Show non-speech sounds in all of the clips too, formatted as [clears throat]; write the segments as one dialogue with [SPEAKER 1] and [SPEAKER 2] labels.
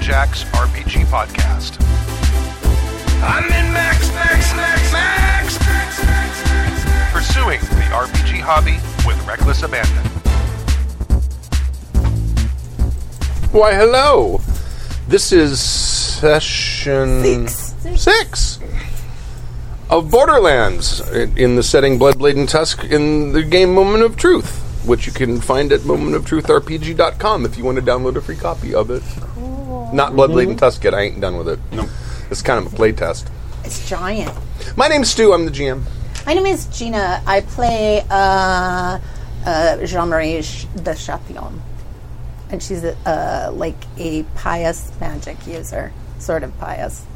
[SPEAKER 1] Max RPG Podcast. I'm in Max, Max, Max, Max, Max, Max, Max, Max. Pursuing the RPG hobby with reckless abandon.
[SPEAKER 2] Why, hello. This is session six, of Borderlands in in the setting Bloodblade and Tusk in the game Moment of Truth, which you can find at momentoftruthrpg.com if you want to download a free copy of it. Not Bloodblade and Tusk yet. I ain't done with it. No, it's kind of a playtest.
[SPEAKER 3] It's giant.
[SPEAKER 2] My name's Stu. I'm the GM.
[SPEAKER 3] My name is Gina. I play uh, uh, Jean-Marie Ch- de Chapillon, and she's a, uh, like a pious magic user, sort of pious.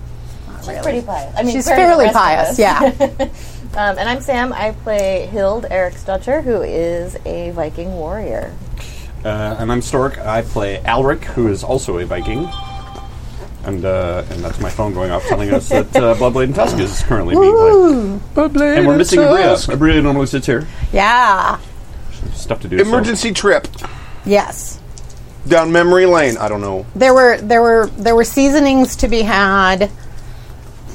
[SPEAKER 3] Not really.
[SPEAKER 4] pretty pious. I mean,
[SPEAKER 3] she's
[SPEAKER 4] compared to the
[SPEAKER 3] fairly
[SPEAKER 4] rest of
[SPEAKER 3] pious.
[SPEAKER 4] [laughs] us.
[SPEAKER 3] Yeah,
[SPEAKER 4] Um, and I'm Sam. I play Hild Eric Stutcher, who is a Viking warrior.
[SPEAKER 5] Uh, and I'm Stork. I play Alric, who is also a Viking. And uh, and that's my phone going off telling us that
[SPEAKER 3] [laughs]
[SPEAKER 5] uh, Bloodblade and Tusk is currently being played.
[SPEAKER 2] Bloodblade
[SPEAKER 5] And we're missing Abria. Abria normally sits here.
[SPEAKER 3] yeah,
[SPEAKER 5] Stuff to do. so-
[SPEAKER 2] Emergency trip
[SPEAKER 3] yes.
[SPEAKER 2] down memory lane. I don't know.
[SPEAKER 3] There were there were there were seasonings to be had,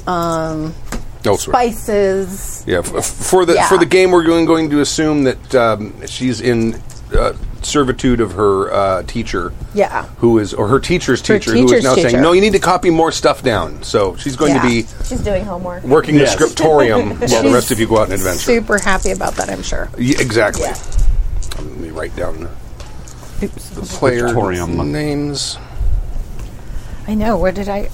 [SPEAKER 3] Um,
[SPEAKER 2] No, Oh, sorry.
[SPEAKER 3] spices.
[SPEAKER 2] Yeah, f- f- for the
[SPEAKER 3] Yeah.
[SPEAKER 2] for the game, we're going going to assume that um, she's in uh, servitude of her uh, teacher.
[SPEAKER 3] Yeah.
[SPEAKER 2] who is or her teacher's teacher who
[SPEAKER 3] teacher's
[SPEAKER 2] is now
[SPEAKER 3] teacher.
[SPEAKER 2] saying, "No, you need to copy more stuff down." So she's going
[SPEAKER 3] Yeah.
[SPEAKER 2] to be
[SPEAKER 4] She's doing homework.
[SPEAKER 2] working
[SPEAKER 5] Yes.
[SPEAKER 2] the scriptorium while the
[SPEAKER 3] She's
[SPEAKER 2] rest of you go out and adventure.
[SPEAKER 3] Super happy about that, I'm sure.
[SPEAKER 2] Ye- exactly. Um, Let me write down the player
[SPEAKER 5] Scriptorium.
[SPEAKER 2] names.
[SPEAKER 3] I know. Where did I?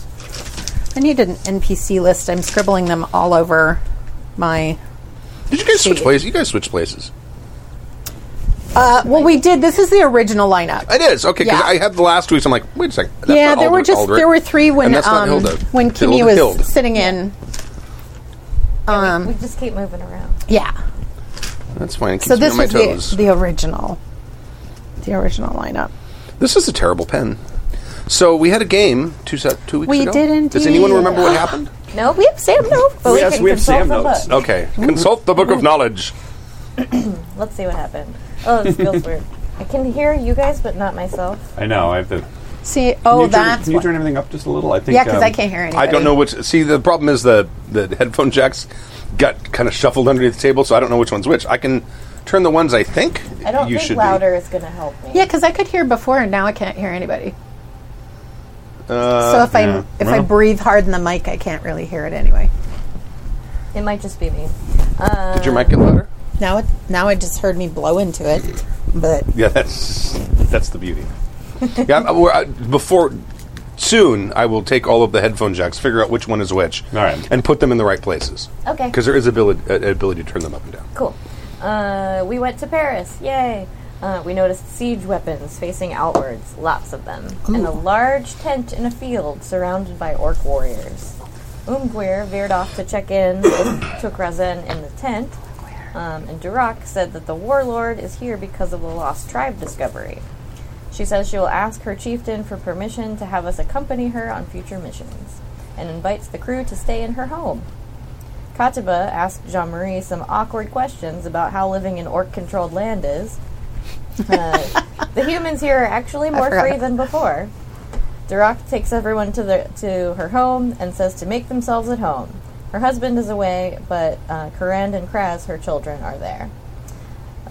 [SPEAKER 3] I need an NPC list. I'm scribbling them all over my.
[SPEAKER 2] Did you guys switch places? You guys switched places.
[SPEAKER 3] Uh, well, we did. This is the original lineup.
[SPEAKER 2] It is okay because
[SPEAKER 3] Yeah.
[SPEAKER 2] I had the last weeks. I'm like, wait a second. that's
[SPEAKER 3] yeah,
[SPEAKER 2] not
[SPEAKER 3] there were
[SPEAKER 2] Aldrich-
[SPEAKER 3] just
[SPEAKER 2] Aldrich.
[SPEAKER 3] there were three when
[SPEAKER 2] And that's not
[SPEAKER 3] um,
[SPEAKER 2] Hilda.
[SPEAKER 3] when Kimmy
[SPEAKER 2] Hilda
[SPEAKER 3] was
[SPEAKER 2] Hild.
[SPEAKER 3] sitting in.
[SPEAKER 4] we just keep moving around.
[SPEAKER 3] Yeah.
[SPEAKER 2] That's fine. It keeps
[SPEAKER 3] So
[SPEAKER 2] me
[SPEAKER 3] this
[SPEAKER 2] on my
[SPEAKER 3] was
[SPEAKER 2] toes.
[SPEAKER 3] the, the original, the original lineup.
[SPEAKER 2] This is a terrible pen. So we had a game two set two weeks
[SPEAKER 3] We
[SPEAKER 2] ago.
[SPEAKER 3] did indeed.
[SPEAKER 2] Does anyone remember what
[SPEAKER 3] [laughs]
[SPEAKER 2] happened?
[SPEAKER 4] No, we have Sam notes, but
[SPEAKER 5] Yes,
[SPEAKER 4] we can
[SPEAKER 5] we have
[SPEAKER 4] consult
[SPEAKER 5] Sam
[SPEAKER 4] the
[SPEAKER 5] notes.
[SPEAKER 4] book.
[SPEAKER 2] Okay, consult the book of knowledge.
[SPEAKER 4] Let's see what happened. Oh, this feels weird. I can hear you guys, but not myself.
[SPEAKER 5] I know. I have the.
[SPEAKER 3] See, oh,
[SPEAKER 5] can you turn,
[SPEAKER 3] that's
[SPEAKER 5] Can you
[SPEAKER 3] what-
[SPEAKER 5] turn everything up just a little? I think.
[SPEAKER 3] yeah, because
[SPEAKER 5] um,
[SPEAKER 3] I can't hear anybody.
[SPEAKER 2] I don't know which. See, the problem is the the headphone jacks got kind of shuffled underneath the table, so I don't know which one's which. I can turn the ones I think
[SPEAKER 4] I don't
[SPEAKER 2] you should
[SPEAKER 4] think
[SPEAKER 2] be-
[SPEAKER 4] louder is going to help me.
[SPEAKER 3] Yeah, because I could hear before, and now I can't hear anybody. so if
[SPEAKER 5] yeah.
[SPEAKER 3] I if I
[SPEAKER 5] Well.
[SPEAKER 3] breathe hard in the mic, I can't really hear it anyway.
[SPEAKER 4] It might just be me.
[SPEAKER 2] Did your mic get louder?
[SPEAKER 3] Now it now I just heard me blow into it, but
[SPEAKER 2] Yeah, that's that's the beauty. yeah, I- we're, I, before soon I will take all of the headphone jacks, figure out which one is which,
[SPEAKER 5] All right.
[SPEAKER 2] and put them in the right places.
[SPEAKER 4] Okay.
[SPEAKER 2] because there is ability uh, ability to turn them up and down.
[SPEAKER 4] Cool. Uh, we went to Paris. Yay. Uh, we noticed siege weapons facing outwards, lots of them, and a large tent in a field surrounded by orc warriors. Umguir veered off to check in [coughs] with Tukrazin in the tent, um, and Durak said that the warlord is here because of the lost tribe discovery. She says she will ask her chieftain for permission to have us accompany her on future missions, and invites the crew to stay in her home. Katiba asked Jean Marie some awkward questions about how living in orc controlled land is. Uh, the humans here are actually more
[SPEAKER 3] forgot.
[SPEAKER 4] free than before. Durak takes everyone to, the, to her home and says to make themselves at home. Her husband is away, but uh, Karand and Kraz, her children, are there.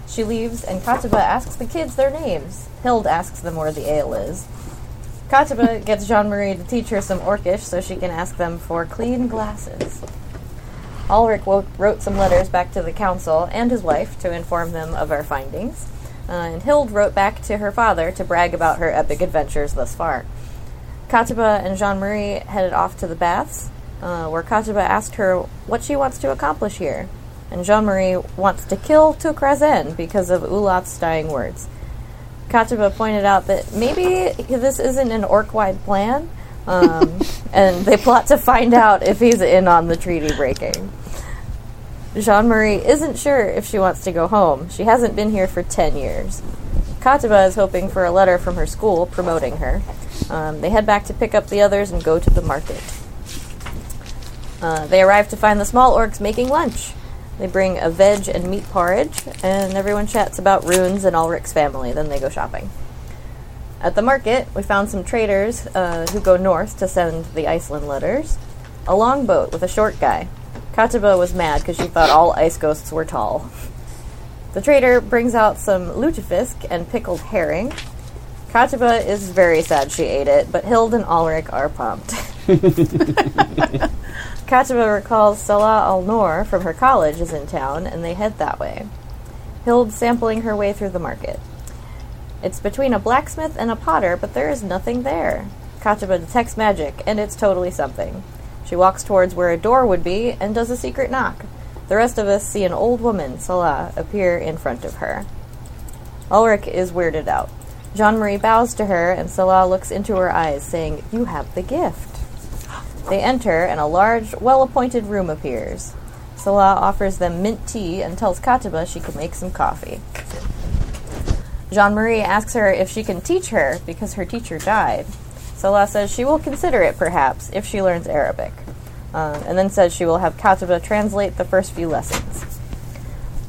[SPEAKER 4] She leaves, and Katiba asks the kids their names. Hild asks them where the ale is. Katiba gets Jean Marie to teach her some Orcish so she can ask them for clean glasses. Ulrich wo- wrote some letters back to the council and his wife to inform them of our findings, uh, and Hild wrote back to her father to brag about her epic adventures thus far. Katiba and Jean Marie headed off to the baths, uh, where Katiba asked her what she wants to accomplish here. And Jean Marie wants to kill Tukrazen because of Ulat's dying words. Katiba pointed out that maybe this isn't an orc wide plan, um, and they plot to find out if he's in on the treaty breaking. Jean Marie isn't sure if she wants to go home. She hasn't been here for 10 years. Katiba is hoping for a letter from her school promoting her. Um, they head back to pick up the others and go to the market. Uh, they arrive to find the small orcs making lunch. They bring a veg and meat porridge, and everyone chats about runes and Ulrich's family. Then they go shopping. At the market, we found some traders uh, who go north to send the Iceland letters. A longboat with a short guy. Kataba was mad because she thought all ice ghosts were tall. The trader brings out some lutefisk and pickled herring. Kataba is very sad she ate it, but Hild and Ulrich are pumped. Kataba recalls Salah al Noor from her college is in town, and they head that way. Hild sampling her way through the market. It's between a blacksmith and a potter, but there is nothing there. Kataba detects magic, and it's totally something. She walks towards where a door would be and does a secret knock. The rest of us see an old woman, Salah, appear in front of her. Ulrich is weirded out. Jean Marie bows to her, and Salah looks into her eyes, saying, You have the gift. They enter, and a large, well appointed room appears. Salah offers them mint tea and tells Kataba she can make some coffee. Jean Marie asks her if she can teach her because her teacher died. Salah says she will consider it perhaps if she learns Arabic, um, and then says she will have Kataba translate the first few lessons.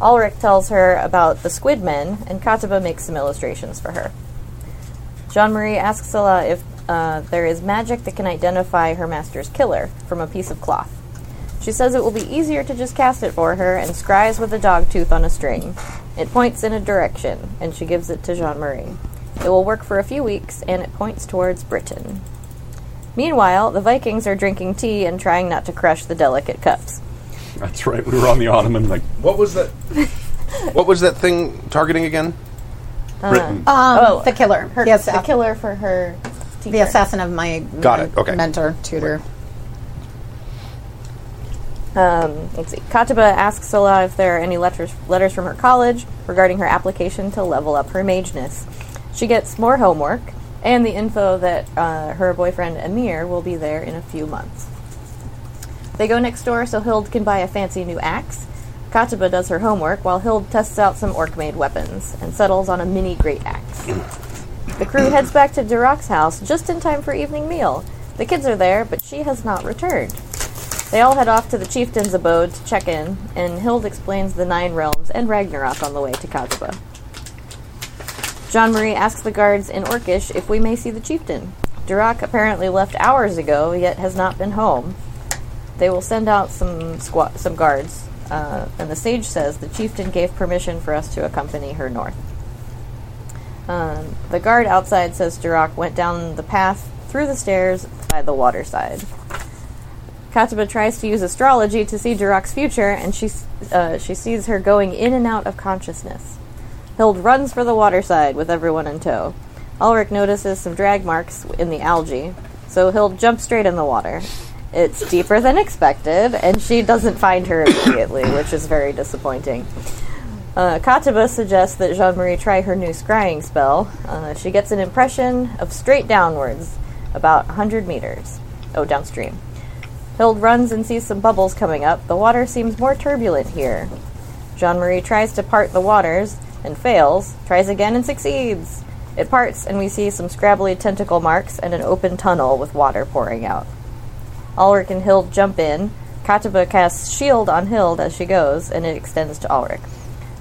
[SPEAKER 4] Ulrich tells her about the squid men, and Kataba makes some illustrations for her. Jean Marie asks Salah if uh, there is magic that can identify her master's killer from a piece of cloth. She says it will be easier to just cast it for her and scries with a dog tooth on a string. It points in a direction, and she gives it to Jean Marie. It will work for a few weeks, and it points towards Britain. Meanwhile, the Vikings are drinking tea and trying not to crush the delicate cups.
[SPEAKER 5] That's right. We were on the Ottoman, like
[SPEAKER 6] What was that? what was that thing targeting again?
[SPEAKER 5] Britain.
[SPEAKER 7] Um,
[SPEAKER 4] Oh.
[SPEAKER 7] the killer. Her,
[SPEAKER 4] Yes, the
[SPEAKER 7] the,
[SPEAKER 4] killer for her teacher.
[SPEAKER 7] the assassin of my
[SPEAKER 6] Got
[SPEAKER 7] men-
[SPEAKER 6] it, okay.
[SPEAKER 7] mentor, tutor.
[SPEAKER 4] Um, let's see. Kataba asks Scylla if there are any letters letters from her college regarding her application to level up her mageness. She gets more homework and the info that uh, her boyfriend Amir will be there in a few months. They go next door so Hild can buy a fancy new axe. Kataba does her homework while Hild tests out some orc made weapons and settles on a mini great axe. The crew heads back to Durok's house just in time for evening meal. The kids are there, but she has not returned. They all head off to the chieftain's abode to check in, and Hild explains the Nine Realms and Ragnarok on the way to Kazba. Jean Marie asks the guards in Orcish if we may see the chieftain. Durak apparently left hours ago, yet has not been home. They will send out some squa- some guards, uh, and the sage says the chieftain gave permission for us to accompany her north. Um, the guard outside says Durak went down the path through the stairs by the waterside. Kataba tries to use astrology to see Durok's future, and she, s- uh, she sees her going in and out of consciousness. Hild runs for the waterside with everyone in tow. Ulrich notices some drag marks in the algae, so Hild jumps straight in the water. It's deeper than expected, and she doesn't find her immediately, which is very disappointing. Uh, Kataba suggests that Jean Marie try her new scrying spell. Uh, she gets an impression of straight downwards, about 100 meters. Oh, downstream. Hild runs and sees some bubbles coming up. The water seems more turbulent here. Jean Marie tries to part the waters and fails, tries again and succeeds. It parts, and we see some scrabbly tentacle marks and an open tunnel with water pouring out. Ulrich and Hild jump in. Kataba casts shield on Hild as she goes, and it extends to Ulrich.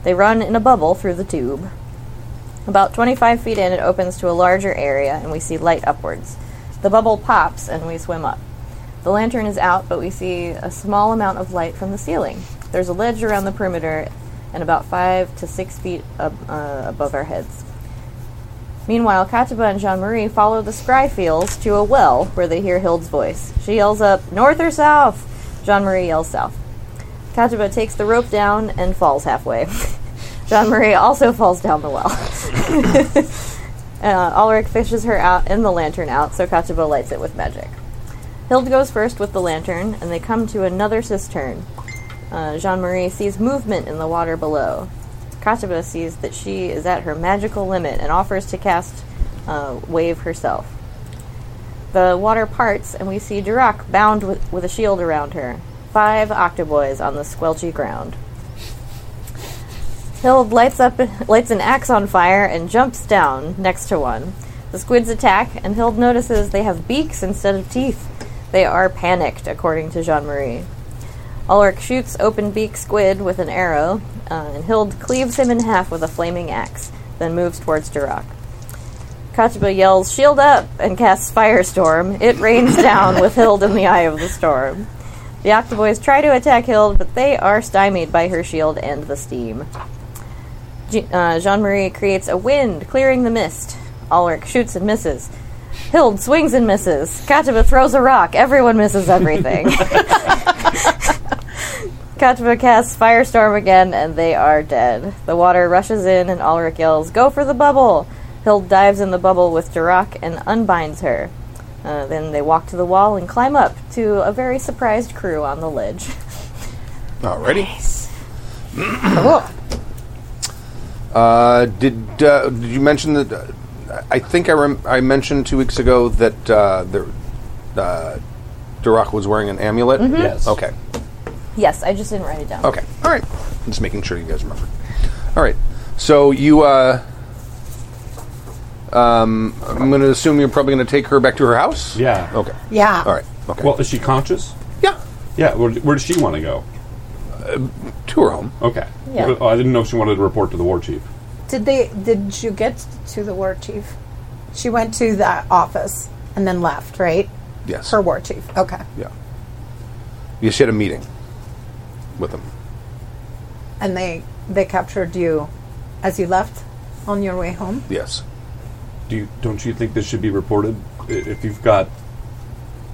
[SPEAKER 4] They run in a bubble through the tube. About 25 feet in, it opens to a larger area, and we see light upwards. The bubble pops, and we swim up. The lantern is out, but we see a small amount of light from the ceiling. There's a ledge around the perimeter and about five to six feet ab- uh, above our heads. Meanwhile, Kataba and Jean Marie follow the scry fields to a well where they hear Hild's voice. She yells up, North or south? Jean Marie yells south. Kataba takes the rope down and falls halfway. [laughs] Jean Marie also falls down the well. [laughs] uh, Ulrich fishes her out and the lantern out, so Kataba lights it with magic. Hild goes first with the lantern, and they come to another cistern. Uh, Jean Marie sees movement in the water below. Kataba sees that she is at her magical limit and offers to cast uh, Wave herself. The water parts, and we see Durak bound with, with a shield around her. Five octoboys on the squelchy ground. Hild lights up, lights an axe on fire, and jumps down next to one. The squids attack, and Hild notices they have beaks instead of teeth. They are panicked, according to Jean Marie. Ulrich shoots open beak squid with an arrow, uh, and Hild cleaves him in half with a flaming axe, then moves towards Duroc. Kachiba yells, Shield up! and casts Firestorm. It rains down with Hild in the eye of the storm. The Octoboys try to attack Hild, but they are stymied by her shield and the steam. Je- uh, Jean Marie creates a wind, clearing the mist. Ulrich shoots and misses. Hild swings and misses. Kachiba throws a rock. Everyone misses everything. [laughs] Kachiba casts Firestorm again, and they are dead. The water rushes in, and Ulrich yells, Go for the bubble! Hild dives in the bubble with Durak and unbinds her. Uh, then they walk to the wall and climb up to a very surprised crew on the ledge.
[SPEAKER 2] Alrighty. uh, did uh, Did you mention that? Uh, I think I rem- I mentioned two weeks ago that uh, the uh, Durak was wearing an amulet.
[SPEAKER 3] Mm-hmm.
[SPEAKER 5] Yes.
[SPEAKER 2] Okay.
[SPEAKER 4] [laughs] yes, I just didn't write it down.
[SPEAKER 2] Okay. All right. I'm just making sure you guys remember. All right. So you. Uh, um, I'm going to assume you're probably going to take her back to her house.
[SPEAKER 5] Yeah.
[SPEAKER 2] Okay.
[SPEAKER 3] Yeah.
[SPEAKER 2] All right. Okay.
[SPEAKER 5] Well, is she conscious?
[SPEAKER 2] yeah.
[SPEAKER 5] Yeah. Where, where does she want to go?
[SPEAKER 2] To her home.
[SPEAKER 5] Okay.
[SPEAKER 4] Yeah.
[SPEAKER 5] Well, I didn't know if she wanted to report to the war chief.
[SPEAKER 3] Did they? Did you get to the war chief? She went to the office and then left, right?
[SPEAKER 2] Yes.
[SPEAKER 3] Her war chief. Okay.
[SPEAKER 2] Yeah. You should had a meeting with them.
[SPEAKER 3] And they they captured you as you left on your way home.
[SPEAKER 2] Yes.
[SPEAKER 5] Do you, don't you think this should be reported? I- If you've got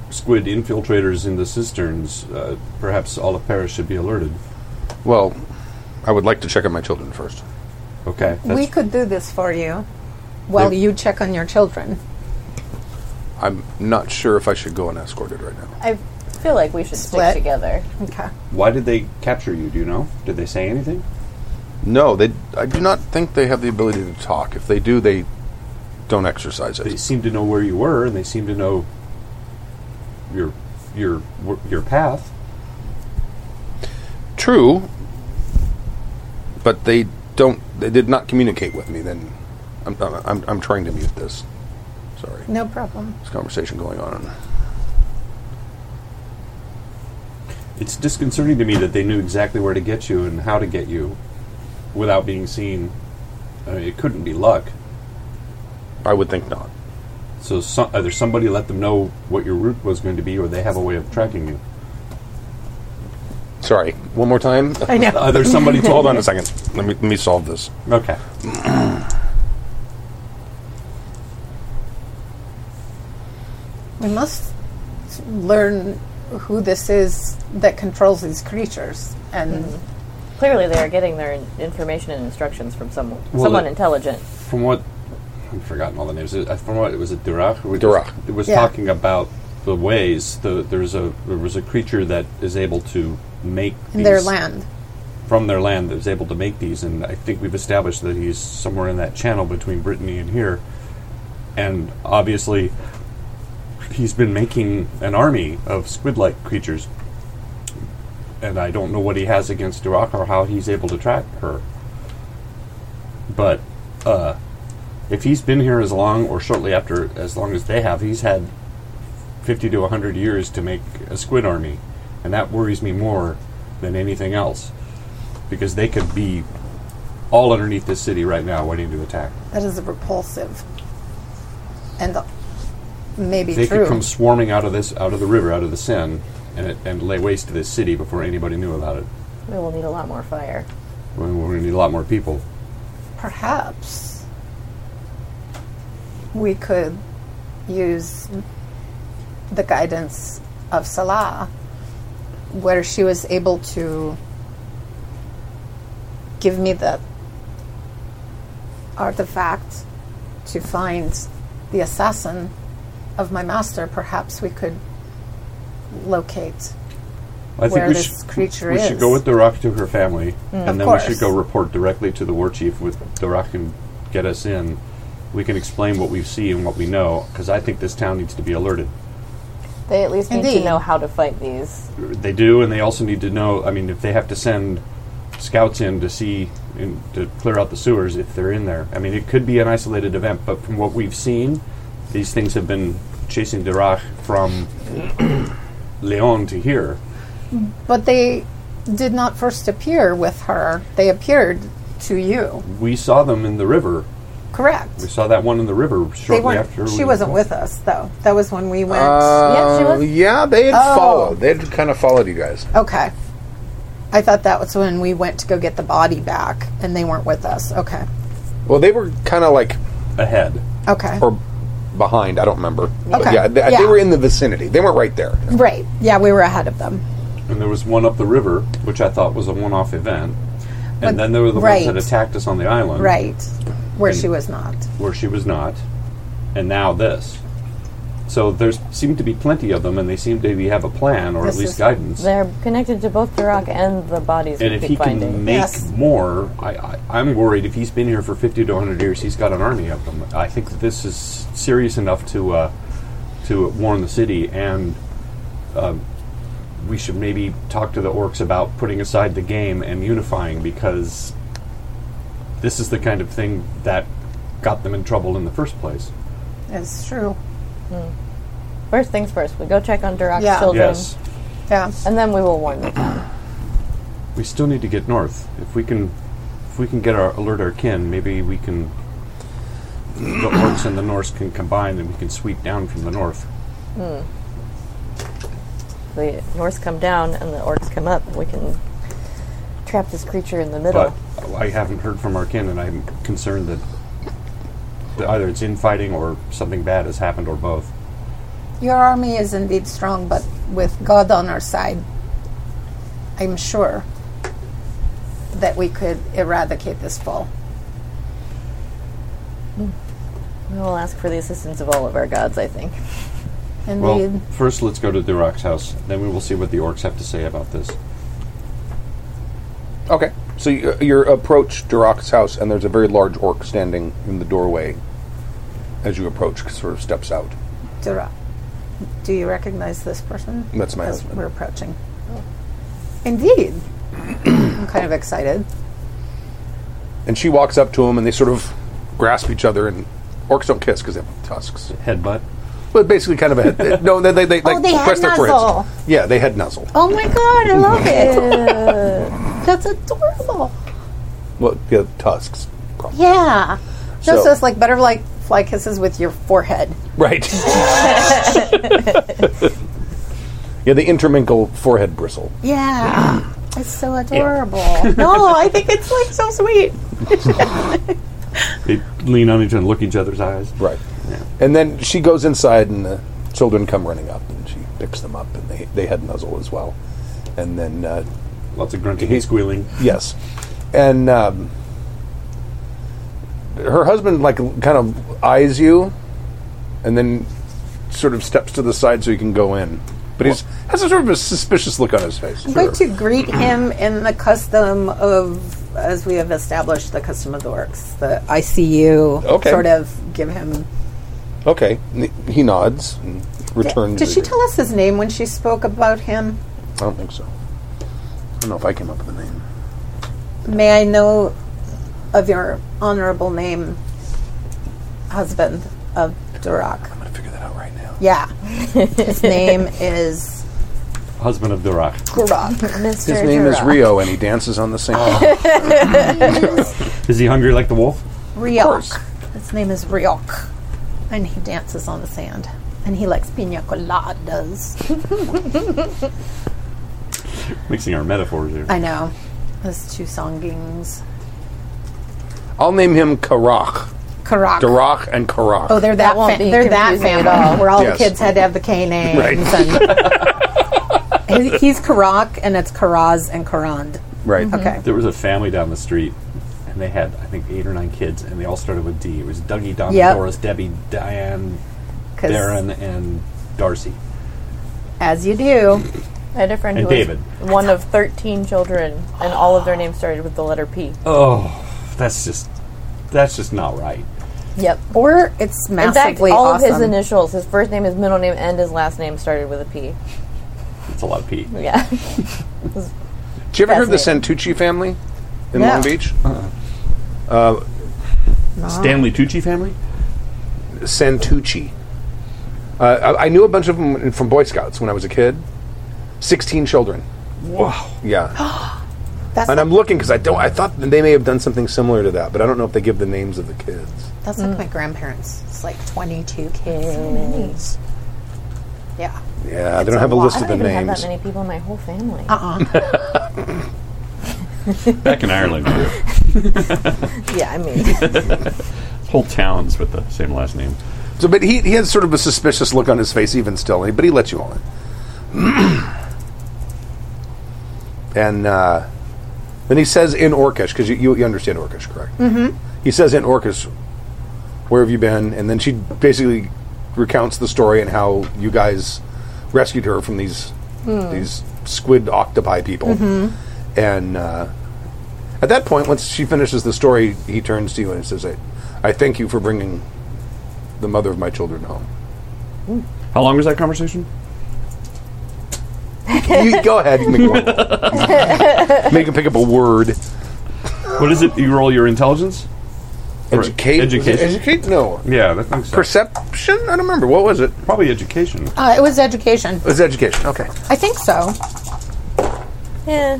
[SPEAKER 5] squid infiltrators in the cisterns, uh, perhaps all of Paris should be alerted.
[SPEAKER 2] Well, I would like to check on my children first.
[SPEAKER 5] Okay.
[SPEAKER 3] we could do this for you while
[SPEAKER 5] They-
[SPEAKER 3] you check on your children.
[SPEAKER 2] I'm not sure if I should go unescorted right now.
[SPEAKER 4] I feel like we should
[SPEAKER 3] Split.
[SPEAKER 4] stick together.
[SPEAKER 3] Okay.
[SPEAKER 5] Why did they capture you? Do you know? Did they say anything?
[SPEAKER 2] No, they. I do not think they have the ability to talk. If they do, they don't exercise
[SPEAKER 5] They
[SPEAKER 2] it.
[SPEAKER 5] seemed to know where you were, and they seemed to know your your wor- your path.
[SPEAKER 2] True, but they don't. They did not communicate with me. Then I'm. I'm. I'm, I'm trying to mute this. Sorry,
[SPEAKER 3] No problem.
[SPEAKER 2] this conversation going on.
[SPEAKER 5] It's disconcerting to me that they knew exactly where to get you and how to get you without being seen. I mean, it couldn't be luck.
[SPEAKER 2] I would think not.
[SPEAKER 5] So some, either somebody let them know what your route was going to be, or they have a way of tracking you.
[SPEAKER 2] Sorry. One more time.
[SPEAKER 3] I know.
[SPEAKER 5] Either Uh, somebody told
[SPEAKER 2] Hold on [laughs]
[SPEAKER 5] them.
[SPEAKER 2] a second. Let me let me solve this.
[SPEAKER 5] Okay.
[SPEAKER 3] We must learn who this is that controls these creatures and
[SPEAKER 4] Clearly, they are getting their in- information and instructions from someone,
[SPEAKER 5] Well,
[SPEAKER 4] someone
[SPEAKER 5] it-
[SPEAKER 4] intelligent.
[SPEAKER 5] From what I've forgotten all the names. Uh, From what it was, it Durak. who was-
[SPEAKER 2] Durak.
[SPEAKER 5] It was
[SPEAKER 3] Yeah.
[SPEAKER 5] talking about the ways. The, there's a there was a creature that is able to make
[SPEAKER 3] in their
[SPEAKER 5] these-
[SPEAKER 3] land.
[SPEAKER 5] from their land that is able to make these, and I think we've established that he's somewhere in that channel between Brittany and here. And obviously, he's been making an army of squid-like creatures, and I don't know what he has against Durak or how he's able to track her. But uh, if he's been here as long or shortly after as long as they have, he's had fifty to hundred years to make a squid army, and that worries me more than anything else because they could be all underneath this city right now waiting to attack.
[SPEAKER 3] That is repulsive. And maybe
[SPEAKER 5] They
[SPEAKER 3] true.
[SPEAKER 5] could come swarming out of this, out of the river, out of the Seine, and, it, and lay waste to this city before anybody knew about it.
[SPEAKER 4] We will need a lot more fire.
[SPEAKER 5] We're, we're going to need a lot more people.
[SPEAKER 3] Perhaps we could use the guidance of Salah, where she was able to give me that artifact to find the assassin of my master. Perhaps we could locate.
[SPEAKER 5] I think
[SPEAKER 3] Where
[SPEAKER 5] we
[SPEAKER 3] this
[SPEAKER 5] should,
[SPEAKER 3] creature
[SPEAKER 5] we should
[SPEAKER 3] is. Hmm.
[SPEAKER 5] go with the rock to her family, and
[SPEAKER 3] Of
[SPEAKER 5] then we
[SPEAKER 3] course.
[SPEAKER 5] should go report directly to the war chief with the rock and get us in. We can explain what we see and what we know, because I think this town needs to be alerted.
[SPEAKER 4] They at least need
[SPEAKER 3] Indeed.
[SPEAKER 4] to know how to fight these.
[SPEAKER 5] They do, and they also need to know. I mean, if they have to send scouts in to see in, to clear out the sewers, if they're in there. I mean, it could be an isolated event, but from what we've seen, these things have been chasing Dirach from [coughs] Leon to here.
[SPEAKER 3] But they did not first appear with her. They appeared to you.
[SPEAKER 5] We saw them in the river,
[SPEAKER 3] Correct.
[SPEAKER 5] We saw that one in the river
[SPEAKER 3] They
[SPEAKER 5] shortly after.
[SPEAKER 3] weren't, she
[SPEAKER 5] we-
[SPEAKER 3] wasn't with us, though. That was when we went.
[SPEAKER 4] Yeah, she
[SPEAKER 2] Uh,
[SPEAKER 4] was-
[SPEAKER 2] yeah, they had
[SPEAKER 3] Oh.
[SPEAKER 2] followed. They had kind of followed you guys.
[SPEAKER 3] okay. I thought that was when we went to go get the body back, and they weren't with us. Okay.
[SPEAKER 2] Well, they were kind of like
[SPEAKER 5] ahead.
[SPEAKER 3] Okay.
[SPEAKER 2] or behind. I don't remember. But
[SPEAKER 3] Okay.
[SPEAKER 2] yeah, they, they
[SPEAKER 3] Yeah.
[SPEAKER 2] were in the vicinity. They weren't right there.
[SPEAKER 3] right. Yeah, we were ahead of them.
[SPEAKER 5] And there was one up the river, which I thought was a one off event. And
[SPEAKER 3] But-
[SPEAKER 5] then there were the
[SPEAKER 3] right.
[SPEAKER 5] ones that attacked us on the island.
[SPEAKER 3] Right. Where
[SPEAKER 5] And-
[SPEAKER 3] she was not.
[SPEAKER 5] Where she was not. And now this. So there seem to be plenty of them, and they seem to be, have a plan or
[SPEAKER 3] This
[SPEAKER 5] at least
[SPEAKER 3] is-
[SPEAKER 5] guidance.
[SPEAKER 4] They're connected to both Durak and the bodies
[SPEAKER 5] And
[SPEAKER 4] we
[SPEAKER 5] if
[SPEAKER 4] keep
[SPEAKER 5] he
[SPEAKER 4] finding.
[SPEAKER 5] can make
[SPEAKER 3] Yes.
[SPEAKER 5] more, I, I, I'm worried if he's been here for 50 to 100 years, he's got an army of them. I think that this is serious enough to uh, to warn the city, and um, we should maybe talk to the orcs about putting aside the game and unifying because this is the kind of thing that got them in trouble in the first place.
[SPEAKER 3] It's true.
[SPEAKER 4] First things first, we go check on Durak's
[SPEAKER 3] Yeah.
[SPEAKER 4] children,
[SPEAKER 5] Yes.
[SPEAKER 3] Yeah.
[SPEAKER 4] and then we will warn the town.
[SPEAKER 5] We still need to get north. If we can, if we can get our alert our kin, maybe we can. The orcs and the Norse can combine, and we can sweep down from the north.
[SPEAKER 4] The Norse come down and the orcs come up. We can trap this creature in the middle.
[SPEAKER 5] But I haven't heard from our kin, and I'm concerned that, that either it's infighting or something bad has happened, or both.
[SPEAKER 8] Your army is indeed strong, but with God on our side,
[SPEAKER 3] I'm sure that we could eradicate this foe.
[SPEAKER 4] we will ask for the assistance of all of our gods, I think.
[SPEAKER 3] Indeed.
[SPEAKER 5] Well, first let's go to the Rock's house. Then we will see what the orcs have to say about this.
[SPEAKER 2] Okay. So you, you approach Durak's house, and there's a very large orc standing in the doorway as you approach, sort of steps out.
[SPEAKER 3] Dura, do you recognize this person?
[SPEAKER 2] That's my
[SPEAKER 3] As
[SPEAKER 2] husband.
[SPEAKER 3] we're approaching. Indeed. I'm kind of excited.
[SPEAKER 2] And she walks up to him, and they sort of grasp each other, and orcs don't kiss because they have tusks.
[SPEAKER 5] Headbutt.
[SPEAKER 2] But basically, kind of a [laughs] head. no, they, they, they, like,
[SPEAKER 3] Oh, they head
[SPEAKER 2] press their
[SPEAKER 3] nuzzle.
[SPEAKER 2] foreheads. Yeah, they head nuzzle.
[SPEAKER 3] Oh my god, I love it. [laughs] That's adorable.
[SPEAKER 2] Well, yeah, tusks. probably.
[SPEAKER 3] Yeah. Just
[SPEAKER 2] So-
[SPEAKER 3] as like better like fly kisses with your forehead. [laughs]
[SPEAKER 2] Right. [laughs] yeah, they intermingle forehead bristle. [clears throat]
[SPEAKER 3] Yeah. It's so adorable. [laughs]
[SPEAKER 2] [laughs]
[SPEAKER 3] no, I think it's like so sweet.
[SPEAKER 5] They lean on each other and look each other's eyes.
[SPEAKER 2] Right.
[SPEAKER 5] Yeah.
[SPEAKER 2] And then she goes inside, and the children come running up, and she picks them up, and they, they head nuzzle as well. And then, uh,
[SPEAKER 5] Lots of grunting and squealing.
[SPEAKER 2] yes. And um, her husband, like, kind of eyes you, and then sort of steps to the side so you can go in. But he's has a sort of a suspicious look on his face.
[SPEAKER 3] I'm going to greet him in the custom of, as we have established, the custom of the works. The I see you
[SPEAKER 2] Okay.
[SPEAKER 3] sort of give him.
[SPEAKER 2] Okay. And he- He nods and returns.
[SPEAKER 3] Did
[SPEAKER 2] the-
[SPEAKER 3] she tell us his name when she spoke about him?
[SPEAKER 2] I don't think so. I don't know if I came up with a name.
[SPEAKER 3] May I know of your honorable name, husband of Durak?
[SPEAKER 2] I'm going to figure that out right now.
[SPEAKER 3] Yeah.
[SPEAKER 4] [laughs]
[SPEAKER 3] His name is
[SPEAKER 5] Husband of the Rock.
[SPEAKER 3] Durak.
[SPEAKER 4] Mr.
[SPEAKER 2] His name is
[SPEAKER 4] Durak.
[SPEAKER 2] Rio, and he dances on the same.
[SPEAKER 4] Oh.
[SPEAKER 5] Is he hungry like the wolf?
[SPEAKER 3] Ryok. His name is Ryok. And he dances on the sand. And he likes pina
[SPEAKER 4] [laughs]
[SPEAKER 3] coladas.
[SPEAKER 5] Mixing our metaphors here.
[SPEAKER 3] I know. Those two songings.
[SPEAKER 2] I'll name him Karak.
[SPEAKER 3] Karak.
[SPEAKER 2] Durak and Karak.
[SPEAKER 3] Oh, they're that,
[SPEAKER 4] That won't
[SPEAKER 3] fa-
[SPEAKER 4] be
[SPEAKER 3] they're that
[SPEAKER 4] confusing
[SPEAKER 3] family
[SPEAKER 4] at all.
[SPEAKER 3] where all
[SPEAKER 2] Yes.
[SPEAKER 3] the kids had to have the K names.
[SPEAKER 2] Right.
[SPEAKER 4] [laughs]
[SPEAKER 3] And he's, he's Karak, and it's Karaz and Karand.
[SPEAKER 2] right.
[SPEAKER 3] Okay.
[SPEAKER 5] There was a family down the street, and they had I think eight or nine kids, and they all started with D. It was Dougie, Donna,
[SPEAKER 3] Yep.
[SPEAKER 5] Doris, Debbie, Diane,
[SPEAKER 3] 'Cause
[SPEAKER 5] Darren, and Darcy.
[SPEAKER 3] as you do,
[SPEAKER 4] I had a friend
[SPEAKER 5] And
[SPEAKER 4] who
[SPEAKER 5] David.
[SPEAKER 4] was one of 13 children, and all of their names started with the letter P.
[SPEAKER 5] Oh, that's just that's just not right.
[SPEAKER 4] Yep.
[SPEAKER 3] or it's
[SPEAKER 4] In fact,
[SPEAKER 3] massively
[SPEAKER 4] all
[SPEAKER 3] awesome.
[SPEAKER 4] of his initials, his first name, his middle name, and his last name started with a P.
[SPEAKER 5] It's a lot of P.
[SPEAKER 4] Yeah.
[SPEAKER 2] Did you ever hear of the
[SPEAKER 4] Fascinating.
[SPEAKER 2] Santucci family in
[SPEAKER 3] No.
[SPEAKER 2] Long Beach?
[SPEAKER 5] Stanley Tucci family.
[SPEAKER 2] Santucci. Uh, I, I knew a bunch of them from Boy Scouts when I was a kid. Sixteen children.
[SPEAKER 4] [gasps]
[SPEAKER 5] Wow.
[SPEAKER 2] Yeah.
[SPEAKER 3] That's
[SPEAKER 2] And
[SPEAKER 3] like,
[SPEAKER 2] I'm looking because I don't. I thought that they may have done something similar to that, but I don't know if they give the names of the kids.
[SPEAKER 3] that's like my grandparents. It's like 22 kids. Yeah.
[SPEAKER 2] Yeah, they
[SPEAKER 3] a
[SPEAKER 2] don't have a
[SPEAKER 3] lot.
[SPEAKER 2] list
[SPEAKER 4] I
[SPEAKER 2] of
[SPEAKER 4] don't
[SPEAKER 2] the
[SPEAKER 4] even have that
[SPEAKER 2] names.
[SPEAKER 4] many people in my whole family.
[SPEAKER 5] Back in Ireland, there
[SPEAKER 4] Yeah, I
[SPEAKER 5] [laughs]
[SPEAKER 4] mean,
[SPEAKER 5] were whole towns with the same last name.
[SPEAKER 2] So, but he he has sort of a suspicious look on his face, even still. But he lets you all in. [clears throat] and uh, then he says in Orcish, because you, you you understand Orcish, correct? Mm-hmm. He says in Orcish, "Where have you been?" And then she basically recounts the story and how you guys rescued her from these these squid octopi people. And uh, at that point, once she finishes the story, he turns to you and says, "I, I thank you for bringing the mother of my children home."
[SPEAKER 5] How long was that conversation?
[SPEAKER 2] you, [laughs] go ahead, you make one. make him pick up a word.
[SPEAKER 5] What is it? You roll your intelligence? Or
[SPEAKER 2] Educate,
[SPEAKER 5] Education.
[SPEAKER 2] educate. No,
[SPEAKER 5] yeah, that makes sense.
[SPEAKER 2] perception. I don't remember what was it.
[SPEAKER 5] Probably education.
[SPEAKER 3] Uh, it was education.
[SPEAKER 2] It was education. Okay.
[SPEAKER 3] I think so.
[SPEAKER 4] yeah. eh,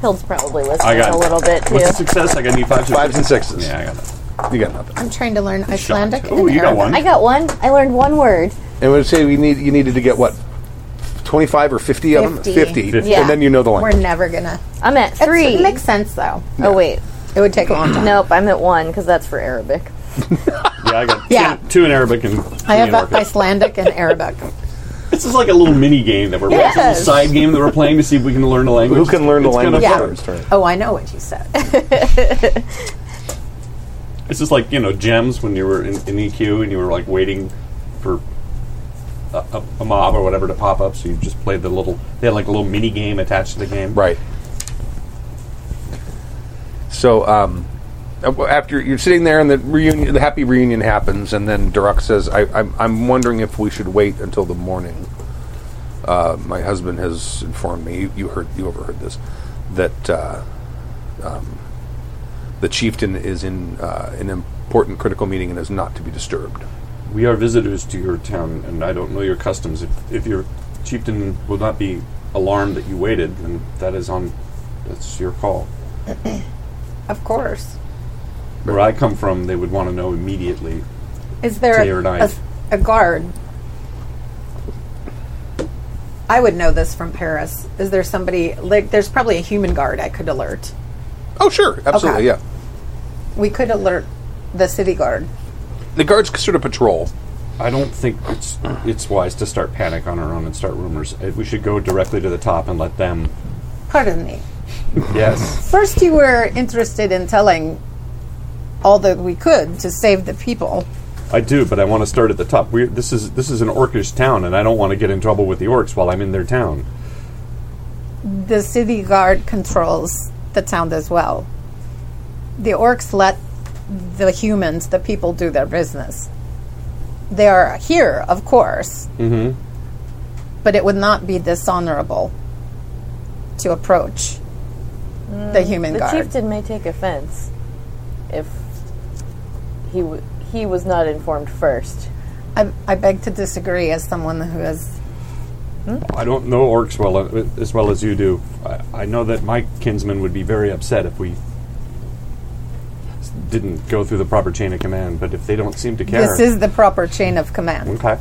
[SPEAKER 4] Hill's probably
[SPEAKER 5] I
[SPEAKER 4] listening
[SPEAKER 5] got
[SPEAKER 4] a
[SPEAKER 5] it.
[SPEAKER 4] little bit
[SPEAKER 5] What's the
[SPEAKER 4] too.
[SPEAKER 5] success? I got any fives,
[SPEAKER 2] Fives and sixes.
[SPEAKER 5] Yeah, I got that.
[SPEAKER 2] You got nothing.
[SPEAKER 3] I'm trying to learn Icelandic.
[SPEAKER 5] Oh,
[SPEAKER 3] and
[SPEAKER 5] you got
[SPEAKER 3] Arabic.
[SPEAKER 5] one.
[SPEAKER 4] I got one. I learned one word.
[SPEAKER 2] And we'd say we need you needed to get what, twenty five or fifty, of them.
[SPEAKER 3] 50.
[SPEAKER 2] Fifty.
[SPEAKER 5] Fifty.
[SPEAKER 2] And then you know the language.
[SPEAKER 3] We're never gonna.
[SPEAKER 4] I'm at
[SPEAKER 3] It's-
[SPEAKER 4] three.
[SPEAKER 3] It makes sense though.
[SPEAKER 4] oh wait,
[SPEAKER 3] It would take a long time.
[SPEAKER 4] nope. I'm at one because that's for Arabic.
[SPEAKER 5] Yeah, I got
[SPEAKER 3] Yeah.
[SPEAKER 5] two, two in Arabic and
[SPEAKER 3] I
[SPEAKER 5] three
[SPEAKER 3] have
[SPEAKER 5] in
[SPEAKER 3] uh,
[SPEAKER 5] Orcish.
[SPEAKER 3] Icelandic and Arabic.
[SPEAKER 5] This is like a little mini game that we're playing. It's a
[SPEAKER 4] Yes.
[SPEAKER 5] little side game that we're playing to see if we can learn a language.
[SPEAKER 2] Who can learn the
[SPEAKER 5] It's kind
[SPEAKER 2] language
[SPEAKER 5] of fun.
[SPEAKER 2] first? right?
[SPEAKER 3] [laughs] Oh, I know what you said.
[SPEAKER 5] It's just like you know gems when you were in, in EQ and you were like waiting for a, a, a mob or whatever to pop up. So you just played the little. They had like a little mini game attached to the game.
[SPEAKER 2] Right. So um, uh, well, after you're sitting there, and the reunion, the happy reunion happens, and then Durak says, I, I'm, "I'm wondering if we should wait until the morning." Uh, my husband has informed me. You, you heard, you overheard this, that uh, um, the chieftain is in uh, an important critical meeting and is not to be disturbed.
[SPEAKER 5] We are visitors to your town, and I don't know your customs. If, if your chieftain will not be alarmed that you waited, then that is on. That's your call.
[SPEAKER 3] of course.
[SPEAKER 5] Where I come from, they would want to know immediately.
[SPEAKER 3] Is there
[SPEAKER 5] Day or
[SPEAKER 3] a, a,
[SPEAKER 5] night.
[SPEAKER 3] a guard? I would know this from Paris. Is there somebody like? There's probably a human guard I could alert.
[SPEAKER 2] Oh, sure, absolutely,
[SPEAKER 3] Okay.
[SPEAKER 2] yeah.
[SPEAKER 3] We could alert the city guard.
[SPEAKER 2] The guards sort of patrol.
[SPEAKER 5] I don't think it's it's wise to start panic on our own and start rumors. Uh, We should go directly to the top and let them.
[SPEAKER 3] Pardon me.
[SPEAKER 5] Yes.
[SPEAKER 3] First, you were interested in telling all that we could to save the people.
[SPEAKER 5] I do, but I want to start at the top. We this is this is an orcish town, and I don't want to get in trouble with the orcs while I'm in their town.
[SPEAKER 3] The city guard controls the town as well. The orcs let the humans, the people, do their business. They are here, of course. Mm-hmm. But it would not be dishonorable to approach the human
[SPEAKER 4] The
[SPEAKER 3] guard.
[SPEAKER 4] chieftain may take offense if he w- he was not informed first.
[SPEAKER 3] I, I beg to disagree as someone who is.
[SPEAKER 5] I don't know orcs well uh, as well as you do. I, I know that my kinsmen would be very upset if we s- didn't go through the proper chain of command. But if they don't seem to care,
[SPEAKER 3] This is the proper chain of command.
[SPEAKER 5] okay.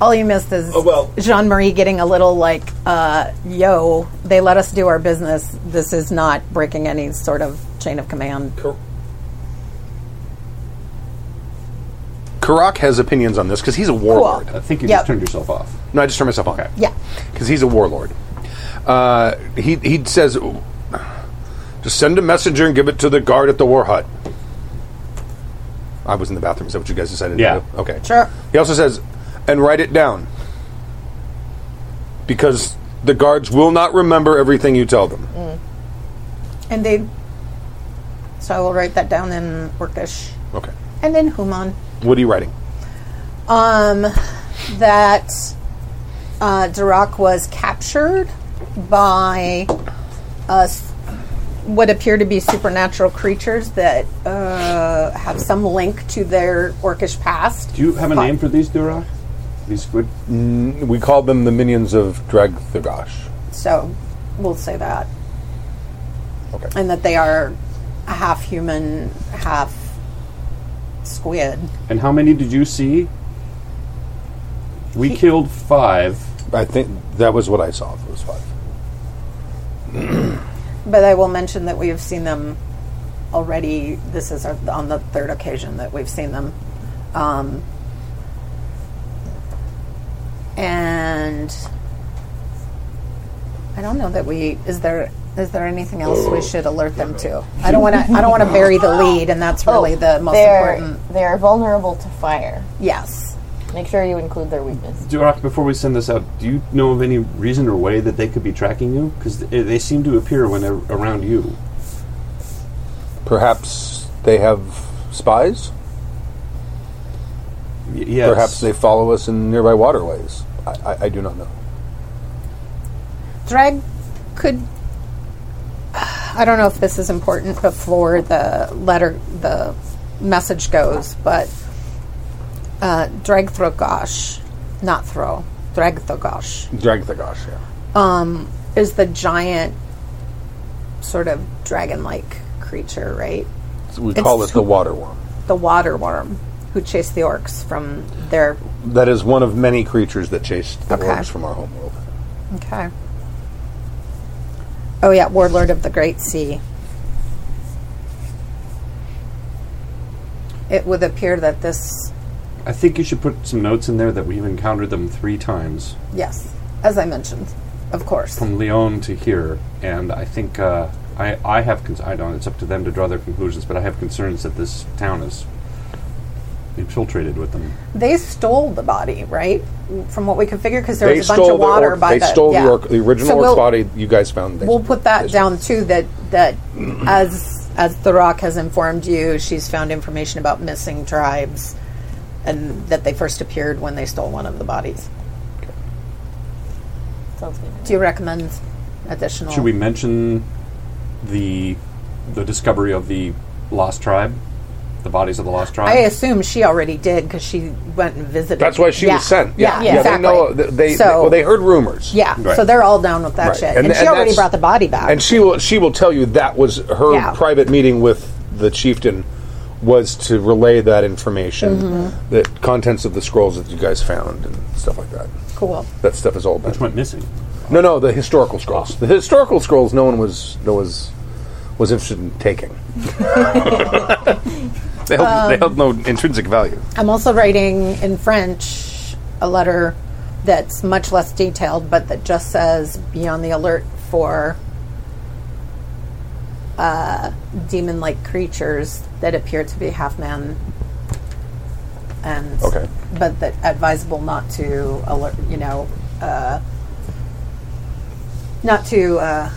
[SPEAKER 3] All you missed
[SPEAKER 5] Oh,
[SPEAKER 3] is
[SPEAKER 2] well-
[SPEAKER 3] Jean Marie getting a little like, uh, yo, they let us do our business. This is not breaking any sort of chain of command.
[SPEAKER 2] Karak has opinions on this because he's a warlord.
[SPEAKER 5] I think you
[SPEAKER 3] Yep.
[SPEAKER 5] just turned yourself off.
[SPEAKER 2] No, I just turned myself on.
[SPEAKER 3] Yeah.
[SPEAKER 2] because he's a warlord. Uh, he he says, just send a messenger and give it to the guard at the war hut. I was in the bathroom. Is that what you guys decided
[SPEAKER 5] Yeah.
[SPEAKER 2] to do? Okay.
[SPEAKER 3] Sure.
[SPEAKER 2] He also says, and write it down because the guards will not remember everything you tell them.
[SPEAKER 3] And they. So I will write that down in Orcish
[SPEAKER 2] Okay.
[SPEAKER 3] and in Human.
[SPEAKER 2] What are you writing?
[SPEAKER 3] Um, that uh, Durak was captured by uh, s- what appear to be supernatural creatures that uh, have some link to their orcish past.
[SPEAKER 5] Do you have a name for these Durak? These squid?
[SPEAKER 2] We call them the minions of Dragthogosh.
[SPEAKER 3] So we'll say that.
[SPEAKER 2] Okay.
[SPEAKER 3] and that they are half human, half squid.
[SPEAKER 5] And how many did you see? We killed five.
[SPEAKER 9] I think that was what I saw. It was five.
[SPEAKER 3] But I will mention that we have seen them already. This is our, on the third occasion that we've seen them. Um, and I don't know that we is there is there anything else we should alert them to? I don't want to I don't want to bury the lead, and that's really the most
[SPEAKER 4] they're,
[SPEAKER 3] important.
[SPEAKER 4] They are vulnerable to fire.
[SPEAKER 3] Yes.
[SPEAKER 4] Make sure you include their weakness.
[SPEAKER 5] Durak, before we send this out, do you know of any reason or way that they could be tracking you? Because they seem to appear when they're around you.
[SPEAKER 9] Perhaps they have spies.
[SPEAKER 5] Y- yes.
[SPEAKER 9] Perhaps they follow us in nearby waterways. I, I, I do not know.
[SPEAKER 3] Drag could. I don't know if this is important before the letter, the message goes, but uh, Drag Throgosh, not Throw, Drag Throgosh,
[SPEAKER 9] Drag the gosh, yeah.
[SPEAKER 3] um, is the giant sort of dragon like creature, right?
[SPEAKER 9] So we
[SPEAKER 3] It's
[SPEAKER 9] call it
[SPEAKER 3] too-
[SPEAKER 9] the water worm.
[SPEAKER 3] The water worm who chased the orcs from their.
[SPEAKER 9] That is one of many creatures that chased the
[SPEAKER 3] Okay.
[SPEAKER 9] worms from our homeworld.
[SPEAKER 3] Okay. Oh, yeah, Warlord of the Great Sea. It would appear that this
[SPEAKER 5] I think you should put some notes in there that we've encountered them three times,
[SPEAKER 3] Yes, as I mentioned, of course.
[SPEAKER 5] from Lyon to here. And I think uh, I, I have. Cons- I don't. It's up to them to draw their conclusions. But I have concerns that this town is infiltrated with them.
[SPEAKER 3] They stole the body, right? From what we could figure, because there
[SPEAKER 9] They
[SPEAKER 3] was a bunch
[SPEAKER 9] stole
[SPEAKER 3] of
[SPEAKER 9] the
[SPEAKER 3] water
[SPEAKER 9] orc,
[SPEAKER 3] by
[SPEAKER 9] they
[SPEAKER 3] the
[SPEAKER 9] stole
[SPEAKER 3] yeah.
[SPEAKER 9] the, orc, the original
[SPEAKER 3] So
[SPEAKER 9] orc's
[SPEAKER 3] we'll,
[SPEAKER 9] body. You guys found. They,
[SPEAKER 3] We'll put that
[SPEAKER 9] this
[SPEAKER 3] down too. That that as as the Rock has informed you, she's found information about missing tribes, and that they first appeared when they stole one of the bodies.
[SPEAKER 4] Sounds good.
[SPEAKER 3] Do you recommend additional?
[SPEAKER 5] Should we mention the the discovery of the lost tribe, the bodies of the lost tribe?
[SPEAKER 3] I assume she already did because she went and visited.
[SPEAKER 2] That's why she
[SPEAKER 3] Yeah.
[SPEAKER 2] was sent.
[SPEAKER 3] Yeah,
[SPEAKER 2] yeah.
[SPEAKER 3] exactly.
[SPEAKER 2] They know. They they,
[SPEAKER 3] So-
[SPEAKER 2] well, they heard rumors.
[SPEAKER 3] Yeah,
[SPEAKER 5] Right.
[SPEAKER 3] so they're all down with that
[SPEAKER 2] Right.
[SPEAKER 3] shit, and,
[SPEAKER 2] And-
[SPEAKER 3] she
[SPEAKER 2] and
[SPEAKER 3] already
[SPEAKER 2] that's-
[SPEAKER 3] brought the body back.
[SPEAKER 2] and she will she will tell you that was her
[SPEAKER 3] Yeah.
[SPEAKER 2] private meeting with the chieftain was to relay that information
[SPEAKER 3] Mm-hmm.
[SPEAKER 2] the contents of the scrolls that you guys found and stuff like that
[SPEAKER 3] cool.
[SPEAKER 2] that stuff is all
[SPEAKER 5] Which
[SPEAKER 2] been
[SPEAKER 5] went missing?
[SPEAKER 2] no no the historical scrolls the historical scrolls no one was no was was interested in taking [laughs] they, held, they held no intrinsic value
[SPEAKER 3] I'm also writing in French a letter that's much less detailed, but that just says be on the alert for uh, demon like creatures that appear to be half man. And
[SPEAKER 2] Okay.
[SPEAKER 3] but that advisable not to alert, you know, uh, not to, uh,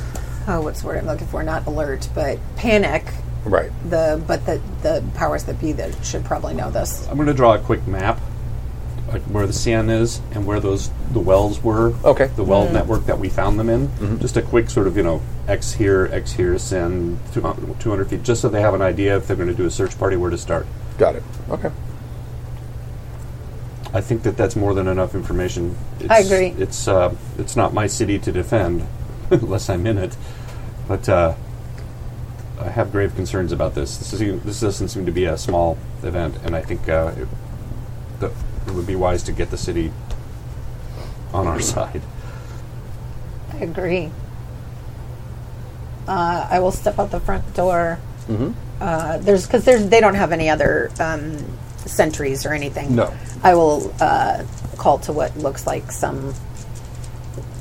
[SPEAKER 3] oh, what's the word I'm looking for? Not alert, but panic.
[SPEAKER 2] right
[SPEAKER 3] The but the the powers that be that should probably know this.
[SPEAKER 5] I'm going to draw a quick map, like where the Seine is and where those the wells were.
[SPEAKER 2] Okay.
[SPEAKER 5] The well network that we found them in. Just a quick sort of you know X here, X here, Seine, two hundred feet, just so they have an idea if they're going to do a search party where to start.
[SPEAKER 2] got it okay
[SPEAKER 5] I think that that's more than enough information. It's,
[SPEAKER 3] I agree.
[SPEAKER 5] It's uh, it's not my city to defend [laughs] unless I'm in it, but uh, I have grave concerns about this. This is this doesn't seem to be a small event, and I think uh, it, the, it would be wise to get the city on our [laughs] side.
[SPEAKER 3] I agree. Uh, I will step out the front door. Uh, there's because they don't have any other um, sentries or anything.
[SPEAKER 2] No.
[SPEAKER 3] I will uh, call to what looks like some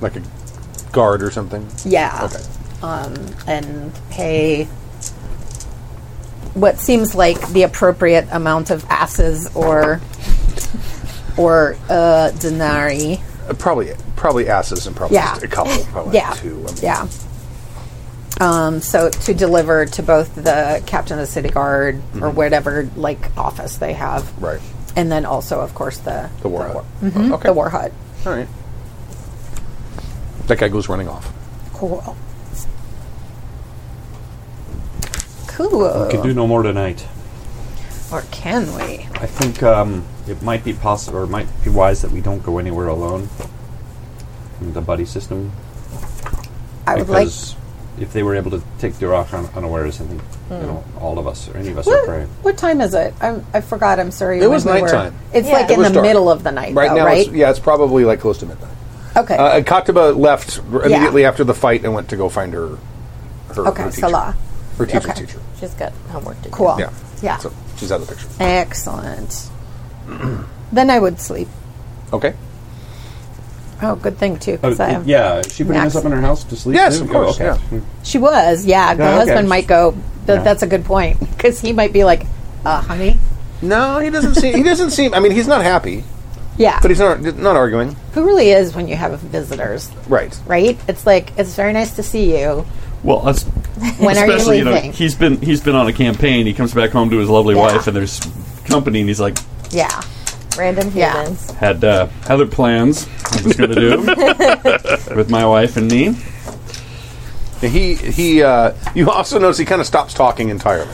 [SPEAKER 2] like a guard or something
[SPEAKER 3] yeah,
[SPEAKER 2] Okay.
[SPEAKER 3] um, and pay what seems like the appropriate amount of asses or or uh, denarii.
[SPEAKER 2] Uh, probably probably asses and probably
[SPEAKER 3] Yeah.
[SPEAKER 2] just
[SPEAKER 10] [laughs]
[SPEAKER 2] a couple probably
[SPEAKER 3] yeah.
[SPEAKER 2] two I mean,
[SPEAKER 3] Yeah. Um, so to deliver to both the captain of the city guard or whatever like office they have,
[SPEAKER 2] Mm-hmm. Right.
[SPEAKER 3] And then also, of course, the
[SPEAKER 2] the war hut.
[SPEAKER 10] Mm-hmm.
[SPEAKER 3] the,
[SPEAKER 2] okay
[SPEAKER 3] war hut.
[SPEAKER 2] All right. That guy goes running off.
[SPEAKER 3] Cool. Cool.
[SPEAKER 5] Can do no more tonight.
[SPEAKER 3] Or can we?
[SPEAKER 5] I think um, it might be possible, or it might be wise that we don't go anywhere alone. The buddy system.
[SPEAKER 3] I would like.
[SPEAKER 5] because
[SPEAKER 11] if they were able to take Durak un- unawares, I think
[SPEAKER 10] Hmm.
[SPEAKER 11] you know all of us or any of us are
[SPEAKER 10] What,
[SPEAKER 11] prey.
[SPEAKER 10] what time is it? I'm, I forgot. I'm sorry.
[SPEAKER 2] It was
[SPEAKER 10] when we were-
[SPEAKER 2] nighttime.
[SPEAKER 10] It's
[SPEAKER 4] Yeah.
[SPEAKER 10] like
[SPEAKER 4] It
[SPEAKER 10] in
[SPEAKER 2] was
[SPEAKER 10] the
[SPEAKER 2] dark.
[SPEAKER 10] middle of the night,
[SPEAKER 2] Right
[SPEAKER 10] though,
[SPEAKER 2] now,
[SPEAKER 10] right?
[SPEAKER 2] It's, yeah, it's probably like close to midnight.
[SPEAKER 10] Okay.
[SPEAKER 2] Uh, Kataba left r- immediately after the fight and went to go find her. her
[SPEAKER 10] Okay,
[SPEAKER 2] her teacher.
[SPEAKER 10] Salah.
[SPEAKER 2] Her teacher's
[SPEAKER 10] Okay.
[SPEAKER 2] teacher.
[SPEAKER 4] She's got homework to do.
[SPEAKER 10] cool.
[SPEAKER 2] Yeah.
[SPEAKER 10] Yeah.
[SPEAKER 2] So she's out of the picture.
[SPEAKER 10] Excellent. then I would sleep.
[SPEAKER 2] Okay.
[SPEAKER 10] Oh, good thing too. 'cause I
[SPEAKER 11] Oh,
[SPEAKER 10] have-
[SPEAKER 11] yeah, is she putting
[SPEAKER 10] Max-
[SPEAKER 11] us up in her house to sleep.
[SPEAKER 2] Yes,
[SPEAKER 11] too?
[SPEAKER 2] of course,
[SPEAKER 11] Oh, okay.
[SPEAKER 2] yeah.
[SPEAKER 10] She was. Yeah. The
[SPEAKER 11] Yeah, okay.
[SPEAKER 10] husband might go. Th-
[SPEAKER 11] Yeah.
[SPEAKER 10] That's a good point because he might be like, uh, "Honey."
[SPEAKER 2] No, he doesn't seem. He doesn't seem. I mean, he's not happy,
[SPEAKER 10] Yeah.
[SPEAKER 2] but he's not not arguing.
[SPEAKER 10] Who really is when you have visitors,
[SPEAKER 2] Right.
[SPEAKER 10] right? It's like it's very nice to see you.
[SPEAKER 5] Well, us,
[SPEAKER 10] [laughs] When are you
[SPEAKER 5] especially know
[SPEAKER 10] leaving?
[SPEAKER 5] he's been he's been on a campaign. He comes back home to his lovely
[SPEAKER 10] Yeah.
[SPEAKER 5] wife, and there's company, and he's like
[SPEAKER 10] Yeah.
[SPEAKER 4] Random
[SPEAKER 10] Yeah.
[SPEAKER 4] humans.
[SPEAKER 5] had uh, other plans. I was going
[SPEAKER 10] [laughs]
[SPEAKER 5] to do with my wife and me.
[SPEAKER 2] He he. Uh, you also notice he kind of stops talking entirely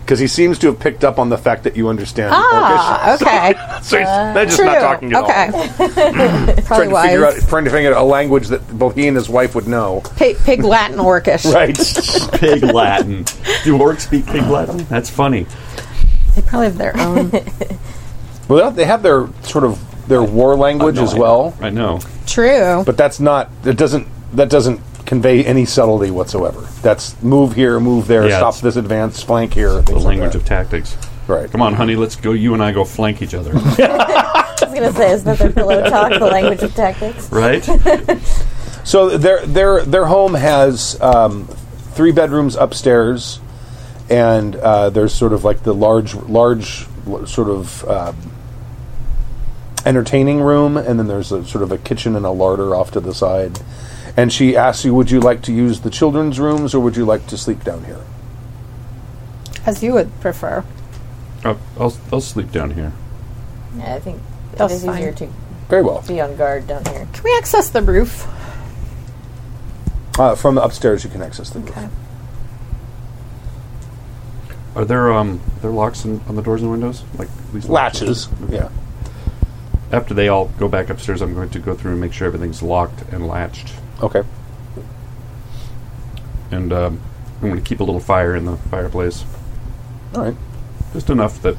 [SPEAKER 2] because he seems to have picked up on the fact that you understand.
[SPEAKER 10] Ah.
[SPEAKER 2] Orcish. [laughs]
[SPEAKER 10] Okay.
[SPEAKER 2] So he's they're just
[SPEAKER 10] True.
[SPEAKER 2] not talking at
[SPEAKER 10] okay.
[SPEAKER 2] all.
[SPEAKER 10] Probably
[SPEAKER 2] [clears throat] Trying to figure out
[SPEAKER 10] wise.
[SPEAKER 2] trying to figure out a language that both he and his wife would know.
[SPEAKER 10] Pig, pig Latin orcish.
[SPEAKER 2] [laughs] Right.
[SPEAKER 5] Pig Latin. Do orcs speak Pig Latin? That's funny.
[SPEAKER 10] They probably have their own.
[SPEAKER 2] well, they have their sort of their war language
[SPEAKER 5] No,
[SPEAKER 2] as
[SPEAKER 5] I-
[SPEAKER 2] well,
[SPEAKER 5] I know.
[SPEAKER 10] [laughs] True.
[SPEAKER 2] but that's not. It doesn't. That doesn't convey any subtlety whatsoever. That's move here, move there,
[SPEAKER 5] Yeah,
[SPEAKER 2] stop
[SPEAKER 5] it's-
[SPEAKER 2] this advance, flank here. things
[SPEAKER 5] The
[SPEAKER 2] like
[SPEAKER 5] language
[SPEAKER 2] that.
[SPEAKER 5] of tactics.
[SPEAKER 2] Right.
[SPEAKER 5] Come on, honey. Let's go. You and I go flank
[SPEAKER 2] [laughs]
[SPEAKER 5] each other.
[SPEAKER 4] I was going to say, isn't that their pillow talk, the language of tactics?
[SPEAKER 5] right.
[SPEAKER 2] So their their their home has um, three bedrooms upstairs, and uh, there's sort of like the large large l- sort of um, entertaining room, and then there's a sort of a kitchen and a larder off to the side. And she asks you, "Would you like to use the children's rooms, or would you like to sleep down here?"
[SPEAKER 10] As you would prefer.
[SPEAKER 5] I'll, I'll, I'll sleep down here.
[SPEAKER 4] Yeah, I think
[SPEAKER 10] That's
[SPEAKER 4] it is easier
[SPEAKER 10] fine.
[SPEAKER 4] to
[SPEAKER 2] Very well.
[SPEAKER 4] be on guard down here.
[SPEAKER 10] Can we access the roof?
[SPEAKER 2] Uh, from the upstairs, you can access the roof.
[SPEAKER 5] Are there um are there locks in, on the doors and windows? Like these
[SPEAKER 2] latches. Yeah.
[SPEAKER 5] After they all go back upstairs, I'm going to go through and make sure everything's locked and latched,
[SPEAKER 2] Okay.
[SPEAKER 5] and um, I'm going to keep a little fire in the fireplace,
[SPEAKER 2] All right.
[SPEAKER 5] just enough that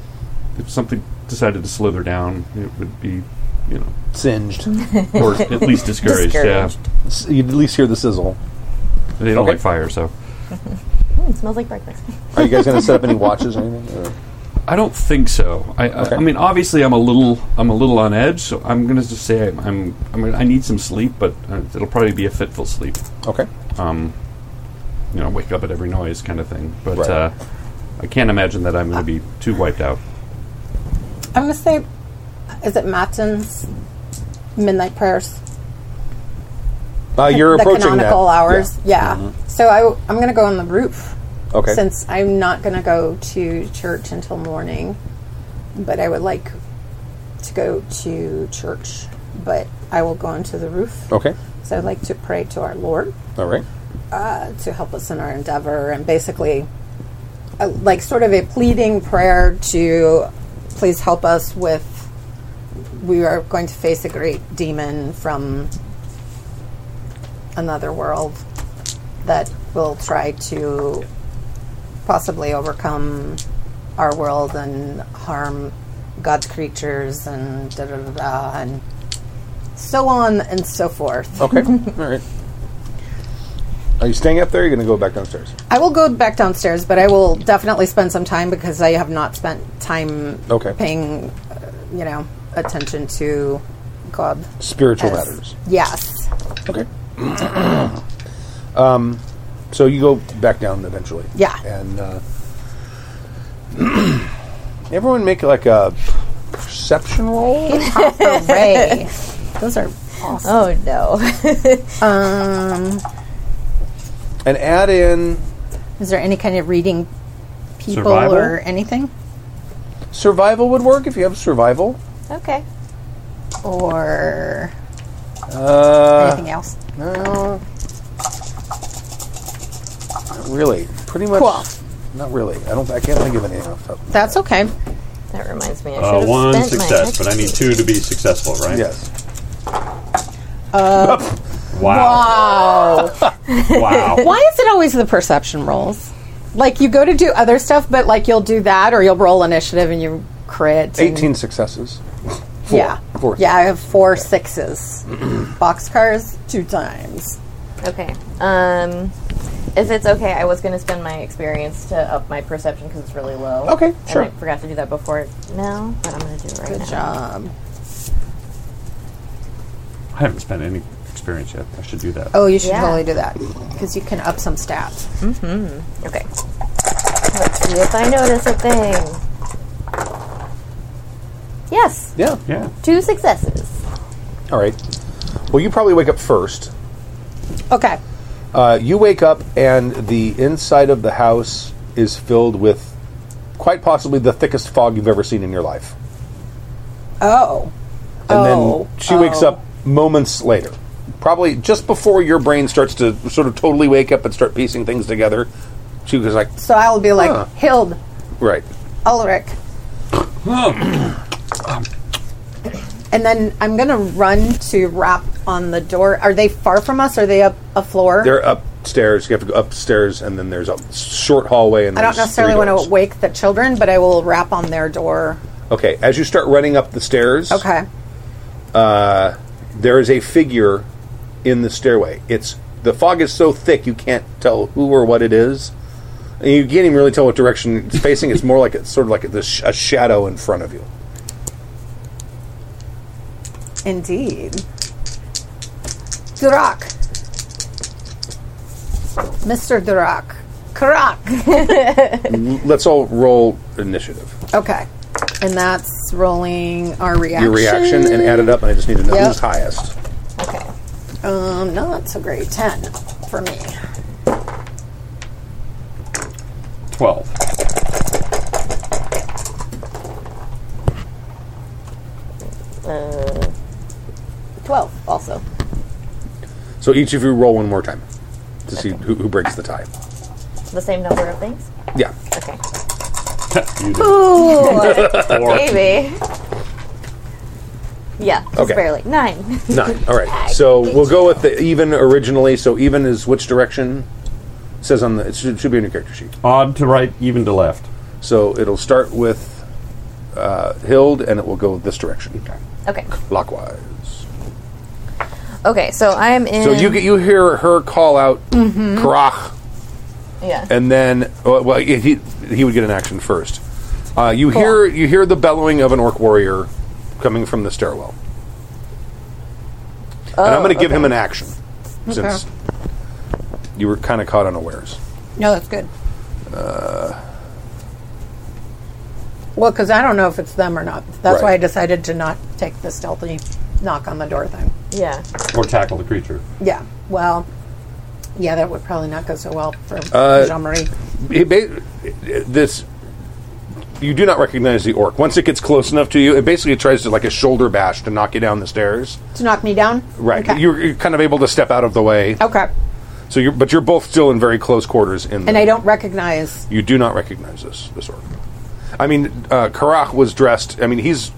[SPEAKER 5] if something decided to slither down, it would be, you know,
[SPEAKER 2] Singed.
[SPEAKER 5] or at least discouraged.
[SPEAKER 4] Discouraged.
[SPEAKER 5] Yeah,
[SPEAKER 2] S- You'd at least hear the sizzle.
[SPEAKER 5] they don't
[SPEAKER 2] Okay.
[SPEAKER 5] like fire, so
[SPEAKER 4] Mm, smells like breakfast.
[SPEAKER 2] Are you guys going to set up any watches or anything? Or?
[SPEAKER 5] I don't think so. I, I, I mean, obviously, I'm a little, I'm a little on edge, so I'm going to just say I'm, I'm, I'm gonna, I need some sleep, but uh, it'll probably be a fitful sleep.
[SPEAKER 2] Okay.
[SPEAKER 5] You know, wake up at every noise, kind of thing. But
[SPEAKER 2] Right.
[SPEAKER 5] uh, I can't imagine that I'm going to be too wiped out.
[SPEAKER 3] I'm gonna say, is it Matins? Midnight prayers.
[SPEAKER 2] Uh, you're
[SPEAKER 3] the
[SPEAKER 2] approaching that.
[SPEAKER 3] canonical hours.
[SPEAKER 2] Yeah. Mm-hmm.
[SPEAKER 3] Yeah. So I w- I'm gonna go on the roof.
[SPEAKER 2] Okay.
[SPEAKER 3] Since I'm not gonna go to church until morning, but I would like to go to church. But I will go onto the roof.
[SPEAKER 2] Okay.
[SPEAKER 3] So I'd like to pray to our Lord
[SPEAKER 2] All right.
[SPEAKER 3] uh, to help us in our endeavor, and basically, uh, like sort of a pleading prayer to please help us with. We are going to face a great demon from another world that will try to possibly overcome our world and harm God's creatures and da da da da and so on and so forth. [laughs]
[SPEAKER 2] Okay. All right. Are you staying up there? Or are you going to go back downstairs?
[SPEAKER 3] I will go back downstairs, but I will definitely spend some time because I have not spent time
[SPEAKER 2] Okay.
[SPEAKER 3] paying, uh, you know, attention to God.
[SPEAKER 2] Spiritual
[SPEAKER 3] as-
[SPEAKER 2] matters.
[SPEAKER 3] Yes.
[SPEAKER 2] Okay. [clears throat] um, so you go back down eventually.
[SPEAKER 3] Yeah.
[SPEAKER 2] And uh, [clears throat] everyone make like a perception roll.
[SPEAKER 3] Hooray. Those are
[SPEAKER 4] Oh, no.
[SPEAKER 2] and add in
[SPEAKER 10] Is there any kind of reading people
[SPEAKER 5] Survival?
[SPEAKER 10] or anything?
[SPEAKER 2] survival would work if you have survival.
[SPEAKER 4] okay.
[SPEAKER 10] Or
[SPEAKER 2] Uh,
[SPEAKER 10] anything else?
[SPEAKER 2] no. Not really. Pretty much.
[SPEAKER 10] Cool.
[SPEAKER 2] Not really. I don't. I can't think of anything off the top.
[SPEAKER 10] That's okay.
[SPEAKER 4] That reminds me. I should
[SPEAKER 11] Uh,
[SPEAKER 4] have
[SPEAKER 11] one
[SPEAKER 4] spent my
[SPEAKER 11] success,
[SPEAKER 4] next
[SPEAKER 11] but I need two to be successful, right?
[SPEAKER 2] Yes.
[SPEAKER 12] Wow.
[SPEAKER 3] Wow.
[SPEAKER 12] Wow.
[SPEAKER 3] Why is it always the perception rolls? Like you go to do other stuff, but like you'll do that, or you'll roll initiative and you crit. and-
[SPEAKER 2] 18 successes.
[SPEAKER 3] Yeah.
[SPEAKER 2] Four.
[SPEAKER 3] Yeah, I have
[SPEAKER 2] [clears throat]
[SPEAKER 3] four sixes. Boxcars two times.
[SPEAKER 4] Okay. Um, if it's okay, I was going to spend my experience to up my perception because it's really low.
[SPEAKER 2] Okay, sure.
[SPEAKER 4] And I forgot to do that before now, but I'm going to do it right
[SPEAKER 3] Good
[SPEAKER 4] now.
[SPEAKER 3] job.
[SPEAKER 12] I haven't spent any experience yet. I should do that.
[SPEAKER 3] Oh, you should
[SPEAKER 4] Yeah.
[SPEAKER 3] totally do that because you can up some stats.
[SPEAKER 4] Okay. Let's see if I notice a thing. Yes,
[SPEAKER 2] Yeah.
[SPEAKER 12] Yeah.
[SPEAKER 4] two successes.
[SPEAKER 2] All right. Well, you probably wake up first.
[SPEAKER 3] Okay.
[SPEAKER 2] Uh, you wake up, and the inside of the house is filled with quite possibly the thickest fog you've ever seen in your life.
[SPEAKER 3] Oh.
[SPEAKER 2] And
[SPEAKER 3] Oh.
[SPEAKER 2] then she wakes up moments later. Probably just before your brain starts to sort of totally wake up and start piecing things together. She was like,
[SPEAKER 3] So I will be like
[SPEAKER 2] Huh.
[SPEAKER 3] Hild,
[SPEAKER 2] right.
[SPEAKER 3] Ulrich. [clears throat] and then I'm gonna run to rap on the door. Are they far from us? Are they up a floor?
[SPEAKER 2] They're upstairs. You have to go upstairs, and then there's a short hallway. And
[SPEAKER 3] I don't
[SPEAKER 2] there's
[SPEAKER 3] necessarily
[SPEAKER 2] three
[SPEAKER 3] want
[SPEAKER 2] doors.
[SPEAKER 3] to wake the children, but I will rap on their door.
[SPEAKER 2] Okay, as you start running up the stairs,
[SPEAKER 3] Okay.
[SPEAKER 2] there is a figure in the stairway. It's the fog is so thick you can't tell who or what it is. And you can't even really tell what direction it's facing. It's more like it's sort of like a, a shadow in front
[SPEAKER 3] [laughs]
[SPEAKER 2] of you.
[SPEAKER 3] Indeed. Durak. Mr. Durak. Karak.
[SPEAKER 2] Let's all roll initiative.
[SPEAKER 3] Okay. And that's rolling our reaction.
[SPEAKER 2] Your reaction and add it up, and I just need to know
[SPEAKER 3] Yep.
[SPEAKER 2] who's highest.
[SPEAKER 4] Okay.
[SPEAKER 3] Um, not so great. 10 for me.
[SPEAKER 12] 12.
[SPEAKER 4] Uh, 12 also.
[SPEAKER 2] So each of you roll one more time to see who, who breaks the tie.
[SPEAKER 4] The same number of things?
[SPEAKER 2] Yeah. [laughs]
[SPEAKER 4] Okay.
[SPEAKER 12] You did.
[SPEAKER 4] Maybe. Yeah, just
[SPEAKER 2] Okay.
[SPEAKER 4] barely. Nine. [laughs]
[SPEAKER 2] Nine. All right. So we'll go with the even originally. So even is which direction? It says on the it should, should be on your character sheet.
[SPEAKER 12] Odd to right, even to left.
[SPEAKER 2] So it'll start with uh, Hild, and it will go this direction,
[SPEAKER 4] Okay.
[SPEAKER 2] clockwise.
[SPEAKER 4] Okay, so I'm in.
[SPEAKER 2] So you get you hear her call out "Krach,"
[SPEAKER 4] Yeah.
[SPEAKER 2] and then well, well he he would get an action first. Uh, you hear you hear the bellowing of an orc warrior coming from the stairwell, and
[SPEAKER 3] Oh,
[SPEAKER 2] I'm going to give him an action since you were kind of caught unawares.
[SPEAKER 3] No, that's good. Uh, well, because I don't know if it's them or not.
[SPEAKER 2] Right.
[SPEAKER 3] That's why I decided to not take the stealthy knock on the door thing.
[SPEAKER 4] yeah.
[SPEAKER 12] Or tackle the creature.
[SPEAKER 3] Yeah. Well, yeah, that would probably not go so well for
[SPEAKER 2] Uh,
[SPEAKER 3] Jean Marie.
[SPEAKER 2] He ba- this you do not recognize the orc. Once it gets close enough to you, it basically tries to like a shoulder bash to knock you down the stairs.
[SPEAKER 3] To knock me down?
[SPEAKER 2] Right,
[SPEAKER 3] Okay.
[SPEAKER 2] you're, you're kind of able to step out of the way.
[SPEAKER 3] okay.
[SPEAKER 2] So you're, but you're both still in very close quarters. In
[SPEAKER 3] And
[SPEAKER 2] the-
[SPEAKER 3] I don't recognize.
[SPEAKER 2] you do not recognize this this orc. I mean, uh, Karak was dressed. I mean, he's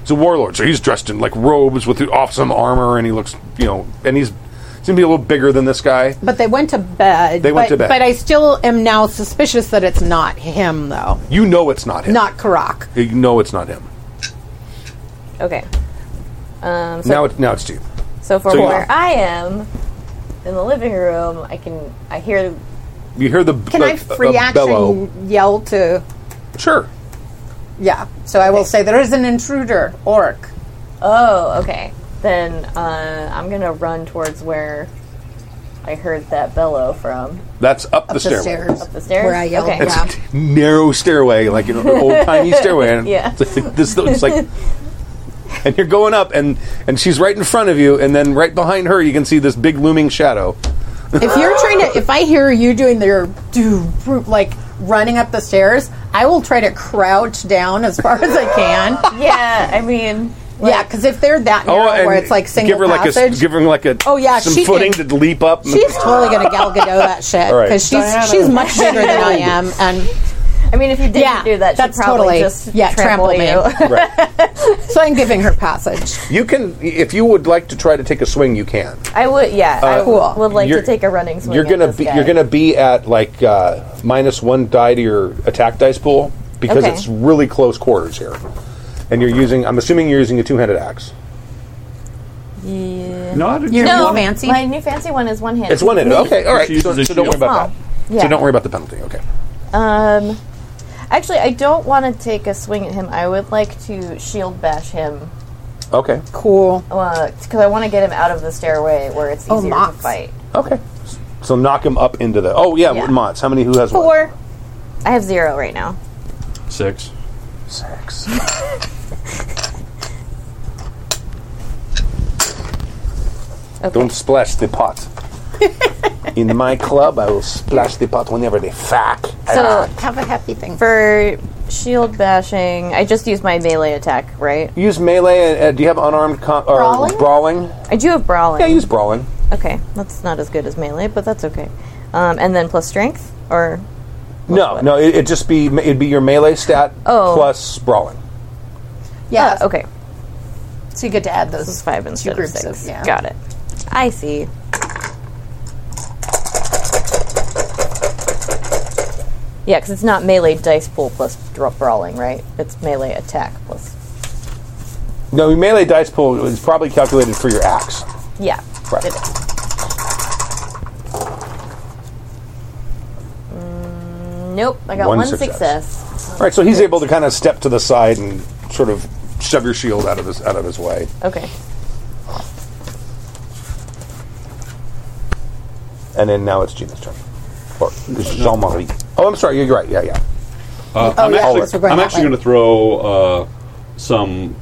[SPEAKER 2] he's a warlord, so he's dressed in like robes with awesome armor, and he looks, you know, and he's seems to be a little bigger than this guy.
[SPEAKER 3] But they went to bed.
[SPEAKER 2] They went
[SPEAKER 3] but,
[SPEAKER 2] to bed.
[SPEAKER 3] But I still am now suspicious that it's not him, though.
[SPEAKER 2] You know, it's not him.
[SPEAKER 3] Not Karak.
[SPEAKER 2] you know, it's not him.
[SPEAKER 4] Okay. Um, so,
[SPEAKER 2] now it now it's to you.
[SPEAKER 4] so from
[SPEAKER 2] so you-
[SPEAKER 4] where I am in the living room, I can I hear
[SPEAKER 2] You hear the
[SPEAKER 3] Can I free action
[SPEAKER 2] bellow.
[SPEAKER 3] yell to.
[SPEAKER 2] Sure.
[SPEAKER 3] Yeah. So I will say there is an intruder, orc.
[SPEAKER 4] Oh, okay. Then uh, I'm gonna run towards where I heard that bellow from.
[SPEAKER 2] That's up, the
[SPEAKER 3] Up the
[SPEAKER 2] stairway.
[SPEAKER 3] stairs.
[SPEAKER 4] the stairs?
[SPEAKER 3] Where I yelled.
[SPEAKER 4] Okay.
[SPEAKER 3] Yeah.
[SPEAKER 2] It's a narrow stairway, like an old
[SPEAKER 3] [laughs]
[SPEAKER 2] tiny stairway. And
[SPEAKER 4] Yeah.
[SPEAKER 2] it's like this looks like, and you're going up, and and she's right in front of you, and then right behind her, you can see this big looming shadow.
[SPEAKER 3] If you're trying to. If I hear you doing your. Do, like running up the stairs, I will try to crouch down as far as I can.
[SPEAKER 4] Yeah, I mean,
[SPEAKER 3] Yeah, because if they're that narrow where it's like single
[SPEAKER 2] Oh, give her
[SPEAKER 3] passage,
[SPEAKER 2] like a give her like a
[SPEAKER 3] Oh, yeah,
[SPEAKER 2] some
[SPEAKER 3] she
[SPEAKER 2] footing
[SPEAKER 3] can-
[SPEAKER 2] to leap up. and- [laughs]
[SPEAKER 3] she's totally gonna Gal Gadot that shit
[SPEAKER 2] All right.
[SPEAKER 3] because she's she's much bigger than I am, and
[SPEAKER 4] I mean, if you didn't
[SPEAKER 3] Yeah,
[SPEAKER 4] do that,
[SPEAKER 3] that's
[SPEAKER 4] she'd probably
[SPEAKER 3] totally-
[SPEAKER 4] just
[SPEAKER 3] yeah,
[SPEAKER 4] trample,
[SPEAKER 3] trample
[SPEAKER 4] you.
[SPEAKER 2] Right.
[SPEAKER 3] So I'm giving her passage.
[SPEAKER 2] You can, if you would like to try to take a swing, you can.
[SPEAKER 4] [laughs] I would, yeah. I
[SPEAKER 3] Cool.
[SPEAKER 4] would like to
[SPEAKER 2] Uh, You're-
[SPEAKER 4] take a running swing.
[SPEAKER 2] you're
[SPEAKER 4] at
[SPEAKER 2] gonna
[SPEAKER 4] this
[SPEAKER 2] be,
[SPEAKER 4] guy.
[SPEAKER 2] you're gonna be at like uh, minus one die to your attack dice pool because
[SPEAKER 4] Okay.
[SPEAKER 2] it's really close quarters here, and you're using. I'm assuming you're using a two-handed axe.
[SPEAKER 4] Yeah.
[SPEAKER 5] Not a
[SPEAKER 3] You're
[SPEAKER 4] No,
[SPEAKER 3] new fancy.
[SPEAKER 4] my new fancy one is one handed.
[SPEAKER 2] It's one-handed. Okay, all right.
[SPEAKER 5] She
[SPEAKER 2] So,
[SPEAKER 5] uses a
[SPEAKER 2] so don't worry
[SPEAKER 5] shield.
[SPEAKER 2] about that.
[SPEAKER 4] Oh, Yeah.
[SPEAKER 2] So don't worry about the penalty. Okay.
[SPEAKER 4] Um, actually, I don't want to take a swing at him. I would like to shield bash him
[SPEAKER 2] Okay.
[SPEAKER 3] Cool.
[SPEAKER 4] because I want to get him out of the stairway where it's
[SPEAKER 3] Oh,
[SPEAKER 4] easier to
[SPEAKER 3] Mox.
[SPEAKER 4] fight.
[SPEAKER 2] Okay. So knock him up into the. Oh yeah,
[SPEAKER 4] Yeah.
[SPEAKER 2] Mott's. How many? Who has what?
[SPEAKER 4] Four. I have zero right now.
[SPEAKER 5] six.
[SPEAKER 2] Six. Don't splash the
[SPEAKER 4] [laughs]
[SPEAKER 2] pot. In my club, I will splash the pot whenever they fuck.
[SPEAKER 4] So
[SPEAKER 3] Have a happy thing.
[SPEAKER 4] for shield bashing, I just use my melee attack, right?
[SPEAKER 2] Use melee. And, uh, do you have unarmed con- or
[SPEAKER 3] Brawling?
[SPEAKER 2] brawling?
[SPEAKER 4] I do have brawling.
[SPEAKER 2] Yeah, use brawling.
[SPEAKER 4] okay, that's not as good as melee, but that's okay. Um, and then plus strength or
[SPEAKER 2] No, no, it, it'd just be it'd be your melee stat
[SPEAKER 4] Oh.
[SPEAKER 2] plus brawling.
[SPEAKER 3] Yeah.
[SPEAKER 4] Uh, okay,
[SPEAKER 3] So you get to add those.
[SPEAKER 4] this is five instead of
[SPEAKER 3] groups
[SPEAKER 4] six.
[SPEAKER 3] of- yeah.
[SPEAKER 4] Got it. I see. Yeah, because it's not melee dice pool plus dra- brawling, right? It's melee attack plus.
[SPEAKER 2] No, your melee dice pool is probably calculated for your axe.
[SPEAKER 4] Yeah.
[SPEAKER 2] Right.
[SPEAKER 4] It is. Mm, Nope, I got
[SPEAKER 2] One
[SPEAKER 4] one,
[SPEAKER 2] success.
[SPEAKER 4] success.
[SPEAKER 2] All right, so he's able to kind of step to the side and sort of shove your shield out of his out of his way.
[SPEAKER 4] Okay.
[SPEAKER 2] And then now it's Gina's turn. Or Jean Marie. Oh, I'm sorry. You're right. Yeah, yeah.
[SPEAKER 5] Uh, I'm
[SPEAKER 3] Oh, yeah, so
[SPEAKER 5] actually,
[SPEAKER 3] we're going
[SPEAKER 5] I'm
[SPEAKER 3] that
[SPEAKER 5] actually
[SPEAKER 3] way.
[SPEAKER 5] going to throw uh, some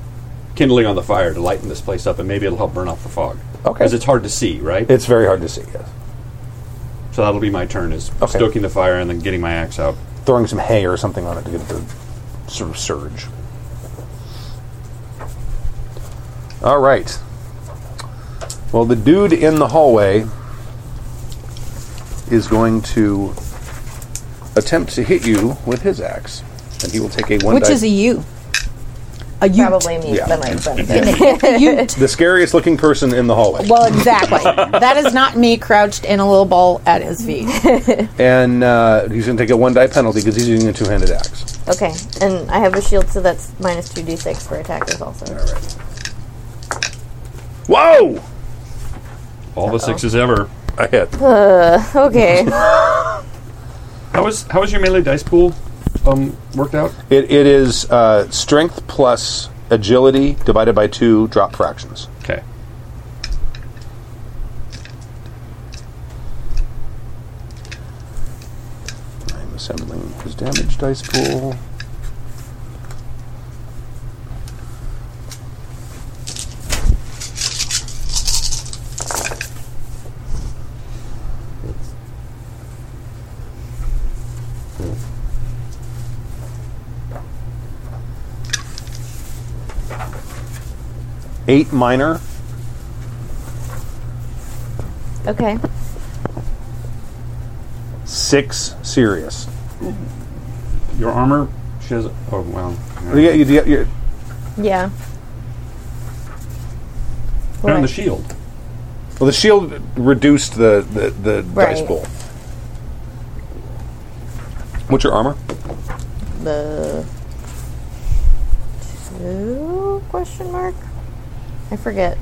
[SPEAKER 5] kindling on the fire to lighten this place up, and maybe it'll help burn off the fog.
[SPEAKER 2] Okay.
[SPEAKER 5] Because it's hard to see, right?
[SPEAKER 2] It's very hard to see. Yes.
[SPEAKER 5] so that'll be my turn: is
[SPEAKER 2] Okay.
[SPEAKER 5] stoking the fire and then getting my axe out.
[SPEAKER 2] Throwing some hay or something on it to get it to sort of surge. All right. Well, the dude in the hallway is going to attempt to hit you with his axe, and he will take a one.
[SPEAKER 13] Which
[SPEAKER 2] die-
[SPEAKER 13] is a U. A U.
[SPEAKER 4] Probably me.
[SPEAKER 2] Yeah.
[SPEAKER 4] That might have
[SPEAKER 2] [laughs]
[SPEAKER 4] been good.
[SPEAKER 2] the scariest looking person in the hallway.
[SPEAKER 13] Well,
[SPEAKER 2] [laughs]
[SPEAKER 13] exactly. that is not me crouched in a little ball at his feet.
[SPEAKER 2] and uh, he's going to take a one die penalty because he's using a two handed axe.
[SPEAKER 4] [laughs] Okay, and I have a shield, so that's minus 2d6 for attackers also.
[SPEAKER 2] Whoa!
[SPEAKER 5] All the sixes ever.
[SPEAKER 2] I hit. [laughs]
[SPEAKER 4] Okay.
[SPEAKER 5] How was how was your melee dice pool um, worked out?
[SPEAKER 2] It, it is uh, strength plus agility divided by two drop fractions.
[SPEAKER 5] Okay.
[SPEAKER 2] I'm assembling his damage dice pool. Eight minor,
[SPEAKER 4] okay.
[SPEAKER 2] six serious.
[SPEAKER 5] Your armor. She has. Oh well.
[SPEAKER 2] You get- you get- you-
[SPEAKER 4] Yeah.
[SPEAKER 5] And
[SPEAKER 4] Right.
[SPEAKER 5] the shield.
[SPEAKER 2] well, the shield reduced the, the, the dice
[SPEAKER 4] Right.
[SPEAKER 2] pool. What's your armor?
[SPEAKER 4] the two question mark? I forget.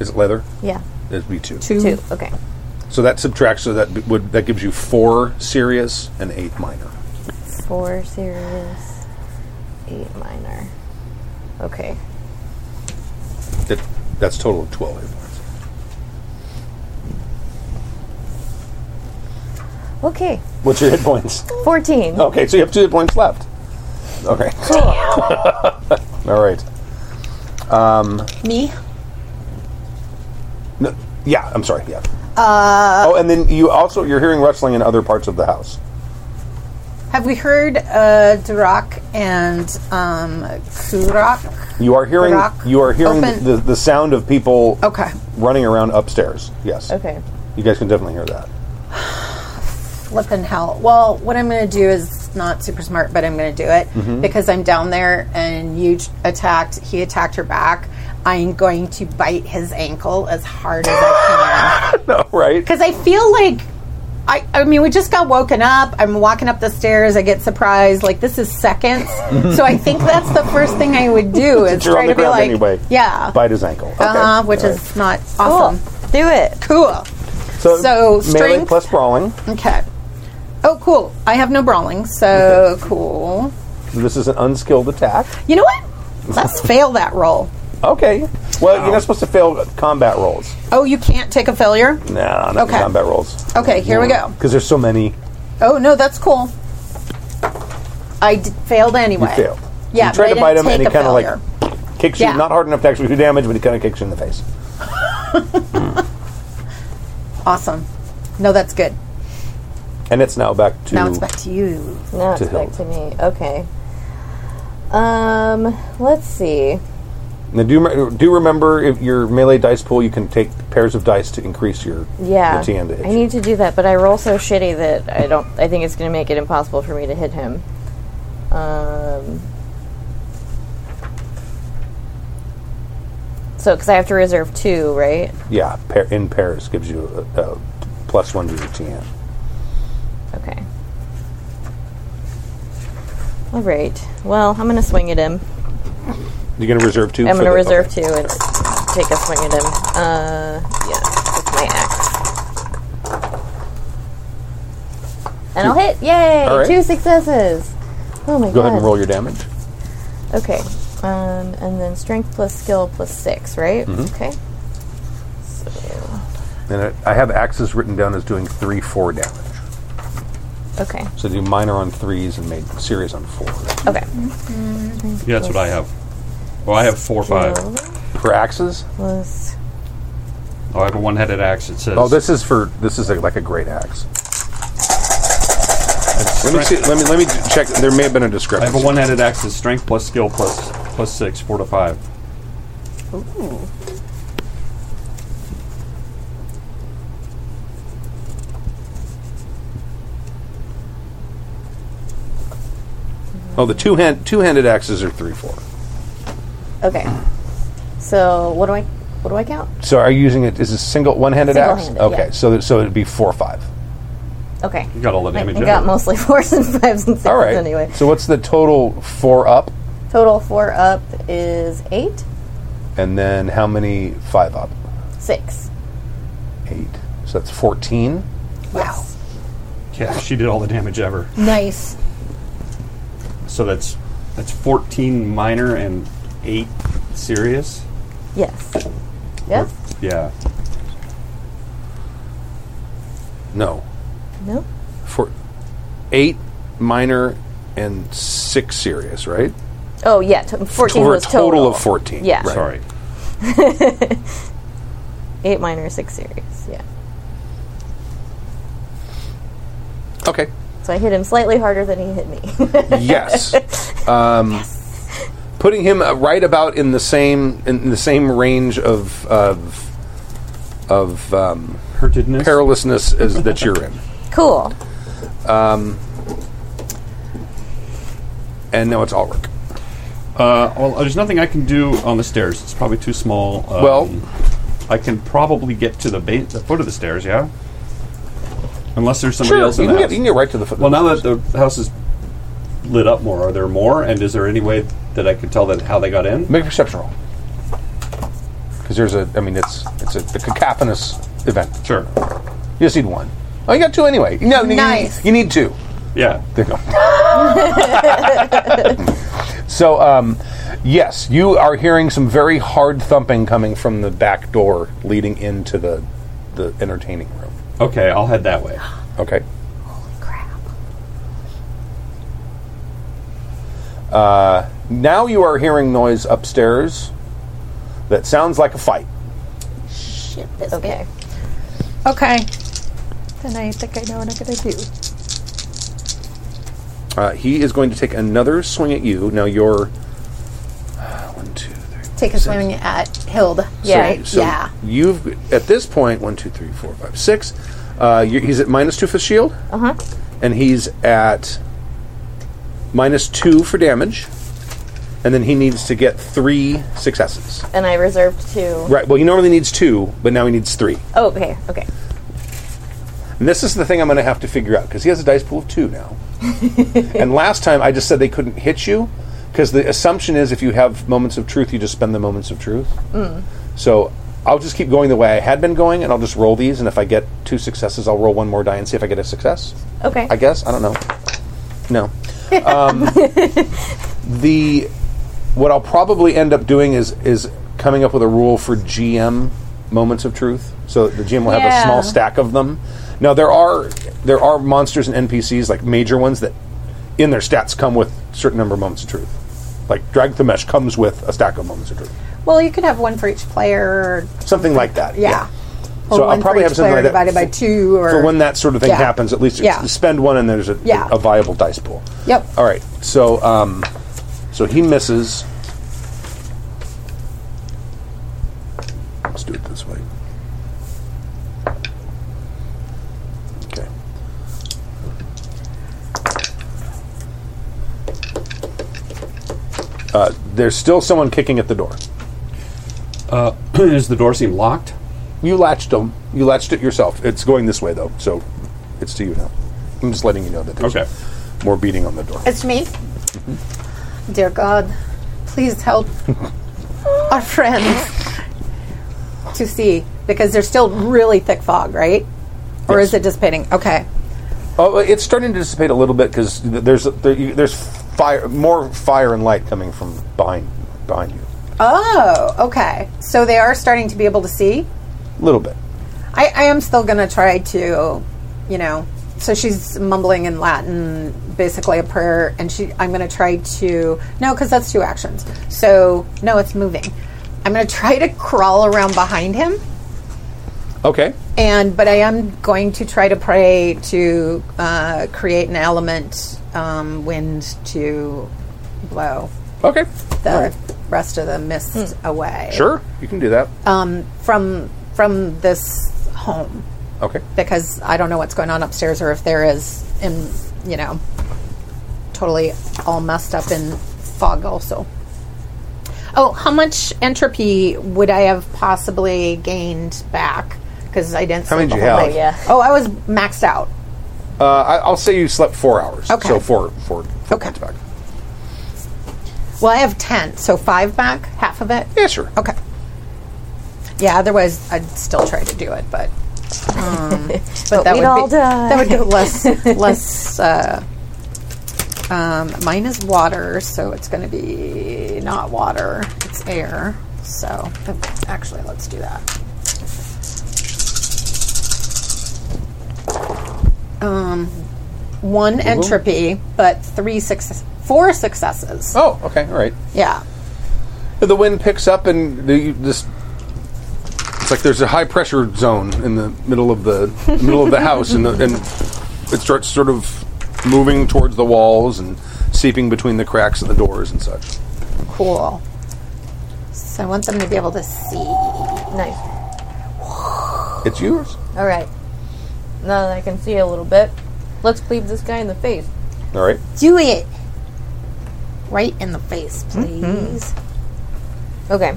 [SPEAKER 2] Is it leather?
[SPEAKER 4] Yeah,
[SPEAKER 2] It'd be two.
[SPEAKER 4] two. Okay.
[SPEAKER 2] So that subtracts. So that b- would that gives you four serious and eight minor.
[SPEAKER 4] Four serious, eight minor. Okay.
[SPEAKER 2] That that's total of twelve hit points.
[SPEAKER 4] Okay.
[SPEAKER 2] What's your hit points?
[SPEAKER 4] 14.
[SPEAKER 2] [laughs] Okay, so you have two hit points left. Okay. All right. Um,
[SPEAKER 3] Me?
[SPEAKER 2] No, yeah, I'm sorry. Yeah. Uh, oh, and then you also you're hearing rustling in other parts of the house.
[SPEAKER 3] Have we heard uh, Durak and um, Kurak?
[SPEAKER 2] You are hearing
[SPEAKER 3] Rock
[SPEAKER 2] you are hearing the,
[SPEAKER 3] open.
[SPEAKER 2] the, the sound of people
[SPEAKER 3] Okay.
[SPEAKER 2] running around upstairs. Yes.
[SPEAKER 4] Okay.
[SPEAKER 2] You guys can definitely hear that. [laughs]
[SPEAKER 3] Flippin' hell. Well, what I'm going to do is It's not super smart, but I'm going to do it
[SPEAKER 2] Mm-hmm.
[SPEAKER 3] because I'm down there and you j- attacked. He attacked her back. I'm going to bite his ankle as hard as I can
[SPEAKER 2] right?
[SPEAKER 3] because I feel like I, I mean, we just got woken up. I'm walking up the stairs. I get surprised. Like this is
[SPEAKER 2] [laughs]
[SPEAKER 3] seconds, so I think that's the first thing I would do is
[SPEAKER 2] You're
[SPEAKER 3] try
[SPEAKER 2] on the
[SPEAKER 3] to be
[SPEAKER 2] ground
[SPEAKER 3] like,
[SPEAKER 2] anyway.
[SPEAKER 3] yeah,
[SPEAKER 2] Bite his ankle. Okay.
[SPEAKER 3] uh-huh, which
[SPEAKER 2] All right.
[SPEAKER 3] is not awesome.
[SPEAKER 4] Do it.
[SPEAKER 3] Cool.
[SPEAKER 2] so,
[SPEAKER 3] so
[SPEAKER 2] melee
[SPEAKER 3] strength-
[SPEAKER 2] plus brawling.
[SPEAKER 3] Okay. Oh, cool. I have no brawling, so cool.
[SPEAKER 2] This is an unskilled attack.
[SPEAKER 3] You know what?
[SPEAKER 2] [laughs]
[SPEAKER 3] Let's fail that roll.
[SPEAKER 2] Okay. Well, you're not supposed to fail combat rolls.
[SPEAKER 3] Oh, you can't take a failure.
[SPEAKER 2] Nah, not
[SPEAKER 3] Okay.
[SPEAKER 2] combat rolls.
[SPEAKER 3] Okay, here we go.
[SPEAKER 2] Because there's so many.
[SPEAKER 3] Oh no, that's cool. I d- failed anyway.
[SPEAKER 2] You failed.
[SPEAKER 3] Yeah,
[SPEAKER 2] you try
[SPEAKER 3] but
[SPEAKER 2] to
[SPEAKER 3] I
[SPEAKER 2] bite
[SPEAKER 3] didn't
[SPEAKER 2] him, and he
[SPEAKER 3] take a
[SPEAKER 2] kind of
[SPEAKER 3] failure.
[SPEAKER 2] like kicks
[SPEAKER 3] Yeah.
[SPEAKER 2] you. Not hard enough to actually do damage, but he kind of kicks you in the face.
[SPEAKER 3] Awesome. No, that's good.
[SPEAKER 2] And it's now back to
[SPEAKER 3] Now it's back to you.
[SPEAKER 4] Now
[SPEAKER 2] To
[SPEAKER 4] it's back
[SPEAKER 2] Hilda.
[SPEAKER 4] to me. Okay. Um, let's see.
[SPEAKER 2] Now, do rem- do remember if your melee dice pool, you can take pairs of dice to increase your
[SPEAKER 4] Yeah,
[SPEAKER 2] your TN to hit.
[SPEAKER 4] I
[SPEAKER 2] you.
[SPEAKER 4] need to do that, but I roll so shitty that I don't. I think it's going to make it impossible for me to hit him. Um. So, because I have to reserve two, right?
[SPEAKER 2] yeah, pair, in pairs gives you a, a plus one to your TN.
[SPEAKER 4] Okay. All right. Well, I'm going to swing at him.
[SPEAKER 2] You're going to reserve two.
[SPEAKER 4] I'm
[SPEAKER 2] for
[SPEAKER 4] going to
[SPEAKER 2] the-
[SPEAKER 4] reserve
[SPEAKER 2] okay.
[SPEAKER 4] two and take a swing at him. Uh, yes, with my axe. And I'll hit! Yay!
[SPEAKER 2] All right.
[SPEAKER 4] Two successes. Oh my god.
[SPEAKER 2] Go ahead and roll your damage.
[SPEAKER 4] Okay. Um, and then strength plus skill plus six, right?
[SPEAKER 2] Mm-hmm.
[SPEAKER 4] Okay. So,
[SPEAKER 2] And I- I have axes written down as doing three, four damage.
[SPEAKER 4] okay.
[SPEAKER 2] So do minor on threes and made serious on four.
[SPEAKER 4] Okay.
[SPEAKER 5] Yeah, that's what I have. Well, I have four, five.
[SPEAKER 4] Skill
[SPEAKER 2] For axes?
[SPEAKER 4] Plus
[SPEAKER 5] Oh, I have a one-headed axe. It says.
[SPEAKER 2] Oh, this is for this is a, like a great axe. Let me see. Let me let me check. There may have been a
[SPEAKER 5] I have
[SPEAKER 2] discrepancy.
[SPEAKER 5] a one-headed axe. It's strength plus skill plus plus six, four to five.
[SPEAKER 2] Oh, the two hand two handed axes are three four.
[SPEAKER 4] Okay. So what do I what do I count?
[SPEAKER 2] So are you using it? Is it single one handed axe?
[SPEAKER 4] Single-handed,
[SPEAKER 2] Okay,
[SPEAKER 4] yeah.
[SPEAKER 2] so that, so it'd be four five.
[SPEAKER 4] Okay.
[SPEAKER 5] You got all the
[SPEAKER 4] I,
[SPEAKER 5] damage.
[SPEAKER 4] I
[SPEAKER 5] out
[SPEAKER 4] got
[SPEAKER 5] of it.
[SPEAKER 4] mostly [laughs] fours and fives and sixes
[SPEAKER 2] All right.
[SPEAKER 4] anyway.
[SPEAKER 2] So what's the total four up,
[SPEAKER 4] Total four up is eight,
[SPEAKER 2] and then how many five up?
[SPEAKER 4] six.
[SPEAKER 2] Eight. So that's fourteen.
[SPEAKER 3] Wow.
[SPEAKER 5] Yeah, she did all the damage ever.
[SPEAKER 3] Nice.
[SPEAKER 5] So that's that's fourteen minor and eight serious.
[SPEAKER 4] Yes. Yes?
[SPEAKER 5] Yeah.
[SPEAKER 2] No,
[SPEAKER 4] No?
[SPEAKER 2] for eight minor and six serious, right?
[SPEAKER 4] Oh yeah, t- fourteen
[SPEAKER 2] For a
[SPEAKER 4] was total.
[SPEAKER 2] total, of fourteen.
[SPEAKER 4] Yeah.
[SPEAKER 2] Right.
[SPEAKER 5] Sorry.
[SPEAKER 4] Eight minor, six series. Yeah.
[SPEAKER 2] Okay.
[SPEAKER 4] So I hit him slightly harder than he hit me. [laughs]
[SPEAKER 2] yes. Um, Putting him uh, right about in the same in the same range of of of
[SPEAKER 4] [laughs]
[SPEAKER 2] um,
[SPEAKER 5] Hurtedness.
[SPEAKER 2] perilousness as that you're in.
[SPEAKER 4] cool.
[SPEAKER 2] And now it's all work.
[SPEAKER 5] Uh, well, there's nothing I can do on the stairs. It's probably too small. Um,
[SPEAKER 2] Well-
[SPEAKER 5] I can probably get to the, ba- the foot of the stairs. Yeah. Unless there's somebody
[SPEAKER 2] Sure, you
[SPEAKER 5] else in
[SPEAKER 2] can,
[SPEAKER 5] the
[SPEAKER 2] get,
[SPEAKER 5] house.
[SPEAKER 2] you can get right to the foot.
[SPEAKER 5] Well, now that the house is lit up more, are there more? And is there any way that I can tell that how they got in?
[SPEAKER 2] make a perception roll because there's a. I mean, it's it's a, a cacophonous event.
[SPEAKER 5] Sure.
[SPEAKER 2] You just need one. Oh, you got two anyway. No, you-
[SPEAKER 3] Nice.
[SPEAKER 2] You, need two.
[SPEAKER 5] Yeah.
[SPEAKER 2] There you go. so, um, yes, you are hearing some very hard thumping coming from the back door leading into the the entertaining room.
[SPEAKER 5] Okay, I'll head that
[SPEAKER 2] [gasps]
[SPEAKER 5] way.
[SPEAKER 2] Okay.
[SPEAKER 3] Crap.
[SPEAKER 2] Uh, Now you are hearing noise upstairs that sounds like a fight.
[SPEAKER 3] Shit. This
[SPEAKER 4] Okay.
[SPEAKER 3] Okay.
[SPEAKER 14] Then I think I know what I'm going to do.
[SPEAKER 2] Uh, he is going to take another swing at you. Now you're uh, one, two, three.
[SPEAKER 3] Take a swing at Hilda.
[SPEAKER 4] Yeah.
[SPEAKER 2] So
[SPEAKER 3] yeah.
[SPEAKER 2] You've at this point one, two, three, four, five,
[SPEAKER 3] Uh-huh.
[SPEAKER 2] six. Uh, you he's at minus two for shield. Uh huh. And he's at minus two for damage, and then he needs to get three successes.
[SPEAKER 4] And I reserved two.
[SPEAKER 2] Right. Well, he normally needs two, but now he needs three.
[SPEAKER 4] Oh, okay, okay.
[SPEAKER 2] And this is the thing I'm going to have to figure out because he has a dice pool of two now. and last time I just said they couldn't hit you because the assumption is if you have moments of truth, you just spend the moments of truth. So I'll just keep going the way I had been going, and I'll just roll these. And if I get two successes, I'll roll one more die and see if I get a success.
[SPEAKER 4] Okay.
[SPEAKER 2] I guess I don't know. No. Um,
[SPEAKER 3] [laughs]
[SPEAKER 2] the what I'll probably end up doing is is coming up with a rule for GM moments of truth, so that the GM will have a
[SPEAKER 4] Yeah.
[SPEAKER 2] small stack of them. Now there are there are monsters and NPCs like major ones that in their stats come with certain number of moments of truth. Like Dragthamesh comes with a stack of moments of truth,
[SPEAKER 3] Well, you could have one for each player.
[SPEAKER 2] something like that.
[SPEAKER 3] Yeah. Or
[SPEAKER 2] So
[SPEAKER 3] one
[SPEAKER 2] I'll probably
[SPEAKER 3] for
[SPEAKER 2] have
[SPEAKER 3] each
[SPEAKER 2] something
[SPEAKER 3] player
[SPEAKER 2] like that
[SPEAKER 3] divided by
[SPEAKER 2] for-
[SPEAKER 3] two or
[SPEAKER 2] for when that sort of thing
[SPEAKER 3] Yeah.
[SPEAKER 2] happens, at least it's-
[SPEAKER 3] Yeah.
[SPEAKER 2] spend one and there's a,
[SPEAKER 3] Yeah.
[SPEAKER 2] a viable dice pool.
[SPEAKER 3] Yep.
[SPEAKER 2] All right. So, um, so he misses. Let's do it this way. Okay. Uh, there's still someone kicking at the door.
[SPEAKER 5] Does the door seem locked?
[SPEAKER 2] You latched them. You latched it yourself. It's going this way though, so it's to you now. I'm just letting you know that there's
[SPEAKER 5] Okay.
[SPEAKER 2] more beating on the door.
[SPEAKER 15] It's me. Dear God, please help our friends.
[SPEAKER 3] to see because there's still really thick fog, right? Or
[SPEAKER 2] Yes.
[SPEAKER 3] is it dissipating? Okay.
[SPEAKER 2] Oh, it's starting to dissipate a little bit because there's there, you, there's fire, more fire and light coming from behind behind you,
[SPEAKER 3] Oh, okay. So they are starting to be able to see.
[SPEAKER 2] a little bit.
[SPEAKER 3] I, I am still going to try to, you know. So she's mumbling in Latin, basically a prayer, and she. I'm going to try to no, because that's two actions. So no, it's moving. I'm going to try to crawl around behind him,
[SPEAKER 2] Okay.
[SPEAKER 3] and but I am going to try to pray to uh, create an element, um, wind to blow
[SPEAKER 2] Okay.
[SPEAKER 3] the rest of the mist away.
[SPEAKER 2] Sure, you can do that.
[SPEAKER 3] Um, from from this home
[SPEAKER 2] okay.
[SPEAKER 3] because I don't know what's going on upstairs or if there is in you know totally all messed up in fog also. Oh, how much entropy would I have possibly gained back? Because I didn't.
[SPEAKER 2] How many
[SPEAKER 3] sleep
[SPEAKER 2] did you
[SPEAKER 3] a whole
[SPEAKER 2] have?
[SPEAKER 3] night.
[SPEAKER 4] Yeah.
[SPEAKER 3] Oh, I was maxed out.
[SPEAKER 2] Uh, I, I'll say you slept four hours.
[SPEAKER 3] Okay.
[SPEAKER 2] So four four four
[SPEAKER 3] Okay.
[SPEAKER 2] points back.
[SPEAKER 3] Well, I have ten, so five back, half of it.
[SPEAKER 2] Yeah, sure.
[SPEAKER 3] Okay. Yeah, otherwise I'd still try to do it, but um, [laughs] but, that
[SPEAKER 4] we'd
[SPEAKER 3] would
[SPEAKER 4] all
[SPEAKER 3] be, [laughs]
[SPEAKER 4] die.
[SPEAKER 3] that would be
[SPEAKER 4] [laughs]
[SPEAKER 3] less less. Uh, um, mine is water, so it's going to be not water; it's air. So but actually, let's do that. Um, one entropy, but three success, four successes.
[SPEAKER 2] Oh, okay. All right.
[SPEAKER 3] Yeah.
[SPEAKER 2] The wind picks up and the, you just it's like there's a high pressure zone in the middle of the [laughs] middle of the house and, the, and it starts sort of moving towards the walls and seeping between the cracks of the doors and such.
[SPEAKER 3] Cool. So I want them to be able to see.
[SPEAKER 4] Nice.
[SPEAKER 2] It's yours.
[SPEAKER 4] All right. Now that I can see a little bit, let's cleave this guy in the face.
[SPEAKER 2] All right.
[SPEAKER 3] Do it. Right in the face, please.
[SPEAKER 4] Okay.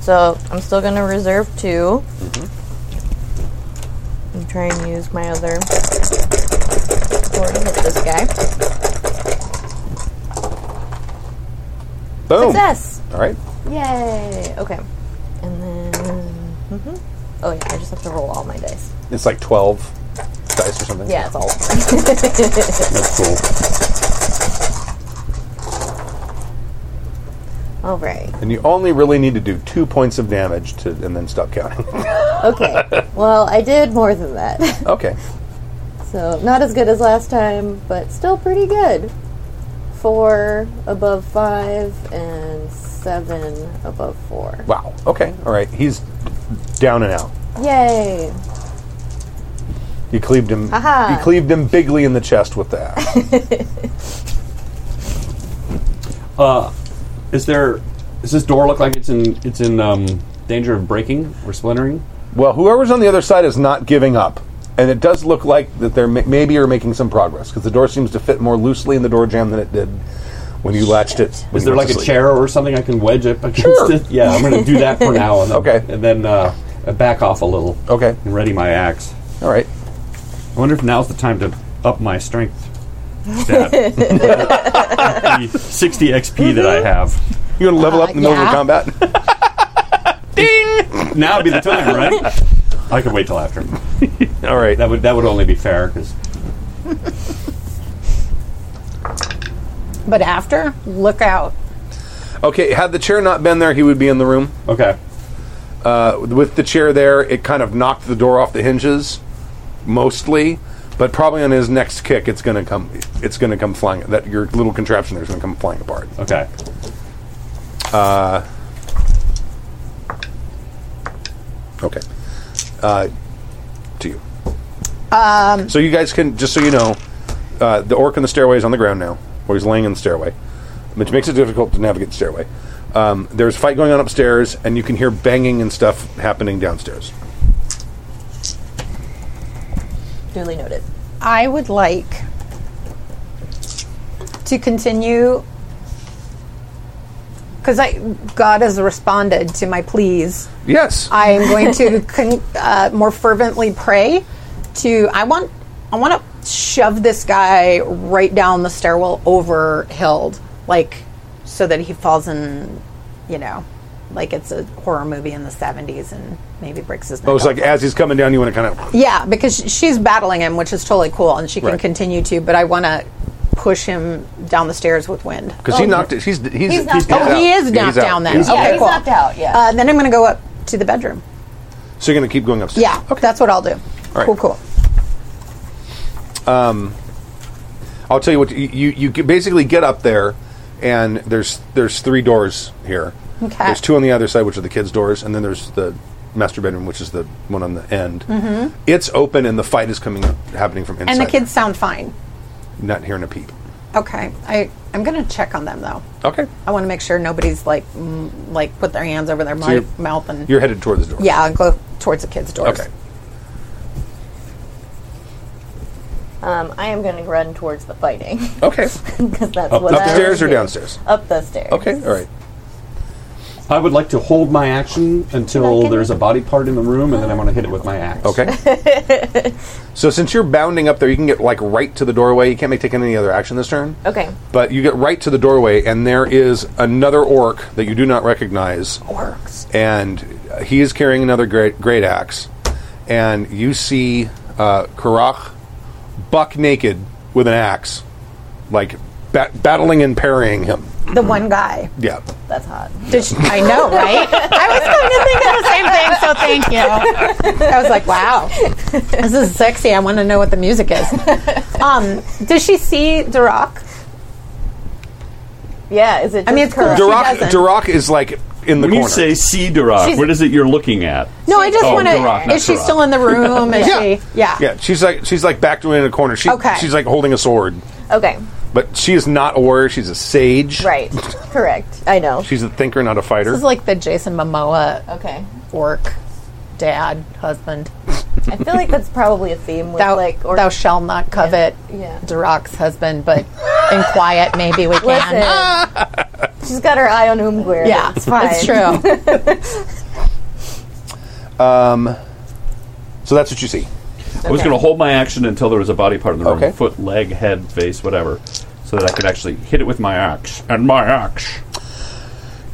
[SPEAKER 4] So I'm still gonna reserve 2
[SPEAKER 2] Mm-hmm.
[SPEAKER 4] And try and use my other four to hit this guy.
[SPEAKER 2] Boom.
[SPEAKER 4] Success!
[SPEAKER 2] All right.
[SPEAKER 4] Yay! Okay. And then mhm. oh yeah, I just have to roll all my dice.
[SPEAKER 2] It's like twelve dice or something.
[SPEAKER 4] Yeah, it's all.
[SPEAKER 2] That's cool.
[SPEAKER 4] all right.
[SPEAKER 2] And you only really need to do two points of damage to, and then stop counting. [laughs]
[SPEAKER 4] Okay. well, I did more than that, [laughs]
[SPEAKER 2] okay.
[SPEAKER 4] so not as good as last time, but still pretty good. Four above five and seven above four.
[SPEAKER 2] Wow. Okay. All right. He's down and out.
[SPEAKER 4] Yay!
[SPEAKER 2] You cleaved him.
[SPEAKER 4] Aha.
[SPEAKER 2] You cleaved him bigly in the chest with that.
[SPEAKER 4] [laughs]
[SPEAKER 5] Is there? Does this door look like it's in it's in um, danger of breaking or splintering?
[SPEAKER 2] Well, whoever's on the other side is not giving up. and it does look like that they're ma- maybe are making some progress because the door seems to fit more loosely in the door jam than it did when you latched it. when
[SPEAKER 16] Is
[SPEAKER 2] you
[SPEAKER 16] there
[SPEAKER 2] went
[SPEAKER 16] like
[SPEAKER 2] to
[SPEAKER 16] a
[SPEAKER 2] sleep.
[SPEAKER 16] chair or something I can wedge up against
[SPEAKER 2] Sure.
[SPEAKER 16] it? Yeah, I'm going to do that for now. And then,
[SPEAKER 2] Okay.
[SPEAKER 16] And then uh, I back off a little.
[SPEAKER 2] Okay.
[SPEAKER 16] And ready my axe.
[SPEAKER 2] All right.
[SPEAKER 16] I wonder if now's the time to up my strength. stat. The 60 XP that I have.
[SPEAKER 2] You want to level
[SPEAKER 4] Uh,
[SPEAKER 2] up in the middle of
[SPEAKER 3] yeah.
[SPEAKER 4] [laughs]
[SPEAKER 2] combat?
[SPEAKER 16] Now would be the time, right? I could wait till after.
[SPEAKER 2] All right.
[SPEAKER 16] That would that would only be fair because
[SPEAKER 3] But after, look out.
[SPEAKER 2] Okay. Had the chair not been there, he would be in the room.
[SPEAKER 16] okay,
[SPEAKER 2] Uh, with the chair there, it kind of knocked the door off the hinges, mostly. But probably on his next kick, it's going to come. It's going to come flying. That your little contraption there is going to come flying apart.
[SPEAKER 16] okay.
[SPEAKER 2] Okay. Uh, to you. Um, so you guys can just so you know, uh, the orc in the stairway is on the ground now, or he's laying in the stairway, which makes it difficult to navigate the stairway. Um, there's a fight going on upstairs, and you can hear banging and stuff happening downstairs.
[SPEAKER 4] Duly noted.
[SPEAKER 3] I would like to continue because I God has responded to my pleas.
[SPEAKER 2] Yes.
[SPEAKER 3] I am going to [laughs] con- uh, more fervently pray to. I want. I want to shove this guy right down the stairwell over Hild, like so that he falls in. You know, like it's a horror movie in the seventies, and maybe breaks his neck.
[SPEAKER 2] oh, it's
[SPEAKER 3] off.
[SPEAKER 2] like as he's coming down, you want to kind of.
[SPEAKER 3] Yeah, because sh- she's battling him, which is totally cool, and she can
[SPEAKER 2] Right.
[SPEAKER 3] continue to. But I want to push him down the stairs with wind.
[SPEAKER 2] Because he knocked it. He's he's he's,
[SPEAKER 4] knocked
[SPEAKER 2] knocked
[SPEAKER 4] out.
[SPEAKER 2] out.
[SPEAKER 3] Oh, he is
[SPEAKER 2] He's
[SPEAKER 3] Oh. knocked
[SPEAKER 2] out.
[SPEAKER 3] down then.
[SPEAKER 2] He's
[SPEAKER 3] okay,
[SPEAKER 4] Yeah, he's
[SPEAKER 3] cool.
[SPEAKER 4] knocked out, yeah.
[SPEAKER 3] Uh, then I'm going to go up to the bedroom.
[SPEAKER 2] So you're going to keep going upstairs.
[SPEAKER 3] Yeah, that's what I'll do.
[SPEAKER 2] right.
[SPEAKER 3] Cool, cool.
[SPEAKER 2] I'll tell you what. You you, you g- basically get up there, and there's there's three doors here.
[SPEAKER 3] Okay.
[SPEAKER 2] There's two on the other side, which are the kids' doors, and then there's the master bedroom, which is the one on the end. Mm-hmm. It's open, and the fight is coming happening from inside.
[SPEAKER 3] And the kids sound fine.
[SPEAKER 2] not hearing a peep.
[SPEAKER 3] Okay, I I'm going to check on them though.
[SPEAKER 2] Okay.
[SPEAKER 3] I want to make sure nobody's like mm, like put their hands over their mi-
[SPEAKER 2] you're-
[SPEAKER 3] mouth and
[SPEAKER 2] You're headed toward the door.
[SPEAKER 3] yeah, I'll go towards the kids' doors.
[SPEAKER 2] Okay.
[SPEAKER 4] Um, I am going to run towards the fighting [laughs]
[SPEAKER 2] Okay.
[SPEAKER 4] because that's
[SPEAKER 16] Up-
[SPEAKER 4] what I
[SPEAKER 2] upstairs or
[SPEAKER 4] do.
[SPEAKER 2] downstairs?
[SPEAKER 4] Up the stairs.
[SPEAKER 2] Okay. All right.
[SPEAKER 16] I would like to hold my action until there's a body part in the room, and then I want to hit it with my axe.
[SPEAKER 2] Okay.
[SPEAKER 3] [laughs]
[SPEAKER 2] so since you're bounding up there, you can get like right to the doorway. You can't make take any other action this turn.
[SPEAKER 4] Okay.
[SPEAKER 2] But you get right to the doorway, and there is another orc that you do not recognize. Orcs. And he is carrying another great, great axe. And you see uh, Karach buck naked with an axe, like bat- battling and parrying him.
[SPEAKER 3] The one guy.
[SPEAKER 2] Yeah.
[SPEAKER 4] That's hot.
[SPEAKER 3] Did she, I know, right? I was going to think of the same thing, so thank you. I was like, wow, this is sexy. I want to know what the music is. Um, does she see Duroc?
[SPEAKER 4] Yeah, is it? Just
[SPEAKER 3] I mean, it's cool. Oh,
[SPEAKER 4] Kara?
[SPEAKER 3] She
[SPEAKER 2] Duroc,
[SPEAKER 3] doesn't.
[SPEAKER 2] Duroc is like in the
[SPEAKER 5] When you
[SPEAKER 2] corner.
[SPEAKER 5] say see Duroc,
[SPEAKER 3] She's-
[SPEAKER 5] what is it you're looking at?
[SPEAKER 3] No, I just
[SPEAKER 5] Oh,
[SPEAKER 3] want
[SPEAKER 5] Duroc,
[SPEAKER 3] to.
[SPEAKER 5] not
[SPEAKER 3] Is she
[SPEAKER 5] Duroc.
[SPEAKER 3] still in the room? Is she? Yeah.
[SPEAKER 2] yeah, she's like she's like backed away in a corner. She,
[SPEAKER 3] Okay.
[SPEAKER 2] She's like holding a sword,
[SPEAKER 4] Okay.
[SPEAKER 2] but she is not a warrior. She's a sage.
[SPEAKER 4] Right. Correct. I know.
[SPEAKER 2] She's a thinker, not a fighter.
[SPEAKER 3] This is like the Jason Momoa uh,
[SPEAKER 4] Okay.
[SPEAKER 3] orc dad husband.
[SPEAKER 4] I feel like that's probably a theme with
[SPEAKER 3] Thou,
[SPEAKER 4] like or
[SPEAKER 3] thou shall not covet
[SPEAKER 4] Yeah.
[SPEAKER 3] Duroc's husband, but in quiet, maybe we can.
[SPEAKER 4] Listen,
[SPEAKER 2] [laughs]
[SPEAKER 4] she's got her eye on Umguir.
[SPEAKER 3] Yeah,
[SPEAKER 4] it's fine.
[SPEAKER 3] It's true.
[SPEAKER 4] [laughs]
[SPEAKER 2] so that's what you see.
[SPEAKER 5] I was
[SPEAKER 4] Okay.
[SPEAKER 5] going to hold my action until there was a body part in the room
[SPEAKER 2] Okay.
[SPEAKER 5] foot, leg, head, face, whatever so that I could actually hit it with my axe. And my axe.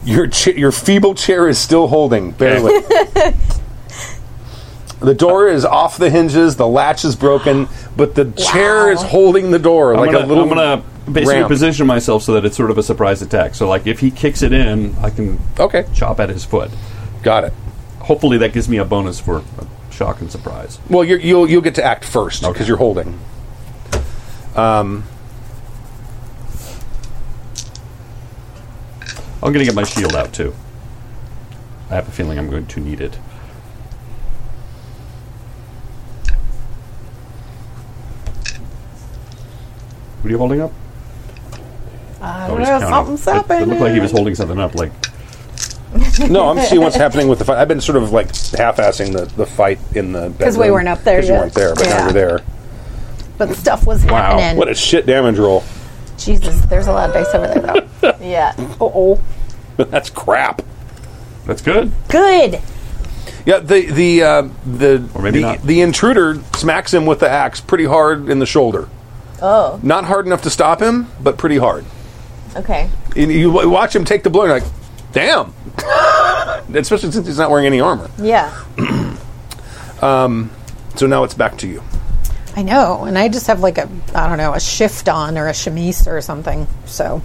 [SPEAKER 2] Your cha- your feeble chair is still holding barely.
[SPEAKER 7] [laughs]
[SPEAKER 2] the door is off the hinges. The latch is broken, but the chair is holding the door
[SPEAKER 5] I'm
[SPEAKER 2] like
[SPEAKER 5] gonna,
[SPEAKER 2] a little.
[SPEAKER 5] I'm gonna basically
[SPEAKER 2] ramp.
[SPEAKER 5] position myself so that it's sort of a surprise attack. So, like, if he kicks it in, I can
[SPEAKER 2] Okay.
[SPEAKER 5] chop at his foot.
[SPEAKER 2] Got it.
[SPEAKER 5] Hopefully, that gives me a bonus for uh, shock and surprise.
[SPEAKER 2] Well, you're, you'll you'll get to act first because
[SPEAKER 5] Okay.
[SPEAKER 2] you're holding.
[SPEAKER 5] I'm going to get my shield out too. I have a feeling I'm going to need it. What are you holding up?
[SPEAKER 3] I
[SPEAKER 5] Oh, he's
[SPEAKER 3] don't know,
[SPEAKER 5] counting.
[SPEAKER 17] Oh,
[SPEAKER 3] something's
[SPEAKER 5] It- It looked like he was
[SPEAKER 3] happening.
[SPEAKER 5] holding something up, like
[SPEAKER 2] [laughs] no, I'm seeing what's happening with the fight. I've been sort of like half-assing the, the fight in the because
[SPEAKER 7] we weren't up there
[SPEAKER 2] Because you
[SPEAKER 7] yet.
[SPEAKER 2] weren't there, but
[SPEAKER 7] Yeah.
[SPEAKER 2] now you're there.
[SPEAKER 7] But stuff was happening.
[SPEAKER 2] What a shit damage roll.
[SPEAKER 7] Jesus, there's a lot of dice over there though.
[SPEAKER 4] Yeah.
[SPEAKER 7] oh,
[SPEAKER 2] [laughs] That's crap.
[SPEAKER 17] That's good.
[SPEAKER 7] good.
[SPEAKER 2] Yeah, the the uh, the
[SPEAKER 17] Or maybe
[SPEAKER 2] the,
[SPEAKER 17] not.
[SPEAKER 2] the intruder smacks him with the axe pretty hard in the shoulder.
[SPEAKER 4] Oh.
[SPEAKER 2] Not hard enough to stop him, but pretty hard.
[SPEAKER 4] Okay.
[SPEAKER 2] And you w- watch him take the blow, and you're like, damn. [laughs] Especially since he's not wearing any armor.
[SPEAKER 4] Yeah.
[SPEAKER 2] So now it's back to you.
[SPEAKER 3] I know, and I just have like a I don't know a shift on or a chemise or something. So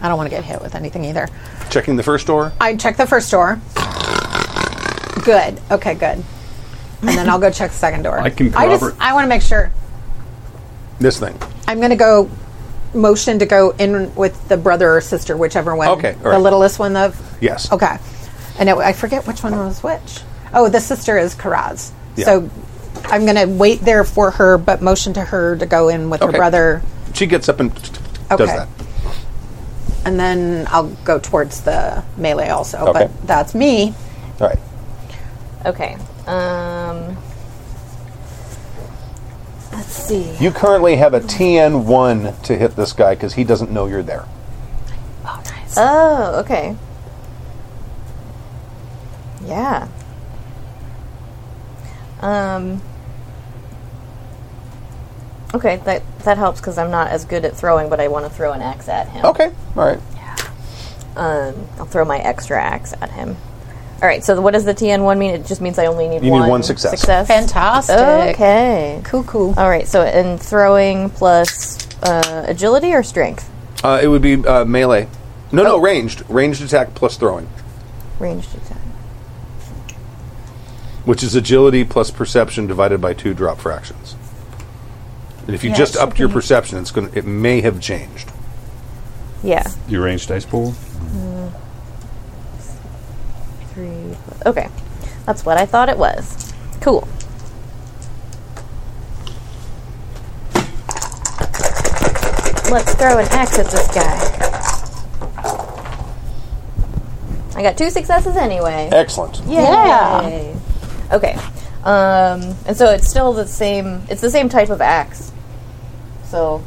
[SPEAKER 3] I don't want to get hit with anything either.
[SPEAKER 2] Checking the first door.
[SPEAKER 3] I check the first door. Good. Okay. Good. And then I'll go check the second door.
[SPEAKER 17] I can
[SPEAKER 3] I just
[SPEAKER 17] corroborate-
[SPEAKER 3] I want to make sure.
[SPEAKER 2] This thing.
[SPEAKER 3] I'm going to go motion to go in with the brother or sister, whichever one.
[SPEAKER 2] Okay, all
[SPEAKER 3] The
[SPEAKER 2] right.
[SPEAKER 3] littlest one of.
[SPEAKER 2] Yes.
[SPEAKER 3] Okay. And it, I forget which one was which. Oh, the sister is Karaz.
[SPEAKER 2] Yeah.
[SPEAKER 3] So I'm going to wait there for her, but motion to her to go in with her
[SPEAKER 2] Okay.
[SPEAKER 3] brother,
[SPEAKER 2] She gets up and
[SPEAKER 3] Okay.
[SPEAKER 2] does that.
[SPEAKER 3] and then I'll go towards the melee also.
[SPEAKER 2] Okay.
[SPEAKER 3] But that's me.
[SPEAKER 2] All right.
[SPEAKER 4] Okay. Um. Let's see.
[SPEAKER 2] You currently have a TN one to hit this guy because he doesn't know you're there.
[SPEAKER 4] Oh, okay. Yeah. Um. Okay, that that helps because I'm not as good at throwing, but I want to throw an axe at him.
[SPEAKER 2] Okay. All right.
[SPEAKER 4] Um, I'll throw my extra axe at him. All right. So what does the TN one mean? It just means I only need
[SPEAKER 2] You need
[SPEAKER 4] one.
[SPEAKER 2] one success.
[SPEAKER 3] Fantastic.
[SPEAKER 4] Okay.
[SPEAKER 3] Cool, cool.
[SPEAKER 4] All right. So in throwing plus uh, agility or strength,
[SPEAKER 2] Uh, it would be uh, melee. No,
[SPEAKER 3] Oh.
[SPEAKER 2] no, ranged. Ranged attack plus throwing,
[SPEAKER 4] ranged attack.
[SPEAKER 2] which is agility plus perception divided by two drop fractions. And if you just upped your perception, it's going to it may have changed.
[SPEAKER 4] Yeah.
[SPEAKER 17] Your range dice pool.
[SPEAKER 4] Three. plus- Okay, that's what I thought it was. Cool. Let's throw an axe at this guy. I got two successes anyway.
[SPEAKER 2] Excellent.
[SPEAKER 4] Yeah. Okay. Um, and so it's still the same. It's the same type of axe. So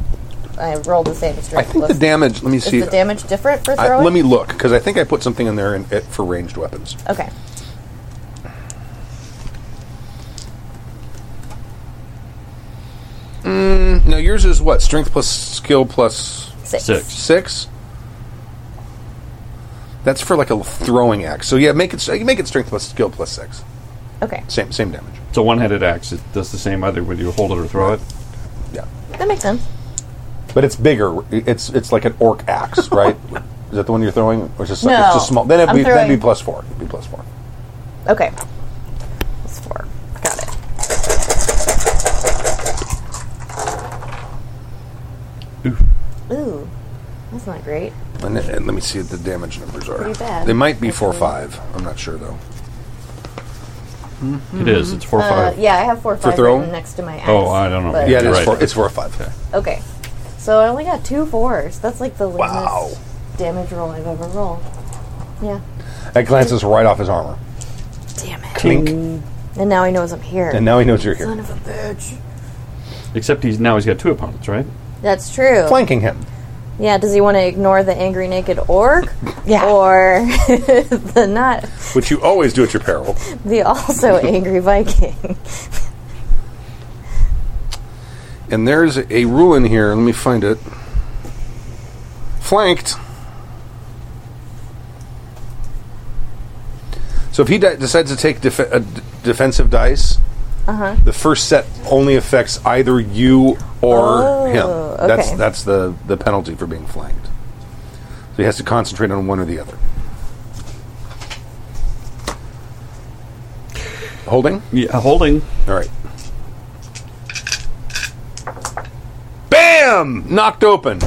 [SPEAKER 4] I rolled the same
[SPEAKER 2] I
[SPEAKER 4] strength.
[SPEAKER 2] think the
[SPEAKER 4] plus-
[SPEAKER 2] damage. Let me
[SPEAKER 4] Is
[SPEAKER 2] see.
[SPEAKER 4] the damage different for
[SPEAKER 2] I-
[SPEAKER 4] throwing?
[SPEAKER 2] let me look because I think I put something in there in, it, for ranged weapons.
[SPEAKER 4] Okay.
[SPEAKER 2] Now yours is what? Strength plus skill plus
[SPEAKER 4] Six.
[SPEAKER 17] Six.
[SPEAKER 2] six. That's for like a throwing axe. So yeah, make it make it strength plus skill plus six.
[SPEAKER 4] Okay.
[SPEAKER 2] Same same damage.
[SPEAKER 17] It's a one-handed axe. It does the same either whether you hold it or throw it.
[SPEAKER 2] Yeah.
[SPEAKER 4] That makes sense.
[SPEAKER 2] But it's bigger. It's it's like an orc
[SPEAKER 4] [laughs]
[SPEAKER 2] axe, right? Is that the one you're throwing? Which is
[SPEAKER 4] No.
[SPEAKER 2] it's just small. Then it'd
[SPEAKER 4] I'm
[SPEAKER 2] be, that'd be
[SPEAKER 4] throwing-
[SPEAKER 2] plus four. It'd be plus four.
[SPEAKER 4] Okay. That's four. Got it. Ooh. That's not great.
[SPEAKER 2] And, and let me see what the damage numbers are.
[SPEAKER 4] Pretty bad.
[SPEAKER 2] They might be four
[SPEAKER 4] Okay.
[SPEAKER 2] five. I'm not sure though.
[SPEAKER 17] It is.
[SPEAKER 3] Hmm.
[SPEAKER 17] It's four
[SPEAKER 4] Uh,
[SPEAKER 17] five.
[SPEAKER 4] yeah, I have four five
[SPEAKER 2] throw?
[SPEAKER 4] written next to my axe.
[SPEAKER 17] Oh, I don't know.
[SPEAKER 4] but-
[SPEAKER 2] Yeah, it is
[SPEAKER 17] Right.
[SPEAKER 2] four. It's four or five.
[SPEAKER 4] Okay. So I only got two fours. That's like the lamest
[SPEAKER 2] Wow.
[SPEAKER 4] damage roll I've ever rolled. Yeah.
[SPEAKER 2] That glances right off his armor.
[SPEAKER 4] Damn it.
[SPEAKER 2] Clink.
[SPEAKER 4] And now he knows I'm here.
[SPEAKER 2] And now he knows you're
[SPEAKER 4] Son
[SPEAKER 2] here,
[SPEAKER 4] of a bitch.
[SPEAKER 17] Except he's now he's got two opponents, right?
[SPEAKER 4] That's true.
[SPEAKER 2] flanking him.
[SPEAKER 4] Yeah, does he want to ignore the angry naked
[SPEAKER 2] [laughs]
[SPEAKER 4] orc?
[SPEAKER 3] Yeah.
[SPEAKER 4] Or [laughs] the not
[SPEAKER 2] Which you always do at your peril.
[SPEAKER 4] the also [laughs] angry Viking? [laughs]
[SPEAKER 2] And there's a rule in here. Let me find it. Flanked. So if he di- decides to take def- a d- defensive dice, the first set only affects either you or him.
[SPEAKER 4] okay.
[SPEAKER 2] That's that's the, the penalty for being flanked. So he has to concentrate on one or the other. Holding.
[SPEAKER 17] Yeah. Holding.
[SPEAKER 2] All right. Bam! Knocked open.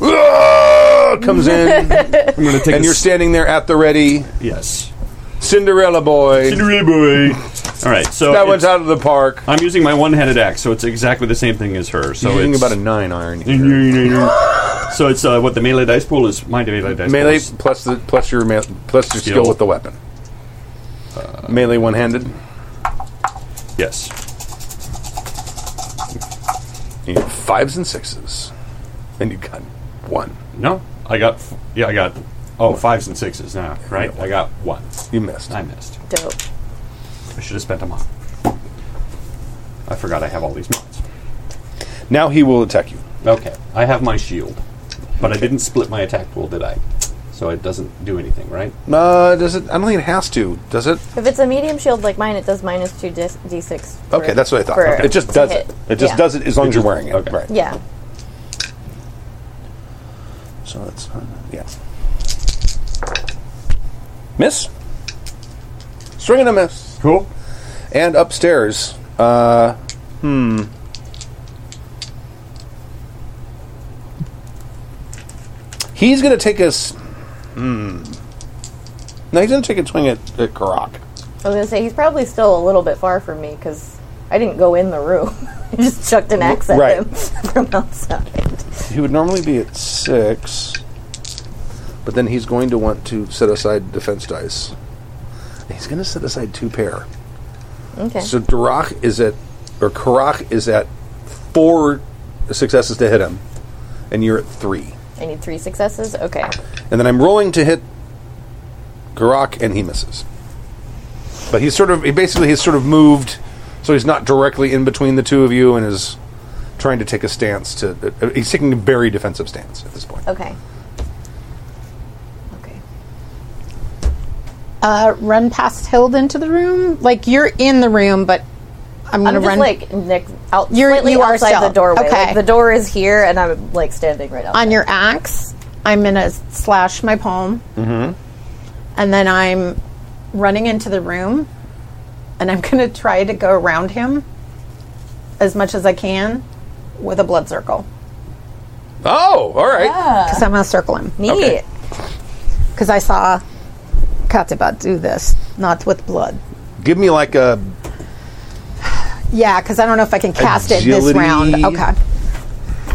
[SPEAKER 2] Ugh! Comes in,
[SPEAKER 17] I'm going to take. a
[SPEAKER 2] and you're
[SPEAKER 17] s-
[SPEAKER 2] standing there at the ready.
[SPEAKER 17] Yes.
[SPEAKER 2] Cinderella boy.
[SPEAKER 17] Cinderella boy. All right. So
[SPEAKER 2] that
[SPEAKER 17] it's-
[SPEAKER 2] one's out of the park.
[SPEAKER 17] I'm
[SPEAKER 5] [laughs]
[SPEAKER 17] using my one-handed axe, so it's exactly the same thing as her. So
[SPEAKER 2] Thinking
[SPEAKER 17] it's
[SPEAKER 2] about a nine iron. here.
[SPEAKER 17] so
[SPEAKER 5] So it's uh, what the melee dice pool is. My melee dice
[SPEAKER 2] melee
[SPEAKER 5] pool.
[SPEAKER 2] plus the plus your me- plus your skill.
[SPEAKER 5] Skill.
[SPEAKER 2] with the weapon.
[SPEAKER 17] Uh,
[SPEAKER 2] melee one handed.
[SPEAKER 5] is- Yes.
[SPEAKER 2] You get fives and sixes, and you got one.
[SPEAKER 5] No. I got. F- yeah, I got. Oh, fives and sixes now. Right. I got one.
[SPEAKER 2] You missed.
[SPEAKER 5] I missed.
[SPEAKER 3] Dope.
[SPEAKER 5] I should have spent a mod. I forgot I have all these mods.
[SPEAKER 2] Now he will attack you.
[SPEAKER 5] Okay, I have my shield, but I didn't split my attack pool, did I? So it doesn't do anything, right?
[SPEAKER 2] Uh, does it? I don't think it has to. Does it?
[SPEAKER 4] If it's a medium shield like mine, it does minus two dis- d6. for-
[SPEAKER 2] Okay, that's what I thought.
[SPEAKER 4] for-
[SPEAKER 2] It just
[SPEAKER 4] to
[SPEAKER 2] does
[SPEAKER 4] hit.
[SPEAKER 2] it. It just
[SPEAKER 4] Yeah.
[SPEAKER 2] does it as long as you're wearing it.
[SPEAKER 5] Okay.
[SPEAKER 2] Right.
[SPEAKER 4] Yeah.
[SPEAKER 2] So that's uh, yeah. Miss. Swing and a miss.
[SPEAKER 5] Cool.
[SPEAKER 2] And upstairs, uh, hmm. He's going to take us. Hmm. No, he's going to take a swing at, at Karak.
[SPEAKER 4] I was gonna say he's probably still a little bit far from me because I didn't go in the room. [laughs] I just chucked an axe at
[SPEAKER 2] Right.
[SPEAKER 4] him [laughs] from outside.
[SPEAKER 2] He would normally be at six, but then he's going to want to set aside defense dice. He's going to set aside two pair.
[SPEAKER 4] Okay.
[SPEAKER 2] So Durak is at, or Karak is at four successes to hit him, and you're at three.
[SPEAKER 4] I need three successes. Okay.
[SPEAKER 2] And then I'm rolling to hit Garak, and he misses. But he's sort of, he basically, he's sort of moved, so he's not directly in between the two of you and is trying to take a stance to, uh, he's taking a very defensive stance at this point.
[SPEAKER 4] Okay. Okay.
[SPEAKER 3] Uh, run past Hild into the room. Like you're in the room, but I'm
[SPEAKER 4] I'm
[SPEAKER 3] gonna
[SPEAKER 4] just
[SPEAKER 3] run
[SPEAKER 4] like Nick out
[SPEAKER 3] You're-
[SPEAKER 4] slightly
[SPEAKER 3] you are
[SPEAKER 4] outside
[SPEAKER 3] still-
[SPEAKER 4] the doorway.
[SPEAKER 3] okay.
[SPEAKER 4] Like, the door is here, and I'm like standing right out.
[SPEAKER 3] on your axe. I'm gonna slash my palm, mm-hmm. and then I'm running into the room, and I'm [laughs] gonna try to go around him as much as I can with a blood circle
[SPEAKER 2] Oh, all right.
[SPEAKER 3] because I'm gonna circle him.
[SPEAKER 4] Neat.
[SPEAKER 2] okay.
[SPEAKER 3] because I saw Kateba do this, not with blood.
[SPEAKER 2] Give me like a,
[SPEAKER 3] Yeah, because I don't know if I can cast it this
[SPEAKER 2] Agility.
[SPEAKER 3] round. Okay.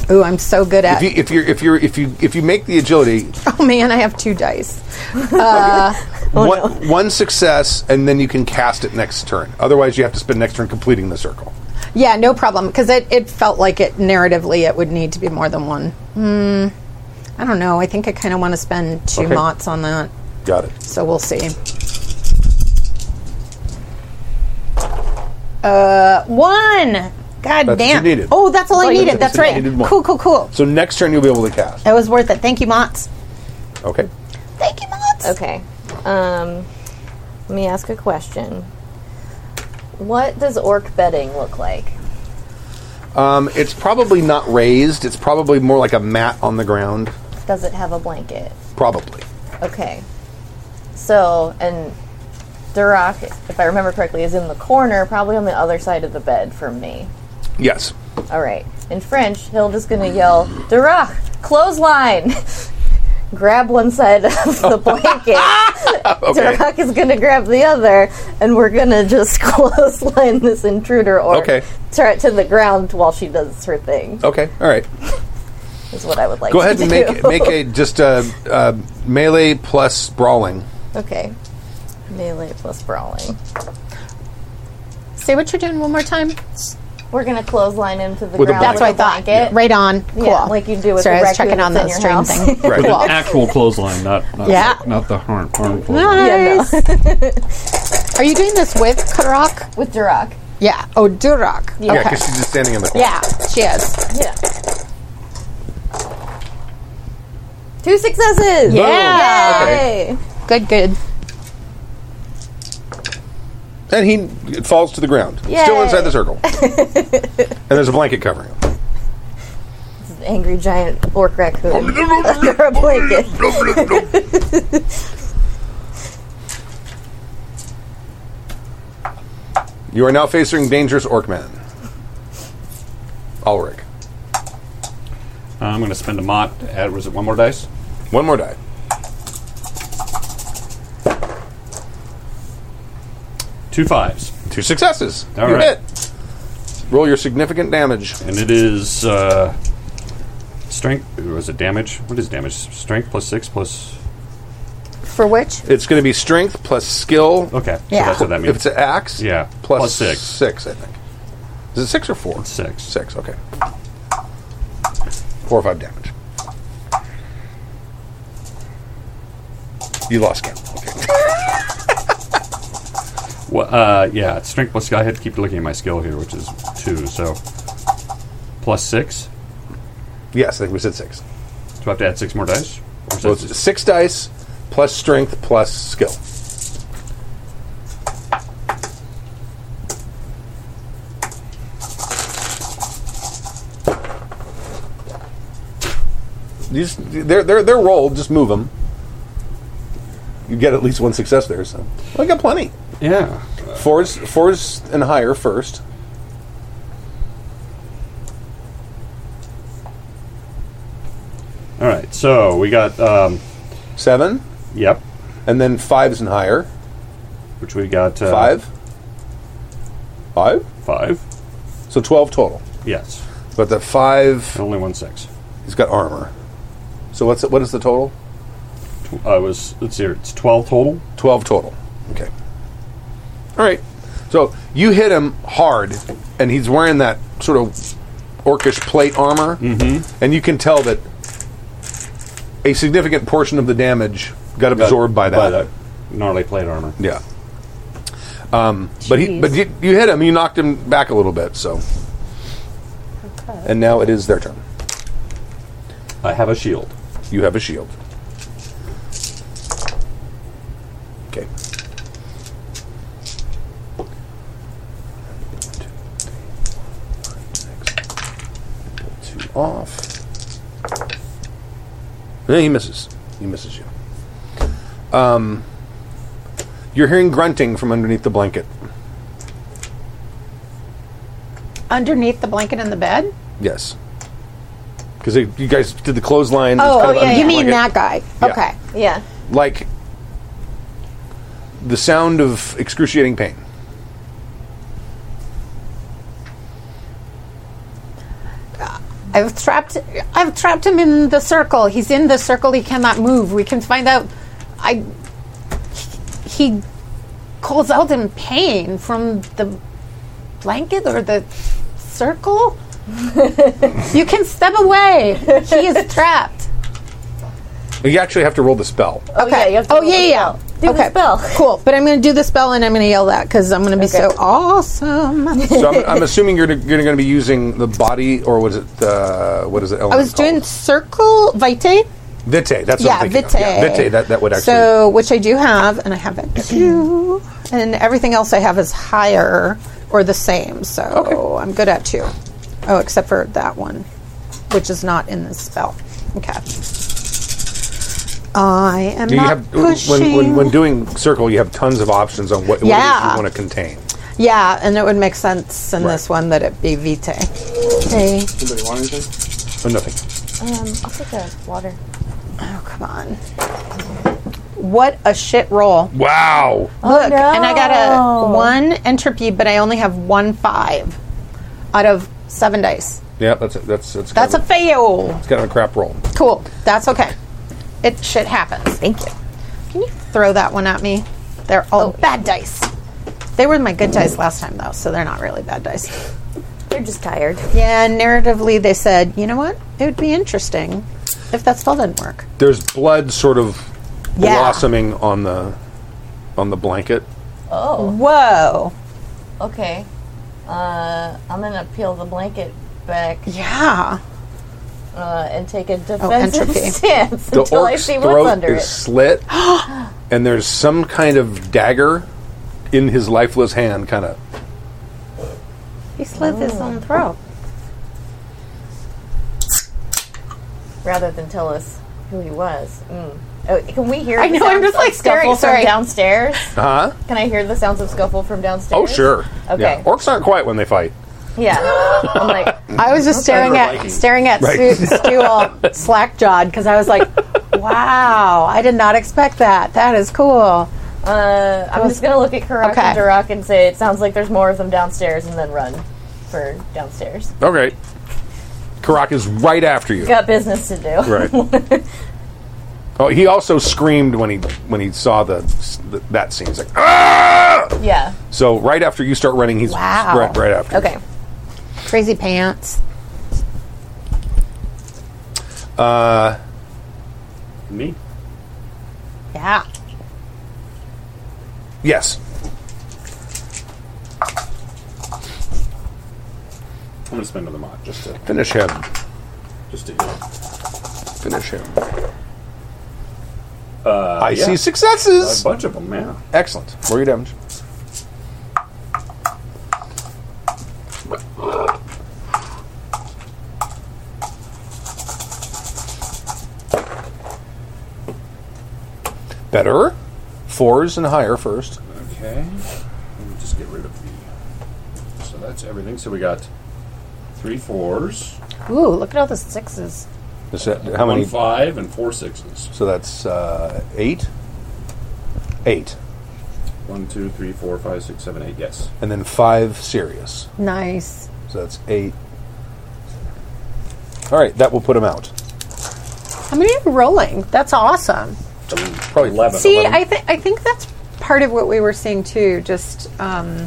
[SPEAKER 3] Ooh, I'm so good
[SPEAKER 2] if
[SPEAKER 3] at.
[SPEAKER 2] you, if you're, if you're, if you, if you make the agility,
[SPEAKER 3] [laughs] oh man, I have two dice. Oh,
[SPEAKER 2] one one success, and then you can cast it next turn. Otherwise, you have to spend next turn completing the circle.
[SPEAKER 3] Yeah, no problem. Because it, it felt like it narratively it would need to be more than one. Hmm. I don't know. I think I kind of want to spend two
[SPEAKER 2] Okay.
[SPEAKER 3] mots on that.
[SPEAKER 2] Got it.
[SPEAKER 3] So we'll see. Uh, one. God
[SPEAKER 2] what
[SPEAKER 3] damn.
[SPEAKER 2] you needed.
[SPEAKER 3] Oh, that's all I
[SPEAKER 2] you
[SPEAKER 3] needed.
[SPEAKER 2] needed.
[SPEAKER 3] That's
[SPEAKER 2] You
[SPEAKER 3] right.
[SPEAKER 2] needed one.
[SPEAKER 3] Cool, cool, cool.
[SPEAKER 2] So next turn, you'll be able to cast.
[SPEAKER 3] It was worth it. Thank you, Mots.
[SPEAKER 2] Okay.
[SPEAKER 3] Thank you, Mots.
[SPEAKER 4] Okay. Um, let me ask a question. What does orc bedding look like?
[SPEAKER 2] Um, it's probably not raised. It's probably more like a mat on the ground.
[SPEAKER 4] Does it have a blanket?
[SPEAKER 2] Probably.
[SPEAKER 4] Okay. So, and Duroc, if I remember correctly, is in the corner, probably on the other side of the bed from me.
[SPEAKER 2] Yes.
[SPEAKER 4] All right. In French, he'll just gonna yell, Duroc, clothesline! [laughs] grab one
[SPEAKER 2] [laughs]
[SPEAKER 4] side of the blanket.
[SPEAKER 2] Okay.
[SPEAKER 4] Duroc is gonna grab the other, and we're gonna just [laughs] clothesline this intruder or
[SPEAKER 2] Okay.
[SPEAKER 4] tear it to the ground while she does her thing,
[SPEAKER 2] Okay. All right.
[SPEAKER 4] is what I would like
[SPEAKER 2] Oh. Go
[SPEAKER 4] to
[SPEAKER 2] ahead
[SPEAKER 3] [laughs]
[SPEAKER 2] and make
[SPEAKER 4] do.
[SPEAKER 2] make a just uh, uh, melee plus brawling.
[SPEAKER 4] [laughs] okay. Melee plus brawling.
[SPEAKER 3] Say what you're doing one more time.
[SPEAKER 4] We're gonna clothesline him to the
[SPEAKER 2] With a blanket.
[SPEAKER 4] ground.
[SPEAKER 3] That's what I thought.
[SPEAKER 4] Blanket.
[SPEAKER 3] Right on. Cool.
[SPEAKER 4] Yeah, like you do with
[SPEAKER 3] Sorry,
[SPEAKER 4] the
[SPEAKER 3] I was checking
[SPEAKER 4] raccoon
[SPEAKER 3] on the
[SPEAKER 4] that's in your
[SPEAKER 3] stream
[SPEAKER 4] house.
[SPEAKER 3] thing.
[SPEAKER 2] Right.
[SPEAKER 3] Cool.
[SPEAKER 17] An actual clothesline, not not,
[SPEAKER 3] Yeah.
[SPEAKER 17] not the harm, harm clothesline.
[SPEAKER 4] [laughs] Yeah,
[SPEAKER 3] Nice.
[SPEAKER 4] no.
[SPEAKER 3] Are you doing this with Karak?
[SPEAKER 4] With Duroc.
[SPEAKER 3] Yeah. Oh, Durak.
[SPEAKER 2] Yeah,
[SPEAKER 4] Yeah.
[SPEAKER 3] Okay.
[SPEAKER 2] because she's just standing in the corner.
[SPEAKER 3] Yeah, she is.
[SPEAKER 4] Yeah. Two successes!
[SPEAKER 3] Yeah.
[SPEAKER 4] Yay!
[SPEAKER 3] Good, good.
[SPEAKER 2] And he it falls to the ground, still
[SPEAKER 4] Yay.
[SPEAKER 2] inside the circle. and there's a blanket covering him.
[SPEAKER 4] This Angry giant orc raccoon. [laughs] Under a blanket.
[SPEAKER 2] You are now facing dangerous orc man, Ulrich.
[SPEAKER 5] I'm going to spend a mod. At, was it one more dice?
[SPEAKER 2] One more die.
[SPEAKER 5] Two fives,
[SPEAKER 2] Two successes.
[SPEAKER 5] All
[SPEAKER 2] you
[SPEAKER 5] right.
[SPEAKER 2] hit. Roll your significant damage.
[SPEAKER 5] and it is uh, strength? Was it damage? What is damage? Strength plus six plus.
[SPEAKER 3] For which?
[SPEAKER 2] It's going to be strength plus skill.
[SPEAKER 5] Okay,
[SPEAKER 3] Yeah.
[SPEAKER 5] so that's what that
[SPEAKER 2] If
[SPEAKER 5] means.
[SPEAKER 2] it's an axe,
[SPEAKER 5] Yeah,
[SPEAKER 2] plus,
[SPEAKER 5] plus six.
[SPEAKER 2] Six, I think. Is it six or four?
[SPEAKER 5] Six.
[SPEAKER 2] Six. Okay. Four or five damage. You lost count. Okay.
[SPEAKER 5] Wha- uh, yeah, it's strength plus. I had to keep looking at my skill here, which is two. So plus six.
[SPEAKER 2] Yes, I think we said six.
[SPEAKER 5] Do I have to add six more dice? Or is
[SPEAKER 2] So
[SPEAKER 5] that
[SPEAKER 2] it's
[SPEAKER 5] just-
[SPEAKER 2] six dice plus strength plus skill. You just, they're they're they're rolled. Just move them. You get at least one success there. So I got plenty.
[SPEAKER 5] yeah.
[SPEAKER 2] Fours fours and higher first.
[SPEAKER 5] All right. So we got. Um,
[SPEAKER 2] Seven,
[SPEAKER 5] yep.
[SPEAKER 2] and then fives and higher.
[SPEAKER 5] Which we got uh,
[SPEAKER 2] Five. Five.
[SPEAKER 5] Five.
[SPEAKER 2] So twelve total.
[SPEAKER 5] Yes.
[SPEAKER 2] But the five,
[SPEAKER 5] Only one six.
[SPEAKER 2] he's got armor. So what's it, what is the total?
[SPEAKER 5] I was. Let's see. here, It's twelve total.
[SPEAKER 2] Twelve total. Okay. All right. So you hit him hard, and he's wearing that sort of orcish plate armor, mm-hmm. and you can tell that a significant portion of the damage got absorbed by that.
[SPEAKER 5] By that gnarly plate armor.
[SPEAKER 2] Yeah. Um, but he, but you, you hit him. You knocked him back a little bit. So. And now it is their turn.
[SPEAKER 5] I have a shield.
[SPEAKER 2] You have a shield. Okay. Two off. Yeah, he misses. He misses you. Um, you're hearing grunting from underneath the blanket.
[SPEAKER 3] Underneath the blanket in the bed?
[SPEAKER 2] Yes. Because you guys did the clothesline. it's
[SPEAKER 3] Oh,
[SPEAKER 2] kind of
[SPEAKER 3] oh, yeah,
[SPEAKER 2] under
[SPEAKER 3] you
[SPEAKER 2] the
[SPEAKER 3] mean
[SPEAKER 2] blanket.
[SPEAKER 3] that guy.
[SPEAKER 2] Yeah.
[SPEAKER 3] Okay.
[SPEAKER 4] Yeah.
[SPEAKER 2] like the sound of excruciating pain.
[SPEAKER 3] I've trapped I've trapped him in the circle. He's in the circle. He cannot move. We can find out I he calls out in pain from the blanket or the
[SPEAKER 2] [laughs]
[SPEAKER 3] circle. you can step away. He is trapped.
[SPEAKER 2] You actually have to roll the spell.
[SPEAKER 4] Oh, yeah. You have to
[SPEAKER 3] Oh
[SPEAKER 4] roll
[SPEAKER 3] yeah,
[SPEAKER 4] the
[SPEAKER 3] yeah.
[SPEAKER 4] spell. Do the spell.
[SPEAKER 3] Cool. But I'm going to do the spell and I'm going to yell that cuz I'm going to be so awesome.
[SPEAKER 2] So I'm,
[SPEAKER 3] [laughs]
[SPEAKER 2] I'm assuming you're you're going to be using the body, or was it uh, what is it?
[SPEAKER 3] I was doing circle vitae.
[SPEAKER 2] vite. That's what
[SPEAKER 3] yeah,
[SPEAKER 2] I'm
[SPEAKER 3] vitae.
[SPEAKER 2] thinking of. Yeah, vitae. That that would actually.
[SPEAKER 3] So, which I do have, and I have it too. And everything else I have is higher or the same, so I'm good at two. Oh, except for that one, which is not in the spell. Okay. I am
[SPEAKER 2] you
[SPEAKER 3] not
[SPEAKER 2] have
[SPEAKER 3] pushing.
[SPEAKER 2] when, when when doing circle, you have tons of options on what, what it is
[SPEAKER 3] Yeah.
[SPEAKER 2] you want to contain.
[SPEAKER 3] yeah, and it would make sense in
[SPEAKER 2] Right.
[SPEAKER 3] this one that it be vitae. Hey.
[SPEAKER 18] Anybody want anything?
[SPEAKER 2] Oh, nothing.
[SPEAKER 4] Um, I'll take a water.
[SPEAKER 3] Oh, come on. What a shit roll.
[SPEAKER 2] Wow.
[SPEAKER 3] Look, and I got
[SPEAKER 4] Oh, no.
[SPEAKER 3] a one entropy, but I only have one five out of seven dice.
[SPEAKER 2] Yeah, that's a, that's that's kind
[SPEAKER 3] That's a
[SPEAKER 2] of
[SPEAKER 3] fail.
[SPEAKER 2] it's kind of a crap roll.
[SPEAKER 3] Cool. That's okay. It shit happens. Thank you. Oh. Can you throw that one at me? They're all bad dice. They were my good dice last time though, so they're not really bad dice.
[SPEAKER 4] They're just tired.
[SPEAKER 3] Yeah, narratively they said, you know what? It would be interesting if that spell didn't work.
[SPEAKER 2] There's blood sort of
[SPEAKER 3] Yeah.
[SPEAKER 2] blossoming on the on the blanket.
[SPEAKER 4] Oh.
[SPEAKER 3] Whoa.
[SPEAKER 4] Okay. Uh, I'm gonna peel the blanket back
[SPEAKER 3] Yeah.
[SPEAKER 4] uh, and take a defensive
[SPEAKER 3] Oh,
[SPEAKER 4] [laughs]
[SPEAKER 3] entropy.
[SPEAKER 4] stance
[SPEAKER 2] The
[SPEAKER 4] until I
[SPEAKER 2] orc's
[SPEAKER 4] see
[SPEAKER 2] throat
[SPEAKER 4] what's under
[SPEAKER 2] is
[SPEAKER 4] it. [gasps]
[SPEAKER 2] slit, and there's some kind of dagger in his lifeless hand, kind of.
[SPEAKER 3] He slit his own throat.
[SPEAKER 4] Rather than tell us who he was. Mm. Oh, can we hear?
[SPEAKER 3] I
[SPEAKER 4] the
[SPEAKER 3] know, I'm
[SPEAKER 4] sounds
[SPEAKER 3] just, like,
[SPEAKER 4] of
[SPEAKER 3] staring-
[SPEAKER 4] scuffle from
[SPEAKER 3] sorry.
[SPEAKER 4] downstairs.
[SPEAKER 2] Huh?
[SPEAKER 4] Can I hear the sounds of scuffle from downstairs?
[SPEAKER 2] Oh, sure.
[SPEAKER 4] Okay.
[SPEAKER 2] Yeah. Orcs aren't quiet when they fight.
[SPEAKER 4] Yeah. I'm like,
[SPEAKER 3] I was just staring at staring at
[SPEAKER 2] Right.
[SPEAKER 3] Stu, Stu
[SPEAKER 5] [laughs]
[SPEAKER 3] all slack jawed because I was like, "Wow, I did not expect that. That is cool."
[SPEAKER 4] uh, I'm just gonna look at Karak
[SPEAKER 3] Okay.
[SPEAKER 4] and Durak and say, "It sounds like there's more of them downstairs," and then run for downstairs.
[SPEAKER 2] Okay. Karak is right after you.
[SPEAKER 4] Got business to do.
[SPEAKER 2] Right. [laughs] oh, he also screamed when he when he saw the, the that scene. He's like, ah!
[SPEAKER 4] [laughs] Yeah.
[SPEAKER 2] So right after you start running, he's
[SPEAKER 3] Wow.
[SPEAKER 2] right, right after. you.
[SPEAKER 4] Okay.
[SPEAKER 3] Crazy pants.
[SPEAKER 5] Me?
[SPEAKER 3] Yeah.
[SPEAKER 2] Yes.
[SPEAKER 5] I'm gonna spend another mod just to
[SPEAKER 2] Finish him.
[SPEAKER 5] just to heal.
[SPEAKER 2] Finish him. I see successes.
[SPEAKER 5] A bunch of them, yeah.
[SPEAKER 2] Excellent. Roll your damage. Better. Fours and higher first.
[SPEAKER 5] Okay. Let me just get rid of the. So that's everything. So we got three fours,
[SPEAKER 3] Ooh, look at all the sixes.
[SPEAKER 2] Is that- how
[SPEAKER 5] one
[SPEAKER 2] many?
[SPEAKER 5] five, and four sixes.
[SPEAKER 2] So that's uh, eight. Eight.
[SPEAKER 5] One, two, three, four, five, six, seven, eight. Yes.
[SPEAKER 2] And then five serious.
[SPEAKER 3] Nice.
[SPEAKER 2] So that's eight. All right, that will put him out.
[SPEAKER 3] How many are you rolling? That's awesome.
[SPEAKER 2] Probably
[SPEAKER 5] Eleven.
[SPEAKER 3] See,
[SPEAKER 5] Eleven.
[SPEAKER 3] I think I think that's part of what we were seeing too. Just um,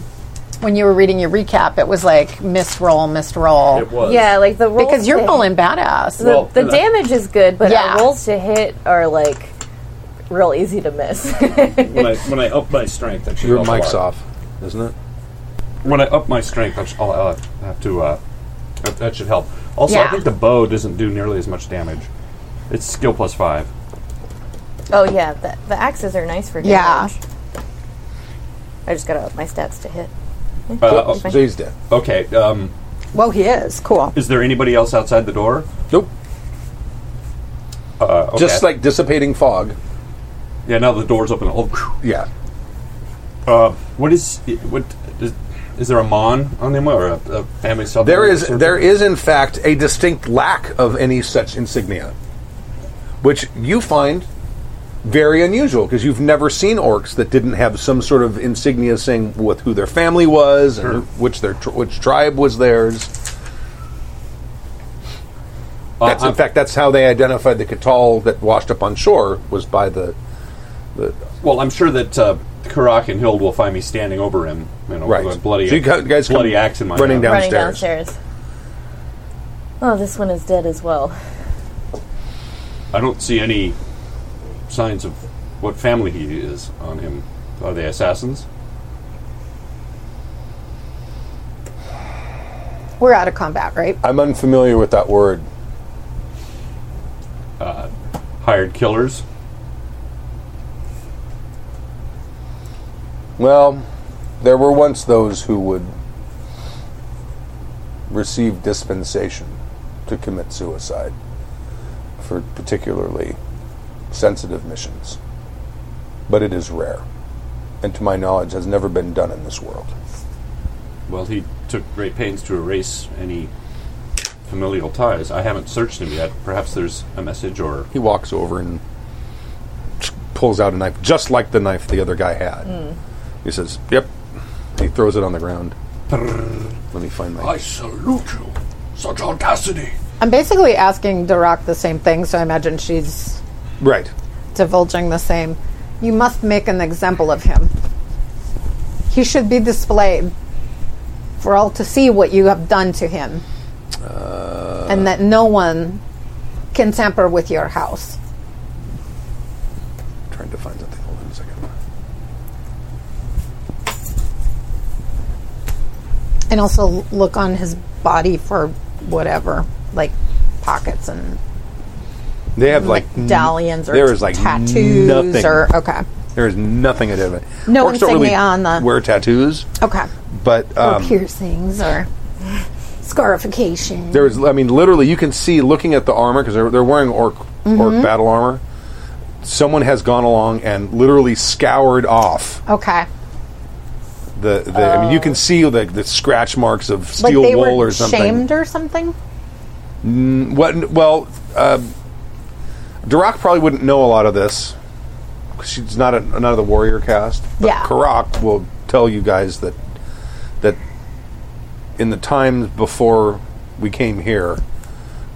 [SPEAKER 3] when you were reading your recap, it was like missed roll, missed roll,
[SPEAKER 5] It was.
[SPEAKER 4] Yeah, like the rolls
[SPEAKER 3] because you're
[SPEAKER 4] to-
[SPEAKER 3] rolling badass.
[SPEAKER 4] The,
[SPEAKER 5] Well,
[SPEAKER 4] the
[SPEAKER 5] and I-
[SPEAKER 4] damage is good, but
[SPEAKER 3] Yeah.
[SPEAKER 4] our rolls to hit are like real easy to miss. [laughs]
[SPEAKER 5] When I when I up my strength, that should
[SPEAKER 2] Your
[SPEAKER 5] help a
[SPEAKER 2] mic's
[SPEAKER 5] lot.
[SPEAKER 2] off, isn't it?
[SPEAKER 5] When I up my strength, I sh- I'll, I'll have to. Uh, that- that should help. Also, I
[SPEAKER 3] Yeah.
[SPEAKER 5] think the bow doesn't do nearly as much damage. It's skill plus five.
[SPEAKER 4] oh yeah, the, the axes are nice for damage.
[SPEAKER 3] Yeah.
[SPEAKER 4] I just gotta up my stats to hit.
[SPEAKER 5] Uh, oh,
[SPEAKER 2] So he's dead.
[SPEAKER 5] okay. Um,
[SPEAKER 3] Well, he is cool.
[SPEAKER 5] is there anybody else outside the door?
[SPEAKER 2] Nope.
[SPEAKER 5] Uh, okay.
[SPEAKER 2] Just like dissipating fog.
[SPEAKER 5] yeah. Now the door's open. Oh, phew.
[SPEAKER 2] Yeah.
[SPEAKER 5] Uh, what is what is, is there a mon on them or a, a family sub?
[SPEAKER 2] There is there is in fact a distinct lack of any such insignia, which you find very unusual because you've never seen orcs that didn't have some sort of insignia saying with who their family was and which their tr- which tribe was theirs. That's, in fact, that's how they identified the Catal that washed up on shore was by the
[SPEAKER 5] well, I'm sure that uh, Karak and Hild will find me standing over him, you know,
[SPEAKER 2] Right.
[SPEAKER 5] with a bloody
[SPEAKER 2] So you gu- guys come
[SPEAKER 5] bloody axe in my
[SPEAKER 2] running
[SPEAKER 5] hand.
[SPEAKER 4] Running
[SPEAKER 2] Downstairs.
[SPEAKER 4] downstairs. Oh, this one is dead as well.
[SPEAKER 5] I don't see any signs of what family he is on him. Are they assassins?
[SPEAKER 3] We're out of combat, right?
[SPEAKER 2] I'm unfamiliar with that word.
[SPEAKER 5] Hired killers?
[SPEAKER 2] Well, there were once those who would receive dispensation to commit suicide for particularly sensitive missions. But it is rare, and to my knowledge, has never been done in this world.
[SPEAKER 5] Well, he took great pains to erase any familial ties. I haven't searched him yet. Perhaps there's a message or
[SPEAKER 2] He walks over and pulls out a knife, just like the knife the other guy had. He says, Yep. He throws it on the ground. Let me find my.
[SPEAKER 5] salute you, Sergeant Cassidy.
[SPEAKER 3] I'm basically asking Durak the same thing, so I imagine she's
[SPEAKER 2] Right.
[SPEAKER 3] divulging the same. You must make an example of him. He should be displayed for all to see what you have done to him,
[SPEAKER 2] Uh.
[SPEAKER 3] and that no one can tamper with your house.
[SPEAKER 2] trying to find something. Hold on a second.
[SPEAKER 3] And also l- look on his body for whatever, like pockets and
[SPEAKER 2] They have
[SPEAKER 3] like,
[SPEAKER 2] like, n-
[SPEAKER 3] dallions or
[SPEAKER 2] there is like
[SPEAKER 3] tattoos
[SPEAKER 2] nothing.
[SPEAKER 3] or okay,
[SPEAKER 2] There is nothing at it.
[SPEAKER 3] No
[SPEAKER 2] Orcs don't really
[SPEAKER 3] insignia on the-
[SPEAKER 2] wear tattoos,
[SPEAKER 3] okay,
[SPEAKER 2] but
[SPEAKER 3] or
[SPEAKER 2] um,
[SPEAKER 3] piercings or scarification.
[SPEAKER 2] there is. I mean, literally, you can see looking at the armor because they're, they're wearing orc
[SPEAKER 3] Mm-hmm.
[SPEAKER 2] orc battle armor. Someone has gone along and literally scoured off
[SPEAKER 3] Okay,
[SPEAKER 2] the. the I mean, you can see the, the scratch marks of
[SPEAKER 3] like
[SPEAKER 2] steel
[SPEAKER 3] they
[SPEAKER 2] wool
[SPEAKER 3] were
[SPEAKER 2] or something.
[SPEAKER 3] shamed or something.
[SPEAKER 2] What? Well, uh, Durak probably wouldn't know a lot of this because she's not a, not of the warrior cast. But
[SPEAKER 3] Yeah.
[SPEAKER 2] Karak will tell you guys that that in the times before we came here,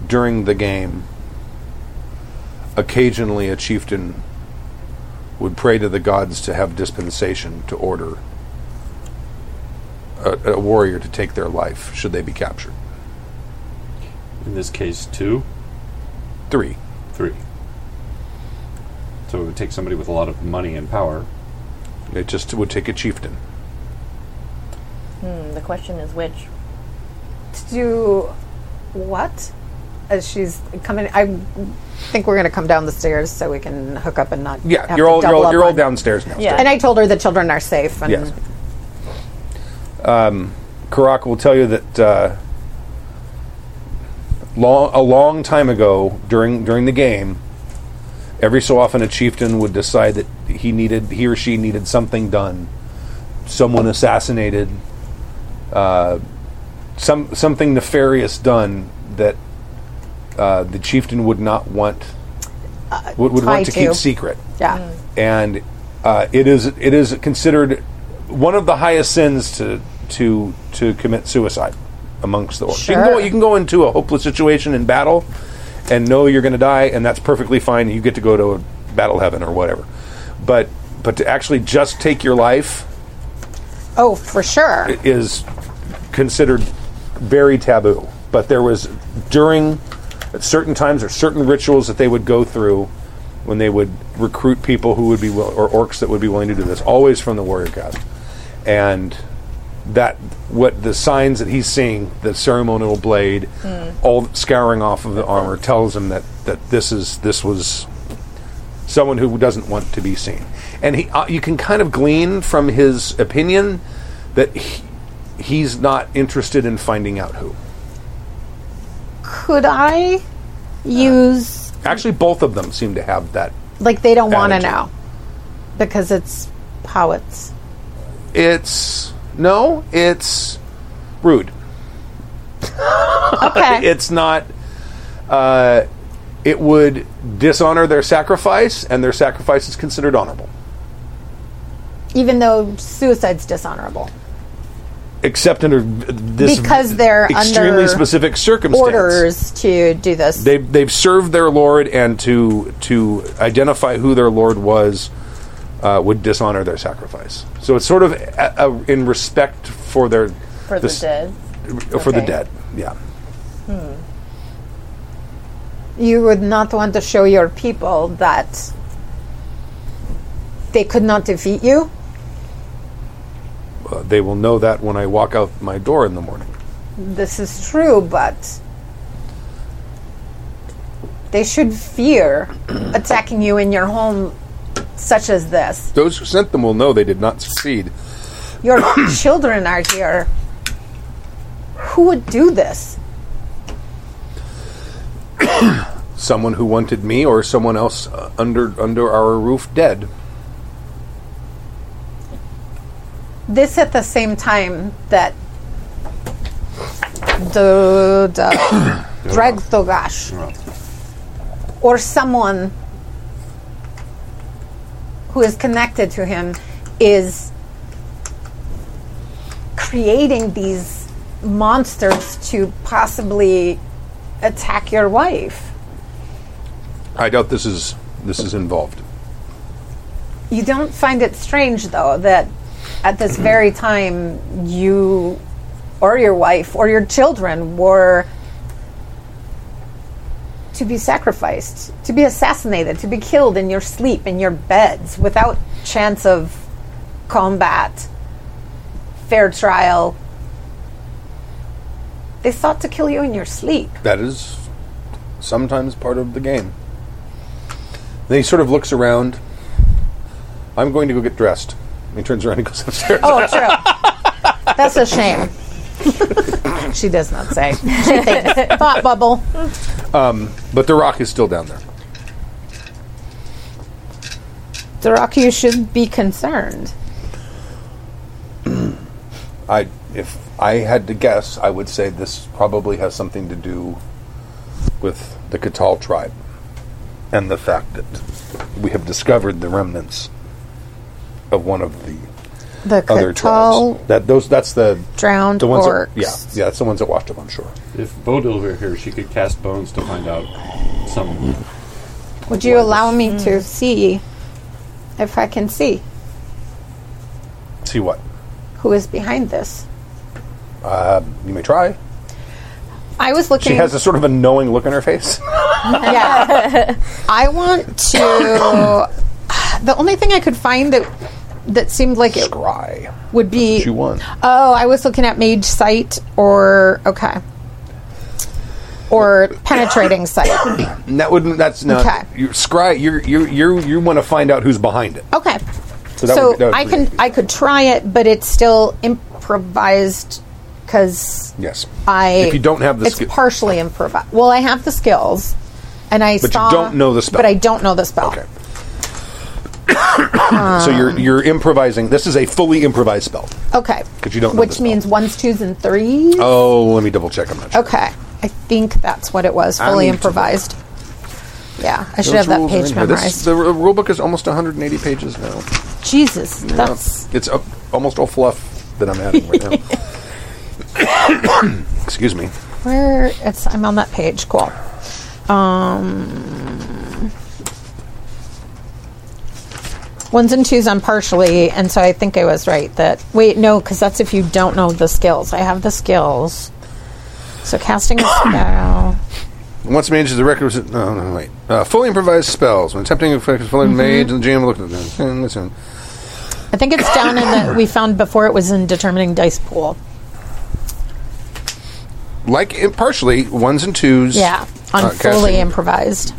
[SPEAKER 2] during the game, occasionally a chieftain would pray to the gods to have dispensation to order a, a warrior to take their life should they be captured.
[SPEAKER 5] In this case, two,
[SPEAKER 2] Three.
[SPEAKER 5] three. So it would take somebody with a lot of money and power.
[SPEAKER 2] It just would take a chieftain.
[SPEAKER 4] Hmm, the question is which.
[SPEAKER 3] to do what? As she's coming, I think we're going to come down the stairs so we can hook up and not.
[SPEAKER 2] Yeah,
[SPEAKER 3] have
[SPEAKER 2] you're
[SPEAKER 3] to
[SPEAKER 2] all you're
[SPEAKER 3] double
[SPEAKER 2] all,
[SPEAKER 3] up
[SPEAKER 2] you're all
[SPEAKER 3] on-
[SPEAKER 2] downstairs now.
[SPEAKER 4] Yeah.
[SPEAKER 3] And I told her the children are safe. And
[SPEAKER 2] Yes. Karak will tell you that uh, long, a long time ago during during the game, every so often a chieftain would decide that he needed he or she needed something done, someone assassinated, uh, some something nefarious done that uh, the chieftain would not want would, would
[SPEAKER 3] tie
[SPEAKER 2] want to,
[SPEAKER 3] Uh, to.
[SPEAKER 2] keep secret
[SPEAKER 3] Yeah.
[SPEAKER 2] Mm. and uh, it is it is considered one of the highest sins to to to commit suicide amongst the orcs. You, can go,
[SPEAKER 3] Sure.
[SPEAKER 2] you can go into a hopeless situation in battle and know you're going to die, and that's perfectly fine. You get to go to battle heaven or whatever, but but to actually just take your life
[SPEAKER 3] Oh, for sure.
[SPEAKER 2] is considered very taboo. But there was during at certain times or certain rituals that they would go through when they would recruit people who would be will, or orcs that would be willing to do this, always from the warrior caste, and that what the signs that he's seeing, the ceremonial blade, all scouring off of the armor, tells him that that this is this was someone who doesn't want to be seen. And he, uh, you can kind of glean from his opinion that he, he's not interested in finding out who.
[SPEAKER 3] Could I use
[SPEAKER 2] Actually, both of them seem to have that.
[SPEAKER 3] like they don't want to
[SPEAKER 2] Attitude.
[SPEAKER 3] know because it's poets.
[SPEAKER 2] It's no, it's rude.
[SPEAKER 3] Okay.
[SPEAKER 2] [laughs] It's not. Uh, it would dishonor their sacrifice, and their sacrifice is considered honorable,
[SPEAKER 3] Even though suicide's dishonorable.
[SPEAKER 2] except under this
[SPEAKER 3] Because they're
[SPEAKER 2] extremely
[SPEAKER 3] under
[SPEAKER 2] specific circumstance.
[SPEAKER 3] Orders to do this.
[SPEAKER 2] they've they've served their lord and to to identify who their lord was uh, would dishonor their sacrifice. So it's sort of a, a, in respect for their
[SPEAKER 4] For
[SPEAKER 2] s-
[SPEAKER 3] [laughs]
[SPEAKER 4] the dead.
[SPEAKER 2] for the
[SPEAKER 4] Okay.
[SPEAKER 2] dead. Yeah,
[SPEAKER 3] you would not want to show your people that they could not defeat you.
[SPEAKER 2] Uh, they will know that when I walk out my door in the morning.
[SPEAKER 3] This is true, but they should fear attacking you in your home, such as this.
[SPEAKER 6] Those who sent them will know they did not succeed.
[SPEAKER 3] Your children are here. Who would do this?
[SPEAKER 2] Someone who wanted me or someone else uh, under under our roof dead.
[SPEAKER 3] This at the same time that the, the Dragdogash or someone who is connected to him is creating these monsters to possibly attack your wife.
[SPEAKER 2] I doubt this is this is involved.
[SPEAKER 3] You don't find it strange, though, that at this very time you or your wife or your children were to be sacrificed, to be assassinated, to be killed in your sleep, in your beds, without chance of combat, fair trial. They sought to kill you in your sleep.
[SPEAKER 2] That is sometimes part of the game. Then he sort of looks around. I'm going to go get dressed. He turns around and goes [laughs] upstairs.
[SPEAKER 3] Oh, true. That's a shame. she does not say. She thinks. Thought bubble.
[SPEAKER 2] But the rock is still down there.
[SPEAKER 3] The rock, you should be concerned.
[SPEAKER 2] I, if I had to guess, I would say this probably has something to do with the Catal tribe and the fact that we have discovered the remnants of one of the
[SPEAKER 3] The
[SPEAKER 2] other
[SPEAKER 3] Qatal-
[SPEAKER 2] tribes. That those that's the
[SPEAKER 3] Drowned
[SPEAKER 2] the ones
[SPEAKER 3] orcs.
[SPEAKER 2] that yeah yeah that's the ones that washed up on shore.
[SPEAKER 5] If Vodil were here, she could cast bones to find out some.
[SPEAKER 3] Would you allow me to see if I can see
[SPEAKER 2] See what
[SPEAKER 3] who is behind this?
[SPEAKER 2] you may try.
[SPEAKER 3] I was looking.
[SPEAKER 2] She has a sort of a knowing look on her face.
[SPEAKER 3] yeah. I want
[SPEAKER 2] [coughs]
[SPEAKER 3] to. the only thing I could find that that seemed like it
[SPEAKER 2] Scry.
[SPEAKER 3] would be.
[SPEAKER 2] She won.
[SPEAKER 3] Oh, I was looking at mage sight or okay, or penetrating sight. [coughs]
[SPEAKER 2] And that wouldn't. That's not.
[SPEAKER 3] Okay.
[SPEAKER 2] You, scry. You you you you want to find out who's behind it.
[SPEAKER 3] Okay.
[SPEAKER 2] So
[SPEAKER 3] So,
[SPEAKER 2] that would- that would
[SPEAKER 3] I
[SPEAKER 2] be-
[SPEAKER 3] can I could try it, but it's still improvised because
[SPEAKER 2] Yes.
[SPEAKER 3] I
[SPEAKER 2] If you don't have the
[SPEAKER 3] it's
[SPEAKER 2] skill-
[SPEAKER 3] partially improvised. Well, I have the skills, and I
[SPEAKER 2] But you
[SPEAKER 3] saw-
[SPEAKER 2] don't know the spell.
[SPEAKER 3] But I don't know the spell.
[SPEAKER 2] Okay. so
[SPEAKER 3] Um.
[SPEAKER 2] you're you're improvising. This is a fully improvised spell.
[SPEAKER 3] Okay.
[SPEAKER 2] 'Cause you don't know the
[SPEAKER 3] Which
[SPEAKER 2] spell.
[SPEAKER 3] means ones, twos, and threes.
[SPEAKER 2] Oh, let me double check. I'm not sure.
[SPEAKER 3] Okay. I think that's what it was.
[SPEAKER 2] I
[SPEAKER 3] Fully
[SPEAKER 2] need to
[SPEAKER 3] improvised. Yeah, I should
[SPEAKER 2] Those
[SPEAKER 3] have that
[SPEAKER 2] rules are in
[SPEAKER 3] page
[SPEAKER 2] here. This-
[SPEAKER 3] memorized.
[SPEAKER 2] the r- rule book is almost 180 pages now.
[SPEAKER 3] Jesus, that's
[SPEAKER 2] It's uh, almost all fluff that I'm adding right now.
[SPEAKER 3] [laughs]
[SPEAKER 2] [coughs] Excuse me.
[SPEAKER 3] where it's. I'm on that page. Cool. Um, ones and twos on partially, and so I think I was right. That wait, no, because that's if you don't know the skills. I have the skills. So casting a spell.
[SPEAKER 2] Once mage is the requisite. No, no, wait. Uh, fully improvised spells. When attempting to focus fully
[SPEAKER 3] Mm-hmm.
[SPEAKER 2] mage and the GM looked at them. Listen.
[SPEAKER 3] I think it's down in the we found before it was in determining dice pool.
[SPEAKER 2] Like im- partially ones and twos.
[SPEAKER 3] Yeah, on
[SPEAKER 2] uh,
[SPEAKER 3] fully
[SPEAKER 2] casting
[SPEAKER 3] improvised.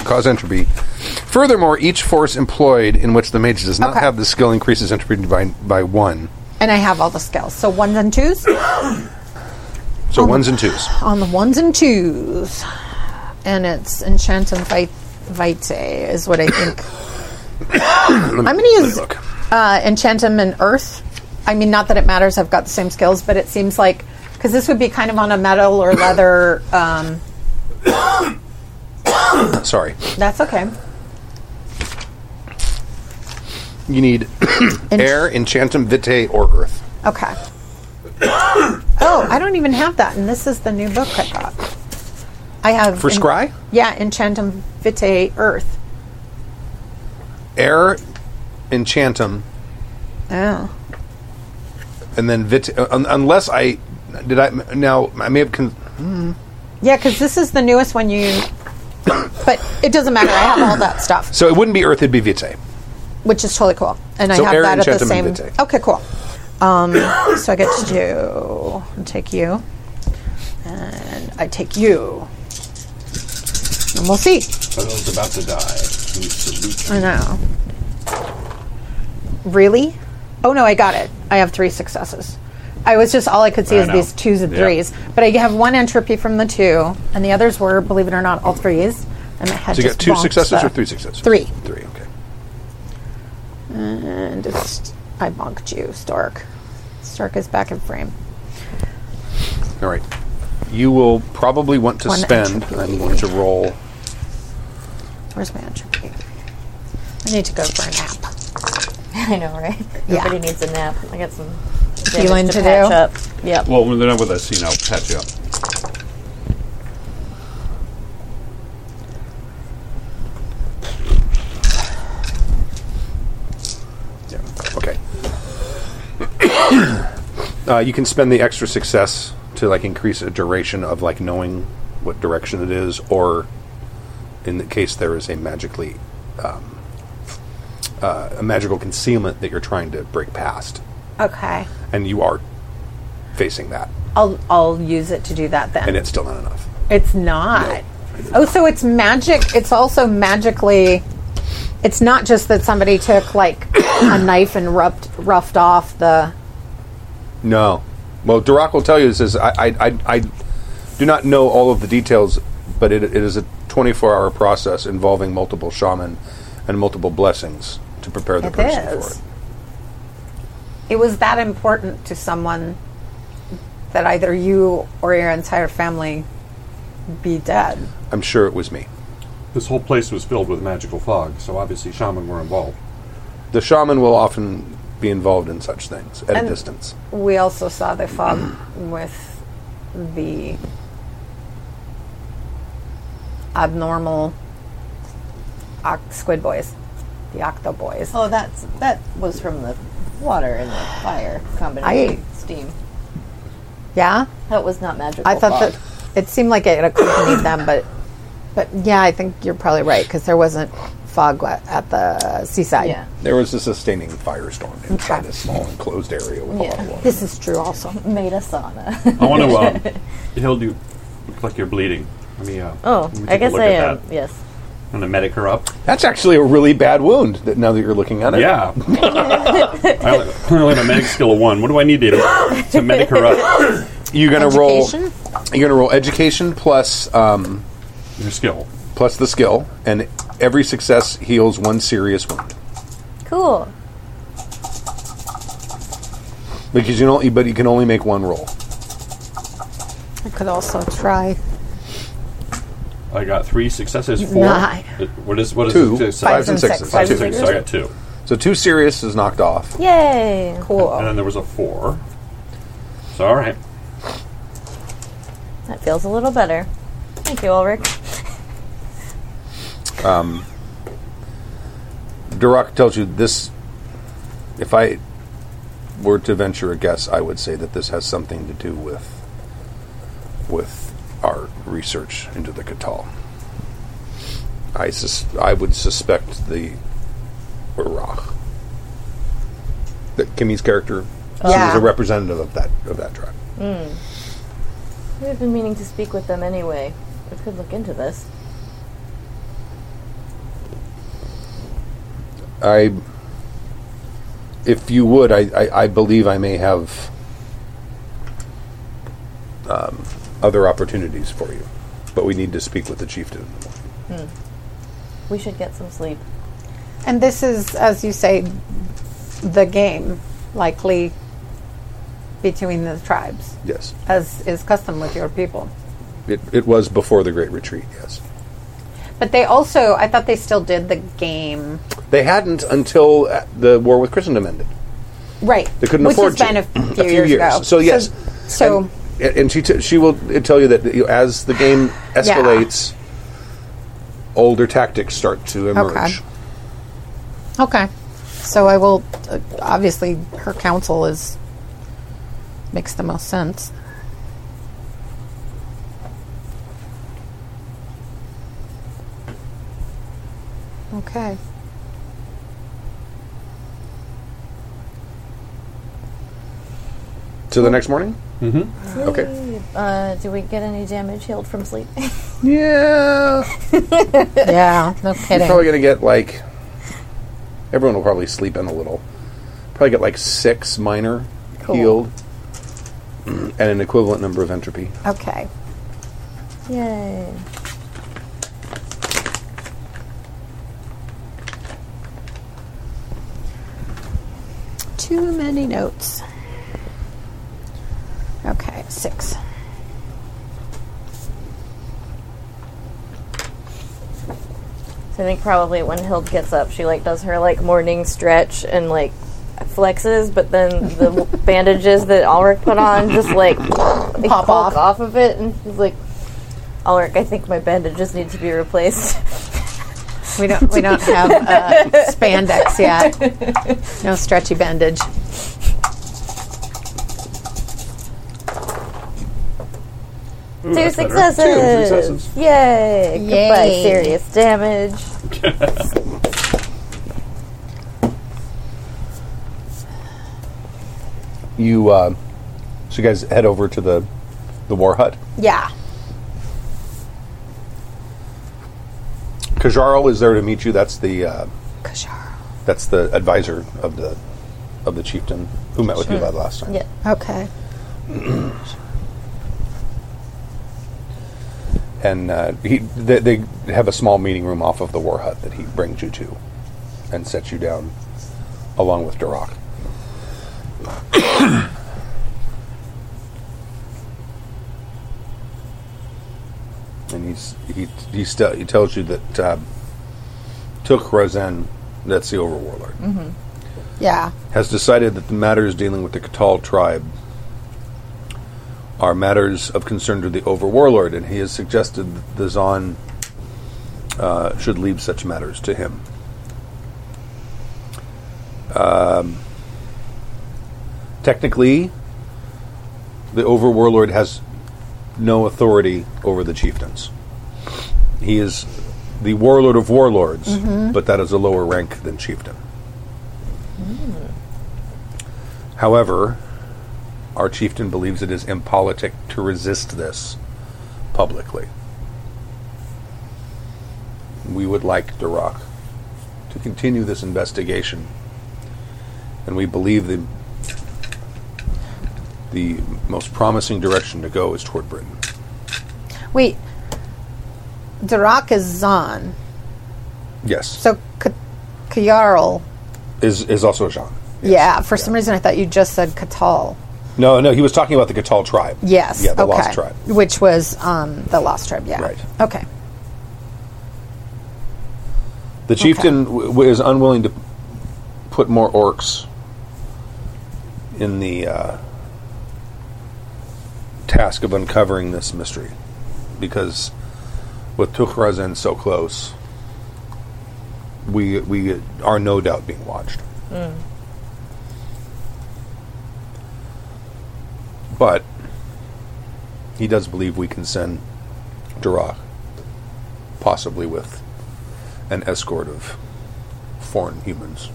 [SPEAKER 2] cause entropy. Furthermore, each force employed in which the mage does not
[SPEAKER 3] Okay.
[SPEAKER 2] have the skill increases entropy by by one.
[SPEAKER 3] And I have all the skills. So ones and twos?
[SPEAKER 2] So
[SPEAKER 3] Oh.
[SPEAKER 2] ones and twos.
[SPEAKER 3] on the ones and twos. And it's enchant and fight vitae is what
[SPEAKER 2] [coughs]
[SPEAKER 3] I think. [clears throat] I'm going to use
[SPEAKER 2] look. [clears throat]
[SPEAKER 3] uh, enchantum and earth. I mean, not that it matters. I've got the same skills, but it seems like because this would be kind of on a metal or leather. Um,
[SPEAKER 2] Sorry.
[SPEAKER 3] that's okay.
[SPEAKER 2] You
[SPEAKER 3] [coughs]
[SPEAKER 2] need air, enchantum, vitae, or earth.
[SPEAKER 3] Okay. [coughs] oh, I don't even have that, and this is the new book I got. I have
[SPEAKER 2] For scry?
[SPEAKER 3] Yeah, Enchantum Vitae Earth.
[SPEAKER 2] Air, enchantum,
[SPEAKER 3] Oh,
[SPEAKER 2] and then vitae. Uh, un- unless I did I now I may have con-
[SPEAKER 3] yeah, because this is the newest one you. but it doesn't matter. I have all that stuff,
[SPEAKER 2] so it wouldn't be earth, it'd be vitae.
[SPEAKER 3] which is totally cool, and
[SPEAKER 2] So
[SPEAKER 3] I have
[SPEAKER 2] air,
[SPEAKER 3] that at the
[SPEAKER 2] enchantum,
[SPEAKER 3] same.
[SPEAKER 2] vitae.
[SPEAKER 3] Okay, cool. Um, so I get to do. I'll take you, and I take you, and we'll see.
[SPEAKER 5] Vodil's about to die. We salute
[SPEAKER 3] I know. Really? Oh no, I got it. I have three successes. I was just all I could see
[SPEAKER 17] I
[SPEAKER 3] is
[SPEAKER 17] know.
[SPEAKER 3] these twos and
[SPEAKER 17] Yeah.
[SPEAKER 3] threes, but I have one entropy from the two, and the others were, believe it or not, all threes. And I had
[SPEAKER 2] So you got
[SPEAKER 3] just
[SPEAKER 2] two
[SPEAKER 3] bonked
[SPEAKER 2] successes
[SPEAKER 3] the-
[SPEAKER 2] or three successes?
[SPEAKER 3] Three,
[SPEAKER 2] Three, okay.
[SPEAKER 3] and it's, I bonked you, Stork. Stork is back in frame.
[SPEAKER 2] All right. You will probably want to
[SPEAKER 3] One
[SPEAKER 2] spend.
[SPEAKER 3] entropy.
[SPEAKER 2] I'm going to roll.
[SPEAKER 3] Where's my entropy? I need to go for a nap.
[SPEAKER 4] I know, right? [laughs]
[SPEAKER 3] Yeah.
[SPEAKER 4] Everybody needs a nap. I got some
[SPEAKER 3] Healing
[SPEAKER 4] damage
[SPEAKER 3] to
[SPEAKER 4] to, patch
[SPEAKER 3] do?
[SPEAKER 4] up. Yep.
[SPEAKER 17] Well, when they're done with us, you know, patch you up.
[SPEAKER 2] Yeah. Okay. [coughs] uh, you can spend the extra success to like increase a duration of like knowing what direction it is, or in the case there is a magically um, uh, a magical concealment that you're trying to break past,
[SPEAKER 3] Okay,
[SPEAKER 2] and you are facing that,
[SPEAKER 3] I'll I'll use it to do that then.
[SPEAKER 2] and it's still not enough.
[SPEAKER 3] It's not. Oh, so it's magic. It's also magically. It's not just that somebody took like a [coughs] knife and rubbed, roughed off the.
[SPEAKER 2] No. Well, Dirac will tell you this is I, I, I, I do not know all of the details, but it, it is a 24 hour process involving multiple shaman and multiple blessings to prepare the
[SPEAKER 3] It
[SPEAKER 2] person
[SPEAKER 3] is.
[SPEAKER 2] for it.
[SPEAKER 3] It was that important to someone that either you or your entire family be dead.
[SPEAKER 2] I'm sure it was me.
[SPEAKER 5] This whole place was filled with magical fog, so obviously shaman were involved.
[SPEAKER 2] The shaman will often be involved in such things at
[SPEAKER 3] And-
[SPEAKER 2] a distance.
[SPEAKER 3] We also saw the fog with the abnormal oc- squid boys, the octo boys.
[SPEAKER 4] Oh, that's that was from the water and the fire combination. steam.
[SPEAKER 3] Yeah,
[SPEAKER 4] That was not magical.
[SPEAKER 3] I thought
[SPEAKER 4] fog.
[SPEAKER 3] that it seemed like it accompanied them, but but yeah, I think you're probably right because there wasn't fog wa- at the seaside.
[SPEAKER 4] Yeah.
[SPEAKER 2] There was a sustaining firestorm inside
[SPEAKER 3] Okay.
[SPEAKER 2] a small enclosed area with a lot of water.
[SPEAKER 3] Oh, This is true also.
[SPEAKER 4] [laughs] Made a sauna.
[SPEAKER 5] I want to.
[SPEAKER 4] [laughs]
[SPEAKER 5] Um, Hild, you look like you're bleeding. Let me. Uh,
[SPEAKER 4] oh,
[SPEAKER 5] let me take
[SPEAKER 4] I
[SPEAKER 5] a
[SPEAKER 4] guess
[SPEAKER 5] look
[SPEAKER 4] I um,
[SPEAKER 5] at
[SPEAKER 4] am.
[SPEAKER 5] that.
[SPEAKER 4] Yes.
[SPEAKER 5] I'm gonna medic her up.
[SPEAKER 2] That's actually a really bad wound. That now that you're looking at it,
[SPEAKER 4] [laughs]
[SPEAKER 5] Yeah. I only- I only have a medic skill of one. What do I need to do to medic her
[SPEAKER 4] [laughs]
[SPEAKER 5] up?
[SPEAKER 2] you're gonna roll.
[SPEAKER 3] Education?
[SPEAKER 2] You're gonna roll education plus um,
[SPEAKER 5] Your skill.
[SPEAKER 2] plus the skill, and every success heals one serious wound.
[SPEAKER 4] Cool.
[SPEAKER 2] Because you don't, but you can only make one roll.
[SPEAKER 3] I could also try
[SPEAKER 5] I got three successes. Four.
[SPEAKER 3] Nine.
[SPEAKER 5] Uh, What is what is
[SPEAKER 2] Two,
[SPEAKER 5] it?
[SPEAKER 2] fives
[SPEAKER 3] Fives
[SPEAKER 2] and
[SPEAKER 3] and
[SPEAKER 2] sixes.
[SPEAKER 3] sixes.
[SPEAKER 5] Five
[SPEAKER 2] Two.
[SPEAKER 5] and six. So I got two,
[SPEAKER 2] So two serious is knocked off.
[SPEAKER 4] Yay.
[SPEAKER 5] and
[SPEAKER 3] cool.
[SPEAKER 5] then there was a four. So all right.
[SPEAKER 4] That feels a little better. Thank you, Ulrich.
[SPEAKER 2] Durak tells you this. If I were to venture a guess, I would say that this has something to do with with our research into the Catal. I sus- I would suspect the Urach. That Kimmy's character
[SPEAKER 3] Yeah.
[SPEAKER 2] is a representative of that of that tribe.
[SPEAKER 4] We've been meaning to speak with them anyway. We could look into this.
[SPEAKER 2] I, if you would, I, I, I believe I may have um, other opportunities for you, but we need to speak with the chieftain. in the morning.
[SPEAKER 4] We should get some sleep.
[SPEAKER 3] And this is, as you say, the game likely between the tribes,
[SPEAKER 2] Yes,
[SPEAKER 3] as is custom with your people.
[SPEAKER 2] it, it was before the Great Retreat. Yes,
[SPEAKER 3] But they also, I thought they still did the game.
[SPEAKER 2] they hadn't until uh, the war with Christendom ended.
[SPEAKER 3] Right.
[SPEAKER 2] They couldn't
[SPEAKER 3] Which
[SPEAKER 2] afford
[SPEAKER 3] has been
[SPEAKER 2] to.
[SPEAKER 3] a few, years, ago.
[SPEAKER 2] So yes,
[SPEAKER 3] So,
[SPEAKER 2] and, and she t- she will uh, tell you that you know, as the game escalates, older tactics start to emerge.
[SPEAKER 3] Okay. okay. So I will, uh, obviously, her counsel is, makes the most sense. [laughs] Okay.
[SPEAKER 2] So the next morning. Mm-hmm. Okay.
[SPEAKER 4] Uh, do we get any damage healed from sleep? [laughs]
[SPEAKER 2] Yeah,
[SPEAKER 3] Yeah, no kidding.
[SPEAKER 2] you're
[SPEAKER 3] [laughs]
[SPEAKER 2] probably gonna get like everyone will probably sleep in a little. Probably get like six minor healed and an equivalent number of entropy.
[SPEAKER 3] Okay.
[SPEAKER 4] Yay.
[SPEAKER 3] Too many notes. Okay, six.
[SPEAKER 4] So I think probably when Hild gets up, she like does her like morning stretch and like flexes, but then the bandages that Ulrich put on just like they
[SPEAKER 3] Pop
[SPEAKER 4] pop
[SPEAKER 3] off.
[SPEAKER 4] off. of it, and she's like, Ulrich, I think my bandages need to be replaced. [laughs]
[SPEAKER 3] We don't we don't have uh, spandex yet. No stretchy bandage.
[SPEAKER 5] Ooh,
[SPEAKER 4] Two
[SPEAKER 5] that's better.
[SPEAKER 4] successes.
[SPEAKER 5] successes.
[SPEAKER 4] Yay! Goodbye,
[SPEAKER 3] Yay.
[SPEAKER 4] serious damage.
[SPEAKER 2] You uh, so you guys head over to the the war hut.
[SPEAKER 3] Yeah.
[SPEAKER 2] Kajaro is there to meet you. That's the uh,
[SPEAKER 3] Kashar.
[SPEAKER 2] that's the advisor of the of the chieftain who met with you by the last time.
[SPEAKER 4] Yeah.
[SPEAKER 3] Okay.
[SPEAKER 2] and uh, he they, they have a small meeting room off of the war hut that he brings you to and sets you down along with Durak. [coughs] and he's he he, st- he tells you that uh, took Rosen that's the overwarlord mm-hmm.
[SPEAKER 3] Yeah.
[SPEAKER 2] has decided that the matters dealing with the Katal tribe are matters of concern to the Overwarlord, and he has suggested that the Zon uh, should leave such matters to him. Um, Um, technically, the Overwarlord has no authority over the chieftains. He is the Warlord of Warlords, but that is a lower rank than chieftain. However, our chieftain believes it is impolitic to resist this publicly. We would like Duroc to continue this investigation, and we believe the the most promising direction to go is toward Britain.
[SPEAKER 3] Wait. Durak is Zon.
[SPEAKER 2] Yes,
[SPEAKER 3] So K- Kyarl.
[SPEAKER 2] is is also Jean. Yes.
[SPEAKER 3] Yeah. For some reason, I thought you just said Katal.
[SPEAKER 2] No, no, he was talking about the Katal tribe.
[SPEAKER 3] Yes.
[SPEAKER 2] yeah, the
[SPEAKER 3] okay.
[SPEAKER 2] lost tribe.
[SPEAKER 3] Which was um, the Lost Tribe, yeah.
[SPEAKER 2] Right.
[SPEAKER 3] Okay.
[SPEAKER 2] The chieftain w- w- is unwilling to put more orcs in the uh, task of uncovering this mystery because with Tukhrazen so close, we we are no doubt being watched. But he does believe we can send Durak, possibly with an escort of foreign humans.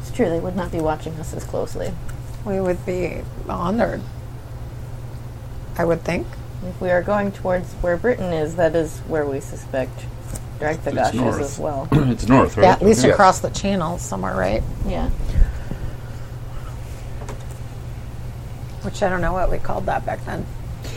[SPEAKER 4] It's true, they would not be watching us as closely.
[SPEAKER 3] We would be honored, I would think.
[SPEAKER 4] If we are going towards where Britain is, that is where we suspect Dragthagosh is
[SPEAKER 5] north.
[SPEAKER 4] as well.
[SPEAKER 5] [clears throat] it's north, right?
[SPEAKER 3] Yeah, at least
[SPEAKER 2] Yes.
[SPEAKER 3] across the channel somewhere, right?
[SPEAKER 4] yeah.
[SPEAKER 3] Which I don't know what we called that back then.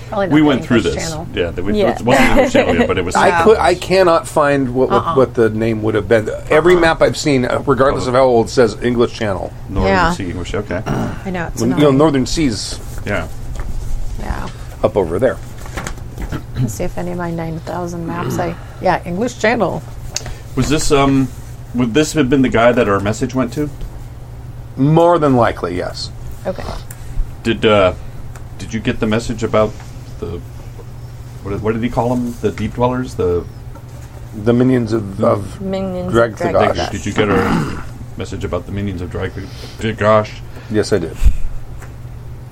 [SPEAKER 3] Probably not
[SPEAKER 5] we
[SPEAKER 3] the
[SPEAKER 5] went through
[SPEAKER 3] English
[SPEAKER 5] this.
[SPEAKER 3] Channel.
[SPEAKER 5] Yeah, that we,
[SPEAKER 4] Yeah.
[SPEAKER 5] it wasn't English Channel yet,
[SPEAKER 3] [laughs]
[SPEAKER 5] but it was.
[SPEAKER 2] I could, I cannot find what what,
[SPEAKER 3] Uh-uh.
[SPEAKER 2] what the name would have been. Every map I've seen, uh, regardless of how old, says English Channel.
[SPEAKER 5] Northern
[SPEAKER 3] Yeah.
[SPEAKER 5] Sea English. Okay.
[SPEAKER 3] I know it's
[SPEAKER 2] When, you know,
[SPEAKER 3] annoying.
[SPEAKER 2] Northern Seas
[SPEAKER 5] Yeah.
[SPEAKER 3] yeah.
[SPEAKER 2] up over there.
[SPEAKER 3] Let's see if any of my nine thousand
[SPEAKER 2] Mm.
[SPEAKER 3] maps. I yeah, English Channel.
[SPEAKER 5] Was this um? Would this have been the guy that our message went to?
[SPEAKER 2] More than likely, yes.
[SPEAKER 4] Okay.
[SPEAKER 5] Did uh, did you get the message about the what, did- what did he call them? The deep dwellers. The
[SPEAKER 2] The minions of, of
[SPEAKER 4] Minions
[SPEAKER 2] Drag
[SPEAKER 4] of
[SPEAKER 2] the
[SPEAKER 4] Dragthagosh.
[SPEAKER 2] gosh.
[SPEAKER 5] did you get our message about the minions of Drag? Gosh,
[SPEAKER 2] yes, I did.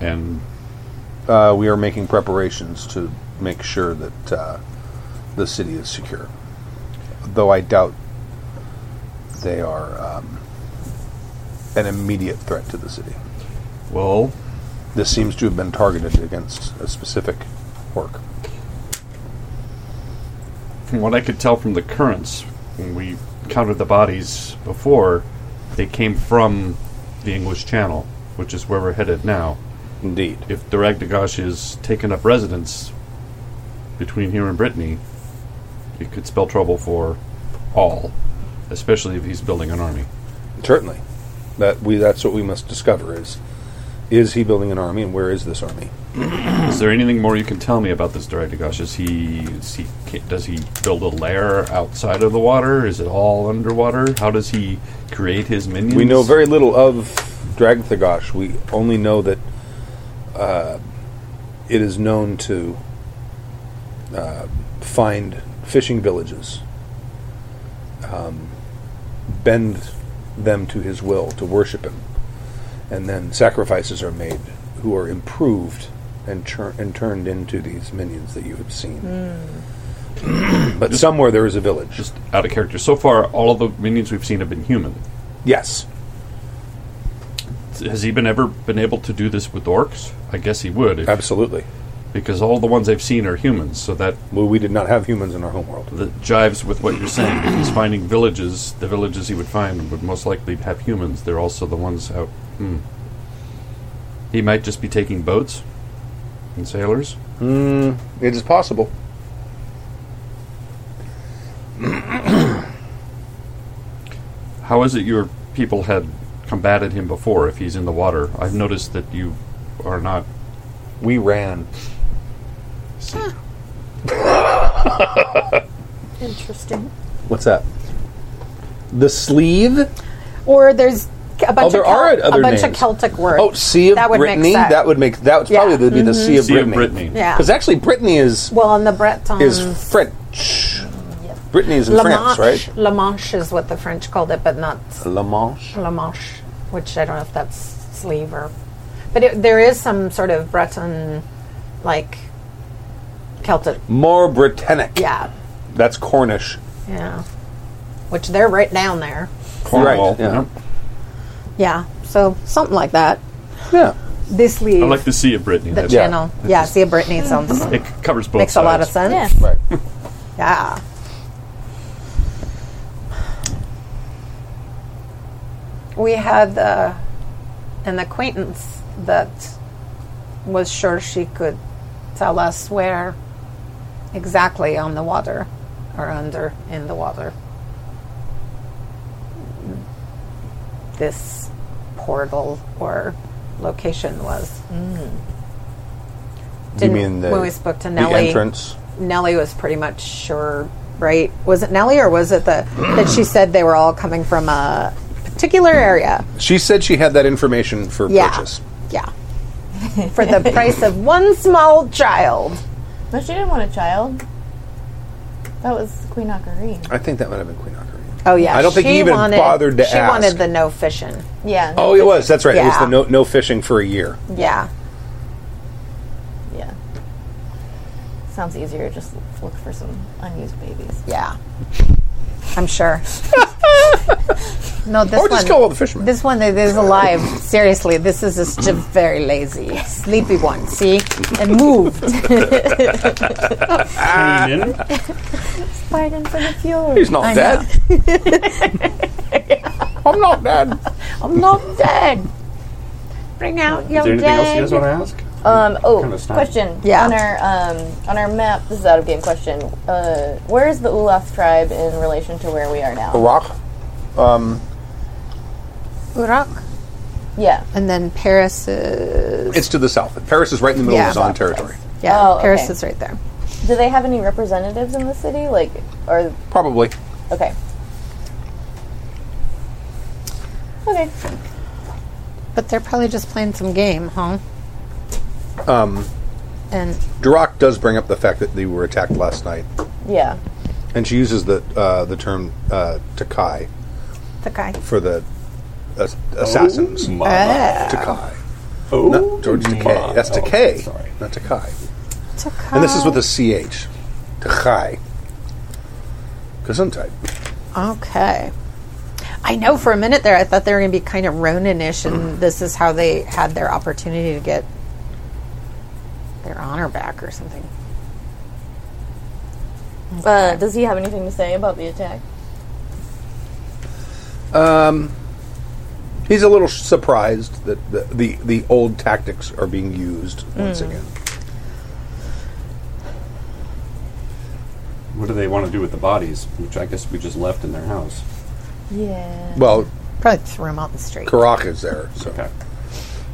[SPEAKER 5] and
[SPEAKER 2] Uh, we are making preparations to make sure that uh, the city is secure. Though I doubt they are um, an immediate threat to the city.
[SPEAKER 5] well,
[SPEAKER 2] This seems to have been targeted against a specific orc.
[SPEAKER 5] from what I could tell from the currents when we counted the bodies before, they came from the English Channel, which is where we're headed now.
[SPEAKER 2] Indeed.
[SPEAKER 5] If the Ragnagosh is taken up residence between here and Brittany, it could spell trouble for all, especially if he's building an army.
[SPEAKER 2] Certainly. That we that's what we must discover is is he building an army and where is this army?
[SPEAKER 5] Is there anything more you can tell me about this Dragnagosh? Is he, is he ca- does he build a lair outside of the water? Is it all underwater? How does he create his minions?
[SPEAKER 2] We know very little of Dragthagosh. We only know that uh, it is known to uh, find fishing villages, um, bend them to his will, to worship him, and then sacrifices are made who are improved and, chur- and turned into these minions that you have seen. but somewhere there is a village.
[SPEAKER 5] just out of character. So far, all of the minions we've seen have been human.
[SPEAKER 2] yes.
[SPEAKER 5] Has he been ever been able to do this with orcs? I guess he would, if-
[SPEAKER 2] Absolutely.
[SPEAKER 5] because all the ones I've seen are humans. So that
[SPEAKER 2] Well, we did not have humans in our homeworld.
[SPEAKER 5] that jives with what you're saying. If he's finding villages, the villages he would find would most likely have humans. They're also the ones out. Hmm. He might just be taking boats and sailors.
[SPEAKER 2] It is possible.
[SPEAKER 5] How is it your people had combated him before if he's in the water? I've noticed that you are not.
[SPEAKER 2] We ran.
[SPEAKER 3] Interesting.
[SPEAKER 2] What's that? The sleeve?
[SPEAKER 3] Or there's a bunch,
[SPEAKER 2] Oh, there
[SPEAKER 3] of,
[SPEAKER 2] are
[SPEAKER 3] Celt-
[SPEAKER 2] other
[SPEAKER 3] a bunch of
[SPEAKER 2] names.
[SPEAKER 3] Celtic words.
[SPEAKER 2] Oh, Sea of
[SPEAKER 3] that would
[SPEAKER 2] Brittany.
[SPEAKER 3] Make sense.
[SPEAKER 2] That would make that would
[SPEAKER 3] Yeah. Mm-hmm.
[SPEAKER 2] probabee be the Sea of
[SPEAKER 5] Sea of
[SPEAKER 2] Brittany.
[SPEAKER 5] Brittany.
[SPEAKER 3] Yeah.
[SPEAKER 2] Because actually, Brittany is
[SPEAKER 3] well, and the Breton
[SPEAKER 2] is French. Brittany is in
[SPEAKER 3] La
[SPEAKER 2] France,
[SPEAKER 3] Manche,
[SPEAKER 2] right?
[SPEAKER 3] La Manche is what the French called it, but not
[SPEAKER 2] La Manche.
[SPEAKER 3] La Manche, which I don't know if that's sleeve or, but it, there is some sort of Breton, like Celtic.
[SPEAKER 2] More Britannic.
[SPEAKER 3] Yeah,
[SPEAKER 2] That's Cornish.
[SPEAKER 3] yeah, which they're right down there.
[SPEAKER 2] Cornwall. Yeah.
[SPEAKER 3] Yeah, so something like that.
[SPEAKER 2] Yeah.
[SPEAKER 3] This leave
[SPEAKER 5] I like the Sea of Brittany.
[SPEAKER 3] the
[SPEAKER 5] That
[SPEAKER 3] channel. Yeah, see, Brittany sounds
[SPEAKER 5] [laughs] It c- covers both
[SPEAKER 3] makes a lot of
[SPEAKER 5] sides.
[SPEAKER 3] sense.
[SPEAKER 4] Yeah.
[SPEAKER 2] Right.
[SPEAKER 3] Yeah. We had uh, an acquaintance that was sure she could tell us where exactly on the water or under in the water this portal or location was.
[SPEAKER 2] You
[SPEAKER 3] Didn't-
[SPEAKER 2] mean the,
[SPEAKER 3] when we spoke to
[SPEAKER 2] the
[SPEAKER 3] Nellie-
[SPEAKER 2] entrance?
[SPEAKER 3] Nellie was pretty much sure, right? Was it Nellie or was it the that she said they were all coming from a particular area?
[SPEAKER 2] She said she had that information for
[SPEAKER 3] Yeah.
[SPEAKER 2] purchase.
[SPEAKER 3] Yeah. For
[SPEAKER 4] [laughs]
[SPEAKER 3] the price of one small child.
[SPEAKER 4] No, she didn't want a child. That was Queen Ocarine.
[SPEAKER 2] I think that might have been Queen Ocarina.
[SPEAKER 3] Oh yeah.
[SPEAKER 2] I don't think
[SPEAKER 3] she
[SPEAKER 2] he even
[SPEAKER 3] wanted,
[SPEAKER 2] bothered to
[SPEAKER 3] She
[SPEAKER 2] ask.
[SPEAKER 3] wanted the no fishing.
[SPEAKER 4] Yeah.
[SPEAKER 2] Oh, it was. That's right. It was
[SPEAKER 3] Yeah.
[SPEAKER 2] the no, no fishing for a year.
[SPEAKER 3] Yeah.
[SPEAKER 4] Yeah. Sounds easier. Just look for some unused babies.
[SPEAKER 3] Yeah. I'm
[SPEAKER 2] [laughs]
[SPEAKER 3] sure. no, this
[SPEAKER 2] Or
[SPEAKER 3] one.
[SPEAKER 2] just kill all the fishermen.
[SPEAKER 3] This one that is alive. Seriously, this is just a st- very lazy, sleepy one. See, it moved. [laughs]
[SPEAKER 4] Fighting for the fuel.
[SPEAKER 2] He's not dead. I'm not dead.
[SPEAKER 3] I'm not dead. Bring out your
[SPEAKER 12] Is there anything
[SPEAKER 3] dead.
[SPEAKER 12] else you guys want to ask?
[SPEAKER 4] Um. Oh,
[SPEAKER 12] Kinda style.
[SPEAKER 4] question.
[SPEAKER 3] Yeah.
[SPEAKER 4] On our um on our map, this is out of game question. Uh, where is the Ulath tribe in relation to where we are now?
[SPEAKER 2] Rock.
[SPEAKER 3] Uruk,
[SPEAKER 4] Yeah.
[SPEAKER 3] and then Paris is
[SPEAKER 2] It's to the south. Paris is right in the middle
[SPEAKER 3] Yeah.
[SPEAKER 2] of Zon territory.
[SPEAKER 3] yeah.
[SPEAKER 4] Oh,
[SPEAKER 3] Paris
[SPEAKER 4] okay.
[SPEAKER 3] is right there.
[SPEAKER 4] Do they have any representatives in the city? Like, or
[SPEAKER 2] Probably.
[SPEAKER 4] okay. Okay.
[SPEAKER 3] But they're probably just playing some game, huh?
[SPEAKER 2] Um,
[SPEAKER 3] And
[SPEAKER 2] Duroc does bring up the fact that they were attacked last night,
[SPEAKER 4] Yeah.
[SPEAKER 2] and she uses the uh, the term uh, Takai
[SPEAKER 3] the guy.
[SPEAKER 2] for the uh, assassins.
[SPEAKER 3] Uh,
[SPEAKER 2] Takai.
[SPEAKER 12] Oh,
[SPEAKER 2] Not George Takei. That's Takei.
[SPEAKER 12] sorry.
[SPEAKER 2] Not Takai. And this is with a CH. Takai. Gesundheit.
[SPEAKER 3] Okay. I know for a minute there, I thought they were going to be kind of Ronin-ish,
[SPEAKER 12] [clears throat]
[SPEAKER 3] and this is how they had their opportunity to get their honor back or something.
[SPEAKER 4] Uh, does he have anything to say about the attack?
[SPEAKER 2] He's a little surprised that the, the, the old tactics are being used once again.
[SPEAKER 12] What do they want to do with the bodies? Which I guess we just left in their house.
[SPEAKER 4] Yeah.
[SPEAKER 2] Well,
[SPEAKER 3] Probably threw them out in the street.
[SPEAKER 2] Karak is there, so
[SPEAKER 12] Okay.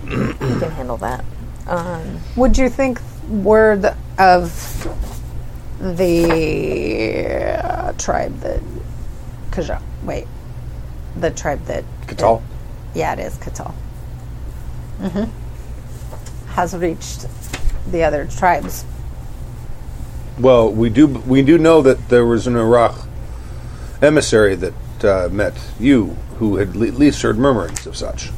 [SPEAKER 4] We can handle that. Um,
[SPEAKER 3] Would you think word of the uh, tribe that Kaja? Wait, the tribe that
[SPEAKER 2] Katal.
[SPEAKER 3] yeah, it is Katal. Mm-hmm. Has reached the other tribes.
[SPEAKER 2] Well, we do we do know that there was an Iraq emissary that uh, met you, who had le- at least heard murmurings of such.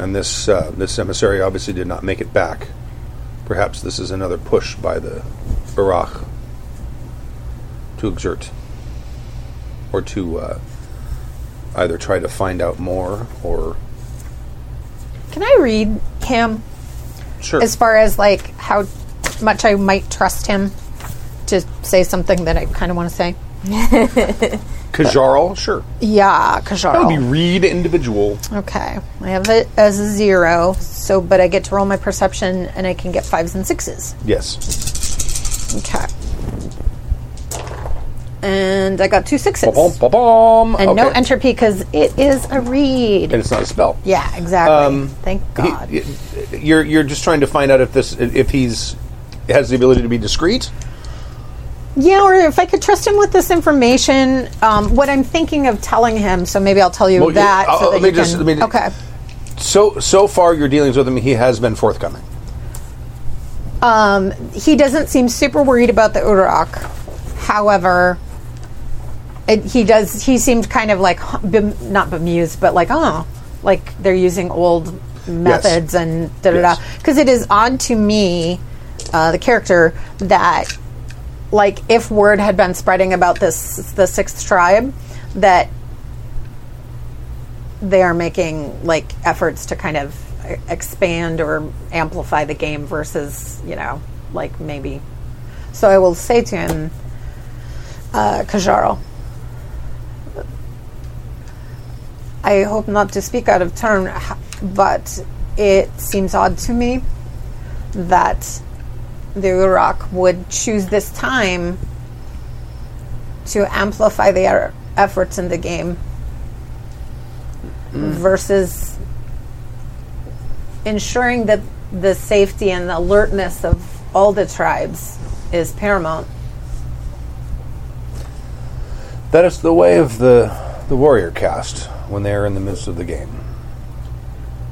[SPEAKER 2] And this uh, this emissary obviously did not make it back. Perhaps this is another push by the Iraq to exert or to uh, either try to find out more or
[SPEAKER 3] Can I read him
[SPEAKER 2] sure
[SPEAKER 3] as far as like how much I might trust him to say something that I kind of want to say?
[SPEAKER 2] Kajarl, sure.
[SPEAKER 3] Yeah,
[SPEAKER 2] That would be
[SPEAKER 3] Kajar.
[SPEAKER 2] read individual.
[SPEAKER 3] Okay, I have it as a zero. So, but I get to roll my perception, and I can get fives and sixes.
[SPEAKER 2] Yes.
[SPEAKER 3] Okay. And I got two sixes.
[SPEAKER 2] Ba-bom, ba-bom.
[SPEAKER 3] And no
[SPEAKER 2] Okay.
[SPEAKER 3] entropy because it is a read.
[SPEAKER 2] And it's not a spell.
[SPEAKER 3] yeah, exactly.
[SPEAKER 2] Um,
[SPEAKER 3] Thank
[SPEAKER 2] He-
[SPEAKER 3] God.
[SPEAKER 2] you're you're just trying to find out if this if he's has the ability to be discreet
[SPEAKER 3] Yeah, or if I could trust him with this information, um, what I'm thinking of telling him. So maybe I'll tell you
[SPEAKER 2] Well, you-
[SPEAKER 3] that.
[SPEAKER 2] I'll-
[SPEAKER 3] so that
[SPEAKER 2] let me
[SPEAKER 3] you
[SPEAKER 2] just-
[SPEAKER 3] can-
[SPEAKER 2] let me-
[SPEAKER 3] okay.
[SPEAKER 2] So so far, your dealings with him, he has been forthcoming.
[SPEAKER 3] Um, he doesn't seem super worried about the Uruk. However, it, he does. He seemed kind of like huh, bem, not bemused, but like oh, like they're using old methods and da da da.
[SPEAKER 2] Yes.
[SPEAKER 3] Because it is odd to me, uh, the character that like if word had been spreading about this the sixth tribe that they are making like efforts to kind of uh, expand or amplify the game versus you know like maybe so i will say to him uh, kajaro i hope not to speak out of turn h- but it seems odd to me that the Iraq would choose this time to amplify their efforts in the game versus ensuring that the safety and the alertness of all the tribes is paramount.
[SPEAKER 2] That is the way of the the warrior caste when they are in the midst of the game.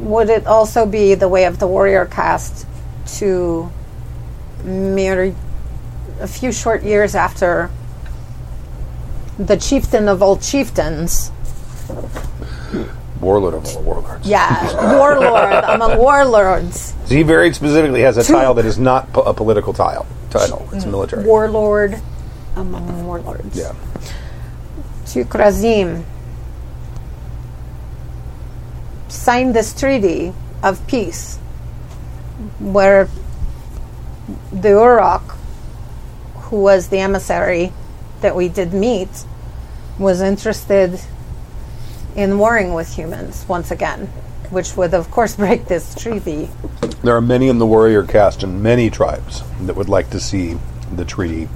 [SPEAKER 3] Would it also be the way of the warrior caste to mere a few short years after the chieftain of all chieftains?
[SPEAKER 2] Warlord of all warlords.
[SPEAKER 3] Yeah, [laughs] warlord among warlords.
[SPEAKER 2] He very specifically has a tile that is not po- a political tile. Title. It's
[SPEAKER 3] Mm.
[SPEAKER 2] military.
[SPEAKER 3] warlord among warlords.
[SPEAKER 2] Yeah.
[SPEAKER 3] To Krazim, sign this treaty of peace where the Uruk, who was the emissary that we did meet, was interested in warring with humans once again, which would, of course, [laughs] break this treaty.
[SPEAKER 2] There are many in the warrior caste and many tribes that would like to see the treaty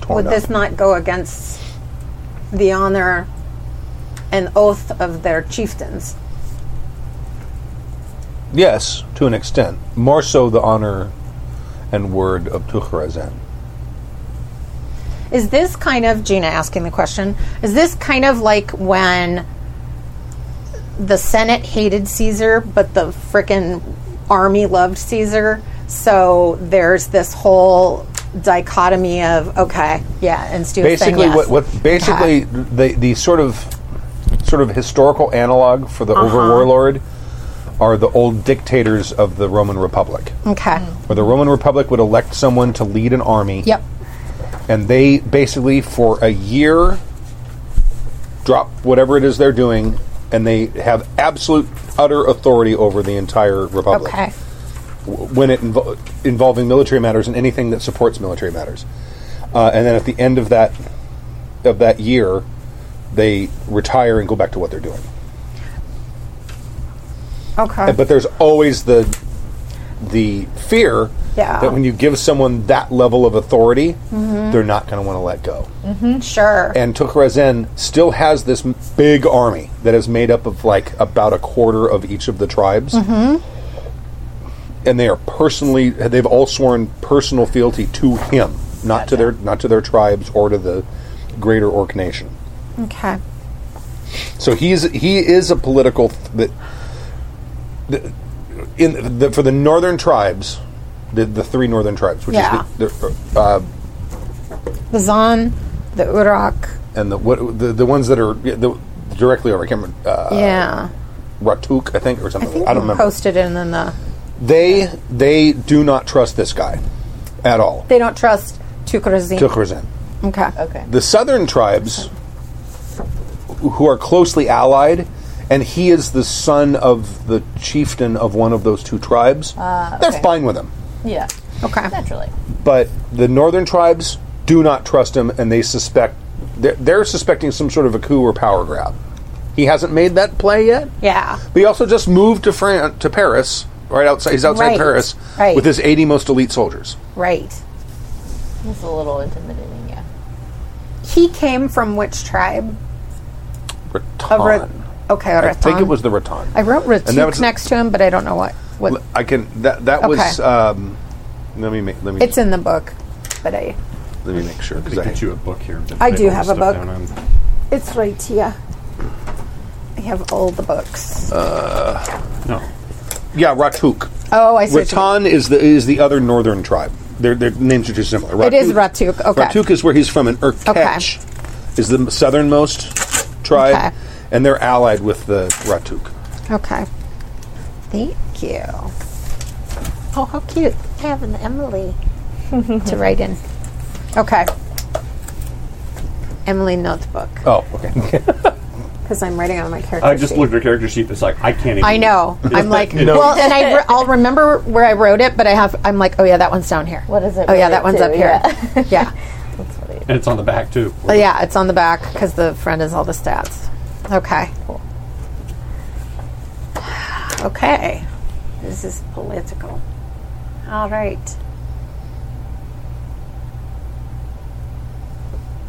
[SPEAKER 2] torn
[SPEAKER 3] Would
[SPEAKER 2] up.
[SPEAKER 3] this not go against the honor and oath of their chieftains?
[SPEAKER 2] yes, to an extent. More so the honor and word of Tukhrazan.
[SPEAKER 3] Is this kind of Gina asking the question? Is this kind of like when the Senate hated Caesar, but the frickin' army loved Caesar? So there's this whole dichotomy of okay, yeah, and Stu is saying
[SPEAKER 2] Basically,
[SPEAKER 3] yes.
[SPEAKER 2] what,
[SPEAKER 3] [laughs]
[SPEAKER 2] what basically the the sort of sort of historical analog for the
[SPEAKER 3] Uh-huh.
[SPEAKER 2] over warlord are the old dictators of the Roman Republic.
[SPEAKER 3] okay,
[SPEAKER 2] where the Roman Republic would elect someone to lead an army.
[SPEAKER 3] yep,
[SPEAKER 2] And they basically, for a year, drop whatever it is they're doing, and they have absolute, utter authority over the entire republic.
[SPEAKER 3] okay,
[SPEAKER 2] W- When it invo- involving military matters and anything that supports military matters, uh, and then at the end of that of that year, they retire and go back to what they're doing.
[SPEAKER 3] okay.
[SPEAKER 2] But there's always the the fear
[SPEAKER 3] Yeah.
[SPEAKER 2] that when you give someone that level of authority, they're not going to want to let go.
[SPEAKER 3] sure,
[SPEAKER 2] And Tukrezen still has this m- big army that is made up of like about a quarter of each of the tribes. And they are personally they've all sworn personal fealty to him, not to their not to their tribes or to the greater Orc nation.
[SPEAKER 3] okay.
[SPEAKER 2] So he's he is a political th- that the, in the, for the northern tribes, the, the three northern tribes, which
[SPEAKER 3] Yeah.
[SPEAKER 2] is the, the, uh,
[SPEAKER 3] The Zon, the Uruk,
[SPEAKER 2] and the what the, the ones that are yeah, the, directly over. I can't remember. Uh,
[SPEAKER 3] yeah.
[SPEAKER 2] Ratuk, I think, or something. I,
[SPEAKER 3] think
[SPEAKER 2] don't
[SPEAKER 3] you
[SPEAKER 2] remember.
[SPEAKER 3] Posted it, and then the
[SPEAKER 2] They they do not trust this guy at all.
[SPEAKER 3] they don't trust Tukrazin.
[SPEAKER 2] Tukrazin.
[SPEAKER 3] Okay.
[SPEAKER 4] Okay.
[SPEAKER 2] The southern tribes, who are closely allied, and he is the son of the chieftain of one of those two tribes. They're
[SPEAKER 4] okay.
[SPEAKER 2] fine with him,
[SPEAKER 4] Yeah.
[SPEAKER 3] Okay.
[SPEAKER 4] Naturally.
[SPEAKER 2] but the northern tribes do not trust him, and they suspect they're, they're suspecting some sort of a coup or power grab. He hasn't made that play yet.
[SPEAKER 3] Yeah.
[SPEAKER 2] But he also just moved to Fran- to Paris, right outside. He's outside
[SPEAKER 3] Right,
[SPEAKER 2] Paris
[SPEAKER 3] right.
[SPEAKER 2] with his 80 most elite soldiers.
[SPEAKER 3] Right.
[SPEAKER 4] It's a little intimidating, yeah.
[SPEAKER 3] He came from which tribe? Of Ra-
[SPEAKER 2] Raton.
[SPEAKER 3] okay,
[SPEAKER 2] I
[SPEAKER 3] Raton.
[SPEAKER 2] think it was the Raton.
[SPEAKER 3] I wrote
[SPEAKER 2] And that
[SPEAKER 3] Ratuk
[SPEAKER 2] was-
[SPEAKER 3] next to him, but I don't know what. What?
[SPEAKER 2] I can that that was.
[SPEAKER 3] Okay.
[SPEAKER 2] Um, let me make, let me.
[SPEAKER 3] it's in the book, but I
[SPEAKER 2] Let me make sure. 'cause I-
[SPEAKER 12] get you a book here.
[SPEAKER 3] I do have a book.
[SPEAKER 12] i
[SPEAKER 3] It's right here. I have all the books.
[SPEAKER 2] Uh,
[SPEAKER 12] no,
[SPEAKER 2] yeah, Ratuk.
[SPEAKER 3] oh, I see. what
[SPEAKER 2] Ratan is the is the other northern tribe. Their, their names are too similar.
[SPEAKER 3] you- It is Ratuk. Okay.
[SPEAKER 2] Ratuk is where he's from, and Urkach is the southernmost tribe,
[SPEAKER 3] Okay.
[SPEAKER 2] and they're allied with the Ratuk.
[SPEAKER 3] Okay. Thank you. Oh, how cute. I have an Emily
[SPEAKER 4] [laughs]
[SPEAKER 3] to write in. Okay.
[SPEAKER 19] Emily notebook
[SPEAKER 2] Oh,
[SPEAKER 3] [laughs]
[SPEAKER 2] okay.
[SPEAKER 19] because I'm writing on my character.
[SPEAKER 12] I just looked at her character sheet. It's like I can't. even...
[SPEAKER 3] I know. I'm
[SPEAKER 12] [laughs]
[SPEAKER 3] like, well, and I re- I'll remember where I wrote it, but I have, I'm like, oh yeah, that one's down here.
[SPEAKER 4] What is it?
[SPEAKER 3] Oh yeah,
[SPEAKER 4] related
[SPEAKER 3] that one's
[SPEAKER 4] to?
[SPEAKER 3] up here.
[SPEAKER 4] Yeah. [laughs]
[SPEAKER 3] Yeah.
[SPEAKER 4] That's funny.
[SPEAKER 12] And it's on the back too.
[SPEAKER 3] But yeah, it's on the back because the friend has all the stats. Okay. Okay.
[SPEAKER 19] This is political. All right.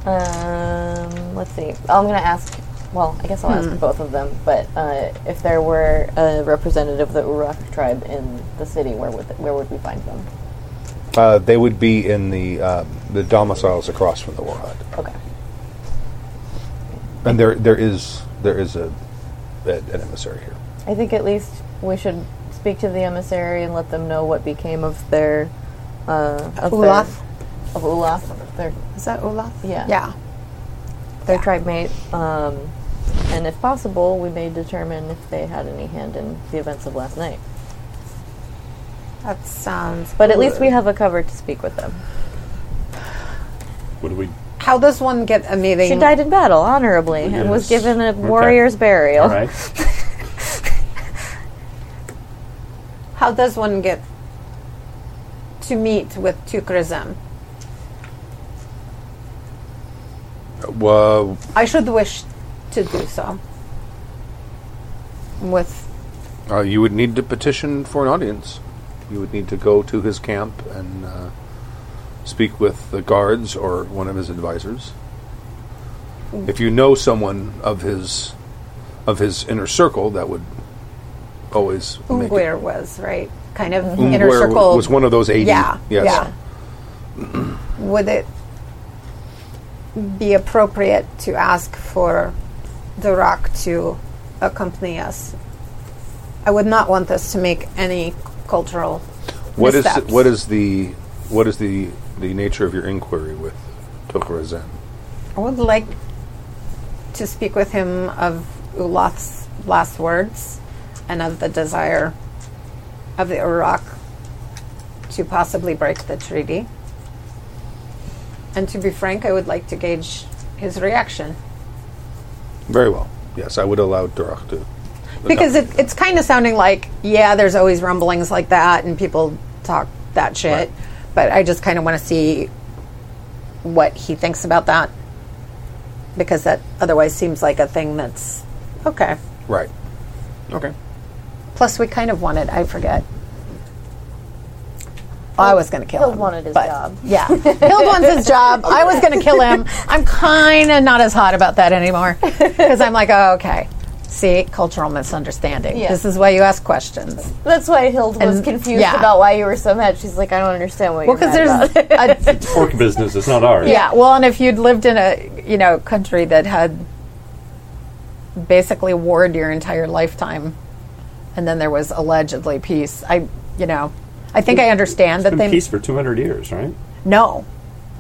[SPEAKER 4] Um, let's see. I'm going to ask, well, I guess I'll ask both of them, but uh, if there were a representative of the Uruk tribe in the city, where would, where would we find them?
[SPEAKER 2] uh, they would be in the uh, the domiciles across from the Warhut,
[SPEAKER 4] Okay.
[SPEAKER 2] and there there is there is a, a an emissary here.
[SPEAKER 4] I think at least we should speak to the emissary and let them know what became of their. Uh, of their-
[SPEAKER 3] Olaf?
[SPEAKER 4] of Olaf, their,
[SPEAKER 3] Is that Olaf?
[SPEAKER 4] Yeah.
[SPEAKER 3] Yeah.
[SPEAKER 4] their tribe mate. Um, and if possible, we may determine if they had any hand in the events of last night.
[SPEAKER 3] That sounds.
[SPEAKER 4] But at least we have a cover to speak with them.
[SPEAKER 12] What do we?
[SPEAKER 3] How does one get a meeting?
[SPEAKER 4] She died in battle honorably and was
[SPEAKER 12] Yes.
[SPEAKER 4] given a
[SPEAKER 12] Okay.
[SPEAKER 4] warrior's burial.
[SPEAKER 12] All right.
[SPEAKER 3] How does one get to meet with Tukrizem?
[SPEAKER 2] Well,
[SPEAKER 3] I should wish to do so. With
[SPEAKER 2] uh, you would need to petition for an audience. You would need to go to his camp and uh, speak with the guards or one of his advisors. If you know someone of his of his inner circle, that would always make it-
[SPEAKER 3] Ungwer was right, kind of inner
[SPEAKER 2] Umguer
[SPEAKER 3] circle
[SPEAKER 2] was one of those eighty.
[SPEAKER 3] Yeah.
[SPEAKER 2] Yes.
[SPEAKER 3] Yeah. Would it be appropriate to ask for the rock to accompany us? I would not want us to make any cultural
[SPEAKER 2] What is
[SPEAKER 3] missteps.
[SPEAKER 2] what is the what is the the nature of your inquiry with Tokorazen?
[SPEAKER 3] I would like to speak with him of Ulaf's last words and of the desire of the Iraq to possibly break the treaty. And to be frank, I would like to gauge his reaction
[SPEAKER 2] Very well. Yes, I would allow Durak to.
[SPEAKER 3] because it, it's kind of sounding like, yeah, there's always rumblings like that, and people talk that
[SPEAKER 2] Right.
[SPEAKER 3] shit. But I just kind of want to see what he thinks about that because that otherwise seems like a thing that's okay.
[SPEAKER 2] Right. Okay.
[SPEAKER 3] Plus, we kind of wanted, I forget. I was going to kill
[SPEAKER 4] Hild
[SPEAKER 3] him.
[SPEAKER 4] wanted his
[SPEAKER 3] but-
[SPEAKER 4] job.
[SPEAKER 3] Yeah. Hild wants his job. I was going to kill him. I'm kind of not as hot about that anymore because I'm like, oh, okay. See, cultural misunderstanding.
[SPEAKER 4] Yeah.
[SPEAKER 3] This is why you ask questions.
[SPEAKER 4] That's why Hild was
[SPEAKER 3] And-
[SPEAKER 4] confused
[SPEAKER 3] yeah.
[SPEAKER 4] about why you were so mad. She's like, I don't understand what
[SPEAKER 3] Well,
[SPEAKER 4] you're
[SPEAKER 3] because
[SPEAKER 4] mad
[SPEAKER 3] there's [laughs]
[SPEAKER 4] about. [laughs]
[SPEAKER 3] a,
[SPEAKER 12] Pork business. It's not ours.
[SPEAKER 3] yeah. Well, and if you'd lived in a you know country that had basically warred your entire lifetime, and then there was allegedly peace, I you know, I think I understand that
[SPEAKER 12] Been
[SPEAKER 3] they
[SPEAKER 12] peace for 200 years, right?
[SPEAKER 3] no.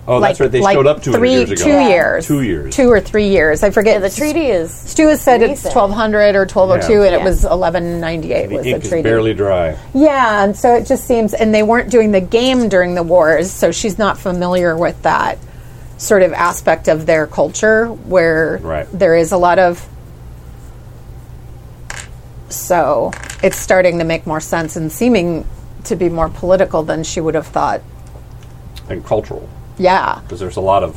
[SPEAKER 12] Oh, that's right. They showed up 200
[SPEAKER 3] three,
[SPEAKER 12] years ago.
[SPEAKER 3] Two years.
[SPEAKER 12] Two years.
[SPEAKER 3] Two or three years. I forget.
[SPEAKER 4] the treaty is
[SPEAKER 3] Stu has said
[SPEAKER 4] Recent.
[SPEAKER 3] it's 1200 or 1202,
[SPEAKER 12] Yeah.
[SPEAKER 3] and it
[SPEAKER 4] Yeah.
[SPEAKER 3] was 1198
[SPEAKER 12] The
[SPEAKER 3] was
[SPEAKER 12] ink
[SPEAKER 3] the
[SPEAKER 12] is
[SPEAKER 3] treaty.
[SPEAKER 12] barely dry.
[SPEAKER 3] Yeah, and so it just seems, and they weren't doing the game during the wars, so she's not familiar with that sort of aspect of their culture where
[SPEAKER 12] Right.
[SPEAKER 3] there is a lot of. So it's starting to make more sense and seeming to be more political than she would have thought.
[SPEAKER 12] and cultural
[SPEAKER 3] Yeah,
[SPEAKER 12] because there's a lot of.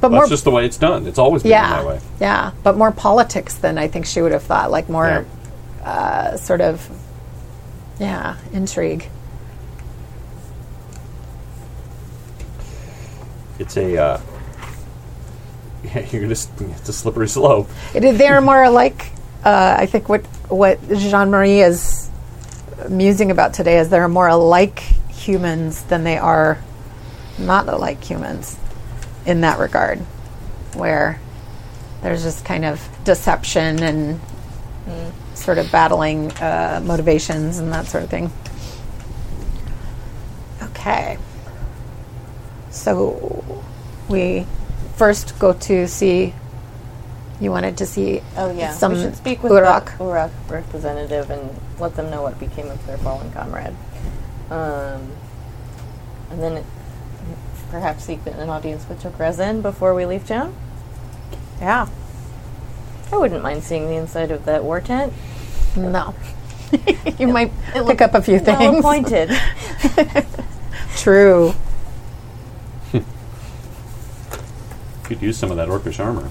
[SPEAKER 3] but
[SPEAKER 12] that's
[SPEAKER 3] more
[SPEAKER 12] just the way it's done. It's always been
[SPEAKER 3] yeah,
[SPEAKER 12] that way.
[SPEAKER 3] yeah, but more politics than I think she would have thought. Like more uh, sort of, yeah, intrigue.
[SPEAKER 12] It's a. Uh, [laughs] yeah, you're [laughs] just it's a slippery slope.
[SPEAKER 3] It is- They're more like uh, I think what what Jean Marie is musing about today is they're more like humans than they are not like humans. in that regard, where there's just kind of deception and sort of battling uh, motivations and that sort of thing. Okay. So we first go to see. You wanted to see
[SPEAKER 4] Oh yeah,
[SPEAKER 3] some
[SPEAKER 4] we should speak with
[SPEAKER 3] Uruk.
[SPEAKER 4] the Uruk representative and let them know what became of their fallen comrade. Um, and then it, perhaps seek an audience with Chokrazin before we leave town.
[SPEAKER 3] Yeah.
[SPEAKER 4] I wouldn't mind seeing the inside of that war tent.
[SPEAKER 3] [laughs] No. you might pick up a few
[SPEAKER 4] Well
[SPEAKER 3] things. [laughs]
[SPEAKER 4] appointed.
[SPEAKER 3] True.
[SPEAKER 12] Could use some of that orcish armor.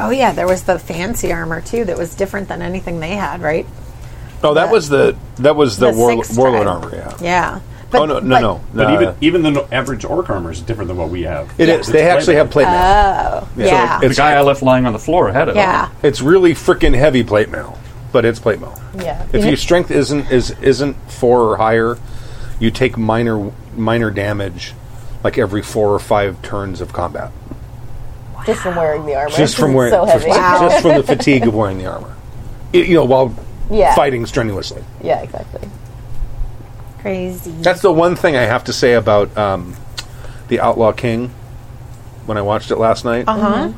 [SPEAKER 3] Oh yeah, there was the fancy armor too that was different than anything they had, right?
[SPEAKER 2] Oh, that was the that was the,
[SPEAKER 3] the
[SPEAKER 2] warlo-
[SPEAKER 3] sixth
[SPEAKER 2] warlord
[SPEAKER 3] tribe.
[SPEAKER 2] armor. Yeah.
[SPEAKER 3] Yeah. But,
[SPEAKER 2] Oh no, no,
[SPEAKER 3] but-
[SPEAKER 2] no.
[SPEAKER 12] But
[SPEAKER 2] Uh,
[SPEAKER 12] even even the no- average orc armor is different than what we have.
[SPEAKER 2] it is. They actually have plate mail.
[SPEAKER 3] Yeah.
[SPEAKER 2] It's
[SPEAKER 5] The guy I left lying on the floor had it.
[SPEAKER 3] yeah.
[SPEAKER 2] It's really freaking heavy plate mail, but it's plate mail.
[SPEAKER 4] yeah.
[SPEAKER 2] If your strength isn't is isn't four or higher, you take minor minor damage, like every four or five turns of combat,
[SPEAKER 4] Just from wearing the armor.
[SPEAKER 2] just from
[SPEAKER 4] It's
[SPEAKER 2] wearing
[SPEAKER 4] so heavy.
[SPEAKER 2] just from the fatigue of wearing the armor. Y- you know, while
[SPEAKER 4] Yeah.
[SPEAKER 2] fighting strenuously.
[SPEAKER 4] Yeah, exactly.
[SPEAKER 3] Crazy.
[SPEAKER 2] That's the one thing I have to say about um, the Outlaw King. When I watched it last night,
[SPEAKER 3] Uh-huh.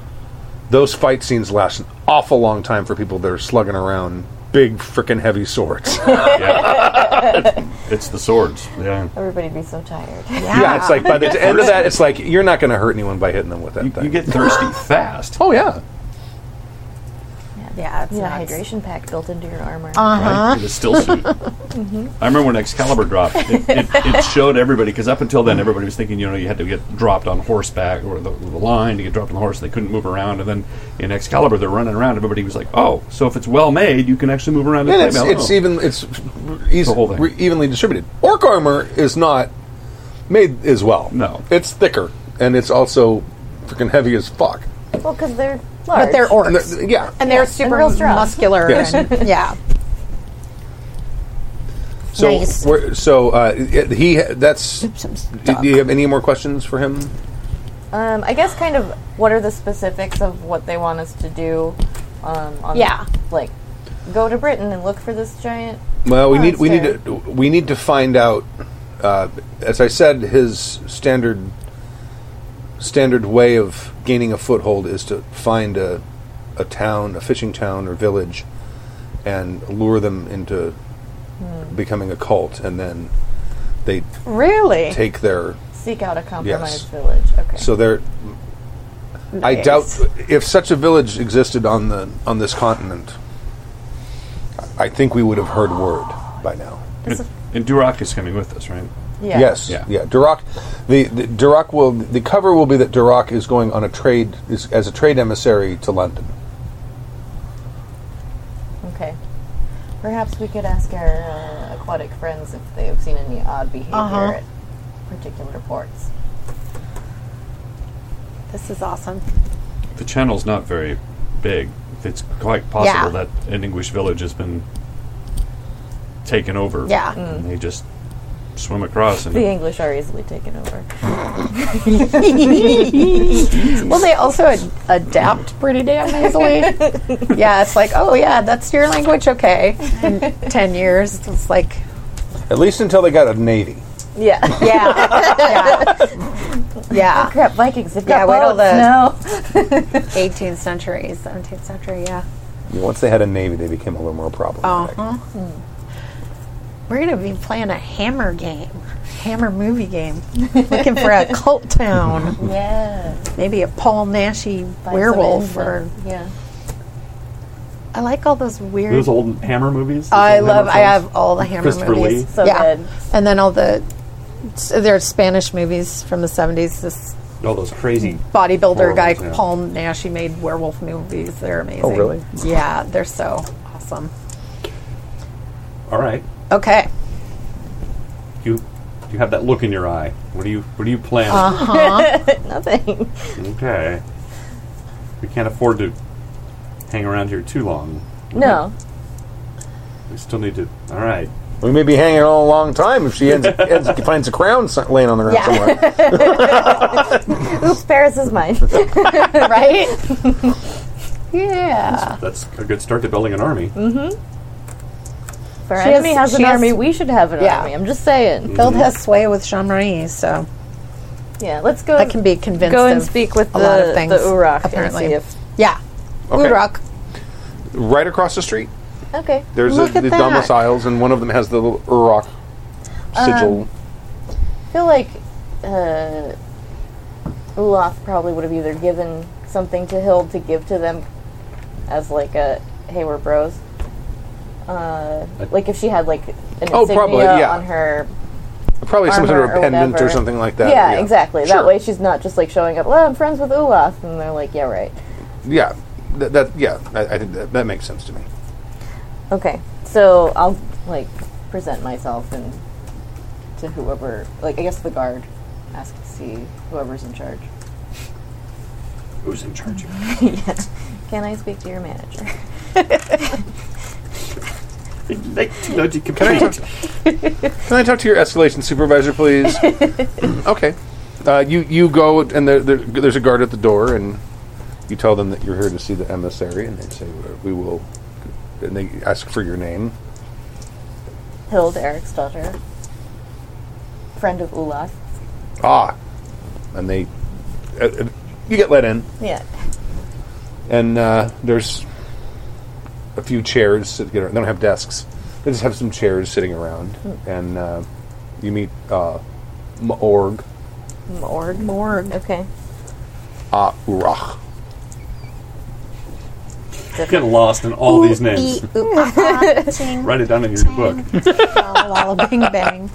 [SPEAKER 2] those fight scenes last an awful long time for people that are slugging around big freaking heavy swords.
[SPEAKER 5] [laughs] It's the swords. Yeah.
[SPEAKER 4] Everybody'd be so tired.
[SPEAKER 2] yeah, it's like by the end of that, it's like you're not going to hurt anyone by hitting them with that
[SPEAKER 5] You,
[SPEAKER 2] thing.
[SPEAKER 5] you get thirsty fast.
[SPEAKER 2] oh yeah,
[SPEAKER 3] Yeah, it's Uh,
[SPEAKER 4] You need a
[SPEAKER 3] nuts.
[SPEAKER 4] hydration pack built into your armor.
[SPEAKER 3] Uh-huh.
[SPEAKER 5] right? In a still
[SPEAKER 3] [laughs]
[SPEAKER 5] suit. Mm-hmm. I remember when Excalibur dropped, it, it,
[SPEAKER 3] [laughs]
[SPEAKER 5] it showed everybody, because up until then, everybody was thinking, you know, you had to get dropped on horseback or the, the line to get dropped on the horse, and they couldn't move around. And then in Excalibur, they're running around, everybody was like, oh, so if it's well made, you can actually move around and
[SPEAKER 20] And
[SPEAKER 5] play
[SPEAKER 20] it's,
[SPEAKER 5] Oh. Mallow.
[SPEAKER 20] it's even it's easy,
[SPEAKER 5] The whole thing.
[SPEAKER 20] re- evenly distributed. Orc armor is not made as well.
[SPEAKER 5] No.
[SPEAKER 20] it's thicker and it's also freaking heavy as fuck.
[SPEAKER 4] Well, because they're large.
[SPEAKER 3] But they're
[SPEAKER 20] And
[SPEAKER 3] orcs.
[SPEAKER 20] they're- yeah,
[SPEAKER 3] and they're super
[SPEAKER 4] real strong.
[SPEAKER 3] muscular
[SPEAKER 20] Yes.
[SPEAKER 3] and yeah.
[SPEAKER 2] so
[SPEAKER 3] Nice.
[SPEAKER 2] we're, so uh, it- he that's. Do do you have any more questions for him?
[SPEAKER 4] Um, I guess kind of what are the specifics of what they want us to do? Um, on
[SPEAKER 3] Yeah.
[SPEAKER 4] Like, go to Britain and look for this giant.
[SPEAKER 2] Well, we
[SPEAKER 4] Oh,
[SPEAKER 2] need
[SPEAKER 4] that's
[SPEAKER 2] we
[SPEAKER 4] fair.
[SPEAKER 2] need to we need to find out. Uh, as I said, his standard standard way of gaining a foothold is to find a a town, a fishing town or village, and lure them into becoming a cult, and then they
[SPEAKER 3] Really?
[SPEAKER 2] take their.
[SPEAKER 4] Seek out a
[SPEAKER 2] Yes.
[SPEAKER 4] compromised village. Okay.
[SPEAKER 2] So they're. I doubt if such a village existed on the on this continent. I think we would have heard word by now.
[SPEAKER 5] And, and Durak is coming with us, right?
[SPEAKER 4] yeah.
[SPEAKER 2] Yes.
[SPEAKER 5] Yeah.
[SPEAKER 2] Yeah. Duroc, the, the Duroc will the cover will be that Duroc is going on a trade is, as a trade emissary to London.
[SPEAKER 4] Okay. Perhaps we could ask our uh, aquatic friends if they have seen any odd behavior
[SPEAKER 3] Uh-huh.
[SPEAKER 4] at particular ports.
[SPEAKER 3] This is [laughs] awesome.
[SPEAKER 5] The channel's not very big. It's quite possible
[SPEAKER 3] Yeah.
[SPEAKER 5] that an English village has been taken over.
[SPEAKER 3] Yeah. Mm.
[SPEAKER 5] And they just swim across and
[SPEAKER 4] The English are easily taken over.
[SPEAKER 3] Well, they also ad- adapt pretty damn [laughs] easily. yeah, it's like, oh yeah, that's your language, okay. In ten years, it's like,
[SPEAKER 2] At least until they got a navy.
[SPEAKER 4] Yeah.
[SPEAKER 3] yeah, yeah, [laughs] yeah.
[SPEAKER 4] Crap, Vikings. They've
[SPEAKER 3] Yeah,
[SPEAKER 4] got
[SPEAKER 3] wait till the-
[SPEAKER 4] boats. No.
[SPEAKER 3] 18th century, 17th century, yeah.
[SPEAKER 2] Once they had a navy, they became a little more problematic.
[SPEAKER 3] Uh-huh. We're gonna be playing a hammer game, hammer movie game, [laughs] looking for a cult town,
[SPEAKER 4] Yeah.
[SPEAKER 3] maybe a Paul Nashy
[SPEAKER 4] Find
[SPEAKER 3] werewolf.
[SPEAKER 4] some
[SPEAKER 3] Or
[SPEAKER 4] info. yeah.
[SPEAKER 3] I like all those weird.
[SPEAKER 12] Those old Hammer movies. those
[SPEAKER 3] I
[SPEAKER 12] old
[SPEAKER 3] love.
[SPEAKER 12] Hammer
[SPEAKER 3] I
[SPEAKER 12] films.
[SPEAKER 3] have all the hammer
[SPEAKER 12] Christopher
[SPEAKER 3] movies.
[SPEAKER 12] Lee.
[SPEAKER 4] So good.
[SPEAKER 3] and then all the so there's Spanish movies from the 70s. This
[SPEAKER 12] All those crazy.
[SPEAKER 3] bodybuilder
[SPEAKER 12] Horrible,
[SPEAKER 3] guy
[SPEAKER 12] yeah.
[SPEAKER 3] Paul Nash, he made werewolf movies. They're amazing.
[SPEAKER 20] Oh, really?
[SPEAKER 3] Yeah, they're so awesome.
[SPEAKER 12] All right,
[SPEAKER 3] Okay.
[SPEAKER 12] you you have that look in your eye. What do you What do you plan?
[SPEAKER 3] Uh-huh.
[SPEAKER 12] [laughs]
[SPEAKER 4] Nothing.
[SPEAKER 12] Okay. We can't afford to hang around here too long.
[SPEAKER 4] No.
[SPEAKER 12] We still need to. All right.
[SPEAKER 6] We may be hanging on a long time if she ends, ends finds a crown so- laying on the ground
[SPEAKER 4] Yeah. [laughs]
[SPEAKER 6] somewhere.
[SPEAKER 4] [laughs] Oops, Paris is [laughs] mine.
[SPEAKER 3] [laughs] right? yeah.
[SPEAKER 5] That's a good start to building an army.
[SPEAKER 4] If our
[SPEAKER 3] She
[SPEAKER 4] enemy
[SPEAKER 3] has-
[SPEAKER 4] has, an
[SPEAKER 3] she has-
[SPEAKER 4] army. We should have an
[SPEAKER 3] Yeah.
[SPEAKER 4] army. I'm just saying.
[SPEAKER 3] Build has sway with Jean Marie, so
[SPEAKER 4] Yeah, let's go.
[SPEAKER 3] I can be convinced.
[SPEAKER 4] go and
[SPEAKER 3] of
[SPEAKER 4] speak with
[SPEAKER 3] a
[SPEAKER 4] the,
[SPEAKER 3] lot of things.
[SPEAKER 4] the Uruk
[SPEAKER 3] apparently.
[SPEAKER 4] and see
[SPEAKER 3] yeah.
[SPEAKER 2] Okay.
[SPEAKER 3] Uruk.
[SPEAKER 2] Right across the street,
[SPEAKER 4] if. Okay.
[SPEAKER 2] there's
[SPEAKER 3] Look
[SPEAKER 2] a,
[SPEAKER 3] at
[SPEAKER 2] the
[SPEAKER 3] that.
[SPEAKER 2] domiciles, and one of them has the little Uruk sigil.
[SPEAKER 4] Um, I feel like uh, Olaf probably would have either given something to Hild to give to them as like a hey we're bros. Uh, like if she had like an
[SPEAKER 2] Oh,
[SPEAKER 4] insignia
[SPEAKER 2] probably, yeah.
[SPEAKER 4] on her.
[SPEAKER 2] Probably some sort of
[SPEAKER 4] armor or
[SPEAKER 2] pendant or
[SPEAKER 4] whatever.
[SPEAKER 2] something like that.
[SPEAKER 4] yeah, exactly.
[SPEAKER 2] Sure.
[SPEAKER 4] That way she's not just like showing up. Well, I'm friends with Olaf, and they're like, yeah, right.
[SPEAKER 2] Yeah, that, that yeah, I, I think that, that makes sense to me.
[SPEAKER 4] Okay, so I'll like present myself and to whoever, like I guess the guard, ask to see whoever's in charge.
[SPEAKER 5] Who's in charge? of
[SPEAKER 3] [laughs]
[SPEAKER 5] it?
[SPEAKER 4] yeah. Can I speak to your manager? [laughs]
[SPEAKER 5] I'd like to know the complete-
[SPEAKER 2] Can I talk to your escalation supervisor,
[SPEAKER 4] [laughs]
[SPEAKER 2] please? okay. Uh, you you go and there, there, there's a guard at the door, and you tell them that you're here to see the emissary, and they say we will. And they ask for your name.
[SPEAKER 4] Hild, Eric's daughter, friend of Olaf.
[SPEAKER 2] Ah, and they uh, uh, you get let in,
[SPEAKER 4] Yeah.
[SPEAKER 2] and uh, there's a few chairs. That get, they don't have desks. They just have some chairs sitting around, and uh, you meet uh, Maorg
[SPEAKER 4] Morg. Morg. Okay.
[SPEAKER 2] Ah Urach.
[SPEAKER 5] Get lost in all these
[SPEAKER 3] e-
[SPEAKER 5] names.
[SPEAKER 4] [laughs]
[SPEAKER 5] Write it down in your book.
[SPEAKER 3] Bing bang.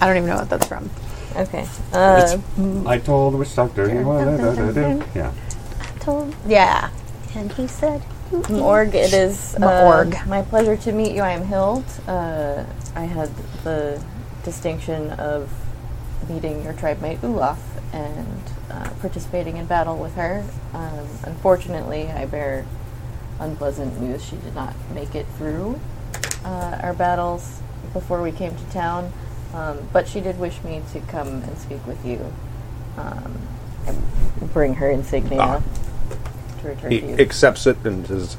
[SPEAKER 3] I don't even know what that's from.
[SPEAKER 4] Okay. Uh,
[SPEAKER 3] mm.
[SPEAKER 5] I told which doctor. he was- da- da- da- da. Yeah.
[SPEAKER 3] Yeah.
[SPEAKER 4] Morg, it is uh,
[SPEAKER 3] Morg.
[SPEAKER 4] my pleasure to meet you. I am Hild. Uh, I had the distinction of meeting your tribe mate Olaf and uh, participating in battle with her. Um, unfortunately, I bear unpleasant news. She did not make it through uh, our battles before we came to town, um, but she did wish me to come and speak with you. Um, and bring her insignia to return
[SPEAKER 2] He
[SPEAKER 4] to you.
[SPEAKER 2] accepts it and says,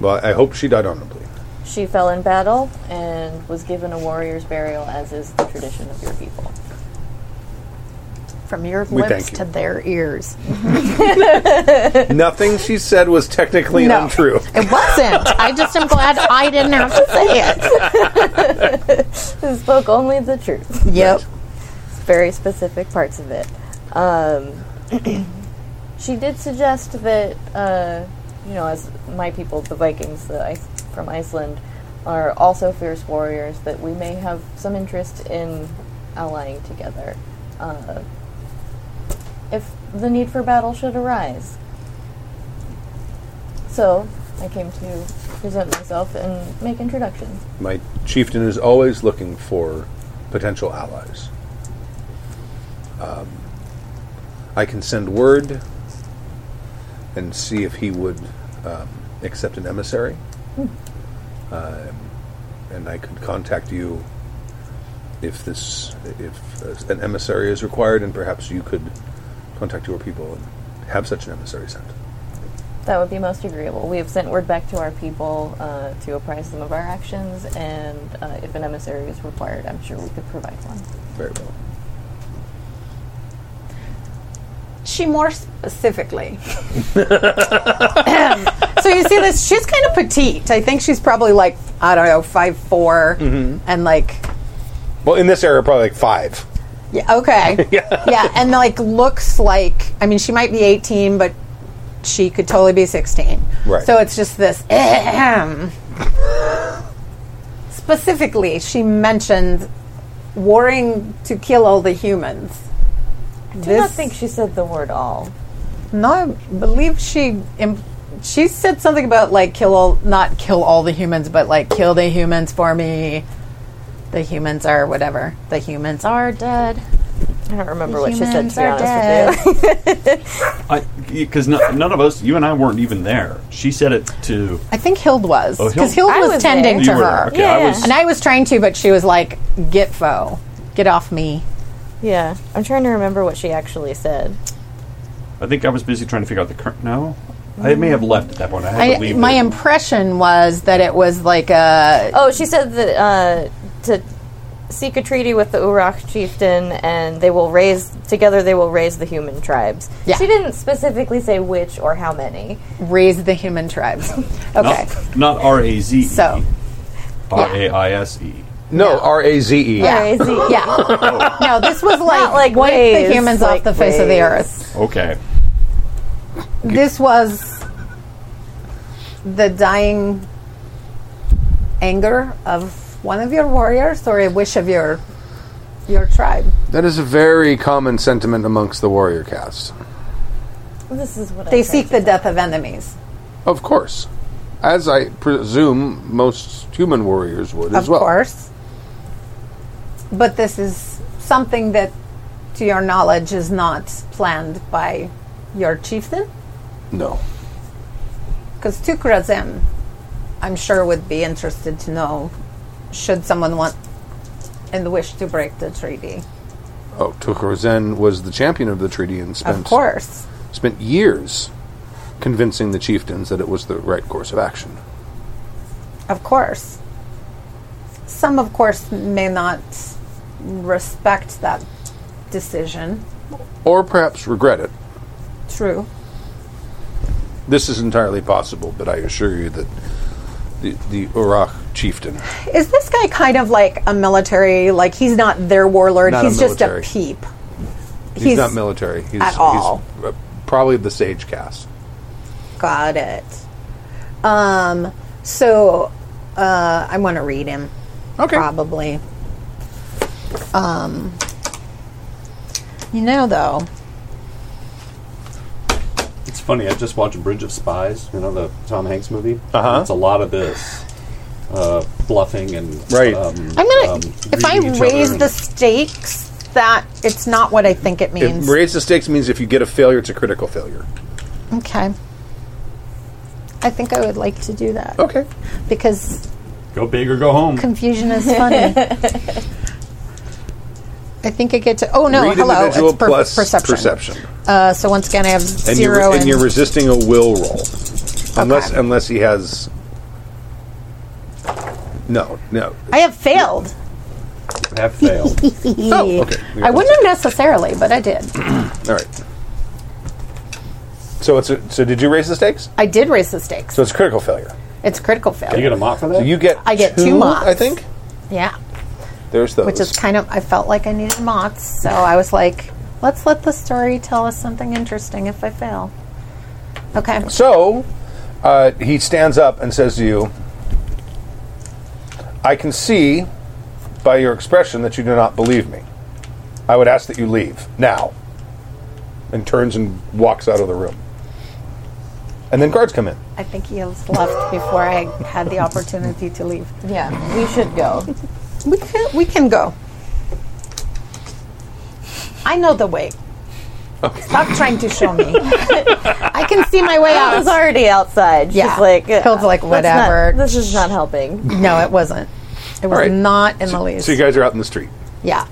[SPEAKER 2] "Well, I hope she died honorably."
[SPEAKER 4] She fell in battle and was given a warrior's burial, as is the tradition of your people.
[SPEAKER 3] From your
[SPEAKER 2] We thank
[SPEAKER 3] lips
[SPEAKER 2] you.
[SPEAKER 3] to their ears.
[SPEAKER 2] Nothing she said was technically
[SPEAKER 3] No.
[SPEAKER 2] untrue.
[SPEAKER 3] It wasn't. I just am glad I didn't have to say it.
[SPEAKER 4] Who [laughs] spoke only the truth,
[SPEAKER 3] Yep.
[SPEAKER 4] very specific parts of it. Um, [clears throat] she did suggest that, uh, you know, as my people, the Vikings the I- from Iceland, are also fierce warriors, that we may have some interest in allying together uh, if the need for battle should arise. So, I came to present myself and make introductions.
[SPEAKER 2] My chieftain is always looking for potential allies. Um, I can send word and see if he would um, accept an emissary. Um, and I could contact you if this, if uh, an emissary is required, and perhaps you could contact your people and have such an emissary sent.
[SPEAKER 4] That would be most agreeable. We have sent word back to our people uh, to apprise them of our actions, and uh, if an emissary is required, I'm sure we could provide one.
[SPEAKER 2] Very well.
[SPEAKER 3] She more [clears throat] specifically. so you see this, she's kind of petite. I think she's probably like, I don't know, five
[SPEAKER 2] Mm-hmm.
[SPEAKER 3] and like
[SPEAKER 2] Well, in this area, probably like five.
[SPEAKER 3] Yeah, okay. yeah. and like looks like I mean she might be 18 but she could totally be 16.
[SPEAKER 2] Right.
[SPEAKER 3] So it's just this ahem. Specifically, she mentioned warring to kill all the humans.
[SPEAKER 4] I do not think she said the word all.
[SPEAKER 3] No, I believe she im- she said something about like kill all not kill all the humans but like kill the humans for me. The humans are whatever. The humans are dead.
[SPEAKER 4] I don't remember what she said,
[SPEAKER 21] Humans
[SPEAKER 4] to be
[SPEAKER 21] are
[SPEAKER 4] honest
[SPEAKER 21] dead.
[SPEAKER 4] with you. [laughs]
[SPEAKER 22] Because none of us, you and I weren't even there. She said it to.
[SPEAKER 3] I think Hild was
[SPEAKER 22] Oh, Hild-
[SPEAKER 3] because Hild
[SPEAKER 4] I
[SPEAKER 3] was,
[SPEAKER 4] was
[SPEAKER 3] tending to
[SPEAKER 4] there.
[SPEAKER 22] You were there,
[SPEAKER 3] her,
[SPEAKER 22] okay. I
[SPEAKER 4] Yeah.
[SPEAKER 22] was.
[SPEAKER 3] and I was trying to, but she was like, "Get foe, get off me."
[SPEAKER 4] yeah, I'm trying to remember what she actually said.
[SPEAKER 22] I think I was busy trying to figure out the current. No, I may have left at that point. I had to
[SPEAKER 3] I,
[SPEAKER 22] leave.
[SPEAKER 3] my
[SPEAKER 22] it.
[SPEAKER 3] impression was that it was like a
[SPEAKER 4] Oh, she said that uh, to seek a treaty with the Urach chieftain, and they will raise together. They will raise the human tribes.
[SPEAKER 3] Yeah.
[SPEAKER 4] She didn't specifically say which or how many.
[SPEAKER 3] raise the human tribes. Okay,
[SPEAKER 22] Not, not R A Z E.
[SPEAKER 3] So.
[SPEAKER 22] R A I S E.
[SPEAKER 2] No, R A Z E.
[SPEAKER 3] Yeah.
[SPEAKER 4] Crazy.
[SPEAKER 22] Oh.
[SPEAKER 3] yeah. no, this was like,
[SPEAKER 4] like
[SPEAKER 3] wipe
[SPEAKER 4] raise,
[SPEAKER 3] the humans
[SPEAKER 4] like
[SPEAKER 3] off the face of the
[SPEAKER 4] raise.
[SPEAKER 3] earth.
[SPEAKER 22] Okay.
[SPEAKER 3] This was the dying anger of one of your warriors or a wish of your your tribe.
[SPEAKER 2] That is a very common sentiment amongst the warrior cast.
[SPEAKER 4] This is what I
[SPEAKER 3] They
[SPEAKER 4] tried
[SPEAKER 3] seek
[SPEAKER 4] to
[SPEAKER 3] the death of enemies.
[SPEAKER 2] Of course. As I presume most human warriors would as
[SPEAKER 3] of
[SPEAKER 2] well.
[SPEAKER 3] course. But this is something that, to your knowledge, is not planned by your chieftain?
[SPEAKER 2] No.
[SPEAKER 3] Because Tukrazem, I'm sure, would be interested to know should someone want and wish to break the treaty.
[SPEAKER 2] Oh, Tukrozen was the champion of the treaty and spent
[SPEAKER 3] Of course.
[SPEAKER 2] spent years convincing the chieftains that it was the right course of action.
[SPEAKER 3] Of course. Some, of course, may not respect that decision.
[SPEAKER 2] Or perhaps regret it.
[SPEAKER 3] True.
[SPEAKER 2] This is entirely possible, but I assure you that the, the Urach chieftain
[SPEAKER 3] Is this guy kind of like a military, like he's not their warlord,
[SPEAKER 2] Not a
[SPEAKER 3] he's just a
[SPEAKER 2] military.
[SPEAKER 3] peep.
[SPEAKER 2] He's, not military. He's,
[SPEAKER 3] at all.
[SPEAKER 2] he's uh, probably the sage cast.
[SPEAKER 3] Got it. Um, so uh, I want to read him.
[SPEAKER 2] Okay.
[SPEAKER 3] Probably. Um, you know, though,
[SPEAKER 5] It's funny. I just watched Bridge of Spies. You know the Tom Hanks movie. Uh-huh. It's a lot of this uh, bluffing and
[SPEAKER 2] Right.
[SPEAKER 5] Um,
[SPEAKER 3] I'm gonna.
[SPEAKER 5] um,
[SPEAKER 3] if I
[SPEAKER 5] reading each
[SPEAKER 3] raise
[SPEAKER 5] other
[SPEAKER 3] the
[SPEAKER 5] and-
[SPEAKER 3] stakes, that it's not what I think it means.
[SPEAKER 2] It raise the stakes means if you get a failure, it's a critical failure.
[SPEAKER 3] okay. I think I would like to do that
[SPEAKER 2] Okay.
[SPEAKER 3] because
[SPEAKER 5] go big or go home.
[SPEAKER 3] confusion is funny. I think I get to. Oh no!
[SPEAKER 2] Read
[SPEAKER 3] hello. It's
[SPEAKER 2] individual
[SPEAKER 3] per-
[SPEAKER 2] plus
[SPEAKER 3] perception. Uh, so once again, I have
[SPEAKER 2] And,
[SPEAKER 3] zero
[SPEAKER 2] you're, and you're resisting a will roll. Unless
[SPEAKER 3] Okay.
[SPEAKER 2] unless he has. No, no.
[SPEAKER 3] I have failed. [laughs]
[SPEAKER 5] Have failed.
[SPEAKER 2] Oh, okay.
[SPEAKER 3] I wouldn't have necessarily, but I did.
[SPEAKER 2] All right. So it's a, so did you raise the stakes?
[SPEAKER 3] I did raise the stakes.
[SPEAKER 2] So it's a critical failure.
[SPEAKER 3] It's a critical
[SPEAKER 5] you
[SPEAKER 3] failure.
[SPEAKER 5] get a mop for that.
[SPEAKER 2] So you get
[SPEAKER 3] I get two mods.
[SPEAKER 2] I think
[SPEAKER 3] Yeah,
[SPEAKER 2] there's those.
[SPEAKER 3] which is kind of. I felt like I needed mots, so I was like, "Let's let the story tell us something interesting." If I fail, okay.
[SPEAKER 2] So uh, he stands up and says to you, I can see by your expression that you do not believe me. I would ask that you leave now. And turns and walks out of the room. And then guards come in.
[SPEAKER 3] I think he was left before I had the opportunity to leave.
[SPEAKER 4] do. [laughs] Yeah, we should go.
[SPEAKER 3] We can, we can go. I know the way. Stop trying to show me. I can see my way
[SPEAKER 4] I
[SPEAKER 3] out.
[SPEAKER 2] [laughs]
[SPEAKER 4] was already outside. She's
[SPEAKER 3] Yeah.
[SPEAKER 4] like, uh,
[SPEAKER 3] Hild's like,
[SPEAKER 4] that's not-
[SPEAKER 3] whatever.
[SPEAKER 4] this is not helping.
[SPEAKER 3] No, it wasn't. It was
[SPEAKER 2] right.
[SPEAKER 3] not in the least.
[SPEAKER 2] So you guys are out in the street.
[SPEAKER 3] yeah.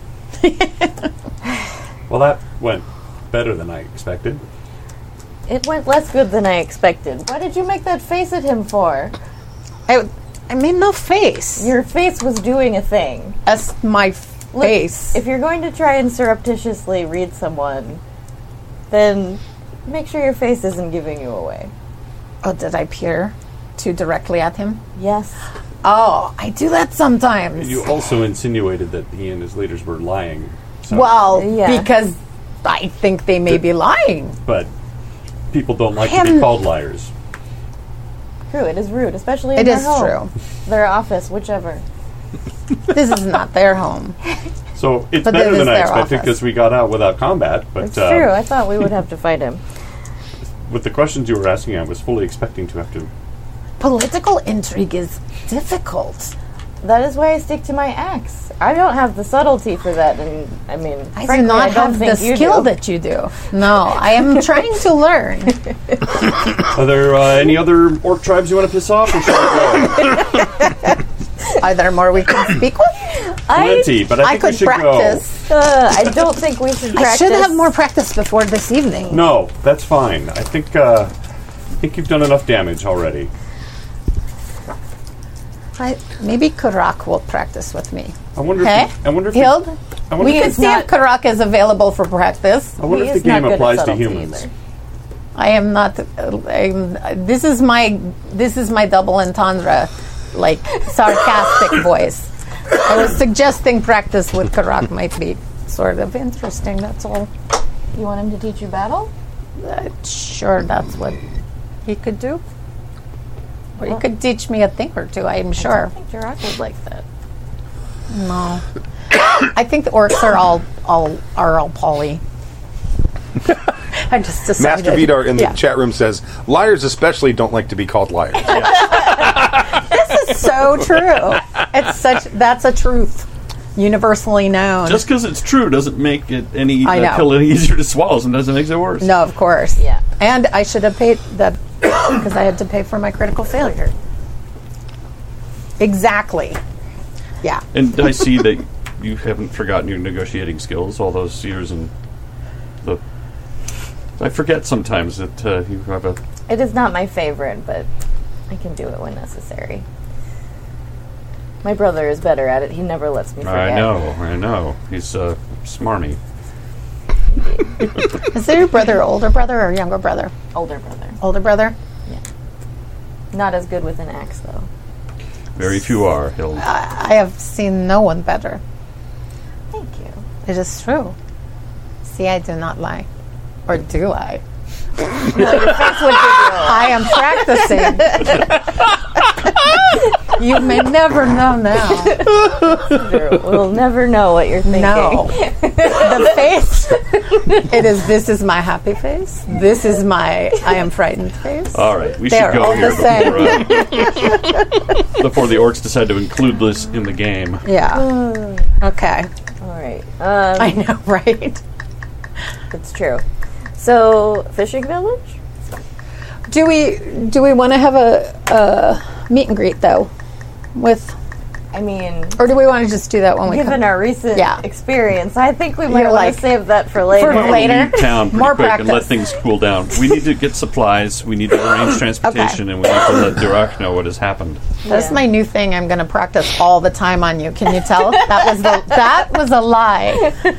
[SPEAKER 5] Well, that went better than I expected.
[SPEAKER 4] It went less good than I expected. Why did you make that face at him for?
[SPEAKER 3] I, I made no face.
[SPEAKER 4] Your face was doing a thing.
[SPEAKER 3] That's my
[SPEAKER 4] Look,
[SPEAKER 3] face.
[SPEAKER 4] If you're going to try and surreptitiously read someone, then make sure your face isn't giving you away.
[SPEAKER 3] oh, did I peer too directly at him?
[SPEAKER 4] Yes.
[SPEAKER 3] Oh, I do that sometimes.
[SPEAKER 5] You also insinuated that he and his leaders were lying. So,
[SPEAKER 3] well,
[SPEAKER 4] Yeah.
[SPEAKER 3] because I think they may be lying.
[SPEAKER 5] but people don't like to
[SPEAKER 3] Him-
[SPEAKER 5] be called liars.
[SPEAKER 4] True, it is rude, especially in
[SPEAKER 3] It
[SPEAKER 4] their
[SPEAKER 3] is
[SPEAKER 4] home, their office, whichever.
[SPEAKER 3] true. this is not their home.
[SPEAKER 5] So it's
[SPEAKER 3] But that
[SPEAKER 5] better
[SPEAKER 3] is
[SPEAKER 5] than I
[SPEAKER 3] their
[SPEAKER 5] expected
[SPEAKER 3] office.
[SPEAKER 5] because we got out without combat. But
[SPEAKER 4] It's
[SPEAKER 5] uh,
[SPEAKER 4] true. I thought we would have to fight him.
[SPEAKER 5] with the questions you were asking, I was fully expecting to have to.
[SPEAKER 3] Political intrigue is difficult.
[SPEAKER 4] That is why I stick to my axe. I don't have the subtlety for that, and I mean,
[SPEAKER 3] I
[SPEAKER 4] frankly,
[SPEAKER 3] do not
[SPEAKER 4] I don't
[SPEAKER 3] have the
[SPEAKER 4] think you
[SPEAKER 3] skill
[SPEAKER 4] do.
[SPEAKER 3] that you do. No, I [laughs] am trying to learn.
[SPEAKER 12] Are there uh, any other orc tribes you want to piss off? Or should I go?
[SPEAKER 3] Are there more we [coughs] can speak with?
[SPEAKER 4] I,
[SPEAKER 12] Plenty, but I,
[SPEAKER 3] I
[SPEAKER 12] think we
[SPEAKER 3] could
[SPEAKER 12] should
[SPEAKER 3] practice.
[SPEAKER 4] uh, I don't think we should
[SPEAKER 3] I
[SPEAKER 4] practice.
[SPEAKER 3] should have more practice before this evening.
[SPEAKER 12] go. No, that's fine. I think uh, I think you've done enough damage already.
[SPEAKER 3] I, maybe Karak will practice with me.
[SPEAKER 12] I wonder.
[SPEAKER 3] Okay.
[SPEAKER 12] If the, I wonder if
[SPEAKER 3] Hild,
[SPEAKER 12] The, I wonder
[SPEAKER 3] we
[SPEAKER 12] if Oh.
[SPEAKER 3] can
[SPEAKER 12] the,
[SPEAKER 3] see if Karak is available for practice.
[SPEAKER 12] I wonder
[SPEAKER 4] He
[SPEAKER 12] if the
[SPEAKER 4] is not
[SPEAKER 12] game
[SPEAKER 4] good at
[SPEAKER 12] applies to
[SPEAKER 4] subtlety
[SPEAKER 12] humans.
[SPEAKER 4] either.
[SPEAKER 3] I am not. uh, I'm, uh, this is my this is my double entendre, like
[SPEAKER 12] [coughs]
[SPEAKER 3] sarcastic voice. I was suggesting practice with Karak might be sort of interesting. That's all.
[SPEAKER 4] You want him to teach you battle?
[SPEAKER 3] Uh, sure, that's what he could do. Or he could teach me a thing or two. I am sure.
[SPEAKER 4] I think Jirok would like that.
[SPEAKER 3] No, I think the orcs are all all are all poly. [laughs] I just decided.
[SPEAKER 23] Master Vidar in the
[SPEAKER 3] Yeah.
[SPEAKER 23] chat room says liars especially don't like to be called liars.
[SPEAKER 3] so true. It's such that's a truth, universally known.
[SPEAKER 24] Just because it's true doesn't make it any
[SPEAKER 3] I
[SPEAKER 24] uh,
[SPEAKER 3] know.
[SPEAKER 5] [laughs]
[SPEAKER 24] pill any easier to swallow. Sometimes it makes it worse.
[SPEAKER 3] no, of course.
[SPEAKER 4] Yeah.
[SPEAKER 3] And I should have paid the because I had to pay for my critical failure. Exactly. Yeah.
[SPEAKER 5] And I see that you haven't forgotten your negotiating skills all those years and the. I forget sometimes that uh, you have a.
[SPEAKER 4] It is not my favorite, but I can do it when necessary. My brother is better at it. He never lets me forget.
[SPEAKER 5] I know, I know. He's uh, smarmy.
[SPEAKER 3] Is there your brother, older brother or younger brother?
[SPEAKER 4] Older brother.
[SPEAKER 3] Older brother.
[SPEAKER 4] Not as good with an axe, though.
[SPEAKER 5] Very few are. He'll.
[SPEAKER 3] I have seen no one better.
[SPEAKER 4] Thank you.
[SPEAKER 3] It is true. See, I do not lie, or do I? I am practicing. [laughs] you may never know now.
[SPEAKER 4] we'll never know what you're thinking.
[SPEAKER 3] No. the face. It is. This is my happy face. This is my I am frightened face.
[SPEAKER 5] All right, we
[SPEAKER 3] They
[SPEAKER 5] should
[SPEAKER 3] are
[SPEAKER 5] go
[SPEAKER 3] all
[SPEAKER 5] here
[SPEAKER 3] the same.
[SPEAKER 5] before, uh, [laughs] before the orcs decide to include this in the game.
[SPEAKER 3] yeah. Okay.
[SPEAKER 4] All right. Oh. Um,
[SPEAKER 3] I know, [laughs] right?
[SPEAKER 4] It's true. So, fishing village?
[SPEAKER 3] Do we do we want to have a, a meet and greet though, with
[SPEAKER 4] I mean,
[SPEAKER 3] or do we want to just do that when we
[SPEAKER 4] given
[SPEAKER 3] come
[SPEAKER 4] our recent
[SPEAKER 3] Yeah.
[SPEAKER 4] experience, I think we might
[SPEAKER 3] You're
[SPEAKER 4] want
[SPEAKER 3] like-
[SPEAKER 4] to save that for later.
[SPEAKER 3] For-
[SPEAKER 5] Well, we
[SPEAKER 3] Later.
[SPEAKER 5] leave town pretty
[SPEAKER 3] More
[SPEAKER 5] quick and let
[SPEAKER 3] practice.
[SPEAKER 5] things cool down. We need to get supplies. We need to
[SPEAKER 3] [gasps]
[SPEAKER 5] arrange transportation, and we need to let Durak know what has happened.
[SPEAKER 3] That's my new thing. I'm going to practice all the time on you. Can you tell? that was [laughs] the, that was a lie.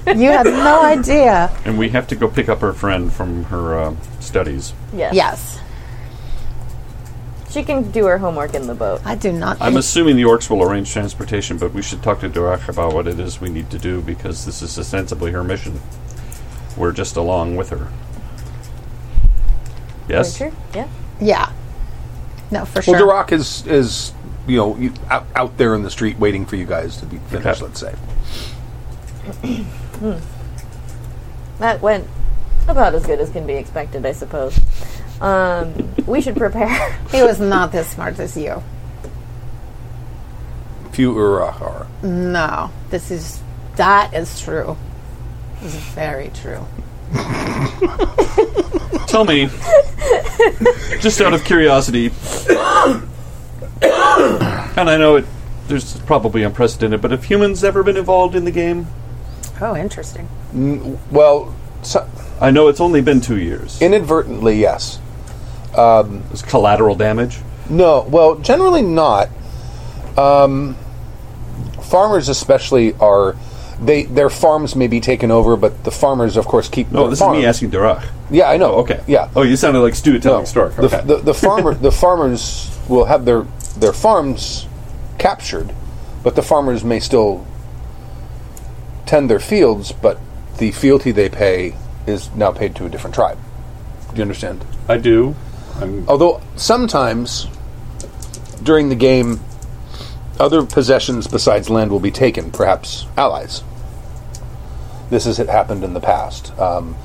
[SPEAKER 3] You had no idea.
[SPEAKER 5] And we have to go pick up her friend from her uh, studies.
[SPEAKER 4] yes.
[SPEAKER 3] Yes,
[SPEAKER 4] She can do her homework in the boat.
[SPEAKER 3] I do not.
[SPEAKER 5] I'm
[SPEAKER 3] think-
[SPEAKER 5] assuming the orcs will arrange transportation, but we should talk to Durak about what it is we need to do because this is ostensibly her mission. We're just along with her. Yes.
[SPEAKER 4] Sure. Yeah.
[SPEAKER 3] yeah. No, for sure.
[SPEAKER 23] Well, Durak is is you know you, out, out there in the street waiting for you guys to be finished.
[SPEAKER 5] Okay.
[SPEAKER 23] Let's say.
[SPEAKER 4] That went about as good as can be expected, I suppose. Um, we should prepare. [laughs]
[SPEAKER 3] he was not as smart as you.
[SPEAKER 23] Few
[SPEAKER 2] uh,
[SPEAKER 23] Urach are.
[SPEAKER 3] No, this is that is true. It's very true.
[SPEAKER 5] Tell me, just out of curiosity, and I know it, there's probably unprecedented, but have humans ever been involved in the game?
[SPEAKER 3] Oh, interesting.
[SPEAKER 2] Well, so,
[SPEAKER 5] I know it's only been two years.
[SPEAKER 2] inadvertently, yes.
[SPEAKER 5] It's collateral damage.
[SPEAKER 2] No, well, generally not. Um, farmers, especially, are they their farms may be taken over, but the farmers, of course, keep.
[SPEAKER 5] No,
[SPEAKER 2] their
[SPEAKER 5] Oh, this
[SPEAKER 2] farms.
[SPEAKER 5] is me asking Durak.
[SPEAKER 2] Yeah, I know.
[SPEAKER 5] Oh, okay.
[SPEAKER 2] Yeah.
[SPEAKER 5] Oh, you sounded like Stu telling
[SPEAKER 2] No,
[SPEAKER 5] Stark.
[SPEAKER 2] The,
[SPEAKER 5] Okay.
[SPEAKER 2] the, the farmer, the farmers will have their their farms captured, but the farmers may still tend their fields, but the fealty they pay is now paid to a different tribe. Do you understand?
[SPEAKER 12] I do. I'm,
[SPEAKER 2] Although sometimes during the game, other possessions besides land will be taken, perhaps allies. This has happened in the past. Um,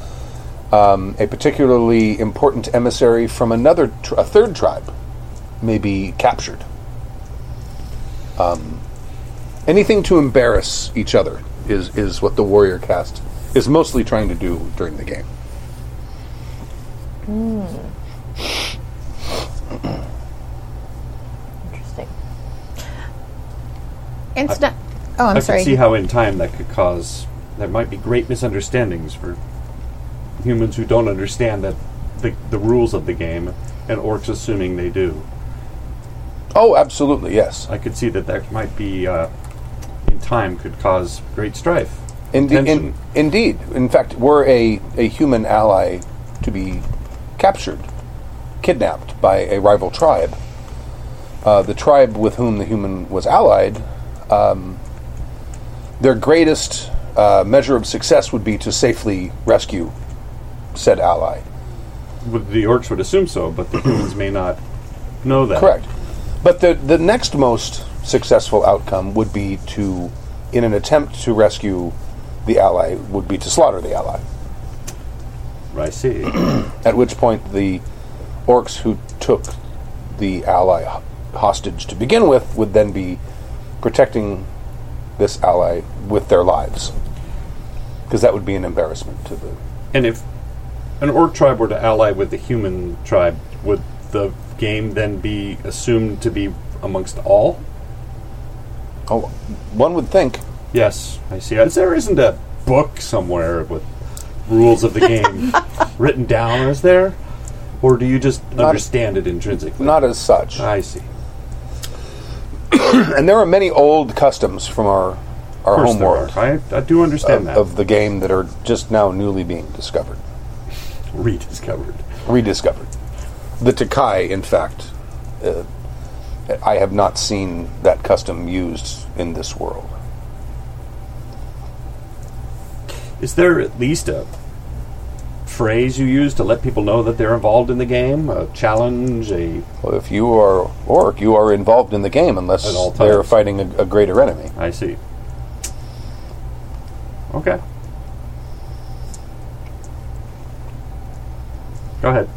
[SPEAKER 2] um, a particularly important emissary from another, tr- a third tribe, may be captured. Um, Anything to embarrass each other is is what the warrior cast is mostly trying to do during the game.
[SPEAKER 4] Interesting.
[SPEAKER 3] It's not. Oh, I'm
[SPEAKER 5] I
[SPEAKER 3] sorry.
[SPEAKER 5] can see how in time that could cause there might be great misunderstandings for humans who don't understand that the, the rules of the game and orcs assuming they do.
[SPEAKER 2] Oh, absolutely, yes.
[SPEAKER 5] I could see that that might be uh, in time could cause great strife.
[SPEAKER 2] Inde- in-
[SPEAKER 5] Tension.
[SPEAKER 2] indeed. In fact, we're a, a human ally to be captured, kidnapped by a rival tribe. Uh, the tribe with whom the human was allied, um, their greatest uh, measure of success would be to safely rescue said ally.
[SPEAKER 5] Would- The orcs would assume so, but the humans may not know that.
[SPEAKER 2] Correct. But the the next most successful outcome would be to, in an attempt to rescue the ally, would be to slaughter the ally.
[SPEAKER 5] I see.
[SPEAKER 2] At which point, the orcs who took the ally ho- hostage to begin with would then be protecting this ally with their lives, because that would be an embarrassment to the.
[SPEAKER 5] and if an orc tribe were to ally with the human tribe, would the game then be assumed to be amongst all?
[SPEAKER 2] Oh, one would think.
[SPEAKER 5] Yes, I see. Is there isn't a book somewhere with rules of
[SPEAKER 2] [laughs]
[SPEAKER 5] the game written down, is there? Or do you just understand it intrinsically?
[SPEAKER 2] Not as such.
[SPEAKER 5] I see.
[SPEAKER 2] And there are many old customs from our our
[SPEAKER 5] Of course
[SPEAKER 2] home
[SPEAKER 5] there
[SPEAKER 2] world.
[SPEAKER 5] are. I, I do understand
[SPEAKER 2] of,
[SPEAKER 5] that.
[SPEAKER 2] of the game that are just now newly being discovered,
[SPEAKER 5] rediscovered.
[SPEAKER 2] rediscovered. The Takai, in fact, uh, I have not seen that custom used in this world.
[SPEAKER 5] Is there at least a phrase you use to let people know that they're involved in the game? A challenge? A
[SPEAKER 2] Well, if you are orc, you are involved in the game unless
[SPEAKER 5] At all
[SPEAKER 2] they're
[SPEAKER 5] times.
[SPEAKER 2] fighting a, a greater enemy.
[SPEAKER 5] I see. Okay. Go ahead.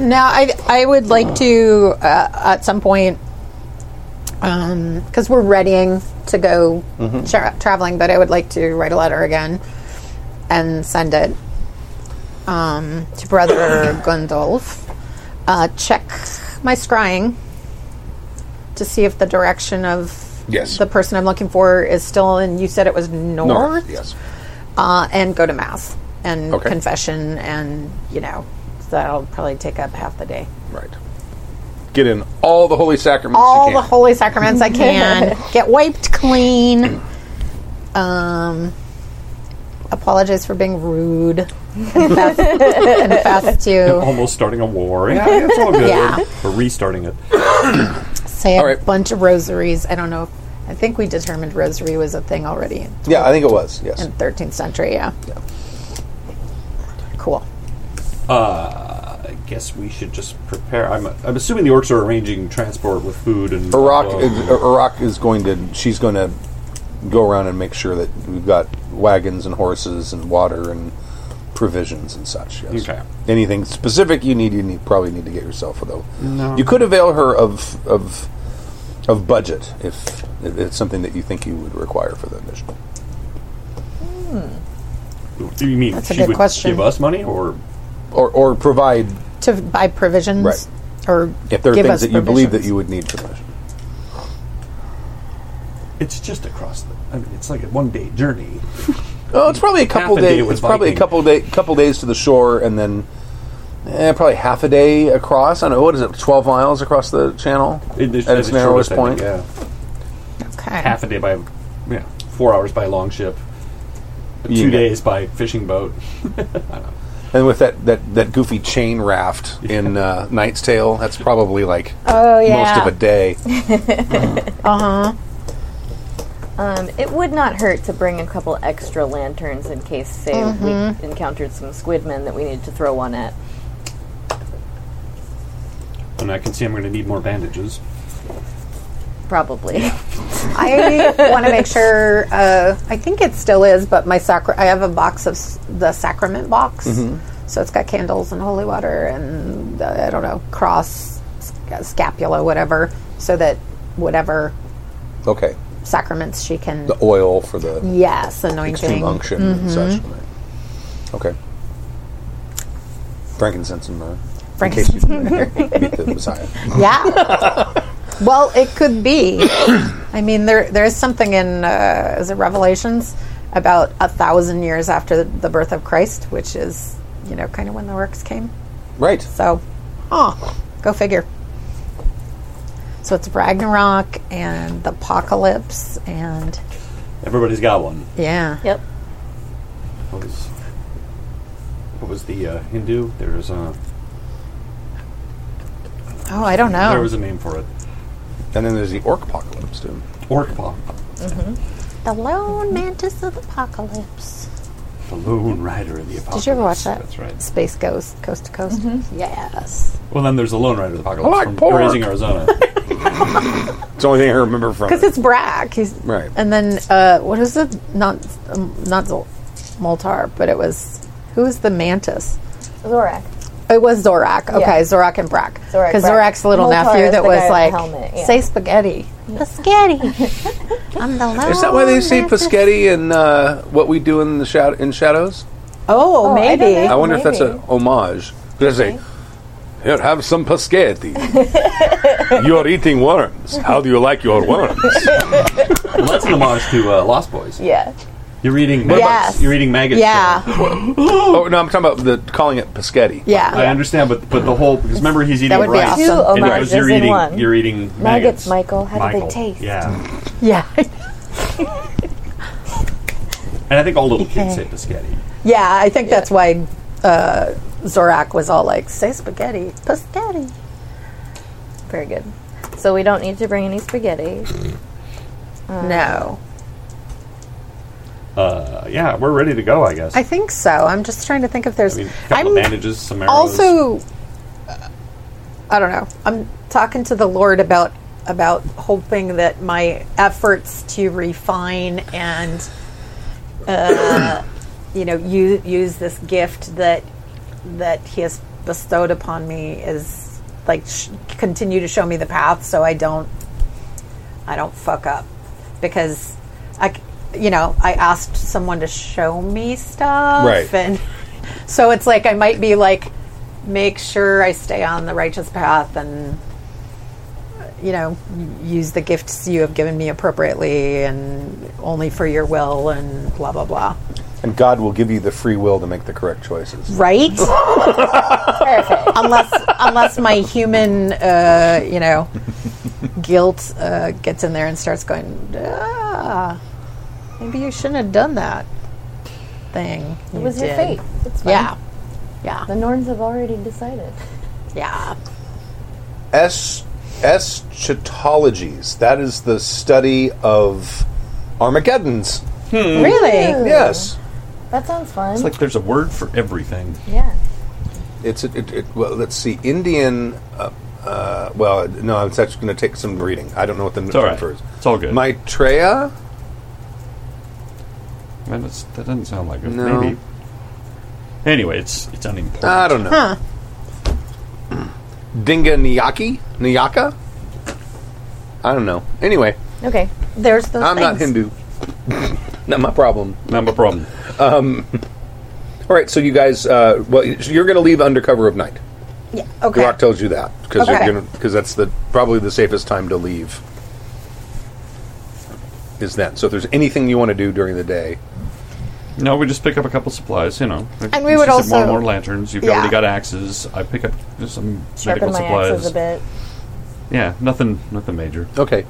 [SPEAKER 3] Now, I I would like to uh, at some point because we're readying to go
[SPEAKER 2] Mm-hmm.
[SPEAKER 3] tra- traveling, but I would like to write a letter again and send it um,
[SPEAKER 2] [coughs]
[SPEAKER 3] to Brother Gundolf. Uh, check my scrying to see if the direction of
[SPEAKER 2] Yes.
[SPEAKER 3] the person I'm looking for is still in. You said it was north,
[SPEAKER 2] yes.
[SPEAKER 3] uh, and go to mass and
[SPEAKER 2] Okay.
[SPEAKER 3] confession, and you know that'll probably take up half the day
[SPEAKER 2] Right. Get in all the holy sacraments
[SPEAKER 3] all
[SPEAKER 2] you
[SPEAKER 3] the
[SPEAKER 2] can.
[SPEAKER 3] holy sacraments
[SPEAKER 2] [laughs]
[SPEAKER 3] I can. Get wiped clean. Um, apologize for being rude.
[SPEAKER 2] [laughs]
[SPEAKER 3] Confess, confess to.
[SPEAKER 5] Almost starting a war. Yeah, it's [laughs] all good.
[SPEAKER 3] Yeah.
[SPEAKER 5] Or restarting it.
[SPEAKER 3] Say a
[SPEAKER 2] All right.
[SPEAKER 3] bunch of rosaries. I don't know. If, I think we determined rosary was a thing already in
[SPEAKER 2] yeah, I think it was, yes.
[SPEAKER 3] 13th century. Yeah. Cool.
[SPEAKER 5] I guess we should just prepare. I'm, I'm assuming the orcs are arranging transport with food and.
[SPEAKER 2] Iraq,
[SPEAKER 5] Oh,
[SPEAKER 2] uh, Iraq is going to. She's going to go around and make sure that we've got wagons and horses and water and provisions and such. Yes.
[SPEAKER 5] Okay.
[SPEAKER 2] Anything specific you need, you need probably need to get yourself. Though you could avail her of of of budget if, if it's something that you think you would require for the mission.
[SPEAKER 5] do you mean
[SPEAKER 3] That's a
[SPEAKER 5] she
[SPEAKER 3] good
[SPEAKER 5] would
[SPEAKER 3] question.
[SPEAKER 5] give us money or.
[SPEAKER 2] Or, or provide
[SPEAKER 3] To buy provisions.
[SPEAKER 2] Right.
[SPEAKER 3] Or
[SPEAKER 2] if there are
[SPEAKER 3] give
[SPEAKER 2] things
[SPEAKER 3] us
[SPEAKER 2] that you believe that
[SPEAKER 3] provisions.
[SPEAKER 2] you would need for the mission.
[SPEAKER 5] It's just across the. I mean, it's like a one day journey.
[SPEAKER 2] Oh, it's probably a couple
[SPEAKER 5] a day
[SPEAKER 2] days.
[SPEAKER 5] with
[SPEAKER 2] It's probably a
[SPEAKER 5] Viking.
[SPEAKER 2] couple day, couple days to the shore, and then eh, probably half a day across. I don't know what is it, twelve miles across the channel
[SPEAKER 5] It-
[SPEAKER 2] at its
[SPEAKER 5] shortest,
[SPEAKER 2] narrowest
[SPEAKER 5] I think,
[SPEAKER 2] point.
[SPEAKER 5] yeah.
[SPEAKER 3] Okay.
[SPEAKER 5] Half a day by. Yeah. Four hours by long ship. Two
[SPEAKER 2] Yeah.
[SPEAKER 5] days by fishing boat.
[SPEAKER 2] And with that, that, that goofy chain raft in uh, Knight's Tale, that's probably like
[SPEAKER 3] Oh, yeah.
[SPEAKER 2] most of a
[SPEAKER 3] [laughs]
[SPEAKER 2] day.
[SPEAKER 4] Um, it would not hurt to bring a couple extra lanterns in case, say, we encountered some squidmen that we needed to throw one at.
[SPEAKER 5] And I can see I'm going to need more bandages.
[SPEAKER 4] Probably. [laughs]
[SPEAKER 3] I
[SPEAKER 2] [laughs]
[SPEAKER 3] want to make sure. Uh, I think it still is, but my sacra- I have a box of s- the sacrament box,
[SPEAKER 2] Mm-hmm.
[SPEAKER 3] so it's got candles and holy water and uh, I don't know cross, sc- scapula, whatever, so that whatever
[SPEAKER 2] Okay,
[SPEAKER 3] sacraments she can.
[SPEAKER 2] The oil for the
[SPEAKER 3] yes, anointing.
[SPEAKER 2] extreme unction
[SPEAKER 3] Mm-hmm.
[SPEAKER 2] and such. Okay. Frankincense and myrrh.
[SPEAKER 3] Frankincense
[SPEAKER 2] In case you meet the Messiah.
[SPEAKER 3] Yeah.
[SPEAKER 2] [laughs]
[SPEAKER 3] well, it could be. I mean, there there is something in uh, is it Revelations about a thousand years after the, the birth of Christ, which is you know kind of when the works came.
[SPEAKER 2] Right.
[SPEAKER 3] So, oh, go figure. So it's Ragnarok and the apocalypse and
[SPEAKER 12] Everybody's got one.
[SPEAKER 3] yeah.
[SPEAKER 4] Yep.
[SPEAKER 12] What was, what was the uh, Hindu? There was a
[SPEAKER 3] Oh, I don't know.
[SPEAKER 12] there was a name for it.
[SPEAKER 2] And then there's the orc apocalypse too.
[SPEAKER 12] Orkpa.
[SPEAKER 3] the Lone Mantis of the Apocalypse.
[SPEAKER 12] The Lone Rider of the Apocalypse.
[SPEAKER 3] Did you ever watch that?
[SPEAKER 12] That's right.
[SPEAKER 3] Space Ghost, Coast to Coast.
[SPEAKER 4] Mm-hmm.
[SPEAKER 25] Yes.
[SPEAKER 12] Well, then there's the Lone Rider of the Apocalypse
[SPEAKER 2] like
[SPEAKER 12] from
[SPEAKER 2] pork.
[SPEAKER 12] Raising Arizona.
[SPEAKER 2] It's the only thing I remember from
[SPEAKER 3] Because
[SPEAKER 2] it.
[SPEAKER 3] it's Brack. He's
[SPEAKER 2] Right.
[SPEAKER 3] And then uh, what is it? Not um, not Zol- Moltar, but it was who was the mantis?
[SPEAKER 4] Zorak.
[SPEAKER 3] It was Zorak. Okay,
[SPEAKER 4] Yeah.
[SPEAKER 3] Zorak and Brack.
[SPEAKER 4] Zorak,
[SPEAKER 3] Because
[SPEAKER 4] Brack.
[SPEAKER 3] Zorak's little
[SPEAKER 4] Moltar
[SPEAKER 3] nephew
[SPEAKER 4] is
[SPEAKER 3] that
[SPEAKER 4] the
[SPEAKER 3] was
[SPEAKER 4] guy with the
[SPEAKER 3] like
[SPEAKER 4] helmet, yeah.
[SPEAKER 3] say spaghetti. [laughs]
[SPEAKER 4] [laughs]
[SPEAKER 3] Spaghetti. I'm the lone
[SPEAKER 26] Is that why they say
[SPEAKER 3] mantis."
[SPEAKER 26] Paschetti and uh, what we do in the shadow in shadows?
[SPEAKER 3] Oh,
[SPEAKER 4] Oh, I don't
[SPEAKER 3] maybe.
[SPEAKER 4] know.
[SPEAKER 26] I wonder if that's
[SPEAKER 4] Maybe.
[SPEAKER 26] a homage.
[SPEAKER 27] Because they here have some
[SPEAKER 3] [laughs]
[SPEAKER 27] paschetti. You're eating worms. How do you like your
[SPEAKER 3] [laughs]
[SPEAKER 27] worms?
[SPEAKER 12] well, that's an homage to uh, Lost Boys.
[SPEAKER 4] Yeah.
[SPEAKER 12] You're eating
[SPEAKER 3] Yes.
[SPEAKER 12] maggots. You're eating maggots.
[SPEAKER 3] Yeah,
[SPEAKER 26] Oh no, I'm talking about the calling it Paschetti.
[SPEAKER 12] [laughs] I
[SPEAKER 3] yeah.
[SPEAKER 12] understand, but but the whole because remember he's
[SPEAKER 3] That
[SPEAKER 12] eating
[SPEAKER 3] would be
[SPEAKER 12] rice.
[SPEAKER 3] awesome.
[SPEAKER 4] Two
[SPEAKER 12] And he goes,
[SPEAKER 4] homages
[SPEAKER 12] you're
[SPEAKER 4] in
[SPEAKER 12] eating,
[SPEAKER 4] one.
[SPEAKER 12] you're eating
[SPEAKER 4] Maggots,
[SPEAKER 12] maggots,
[SPEAKER 4] Michael. How do they
[SPEAKER 12] Michael.
[SPEAKER 4] taste?
[SPEAKER 12] Yeah,
[SPEAKER 3] Yeah.
[SPEAKER 12] and I think all little kids say biscotti.
[SPEAKER 3] Yeah, I think that's why uh, Zorak was all like, say spaghetti, spaghetti.
[SPEAKER 4] Very good. So we don't need to bring any spaghetti.
[SPEAKER 3] no.
[SPEAKER 12] Uh, yeah, we're ready to go. I guess.
[SPEAKER 3] I think so. I'm just trying to think if there's.
[SPEAKER 12] I mean, a couple of
[SPEAKER 3] I'm
[SPEAKER 12] bandages, some arrows.
[SPEAKER 3] also. uh, I don't know. I'm talking to the Lord about about hoping that my efforts to refine and, uh, you know, use, use this gift that that He has bestowed upon me is like sh- continue to show me the path, so I don't I don't fuck up because I, c- you know, I asked someone to show me stuff,
[SPEAKER 2] Right.
[SPEAKER 3] And [laughs] so it's like I might be like, make sure I stay on the righteous path and, you know, use the gifts you have given me appropriately and only for your will and blah blah blah.
[SPEAKER 2] and God will give you the free will to make the correct choices.
[SPEAKER 3] Right? unless unless my human, uh, you know, guilt uh, gets in there and starts going, ah, maybe you shouldn't have done that thing.
[SPEAKER 4] It was your fate. It's fine.
[SPEAKER 3] Yeah. Yeah.
[SPEAKER 4] The Norns have already decided.
[SPEAKER 3] Yeah.
[SPEAKER 2] Es- eschatologies. That is the study of Armageddon's.
[SPEAKER 3] Really?
[SPEAKER 4] Hmm.
[SPEAKER 2] Yes.
[SPEAKER 4] That sounds fun.
[SPEAKER 5] It's like there's a word for everything.
[SPEAKER 4] yeah.
[SPEAKER 2] It's it, it, it- well. Let's see, Indian. Uh, uh, well, no, it's actually going to take some reading. I don't know what the
[SPEAKER 5] all
[SPEAKER 2] term
[SPEAKER 5] right.
[SPEAKER 2] for is.
[SPEAKER 5] It's all good.
[SPEAKER 2] Maitreya.
[SPEAKER 5] Man, that's, that doesn't sound like it.
[SPEAKER 2] No.
[SPEAKER 5] Maybe. Anyway, it's it's unimportant.
[SPEAKER 2] I don't know. Dinga Nyaki Nyaka. I don't know. Anyway,
[SPEAKER 4] Okay.
[SPEAKER 3] There's those
[SPEAKER 2] I'm not
[SPEAKER 3] things.
[SPEAKER 2] Hindu. [laughs] not my problem.
[SPEAKER 5] Not my problem.
[SPEAKER 2] All right, so you guys, uh, well, you're going to leave under cover of night.
[SPEAKER 3] Yeah. Okay.
[SPEAKER 2] Rock tells you that because
[SPEAKER 3] Okay.
[SPEAKER 2] because that's the probably the safest time to leave. Is then. So if there's anything you want to do during the day,
[SPEAKER 5] No, we just pick up a couple supplies, you know.
[SPEAKER 3] And we
[SPEAKER 5] She
[SPEAKER 3] would
[SPEAKER 5] said
[SPEAKER 3] also-
[SPEAKER 5] more and more lanterns. You've
[SPEAKER 3] Yeah.
[SPEAKER 5] already got axes. I pick up just some
[SPEAKER 4] Sharpen
[SPEAKER 5] medical
[SPEAKER 4] my
[SPEAKER 5] supplies.
[SPEAKER 4] axes a bit.
[SPEAKER 5] Yeah, nothing, nothing major.
[SPEAKER 2] okay.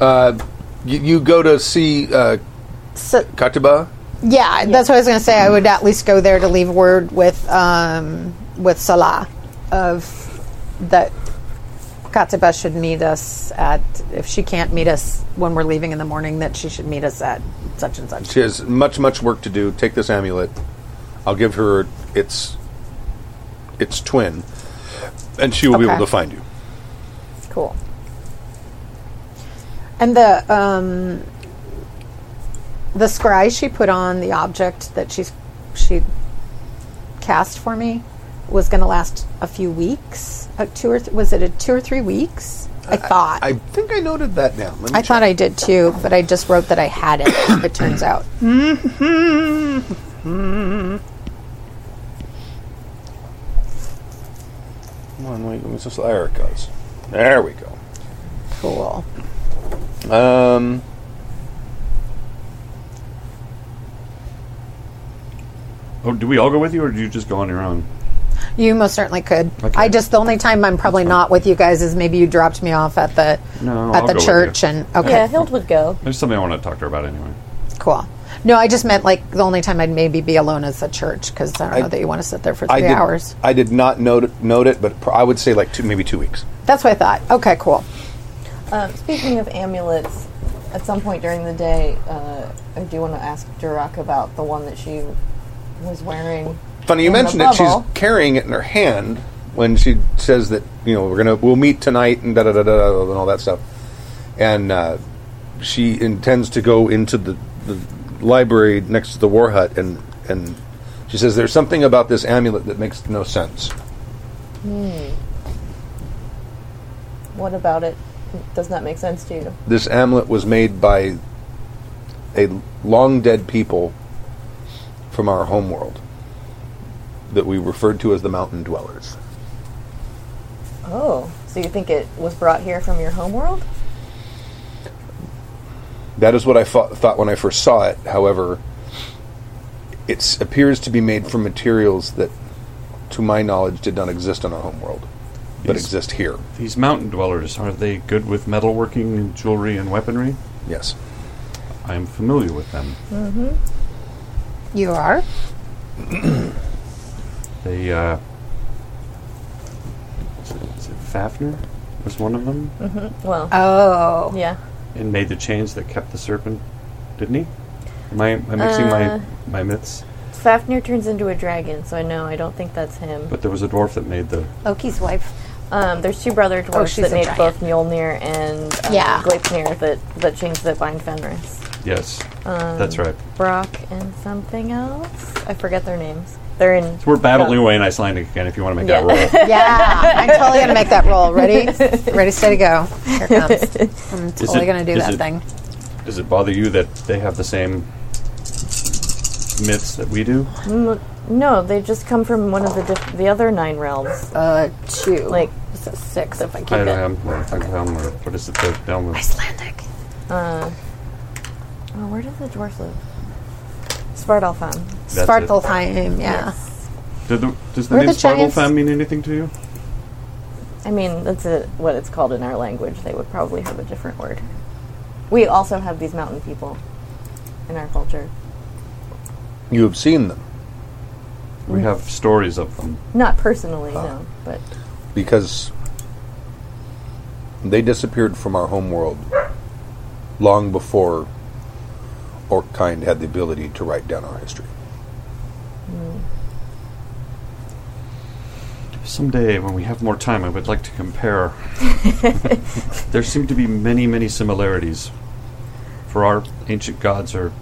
[SPEAKER 2] Uh, you, you go to see uh,
[SPEAKER 3] So,
[SPEAKER 2] Katiba.
[SPEAKER 3] yeah, that's what I was going to say. I would at least go there to leave word with um, with Salah of that Katiba should meet us at if she can't meet us when we're leaving in the morning that she should meet us at such and such.
[SPEAKER 2] She has much much work to do. Take this amulet. I'll give her its its twin, and she will be
[SPEAKER 3] Okay.
[SPEAKER 2] able to find you.
[SPEAKER 4] Cool.
[SPEAKER 3] And the um, the scry she put on the object that she's she cast uh, for me was going to last a few weeks, a two or th- was it a two or three weeks? I thought.
[SPEAKER 2] I think I noted that down. Let me
[SPEAKER 3] I thought I did too, but I just wrote that I had it. it turns out.
[SPEAKER 2] Come on, wait, where's this- There it goes. There we go.
[SPEAKER 3] Cool.
[SPEAKER 2] Um,
[SPEAKER 5] Oh, do we all go with you, or do you just go on your own?
[SPEAKER 3] You most certainly could.
[SPEAKER 5] Okay.
[SPEAKER 3] I just the only time I'm probably not with you guys is maybe you dropped me off at the
[SPEAKER 5] No,
[SPEAKER 3] at
[SPEAKER 5] I'll
[SPEAKER 3] the
[SPEAKER 5] go with
[SPEAKER 3] church
[SPEAKER 5] you.
[SPEAKER 3] and okay,
[SPEAKER 4] Yeah, Hild would go.
[SPEAKER 5] There's something I want to talk to her about anyway.
[SPEAKER 3] cool. No, I just meant like the only time I'd maybe be alone is the church because I don't know that you want to sit there for three
[SPEAKER 2] I did.
[SPEAKER 3] hours.
[SPEAKER 2] I did not note it, note it, but pr- I would say like two, maybe two weeks.
[SPEAKER 3] That's what I thought. Okay, cool.
[SPEAKER 4] Um, speaking of amulets, at some point during the day, uh, I do want to ask Durak about the one that she was wearing.
[SPEAKER 2] Funny you
[SPEAKER 4] in the
[SPEAKER 2] mentioned it. She's
[SPEAKER 4] bubble.
[SPEAKER 2] carrying it in her hand when she says that you know we're gonna we'll meet tonight and da da da da da and all that stuff. And uh, she intends to go into the, the library next to the war hut and and she says there's something about this amulet that makes no sense.
[SPEAKER 4] What about it does not make sense to you?
[SPEAKER 2] This amulet was made by a long dead people from our homeworld that we referred to as the mountain dwellers.
[SPEAKER 4] Oh, so you think it was brought here from your homeworld?
[SPEAKER 2] That is what I fo- thought when I first saw it. However, it appears to be made from materials that, to my knowledge, did not exist on our homeworld, but
[SPEAKER 5] Yes.
[SPEAKER 2] exist here.
[SPEAKER 5] These mountain dwellers, are they good with metalworking and jewelry and weaponry?
[SPEAKER 2] Yes.
[SPEAKER 5] I am familiar with them.
[SPEAKER 3] You are.
[SPEAKER 5] They, uh. Is it, is it Fafnir? Was one of them?
[SPEAKER 4] Well,
[SPEAKER 3] Oh,
[SPEAKER 4] yeah.
[SPEAKER 5] And made the chains that kept the serpent, didn't he? Am I, am I mixing
[SPEAKER 4] Uh.
[SPEAKER 5] my, my myths?
[SPEAKER 4] Fafnir turns into a dragon, so I know I don't think that's him.
[SPEAKER 5] But there was a dwarf that made the.
[SPEAKER 3] Loki's wife.
[SPEAKER 4] Um, there's two brother dwarves
[SPEAKER 3] Oh, she's
[SPEAKER 4] that
[SPEAKER 3] a
[SPEAKER 4] made
[SPEAKER 3] dragon.
[SPEAKER 4] both Mjolnir and um,
[SPEAKER 3] Yeah.
[SPEAKER 4] Gleipnir that, that changed that bind Fenris.
[SPEAKER 5] Yes.
[SPEAKER 3] um,
[SPEAKER 5] that's right.
[SPEAKER 4] Brock and something else? I forget their names. They're in.
[SPEAKER 5] We're battling away in Icelandic again if you want to make
[SPEAKER 4] Yeah.
[SPEAKER 5] that roll.
[SPEAKER 3] Yeah, I'm totally gonna make that roll. Ready, ready, steady, go. Here it comes. I'm [laughs] totally
[SPEAKER 5] it-
[SPEAKER 3] gonna do
[SPEAKER 5] is
[SPEAKER 3] that
[SPEAKER 5] it-
[SPEAKER 3] thing.
[SPEAKER 5] Does it bother you that they have the same myths that we do?
[SPEAKER 4] No, they just come from one of the diff- the other nine realms.
[SPEAKER 3] Uh, two.
[SPEAKER 4] Like,
[SPEAKER 3] so six if I keep
[SPEAKER 5] I
[SPEAKER 3] it.
[SPEAKER 5] am. What is it? The Dalmor.
[SPEAKER 3] Icelandic.
[SPEAKER 4] oh, where do the dwarves live? Svartalfheim.
[SPEAKER 5] it.
[SPEAKER 3] Svartalfheim, yeah.
[SPEAKER 5] Did the, does the
[SPEAKER 3] We're
[SPEAKER 5] name
[SPEAKER 3] the giants.
[SPEAKER 5] Svartalfheim mean anything to you?
[SPEAKER 4] I mean, that's a, what it's called in our language. They would probably have a different word. We also have these mountain people in our culture.
[SPEAKER 2] You have seen them
[SPEAKER 3] Mm.
[SPEAKER 5] We have stories of them.
[SPEAKER 4] Not personally, no, but
[SPEAKER 2] because they disappeared from our homeworld long before Orkkind had the ability to write down our history.
[SPEAKER 5] Someday, when we have more time, I would like to compare. there seem to be many, many similarities. For our ancient gods are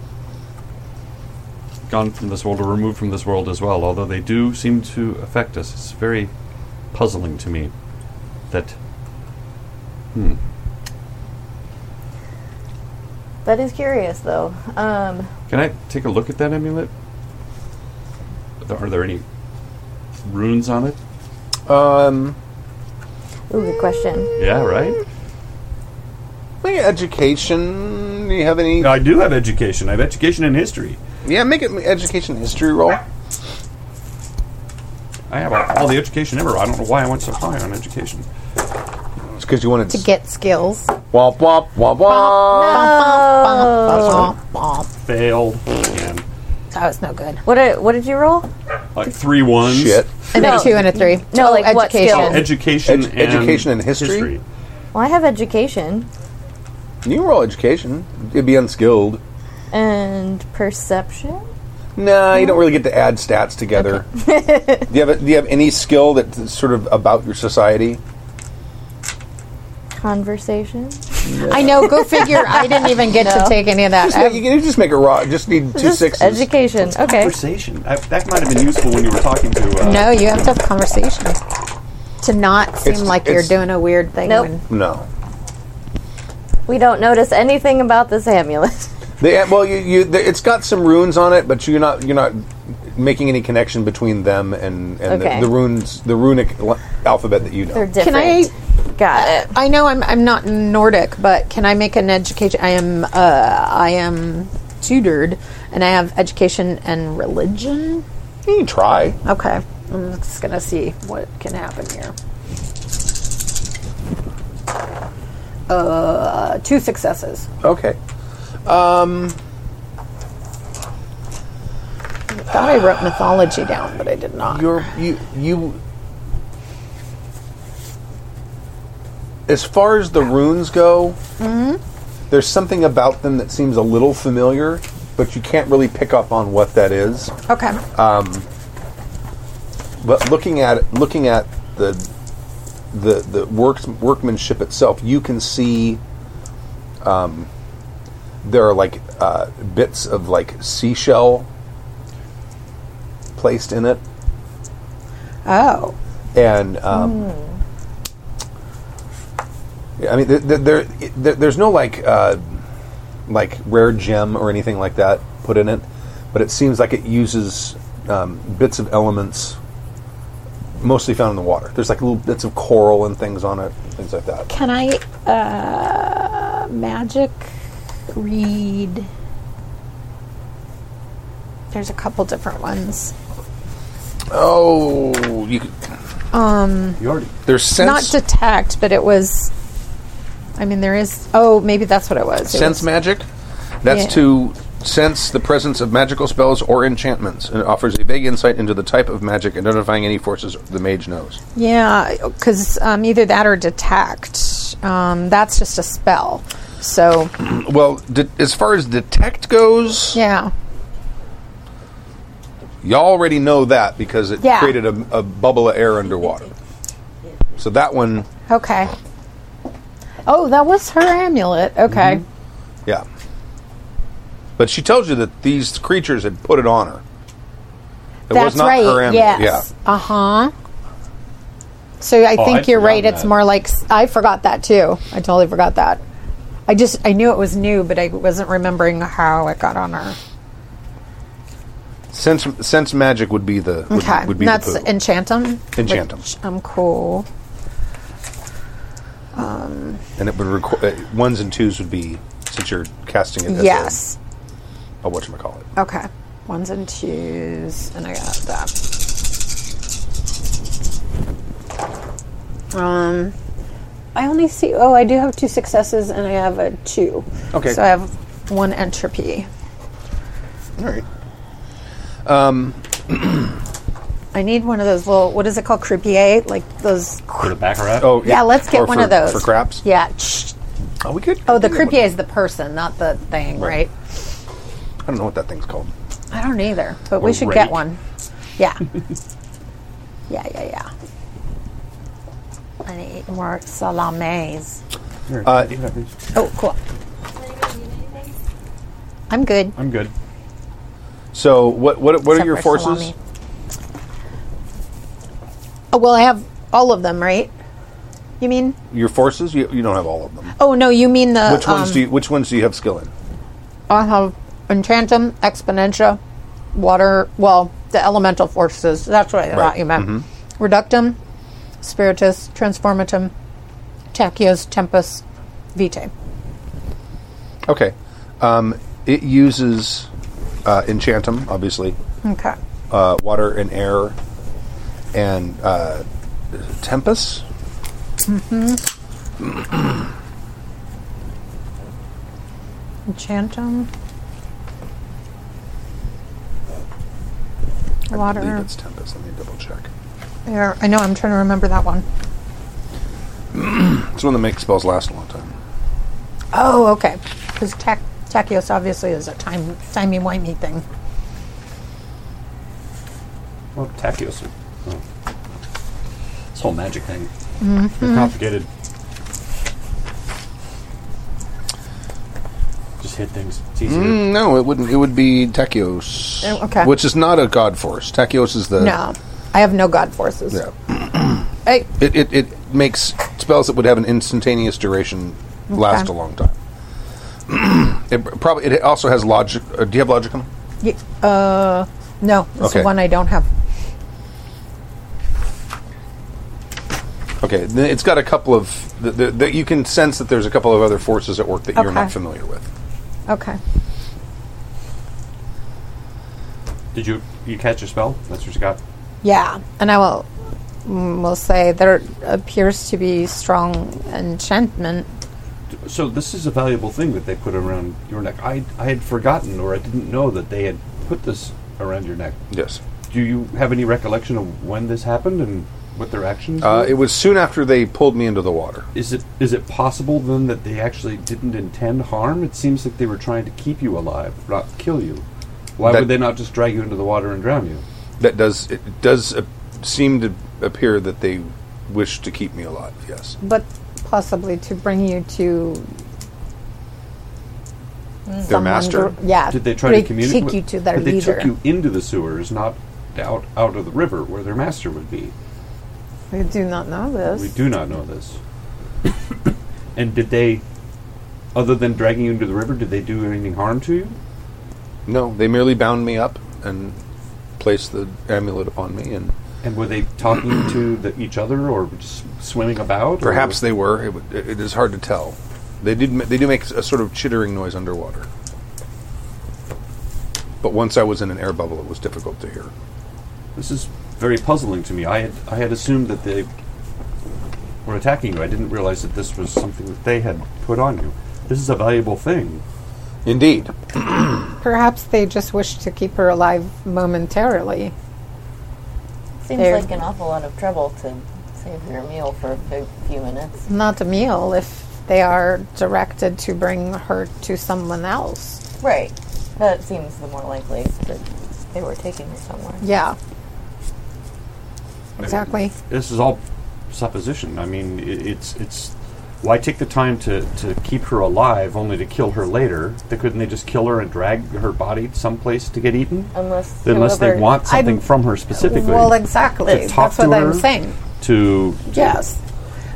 [SPEAKER 5] gone from this world or removed from this world as well, although they do seem to affect us. It's very puzzling to me that. Hmm.
[SPEAKER 4] that is curious, though. Um,
[SPEAKER 5] Can I take a look at that amulet? Are there- Are there any runes on it?
[SPEAKER 2] Um,
[SPEAKER 4] Uh, ooh, good [laughs] question.
[SPEAKER 5] Yeah, right?
[SPEAKER 2] maybe education. Do you have any?
[SPEAKER 12] I do have education. I have education in history.
[SPEAKER 2] Yeah, make it education history roll.
[SPEAKER 12] I have all, all the education ever. I don't know why I went so high on education.
[SPEAKER 2] It's because you wanted
[SPEAKER 3] To get skills.
[SPEAKER 2] Womp womp womp womp.
[SPEAKER 3] Oh.
[SPEAKER 12] Failed. And
[SPEAKER 3] That was no good.
[SPEAKER 4] What did, what did you roll?
[SPEAKER 12] like three ones.
[SPEAKER 2] Shit.
[SPEAKER 3] And
[SPEAKER 4] No.
[SPEAKER 3] a two and a three.
[SPEAKER 4] No,
[SPEAKER 3] Oh,
[SPEAKER 4] like what
[SPEAKER 3] education.
[SPEAKER 4] skill?
[SPEAKER 12] Education
[SPEAKER 2] Edu-
[SPEAKER 12] and
[SPEAKER 2] education and history?
[SPEAKER 4] Well, I have education
[SPEAKER 2] You can roll education. You'd be unskilled.
[SPEAKER 4] and perception.
[SPEAKER 2] Nah, you don't really get to add stats together.
[SPEAKER 3] [laughs]
[SPEAKER 2] do you have a, Do you have any skill that's sort of about your society?
[SPEAKER 4] Conversation.
[SPEAKER 3] I know, go figure. I didn't even get
[SPEAKER 4] No.
[SPEAKER 3] to take any of that.
[SPEAKER 2] Yeah, you can just make it raw. Just need two
[SPEAKER 4] Just
[SPEAKER 2] sixes.
[SPEAKER 4] education. Okay.
[SPEAKER 12] Conversation. I, that might have been useful when you were talking to. Uh,
[SPEAKER 3] no, you have to have conversation. to not seem
[SPEAKER 2] It's-
[SPEAKER 3] like you're
[SPEAKER 2] it's-
[SPEAKER 3] doing a weird thing.
[SPEAKER 4] Nope.
[SPEAKER 3] When,
[SPEAKER 2] No.
[SPEAKER 4] We don't notice anything about this amulet.
[SPEAKER 2] The, well, you, you the, it's got some runes on it, but you're not you're not making any connection between them and, and
[SPEAKER 4] Okay.
[SPEAKER 2] the, the runes, the runic l- alphabet that you know.
[SPEAKER 4] [laughs] They're different.
[SPEAKER 3] I-
[SPEAKER 4] Got it.
[SPEAKER 3] I know I'm, I'm not Nordic, but can I make an education? I am uh, I am tutored, and I have education and religion.
[SPEAKER 2] You can try.
[SPEAKER 3] Okay, I'm just gonna see what can happen here. Uh, two successes.
[SPEAKER 2] Okay.
[SPEAKER 3] I thought I wrote mythology down, but I did not.
[SPEAKER 2] You're you you. As far as the runes go,
[SPEAKER 4] Mm-hmm.
[SPEAKER 2] there's something about them that seems a little familiar, but you can't really pick up on what that is.
[SPEAKER 3] okay.
[SPEAKER 2] Uh, But looking at it, looking at the the the work, workmanship itself, you can see um, there are like uh, bits of like seashell placed in it,
[SPEAKER 3] oh,
[SPEAKER 2] and um, yeah, I mean th- th- there, there there's no like uh, like rare gem or anything like that put in it, but it seems like it uses um, bits of elements mostly found in the water. There's like little bits of coral and things on it, things like that.
[SPEAKER 3] can I uh, magic read? There's a couple different ones.
[SPEAKER 2] Oh, you could,
[SPEAKER 3] Um,
[SPEAKER 12] You already
[SPEAKER 2] there's sense
[SPEAKER 3] not detect, but it was. I mean, there is. Oh, maybe that's what it was. It
[SPEAKER 2] sense
[SPEAKER 3] was-
[SPEAKER 2] magic. That's
[SPEAKER 3] Yeah.
[SPEAKER 2] to sense the presence of magical spells or enchantments, and it offers a vague insight into the type of magic, identifying any forces the mage knows.
[SPEAKER 3] yeah, because um, either that or detect. Um, that's just a spell. So
[SPEAKER 2] Well, de- as far as detect goes,
[SPEAKER 3] yeah,
[SPEAKER 2] y'all already know that because it
[SPEAKER 3] Yeah.
[SPEAKER 2] created a, a bubble of air underwater. So that one,
[SPEAKER 3] okay. Oh, that was her amulet. Okay.
[SPEAKER 2] Mm-hmm. yeah. But she tells you that these creatures had put it on her. It
[SPEAKER 3] That's
[SPEAKER 2] was not
[SPEAKER 3] right.
[SPEAKER 2] her amulet.
[SPEAKER 3] yes. Uh huh. So I
[SPEAKER 28] Oh,
[SPEAKER 3] think
[SPEAKER 28] I'd
[SPEAKER 3] you're right.
[SPEAKER 28] forgotten
[SPEAKER 3] It's
[SPEAKER 28] that.
[SPEAKER 3] more like s- I forgot that too. I totally forgot that. I just I knew it was new, but I wasn't remembering how it got on her.
[SPEAKER 2] Yeah. Sense sense magic would be the would,
[SPEAKER 3] Okay,
[SPEAKER 2] would be
[SPEAKER 3] that's
[SPEAKER 2] the poo.
[SPEAKER 3] Enchantum.
[SPEAKER 2] Enchantum.
[SPEAKER 3] which I'm cool.
[SPEAKER 2] and it would requ- uh, ones and twos would be since you're casting it. As
[SPEAKER 3] yes.
[SPEAKER 2] A, a whatchamacallit.
[SPEAKER 3] Okay. Ones and twos, and I got that. Um, I only see. Oh, I do have two successes, and I have a two.
[SPEAKER 2] Okay.
[SPEAKER 3] So I have one entropy.
[SPEAKER 2] All right. Um,
[SPEAKER 3] I need one of those little. What is it called? Croupier, like those.
[SPEAKER 12] put a baccarat.
[SPEAKER 2] Oh
[SPEAKER 3] Yeah, let's get
[SPEAKER 2] or
[SPEAKER 3] one
[SPEAKER 2] for-
[SPEAKER 3] of those
[SPEAKER 2] for craps.
[SPEAKER 3] Yeah. shh.
[SPEAKER 2] Oh, we could.
[SPEAKER 3] Oh, the
[SPEAKER 2] we could-
[SPEAKER 3] croupier is the person, not the thing,
[SPEAKER 2] Right.
[SPEAKER 3] right?
[SPEAKER 2] I don't know what that thing's called.
[SPEAKER 3] I don't either, but we
[SPEAKER 12] Or
[SPEAKER 3] should get
[SPEAKER 12] rake.
[SPEAKER 3] one. Yeah. yeah, yeah, yeah. I need more salames.
[SPEAKER 2] Uh,
[SPEAKER 3] Oh, cool. I'm good.
[SPEAKER 12] I'm good.
[SPEAKER 2] so what what what are
[SPEAKER 3] Except
[SPEAKER 2] your
[SPEAKER 3] for
[SPEAKER 2] forces?
[SPEAKER 3] salami. Oh, well, I have all of them, right? You mean?
[SPEAKER 2] Your forces? You, you don't have all of them.
[SPEAKER 3] Oh no, you mean the
[SPEAKER 2] Which ones
[SPEAKER 3] um,
[SPEAKER 2] do you Which ones do you have skill in?
[SPEAKER 3] I have Enchantum, Exponentia, Water. Well, the elemental forces. That's what I thought you meant.
[SPEAKER 2] Mm-hmm.
[SPEAKER 3] Reductum, Spiritus, Transformatum, Tachios, Tempest, Vitae.
[SPEAKER 2] Okay, um, it uses uh, enchantum, obviously,
[SPEAKER 3] Okay.
[SPEAKER 2] uh, water and air, and uh, tempest.
[SPEAKER 3] Enchantum.
[SPEAKER 2] I believe
[SPEAKER 3] Water.
[SPEAKER 2] it's tempest. Let me double check.
[SPEAKER 3] Air. I know. I'm trying to remember that one.
[SPEAKER 2] It's one that makes spells last a long time.
[SPEAKER 3] Oh, okay. Because tach- Tachios obviously is a time timey wimey thing.
[SPEAKER 12] Well, Tachios. are- Oh. This whole magic thing. They're complicated. Just hit things. It's easier.
[SPEAKER 2] No, it wouldn't. It would be Tachios,
[SPEAKER 3] Oh, okay.
[SPEAKER 2] which is not a god force. Tachios is the
[SPEAKER 3] No, I have no god forces.
[SPEAKER 2] Uh, Yeah.
[SPEAKER 29] Hey,
[SPEAKER 2] It, it, it makes spells that would have an instantaneous duration last a long time. [clears throat] it probably it also has logic. Uh, do you have logic? on?
[SPEAKER 3] Y- Uh, no, this
[SPEAKER 2] Okay.
[SPEAKER 3] is one I don't have.
[SPEAKER 2] Okay, th- it's got a couple of th- th- that you can sense that there's a couple of other forces at work that you're not
[SPEAKER 3] Okay.
[SPEAKER 2] familiar with.
[SPEAKER 3] Okay.
[SPEAKER 5] Did you you catch your spell? That's what you got.
[SPEAKER 3] Yeah, and I will mm, will say there appears to be strong enchantment.
[SPEAKER 5] So this is a valuable thing that they put around your neck. I I had forgotten or I didn't know that they had put this around your neck.
[SPEAKER 2] Yes.
[SPEAKER 5] Do you have any recollection of when this happened and what their actions?
[SPEAKER 2] Uh,
[SPEAKER 5] were?
[SPEAKER 2] it was soon after they pulled me into the water.
[SPEAKER 5] Is it is it possible then that they actually didn't intend harm? It seems like they were trying to keep you alive, not kill you. Why
[SPEAKER 2] That-
[SPEAKER 5] would they not just drag you into the water and drown you?
[SPEAKER 2] That does it does uh, seem to appear that they wish to keep me alive. Yes.
[SPEAKER 3] But possibly to bring you to
[SPEAKER 2] Their
[SPEAKER 3] someone
[SPEAKER 2] master.
[SPEAKER 3] gr- yeah.
[SPEAKER 5] Did they try
[SPEAKER 3] they
[SPEAKER 5] to communicate?
[SPEAKER 3] Take you to their
[SPEAKER 5] but they
[SPEAKER 3] leader.
[SPEAKER 5] took you into the sewers, not out out of the river where their master would be.
[SPEAKER 3] We do not know
[SPEAKER 5] We
[SPEAKER 3] this.
[SPEAKER 5] do not know this. [coughs] and did they, other than dragging you into the river, did they do anything harm to you?
[SPEAKER 2] No, they merely bound me up and placed the amulet upon me, and
[SPEAKER 5] And were they talking
[SPEAKER 3] [coughs]
[SPEAKER 5] to the, each other or just swimming about? or-
[SPEAKER 2] perhaps they were. It, would- it is hard to tell. They did. ma- They do make a sort of chittering noise underwater. But once I was in an air bubble, it was difficult to hear.
[SPEAKER 5] This is very puzzling to me. I had I had assumed that they were attacking you. I didn't realize that this was something that they had put on you. This is a valuable thing.
[SPEAKER 2] Indeed,
[SPEAKER 3] Perhaps they just wish to keep her alive momentarily.
[SPEAKER 4] Seems
[SPEAKER 3] There.
[SPEAKER 4] like an awful lot of trouble to save your meal for a fe- few minutes.
[SPEAKER 3] Not a meal if they are directed to bring her to someone else.
[SPEAKER 4] Right. That seems the more likely that they were taking her somewhere.
[SPEAKER 3] Yeah. Exactly.
[SPEAKER 5] This is all supposition. I mean, i it's it's why take the time to, to keep her alive only to kill her later? They, couldn't they just kill her and drag her body someplace to get eaten?
[SPEAKER 4] Unless
[SPEAKER 5] Unless they
[SPEAKER 4] whoever-
[SPEAKER 5] want something
[SPEAKER 3] Oh, I'm-
[SPEAKER 5] from her specifically
[SPEAKER 3] Well, exactly.
[SPEAKER 5] To talk
[SPEAKER 3] That's what
[SPEAKER 5] to her?
[SPEAKER 3] I'm saying.
[SPEAKER 5] to
[SPEAKER 3] Yes.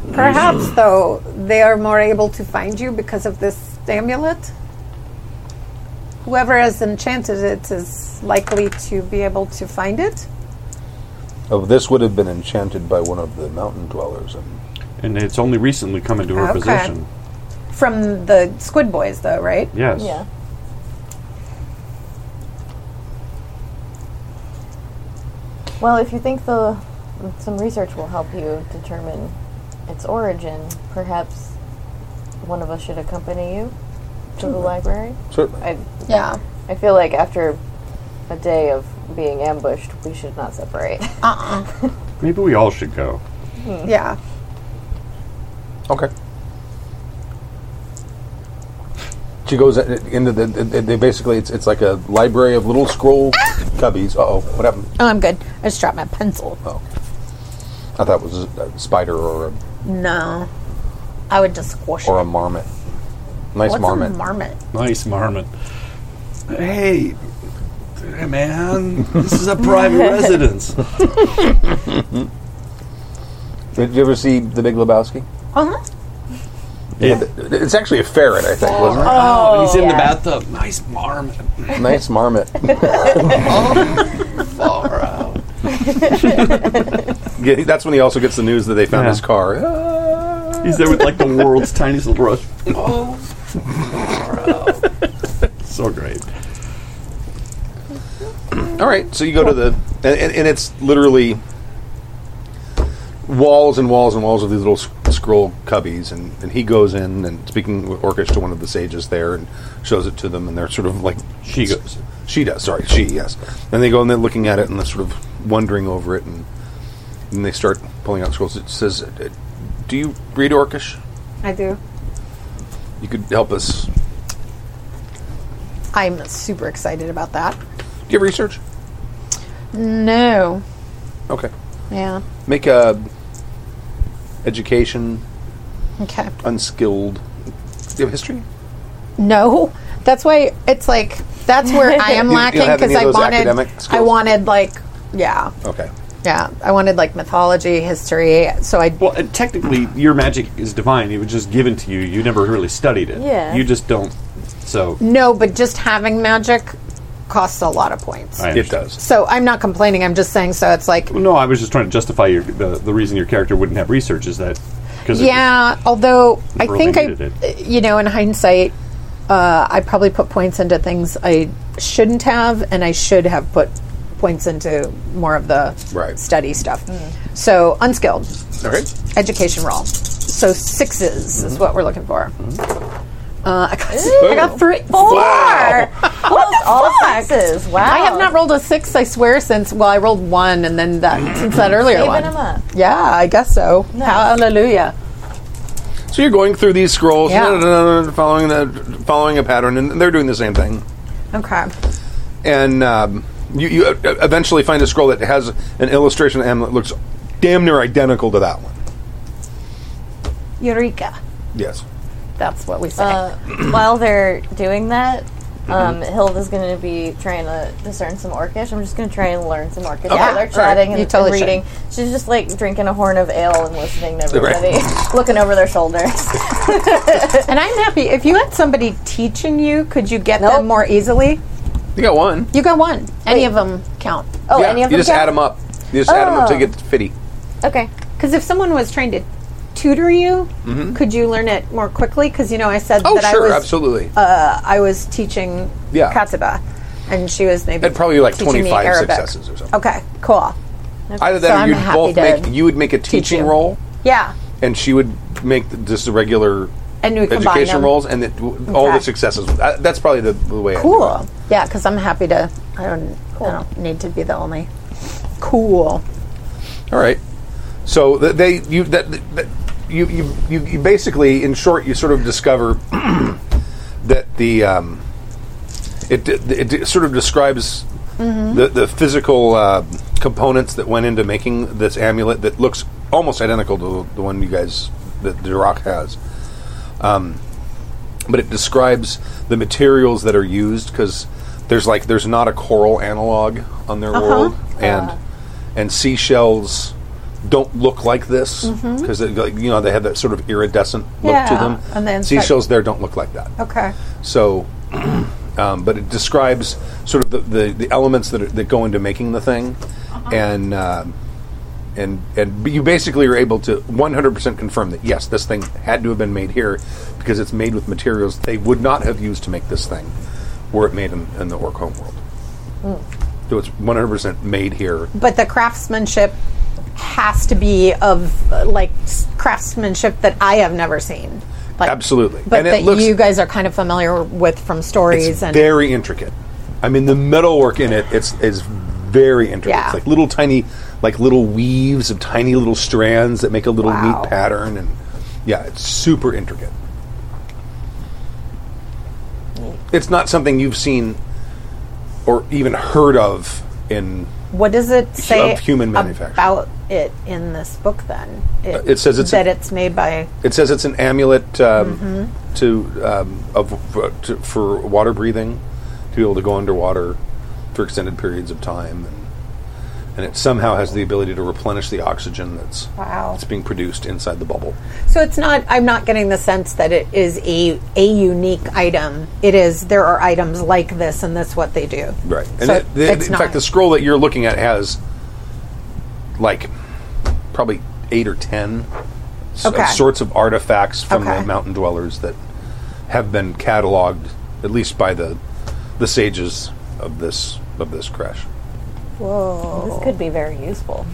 [SPEAKER 5] Mm.
[SPEAKER 3] Perhaps, though, they are more able to find you because of this amulet. Whoever has enchanted it is likely to be able to find it.
[SPEAKER 2] oh, this would have been enchanted by one of the mountain dwellers, and
[SPEAKER 5] and it's only recently come into her
[SPEAKER 3] Okay.
[SPEAKER 5] possession.
[SPEAKER 3] From the Squid Boys, though, right?
[SPEAKER 5] Yes.
[SPEAKER 4] Yeah. Well, if you think the some research will help you determine its origin, perhaps one of us should accompany you to the library.
[SPEAKER 2] certainly.
[SPEAKER 4] I
[SPEAKER 29] yeah.
[SPEAKER 4] I feel like after a day of being ambushed, we should not separate.
[SPEAKER 5] Maybe we all should go.
[SPEAKER 3] Yeah.
[SPEAKER 2] Okay. She goes into the. They basically, it's it's like a library of little scroll cubbies. Uh oh, what happened?
[SPEAKER 3] Oh, I'm good. I just dropped my pencil.
[SPEAKER 2] Oh, I thought it was a spider or a,
[SPEAKER 29] No. I would just squash
[SPEAKER 2] or a
[SPEAKER 29] it.
[SPEAKER 2] marmot. Nice
[SPEAKER 29] What's
[SPEAKER 2] marmot.
[SPEAKER 29] a marmot?
[SPEAKER 12] Nice marmot. Hey, hey, man, this is a private residence.
[SPEAKER 2] Did you ever see The Big Lebowski?
[SPEAKER 29] Uh-huh.
[SPEAKER 2] It's actually a ferret, I think, wasn't it?
[SPEAKER 12] Oh, he's in
[SPEAKER 4] yeah.
[SPEAKER 12] the bathtub. Nice marmot.
[SPEAKER 2] [laughs]
[SPEAKER 29] [laughs]
[SPEAKER 2] Nice marmot.
[SPEAKER 12] Oh, Far out.
[SPEAKER 2] [laughs] Yeah, that's when he also gets the news that they found
[SPEAKER 5] Yeah.
[SPEAKER 2] his car. Ah.
[SPEAKER 5] He's there with like the world's tiniest little [laughs] rush.
[SPEAKER 12] So great.
[SPEAKER 2] All right, so you go to the, and, and, and it's literally walls and walls and walls of these little s- scroll cubbies, and, and he goes in and speaking with Orcish to one of the sages there and shows it to them, and they're sort of like
[SPEAKER 5] She goes.
[SPEAKER 2] she does, sorry, she yes, and they go and they're looking at it and they're sort of wondering over it, and then they start pulling out scrolls. It says, uh, "Do you read Orcish?
[SPEAKER 3] I do.
[SPEAKER 2] You could help us. Do
[SPEAKER 3] I'm super excited about that.
[SPEAKER 2] you have research?
[SPEAKER 3] No.
[SPEAKER 2] Okay,
[SPEAKER 3] Yeah.
[SPEAKER 2] make a education
[SPEAKER 3] Okay.
[SPEAKER 2] unskilled. Do you have history?"
[SPEAKER 3] No, that's why it's like that's where I
[SPEAKER 2] [laughs]
[SPEAKER 3] am
[SPEAKER 2] You- you
[SPEAKER 3] lacking
[SPEAKER 2] don't have
[SPEAKER 3] because
[SPEAKER 2] any of
[SPEAKER 3] I
[SPEAKER 2] those Oh.
[SPEAKER 3] wanted
[SPEAKER 2] academic
[SPEAKER 3] I
[SPEAKER 2] skills?
[SPEAKER 3] wanted like yeah
[SPEAKER 2] Okay.
[SPEAKER 3] Yeah, I wanted like mythology, history. So I
[SPEAKER 12] Well, and technically, your magic is divine. It was just given to you. You never really studied it.
[SPEAKER 4] Yeah.
[SPEAKER 12] You just don't. So
[SPEAKER 3] no, but just having magic costs a lot of points.
[SPEAKER 12] I
[SPEAKER 30] It
[SPEAKER 12] understand.
[SPEAKER 30] does.
[SPEAKER 3] So I'm not complaining. I'm just saying. So it's like,
[SPEAKER 12] No, I was just trying to justify your, the the reason your character wouldn't have research is that because
[SPEAKER 3] yeah. Although I
[SPEAKER 12] Really
[SPEAKER 3] think I,
[SPEAKER 12] needed
[SPEAKER 3] you know, in hindsight, uh, I probably put points into things I shouldn't have, and I should have put points into more of the
[SPEAKER 31] Right.
[SPEAKER 3] study stuff.
[SPEAKER 2] Mm.
[SPEAKER 3] So unskilled
[SPEAKER 31] Okay.
[SPEAKER 3] education roll. So 6s
[SPEAKER 4] Mm-hmm.
[SPEAKER 3] is what we're looking for. Uh, I got, I got three, four. [laughs]
[SPEAKER 4] What all sixes. Wow.
[SPEAKER 3] I have not rolled a six, I swear, since well, I rolled one, and then
[SPEAKER 4] Mm-hmm.
[SPEAKER 3] that since that earlier
[SPEAKER 4] Saving
[SPEAKER 3] one.
[SPEAKER 4] them up.
[SPEAKER 3] Yeah, I guess so. Hallelujah.
[SPEAKER 2] So you're going through these scrolls, uh,
[SPEAKER 3] Yeah.
[SPEAKER 2] following the following a pattern, and they're doing the same thing.
[SPEAKER 3] Okay.
[SPEAKER 2] and um, you, you e- eventually find a scroll that has an illustration of Amulet that looks damn near identical to that one.
[SPEAKER 3] Eureka.
[SPEAKER 2] Yes.
[SPEAKER 3] That's what we say.
[SPEAKER 4] Uh, while they're doing that,
[SPEAKER 3] Mm-hmm.
[SPEAKER 4] um, Hilda's going to be trying to discern some Orcish. I'm just going to try and learn some Orcish.
[SPEAKER 3] Yeah,
[SPEAKER 4] while they're
[SPEAKER 3] sure.
[SPEAKER 4] chatting and,
[SPEAKER 3] You totally
[SPEAKER 4] and reading. She's just like drinking a horn of ale and listening to
[SPEAKER 2] Right.
[SPEAKER 4] everybody, [laughs] looking over
[SPEAKER 3] [laughs]
[SPEAKER 4] their shoulders.
[SPEAKER 3] [laughs] and I'm happy if you had somebody teaching you, could you get
[SPEAKER 4] Nope.
[SPEAKER 3] them more easily?
[SPEAKER 2] You got one.
[SPEAKER 3] You got one. Any of them count.
[SPEAKER 4] Oh,
[SPEAKER 2] yeah.
[SPEAKER 4] any of
[SPEAKER 2] you
[SPEAKER 4] them
[SPEAKER 2] just
[SPEAKER 4] count?
[SPEAKER 2] add them up. You just add 'em add them up to get
[SPEAKER 3] Oh.
[SPEAKER 2] fitty.
[SPEAKER 4] Okay.
[SPEAKER 3] Because if someone was trying to tutor you, could you learn it more quickly? Because you know, I said
[SPEAKER 2] Mm-hmm. Oh,
[SPEAKER 3] that
[SPEAKER 2] sure,
[SPEAKER 3] I was
[SPEAKER 2] absolutely.
[SPEAKER 3] Uh, I was teaching
[SPEAKER 2] Yeah.
[SPEAKER 3] Katsaba, and she was maybe
[SPEAKER 2] At probably like
[SPEAKER 3] teaching me
[SPEAKER 2] 25
[SPEAKER 3] Arabic.
[SPEAKER 2] successes or something.
[SPEAKER 3] Okay, cool.
[SPEAKER 2] Either
[SPEAKER 3] Uh, So
[SPEAKER 2] that,
[SPEAKER 3] I'm
[SPEAKER 2] or you'd
[SPEAKER 3] happy
[SPEAKER 2] both
[SPEAKER 3] to
[SPEAKER 2] make you would make a teaching
[SPEAKER 3] you.
[SPEAKER 2] roll,
[SPEAKER 3] Yeah,
[SPEAKER 2] and she would make the, just the regular
[SPEAKER 3] And we combine
[SPEAKER 2] education
[SPEAKER 3] them.
[SPEAKER 2] rolls, and it, all the
[SPEAKER 3] Okay.
[SPEAKER 2] successes. Uh, that's probably the, the way. I do it.
[SPEAKER 3] cool. Yeah, because I'm happy to. I don't. I don't need to be the only. Cool.
[SPEAKER 2] All right. So th- they you that, that you, you you you basically in short you sort of discover [clears throat] that the um, it, d- it d- sort of describes
[SPEAKER 3] Mm-hmm.
[SPEAKER 2] the the physical uh, components that went into making this amulet that looks almost identical to the one you guys that Duroc has. Um, but it describes the materials that are used because there's like there's not a coral analog on their
[SPEAKER 3] Uh-huh.
[SPEAKER 2] world and and seashells don't look like this because like, you know they have that sort of iridescent look to
[SPEAKER 3] Mm-hmm. Yeah,
[SPEAKER 2] them
[SPEAKER 3] and the inside-
[SPEAKER 2] seashells there don't look like that
[SPEAKER 3] Okay.
[SPEAKER 2] so [clears throat] um, but it describes sort of the, the, the elements that, are, that go into making the thing
[SPEAKER 3] Uh-huh.
[SPEAKER 2] and um and and b- you basically are able to 100% confirm that yes this thing had to have been made here because it's made with materials they would not have used to make this thing were it made in, in the orc homeworld
[SPEAKER 3] Hmm.
[SPEAKER 2] so it's 100% made here
[SPEAKER 3] But the craftsmanship has to be of uh, like s- craftsmanship that I have never seen. Like,
[SPEAKER 2] Absolutely.
[SPEAKER 3] But
[SPEAKER 2] And it
[SPEAKER 3] that
[SPEAKER 2] looks-
[SPEAKER 3] you guys are kind of familiar with from stories
[SPEAKER 2] it's
[SPEAKER 3] and
[SPEAKER 2] very intricate. I mean, the metalwork in it it's is very intricate.
[SPEAKER 3] Yeah.
[SPEAKER 2] It's like little tiny, like little weaves of tiny little strands that make a little
[SPEAKER 3] Wow.
[SPEAKER 2] neat pattern, and yeah, it's super intricate. It's not something you've seen or even heard of in.
[SPEAKER 3] What does it say
[SPEAKER 2] of human manufacture.
[SPEAKER 3] about it in this book? Then
[SPEAKER 2] it says it's a-
[SPEAKER 3] that it's made by
[SPEAKER 2] It says it's an amulet um, to um, of uh, to, for water breathing, to be able to go underwater for extended periods of time, and, and it somehow has the ability to replenish the oxygen that's
[SPEAKER 3] Wow.
[SPEAKER 2] that's being produced inside the bubble.
[SPEAKER 3] So it's not. I'm not getting the sense that it is a a unique item. It is. There are items like this, and that's what they do.
[SPEAKER 2] Right, and
[SPEAKER 3] So
[SPEAKER 2] it- the-
[SPEAKER 3] it's
[SPEAKER 2] in
[SPEAKER 3] not-
[SPEAKER 2] fact, the scroll that you're looking at has like probably eight or ten s- of
[SPEAKER 3] Okay.
[SPEAKER 2] sorts of artifacts from
[SPEAKER 3] Okay.
[SPEAKER 2] the mountain dwellers that have been cataloged, at least by the the sages of this of this crash.
[SPEAKER 4] This could be very useful.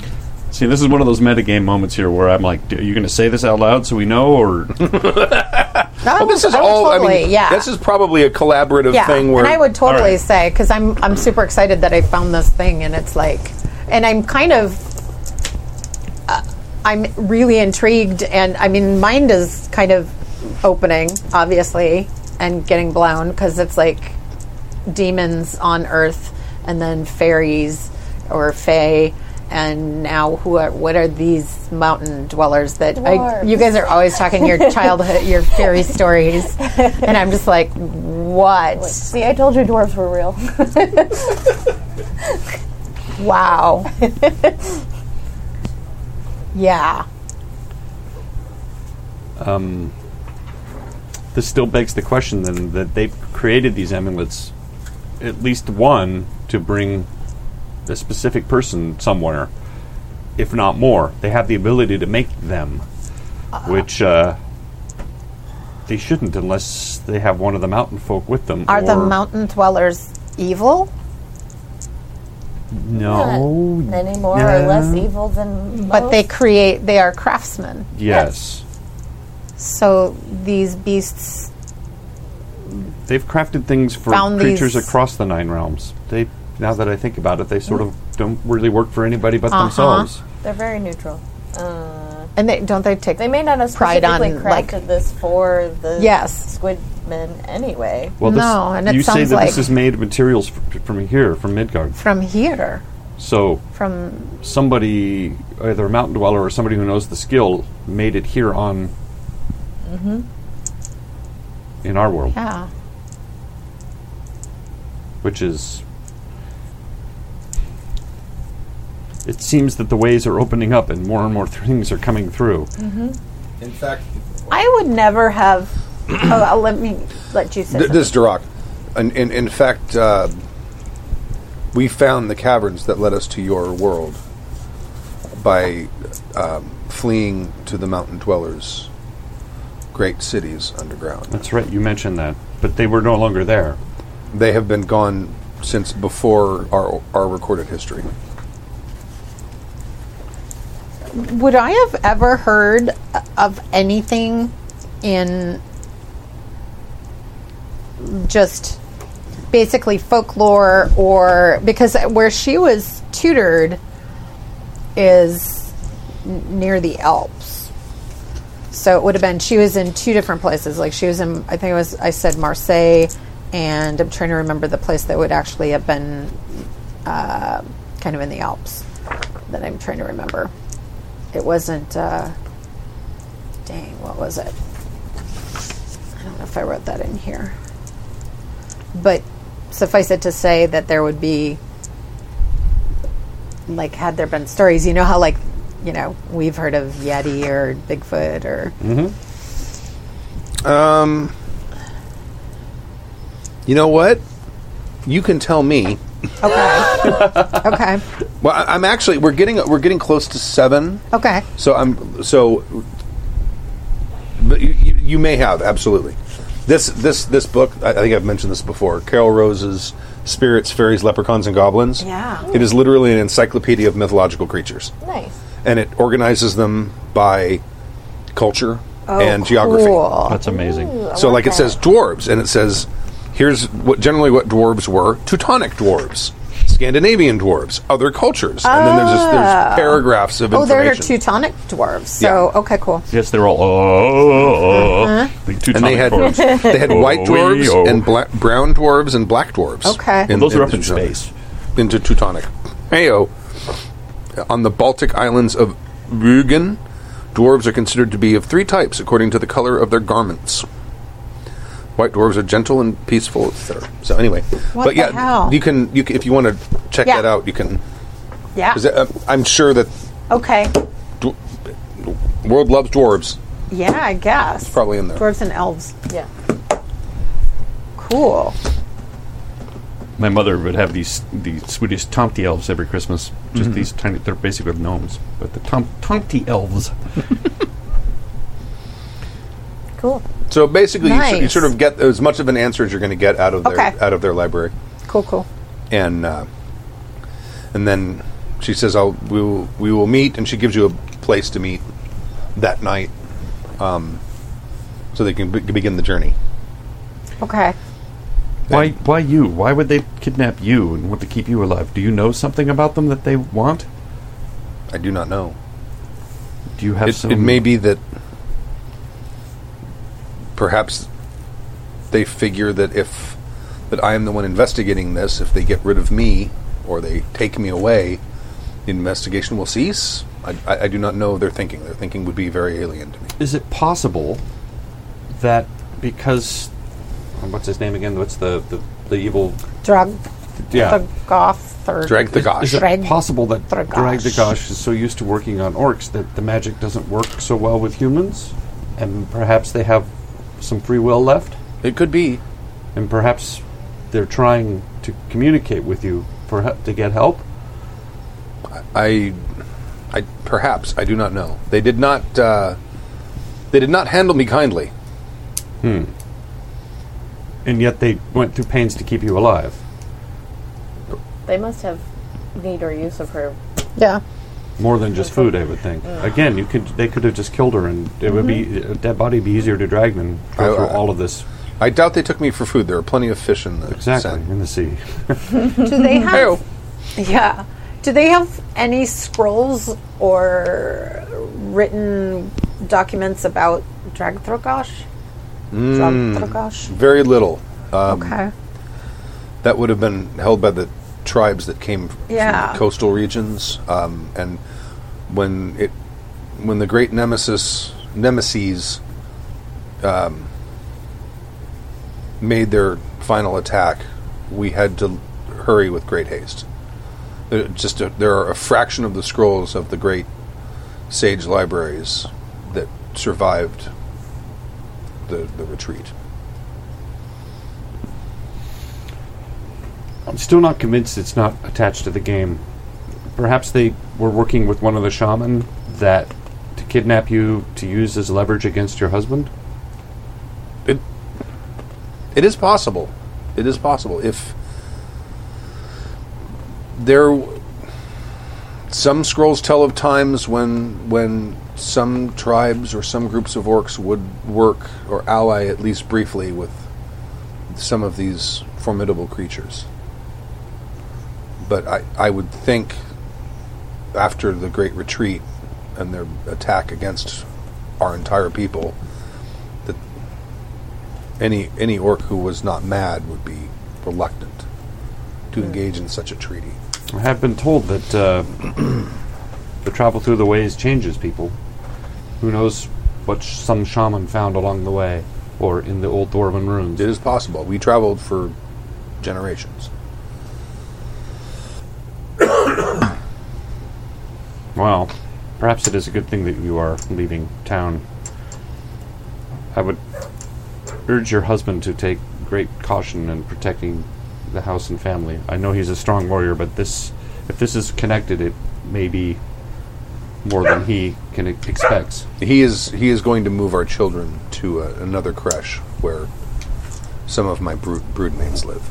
[SPEAKER 5] See, this is one of those metagame moments here where I'm like, "D- are you going to say this out loud so we know? Or
[SPEAKER 3] I
[SPEAKER 2] Well, this
[SPEAKER 3] would-
[SPEAKER 2] is
[SPEAKER 3] I would
[SPEAKER 2] all.
[SPEAKER 3] Totally,
[SPEAKER 2] I mean,
[SPEAKER 3] yeah.
[SPEAKER 2] this is probably a collaborative
[SPEAKER 3] yeah.
[SPEAKER 2] thing where
[SPEAKER 3] and I would totally
[SPEAKER 5] right.
[SPEAKER 3] say because I'm I'm super excited that I found this thing, and it's like, and I'm kind of. uh, I'm really intrigued, and I mean, mind is kind of opening, obviously, and getting blown because it's like demons on Earth, and then fairies or fae, and now who are what are these mountain dwellers that I, you guys are always talking your childhood, your fairy stories, and I'm just like, what?
[SPEAKER 4] See, I told you dwarves
[SPEAKER 3] [laughs]
[SPEAKER 4] were real.
[SPEAKER 3] Wow. Yeah.
[SPEAKER 12] [laughs] This still begs the question then that they've created these amulets, at least one, to bring a specific person somewhere, if not more. They have the ability to make them, which uh, they shouldn't unless they have one of the mountain folk with them.
[SPEAKER 3] Are the
[SPEAKER 12] or-
[SPEAKER 3] mountain dwellers evil?
[SPEAKER 12] No.
[SPEAKER 4] Not any more or less evil than
[SPEAKER 3] But they
[SPEAKER 4] most.
[SPEAKER 3] create, they are craftsmen.
[SPEAKER 12] Yes.
[SPEAKER 3] So these beasts,
[SPEAKER 12] They've crafted things for
[SPEAKER 3] Found
[SPEAKER 12] creatures
[SPEAKER 3] these-
[SPEAKER 12] across the nine realms. They now that I think about it, they sort of don't really work for anybody but
[SPEAKER 3] Uh-huh.
[SPEAKER 12] themselves.
[SPEAKER 4] they're very neutral. Uh,
[SPEAKER 3] and they don't they take
[SPEAKER 4] they may not have
[SPEAKER 3] Pride on,
[SPEAKER 4] specifically crafted
[SPEAKER 3] like-
[SPEAKER 4] this for the
[SPEAKER 3] Yes.
[SPEAKER 4] squid men anyway.
[SPEAKER 12] Well,
[SPEAKER 3] No, and it
[SPEAKER 12] you say
[SPEAKER 3] sounds
[SPEAKER 12] that this
[SPEAKER 3] like-
[SPEAKER 12] is made of materials f- from here, from Midgard.
[SPEAKER 3] from here?
[SPEAKER 12] So
[SPEAKER 3] From
[SPEAKER 12] somebody, either a mountain dweller or somebody who knows the skill, made it here on
[SPEAKER 3] Mm-hmm.
[SPEAKER 12] in our world,
[SPEAKER 3] yeah,
[SPEAKER 12] which is. It seems that the ways are opening up and more and more things are coming through.
[SPEAKER 32] In fact,
[SPEAKER 3] I would never have. [coughs] oh, I'll let me let you say.
[SPEAKER 2] Th-
[SPEAKER 3] something.
[SPEAKER 2] this is Duroc. In, in, in fact, uh, we found the caverns that led us to your world by um, fleeing to the mountain dwellers' great cities underground.
[SPEAKER 12] That's right, you mentioned that. But they were no longer there.
[SPEAKER 2] They have been gone since before our, our recorded history.
[SPEAKER 3] Would I have ever heard of anything in just basically folklore or because where she was tutored is n- near the Alps. So it would have been she was in two different places. Like she was in I think it was I said Marseille and I'm trying to remember the place that would actually have been uh, kind of in the Alps that I'm trying to remember. It wasn't uh, dang, what was it? I don't know if I wrote that in here. But suffice it to say that there would be, like, had there been stories, you know how, like, you know, we've heard of Yeti or Bigfoot or.
[SPEAKER 2] Mm-hmm. Um, you know what? You can tell [laughs] me.
[SPEAKER 3] Okay.
[SPEAKER 2] Well, I, I'm actually we're getting we're getting close to seven.
[SPEAKER 3] Okay.
[SPEAKER 2] So I'm so. But you, you you may have absolutely. This this this book. I, I think I've mentioned this before. Carol Rose's Spirits, Fairies, Leprechauns, and Goblins.
[SPEAKER 3] Yeah.
[SPEAKER 2] It is literally an encyclopedia of mythological creatures,
[SPEAKER 4] Nice.
[SPEAKER 2] and it organizes them by culture and geography.
[SPEAKER 3] Oh, Cool.
[SPEAKER 5] That's amazing.
[SPEAKER 2] So, like, it says dwarves, and it says here's what generally what dwarves were: Teutonic dwarves, Scandinavian dwarves, other cultures, and then there's just, there's paragraphs of
[SPEAKER 3] Ah. Oh, there are
[SPEAKER 2] information.
[SPEAKER 3] Teutonic dwarves. So,
[SPEAKER 2] Yeah.
[SPEAKER 3] okay, cool.
[SPEAKER 5] Yes, they're all. [laughs] Oh,
[SPEAKER 3] Uh-huh.
[SPEAKER 5] the two
[SPEAKER 2] and they had
[SPEAKER 3] [laughs]
[SPEAKER 5] dwarves.
[SPEAKER 2] they had white
[SPEAKER 5] Oh,
[SPEAKER 2] dwarves
[SPEAKER 5] wee-oh.
[SPEAKER 2] and bla- brown dwarves and black dwarves.
[SPEAKER 3] Okay. Well,
[SPEAKER 5] those are up in
[SPEAKER 2] Teutonic-
[SPEAKER 5] space.
[SPEAKER 2] into Teutonic. Heyo, on the Baltic islands of Rügen, dwarves are considered to be of three types according to the color of their garments. White dwarves are gentle and peaceful, etc. So anyway,
[SPEAKER 3] What
[SPEAKER 2] but
[SPEAKER 3] the
[SPEAKER 2] yeah,
[SPEAKER 3] hell?
[SPEAKER 2] you can you can, if you want to check
[SPEAKER 3] Yeah.
[SPEAKER 2] that out, you can.
[SPEAKER 3] Yeah.
[SPEAKER 2] 'cause, uh, I'm sure that
[SPEAKER 3] Okay.
[SPEAKER 2] dw- world loves dwarves.
[SPEAKER 3] Yeah, I guess.
[SPEAKER 2] Probably in there.
[SPEAKER 3] Dwarves and elves.
[SPEAKER 4] Yeah.
[SPEAKER 3] Cool.
[SPEAKER 5] My mother would have these the Swedish Tomty elves every Christmas. Just
[SPEAKER 2] Mm-hmm.
[SPEAKER 5] these tiny. They're basically gnomes, but the Tom, Tomty elves.
[SPEAKER 4] Cool.
[SPEAKER 2] So basically, you, s- you
[SPEAKER 3] Nice.
[SPEAKER 2] sort of get as much of an answer as you're going to get out of their
[SPEAKER 3] Okay.
[SPEAKER 2] out of their library,
[SPEAKER 3] Cool, cool.
[SPEAKER 2] and uh, and then she says, "I'll we will, we will meet," and she gives you a place to meet that night, um, so they can be- begin the journey.
[SPEAKER 3] Okay.
[SPEAKER 5] Why? Why you? Why would they kidnap you and want to keep you alive? Do you know something about them that they want?
[SPEAKER 2] I do not know.
[SPEAKER 5] Do you have
[SPEAKER 2] It,
[SPEAKER 5] some?
[SPEAKER 2] it may be that perhaps they figure that if that I am the one investigating this, if they get rid of me or they take me away, the investigation will cease. I, I, I do not know their thinking. Their thinking would be very alien to me.
[SPEAKER 12] Is it possible
[SPEAKER 5] oh,
[SPEAKER 12] that because what's his name again? What's the the, the evil
[SPEAKER 3] Drug.
[SPEAKER 5] yeah.
[SPEAKER 3] the goth or
[SPEAKER 2] Drag the gosh.
[SPEAKER 5] Is it
[SPEAKER 3] Drag-
[SPEAKER 5] possible that
[SPEAKER 3] Dragash.
[SPEAKER 5] Dragdagosh is so used to working on orcs that the magic doesn't work so well with humans? And perhaps they have some free will left?
[SPEAKER 2] It could be.
[SPEAKER 5] And perhaps they're trying to communicate with you for he- to get help?
[SPEAKER 2] I, I perhaps I do not know. They did not. Uh, they did not handle me kindly.
[SPEAKER 5] And yet they went through pains to keep you alive.
[SPEAKER 4] They must have need or use of her.
[SPEAKER 3] yeah
[SPEAKER 5] More than just food, I would think. Again, you could they could have just killed her, and it would be a dead body would be easier to drag than go
[SPEAKER 2] I-
[SPEAKER 5] through
[SPEAKER 2] I-
[SPEAKER 5] all of this.
[SPEAKER 2] I doubt they took me for food. There are plenty of fish in the
[SPEAKER 5] Exactly
[SPEAKER 2] Sand.
[SPEAKER 5] in the sea.
[SPEAKER 3] do [laughs] they have yeah do they have any scrolls or written documents about Dragthrogosh? Dragthrogosh?
[SPEAKER 2] Very little.
[SPEAKER 3] okay
[SPEAKER 2] That would have been held by the tribes that came
[SPEAKER 3] Yeah.
[SPEAKER 2] from the coastal regions. Um, and when it, when the great nemesis nemesis um, made their final attack, we had to hurry with great haste. There, just a, there are a fraction of the scrolls of the great sage libraries that survived the, the retreat.
[SPEAKER 5] I'm still not convinced it's not attached to the game. Perhaps they were working with one of the shaman that to kidnap you to use as leverage against your husband.
[SPEAKER 2] It it is possible. It is possible if there w- some scrolls tell of times when when some tribes or some groups of orcs would work or ally at least briefly with some of these formidable creatures. But I, I would think after the great retreat and their attack against our entire people that any any orc who was not mad would be reluctant
[SPEAKER 4] Hmm.
[SPEAKER 2] to engage in such a treaty.
[SPEAKER 5] I have been told that uh, [clears throat] the travel through the ways changes people. Who knows what sh- some shaman found along the way or in the old dwarven ruins?
[SPEAKER 2] It is possible. We traveled for generations.
[SPEAKER 5] Well, perhaps it is a good thing that you are leaving town. I would urge your husband to take great caution in protecting the house and family. I know he's a strong warrior, but this if this is connected, it may be more than he can e- expects.
[SPEAKER 2] He is he is going to move our children to uh, another creche where some of my brood, broodmates live.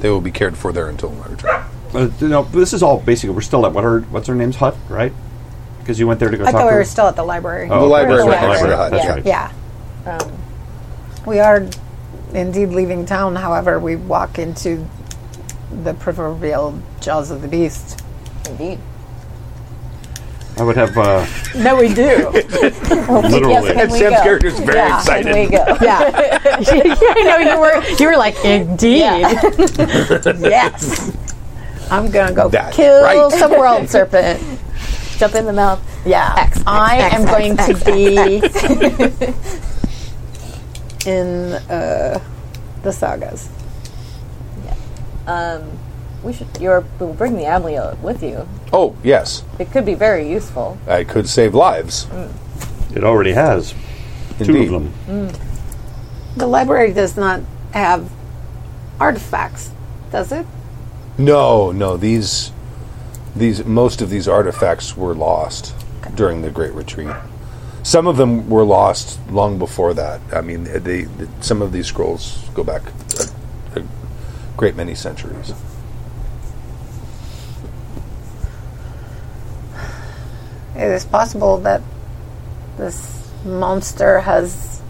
[SPEAKER 2] They will be cared for there until my return.
[SPEAKER 5] Uh, you know, this is all basically we're still at what her what's her name's hut, right? Because you went there to go
[SPEAKER 3] i
[SPEAKER 5] talk
[SPEAKER 3] thought
[SPEAKER 5] to
[SPEAKER 3] we
[SPEAKER 5] her.
[SPEAKER 3] were still at the library
[SPEAKER 5] Oh,
[SPEAKER 2] the
[SPEAKER 5] okay.
[SPEAKER 2] library,
[SPEAKER 3] We're
[SPEAKER 2] right
[SPEAKER 3] still
[SPEAKER 2] next to the hut.
[SPEAKER 3] at
[SPEAKER 5] the
[SPEAKER 2] Yeah.
[SPEAKER 5] library. That's
[SPEAKER 3] yeah
[SPEAKER 4] Um,
[SPEAKER 3] we are indeed leaving town however we walk into the proverbial jaws of the beast
[SPEAKER 4] indeed.
[SPEAKER 5] I would have uh,
[SPEAKER 3] no we do
[SPEAKER 4] [laughs]
[SPEAKER 5] literally.
[SPEAKER 4] Yes,
[SPEAKER 33] And
[SPEAKER 4] and we
[SPEAKER 33] Sam's
[SPEAKER 4] go.
[SPEAKER 33] character is very
[SPEAKER 3] Yeah.
[SPEAKER 33] excited.
[SPEAKER 4] And we go. [laughs]
[SPEAKER 3] Yeah. [laughs] I know you were you were like, indeed. yes. I'm gonna go
[SPEAKER 2] That's
[SPEAKER 3] kill
[SPEAKER 2] right.
[SPEAKER 3] some world serpent.
[SPEAKER 4] Jump in the mouth.
[SPEAKER 3] Yeah.
[SPEAKER 4] X,
[SPEAKER 3] I
[SPEAKER 4] X,
[SPEAKER 3] am
[SPEAKER 4] X,
[SPEAKER 3] going
[SPEAKER 4] X, X,
[SPEAKER 3] to be in uh, the sagas.
[SPEAKER 4] Um, we should. You're, we'll bring the amlio with you.
[SPEAKER 2] Oh yes,
[SPEAKER 4] It could be very useful.
[SPEAKER 2] I could save
[SPEAKER 4] Mm.
[SPEAKER 2] lives.
[SPEAKER 5] It already has two
[SPEAKER 2] Indeed.
[SPEAKER 5] of them.
[SPEAKER 3] The library does not have artifacts, does it?
[SPEAKER 2] No, no. These, these most of these artifacts were lost during the Great Retreat. Some of them were lost long before that. I mean, they, they- some of these scrolls go back a, a great many centuries.
[SPEAKER 3] It is possible that this monster has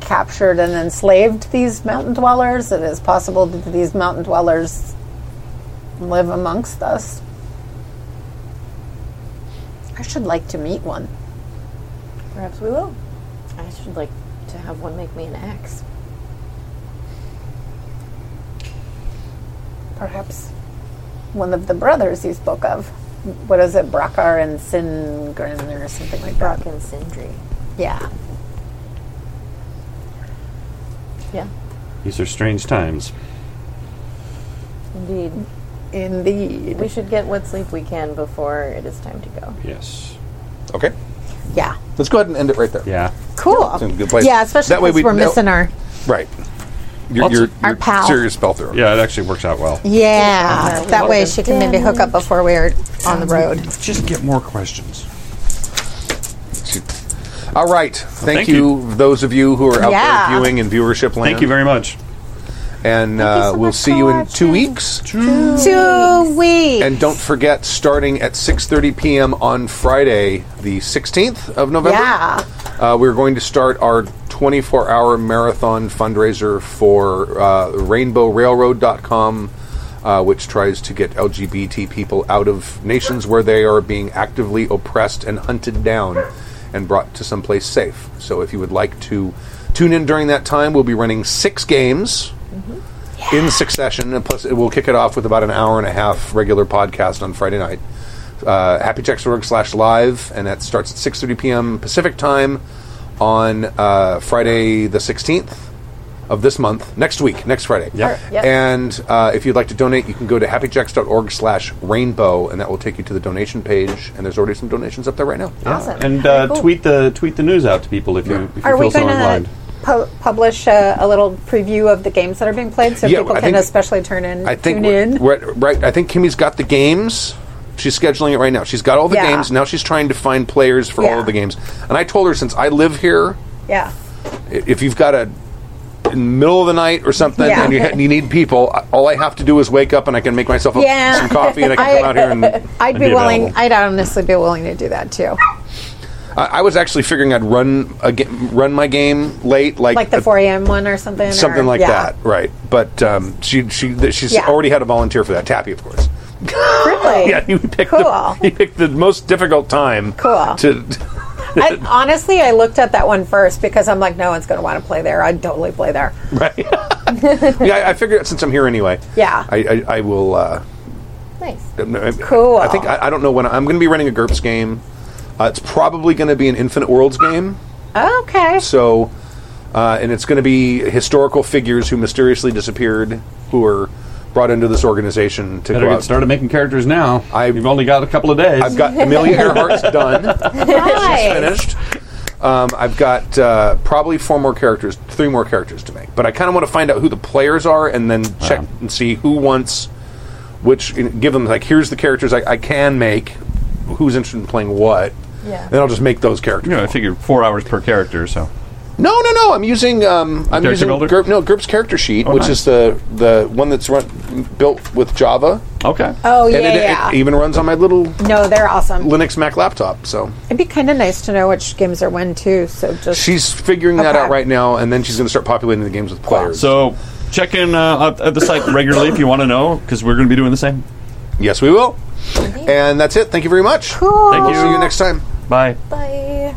[SPEAKER 3] captured and enslaved these mountain dwellers. It is possible that these mountain dwellers live amongst us. I should like to meet one.
[SPEAKER 4] Perhaps we will. I should like to have one make me an axe.
[SPEAKER 3] Perhaps one of the brothers you spoke of. What is it, Brockar and Singrin or something like that?
[SPEAKER 4] Brock and Sindri.
[SPEAKER 3] Yeah.
[SPEAKER 4] Yeah.
[SPEAKER 5] These are strange times.
[SPEAKER 4] Indeed.
[SPEAKER 3] Indeed.
[SPEAKER 4] We should get what sleep we can before it is time to go.
[SPEAKER 12] Yes.
[SPEAKER 2] Okay.
[SPEAKER 3] Yeah.
[SPEAKER 2] Let's go ahead and end it right there.
[SPEAKER 12] Yeah.
[SPEAKER 3] Cool.
[SPEAKER 2] It's in a good place.
[SPEAKER 3] Yeah, especially
[SPEAKER 2] That way
[SPEAKER 3] because
[SPEAKER 2] we-
[SPEAKER 3] we, are
[SPEAKER 2] that-
[SPEAKER 3] missing our.
[SPEAKER 2] Right. Your,
[SPEAKER 12] Lots
[SPEAKER 2] your,
[SPEAKER 12] of-
[SPEAKER 3] Our
[SPEAKER 2] your
[SPEAKER 3] pal.
[SPEAKER 2] serious spell thrower.
[SPEAKER 12] Yeah, it actually works out well.
[SPEAKER 3] Yeah. That way she can maybe hook up before we're on the road.
[SPEAKER 12] Just get more questions.
[SPEAKER 2] All right. Thank,
[SPEAKER 12] thank
[SPEAKER 2] you, those of you who are out
[SPEAKER 3] Yeah.
[SPEAKER 2] there viewing in viewership land.
[SPEAKER 12] Thank you very much.
[SPEAKER 2] And uh,
[SPEAKER 3] so
[SPEAKER 2] we'll
[SPEAKER 3] much
[SPEAKER 2] see
[SPEAKER 3] for
[SPEAKER 2] you in
[SPEAKER 3] watching.
[SPEAKER 2] two weeks.
[SPEAKER 3] Two weeks.
[SPEAKER 2] And don't forget, starting at 6.30 p.m. on Friday, the 16th of November,
[SPEAKER 3] Yeah.
[SPEAKER 2] uh, we're going to start our 24-hour marathon fundraiser for uh, rainbowrailroad.com, uh, which tries to get LGBT people out of nations where they are being actively oppressed and hunted down and brought to someplace safe. So if you would like to tune in during that time, we'll be running six games in succession, and plus it will kick it off with about an hour and a half regular podcast on Friday night. Uh, happychecks.org slash live, and that starts at 6.30 p.m. Pacific time on uh, Friday the 16th of this month, next week, next Friday.
[SPEAKER 12] Yep.
[SPEAKER 4] Yep.
[SPEAKER 2] And uh, if you'd like to donate, you can go to happychecks.org slash rainbow, and that will take you to the donation page, and there's already some donations up there right now.
[SPEAKER 4] Awesome.
[SPEAKER 12] And uh,
[SPEAKER 4] Very cool.
[SPEAKER 12] tweet the tweet the news out to people if you if you
[SPEAKER 3] Are we
[SPEAKER 12] feel so
[SPEAKER 3] going to
[SPEAKER 12] inclined.
[SPEAKER 3] pu- publish uh, a little preview of the games that are being played so
[SPEAKER 2] Yeah,
[SPEAKER 3] people
[SPEAKER 2] I
[SPEAKER 3] can
[SPEAKER 2] think-
[SPEAKER 3] especially turn in,
[SPEAKER 2] I think
[SPEAKER 3] tune
[SPEAKER 2] we're-
[SPEAKER 3] in?
[SPEAKER 2] we're at- right. I think Kimmy's got the games. She's scheduling it right now. She's got all the
[SPEAKER 3] Yeah.
[SPEAKER 2] games. Now she's trying to find players for all
[SPEAKER 3] Yeah.
[SPEAKER 2] of the games. And I told her since I live here,
[SPEAKER 3] yeah.
[SPEAKER 2] i- if you've got a in the middle of the night or something,
[SPEAKER 3] Yeah.
[SPEAKER 2] and you, ha- you need people, I- all I have to do is wake up and I can make myself a,
[SPEAKER 3] Yeah.
[SPEAKER 2] some coffee and I can
[SPEAKER 3] I- [laughs]
[SPEAKER 2] come out here. And
[SPEAKER 3] I'd be
[SPEAKER 12] be
[SPEAKER 3] willing.
[SPEAKER 12] available.
[SPEAKER 3] I'd honestly be willing to do that too.
[SPEAKER 2] I, I was actually figuring I'd run a ga- run my game late, like
[SPEAKER 3] Like the
[SPEAKER 2] uh,
[SPEAKER 3] 4 a.m. one or something. or-
[SPEAKER 2] something like
[SPEAKER 3] yeah.
[SPEAKER 2] that, right? But um, she she th- she's
[SPEAKER 3] Yeah.
[SPEAKER 2] already had a volunteer for that. Tappy, of course.
[SPEAKER 3] Really?
[SPEAKER 2] [laughs] Yeah, he picked
[SPEAKER 3] Cool.
[SPEAKER 2] the, he picked the most difficult time.
[SPEAKER 3] Cool.
[SPEAKER 2] To [laughs]
[SPEAKER 3] I, honestly, I looked at that one first because I'm like, no one's going to want to play there. I'd totally play there.
[SPEAKER 2] [laughs] yeah, I, I figured since I'm here anyway.
[SPEAKER 3] Yeah.
[SPEAKER 2] I I, I will. Uh,
[SPEAKER 4] Nice.
[SPEAKER 3] Cool.
[SPEAKER 2] I think I, I don't know when I, am going to be running a GURPS game. Uh, it's probably going to be an Infinite Worlds game. [laughs]
[SPEAKER 3] Okay.
[SPEAKER 2] So, uh, and it's going to be historical figures who mysteriously disappeared, who were brought into this organization to
[SPEAKER 12] Better
[SPEAKER 2] go out.
[SPEAKER 12] get started making characters now.
[SPEAKER 2] I-
[SPEAKER 12] You've only got a couple of days.
[SPEAKER 2] I've got Amelia
[SPEAKER 3] [laughs]
[SPEAKER 2] Earhart's done.
[SPEAKER 3] Nice.
[SPEAKER 2] finished. Um, I've got uh, probably four more characters, three more characters to make. But I kind of want to find out who the players are and then check and see who wants which. you know, Give them like here's the characters I, I can make. Who's interested in playing what?
[SPEAKER 4] Yeah.
[SPEAKER 2] Then I'll just make those characters.
[SPEAKER 5] You know, I figured four hours per character, so.
[SPEAKER 2] No, no, no. I'm using um, I'm
[SPEAKER 5] Character
[SPEAKER 2] using
[SPEAKER 5] builder?
[SPEAKER 2] GURP, no GURP's character sheet,
[SPEAKER 5] Oh,
[SPEAKER 2] which
[SPEAKER 5] nice.
[SPEAKER 2] is the the one that's run, built with Java.
[SPEAKER 5] Okay.
[SPEAKER 3] oh yeah,
[SPEAKER 2] and it,
[SPEAKER 3] yeah.
[SPEAKER 2] it even runs on my little
[SPEAKER 3] no, they're awesome.
[SPEAKER 2] Linux Mac laptop. So
[SPEAKER 3] It'd be kind of nice to know which games are when too. So just
[SPEAKER 2] she's figuring that
[SPEAKER 3] Okay.
[SPEAKER 2] out right now, and then she's going to start populating the games with players.
[SPEAKER 5] So check in uh, at- at the site regularly if you want to know, because we're going to be doing the same.
[SPEAKER 2] Yes, we will. And that's it. Thank you very much.
[SPEAKER 5] Thank
[SPEAKER 2] We'll see you next time.
[SPEAKER 5] Bye.
[SPEAKER 4] Bye.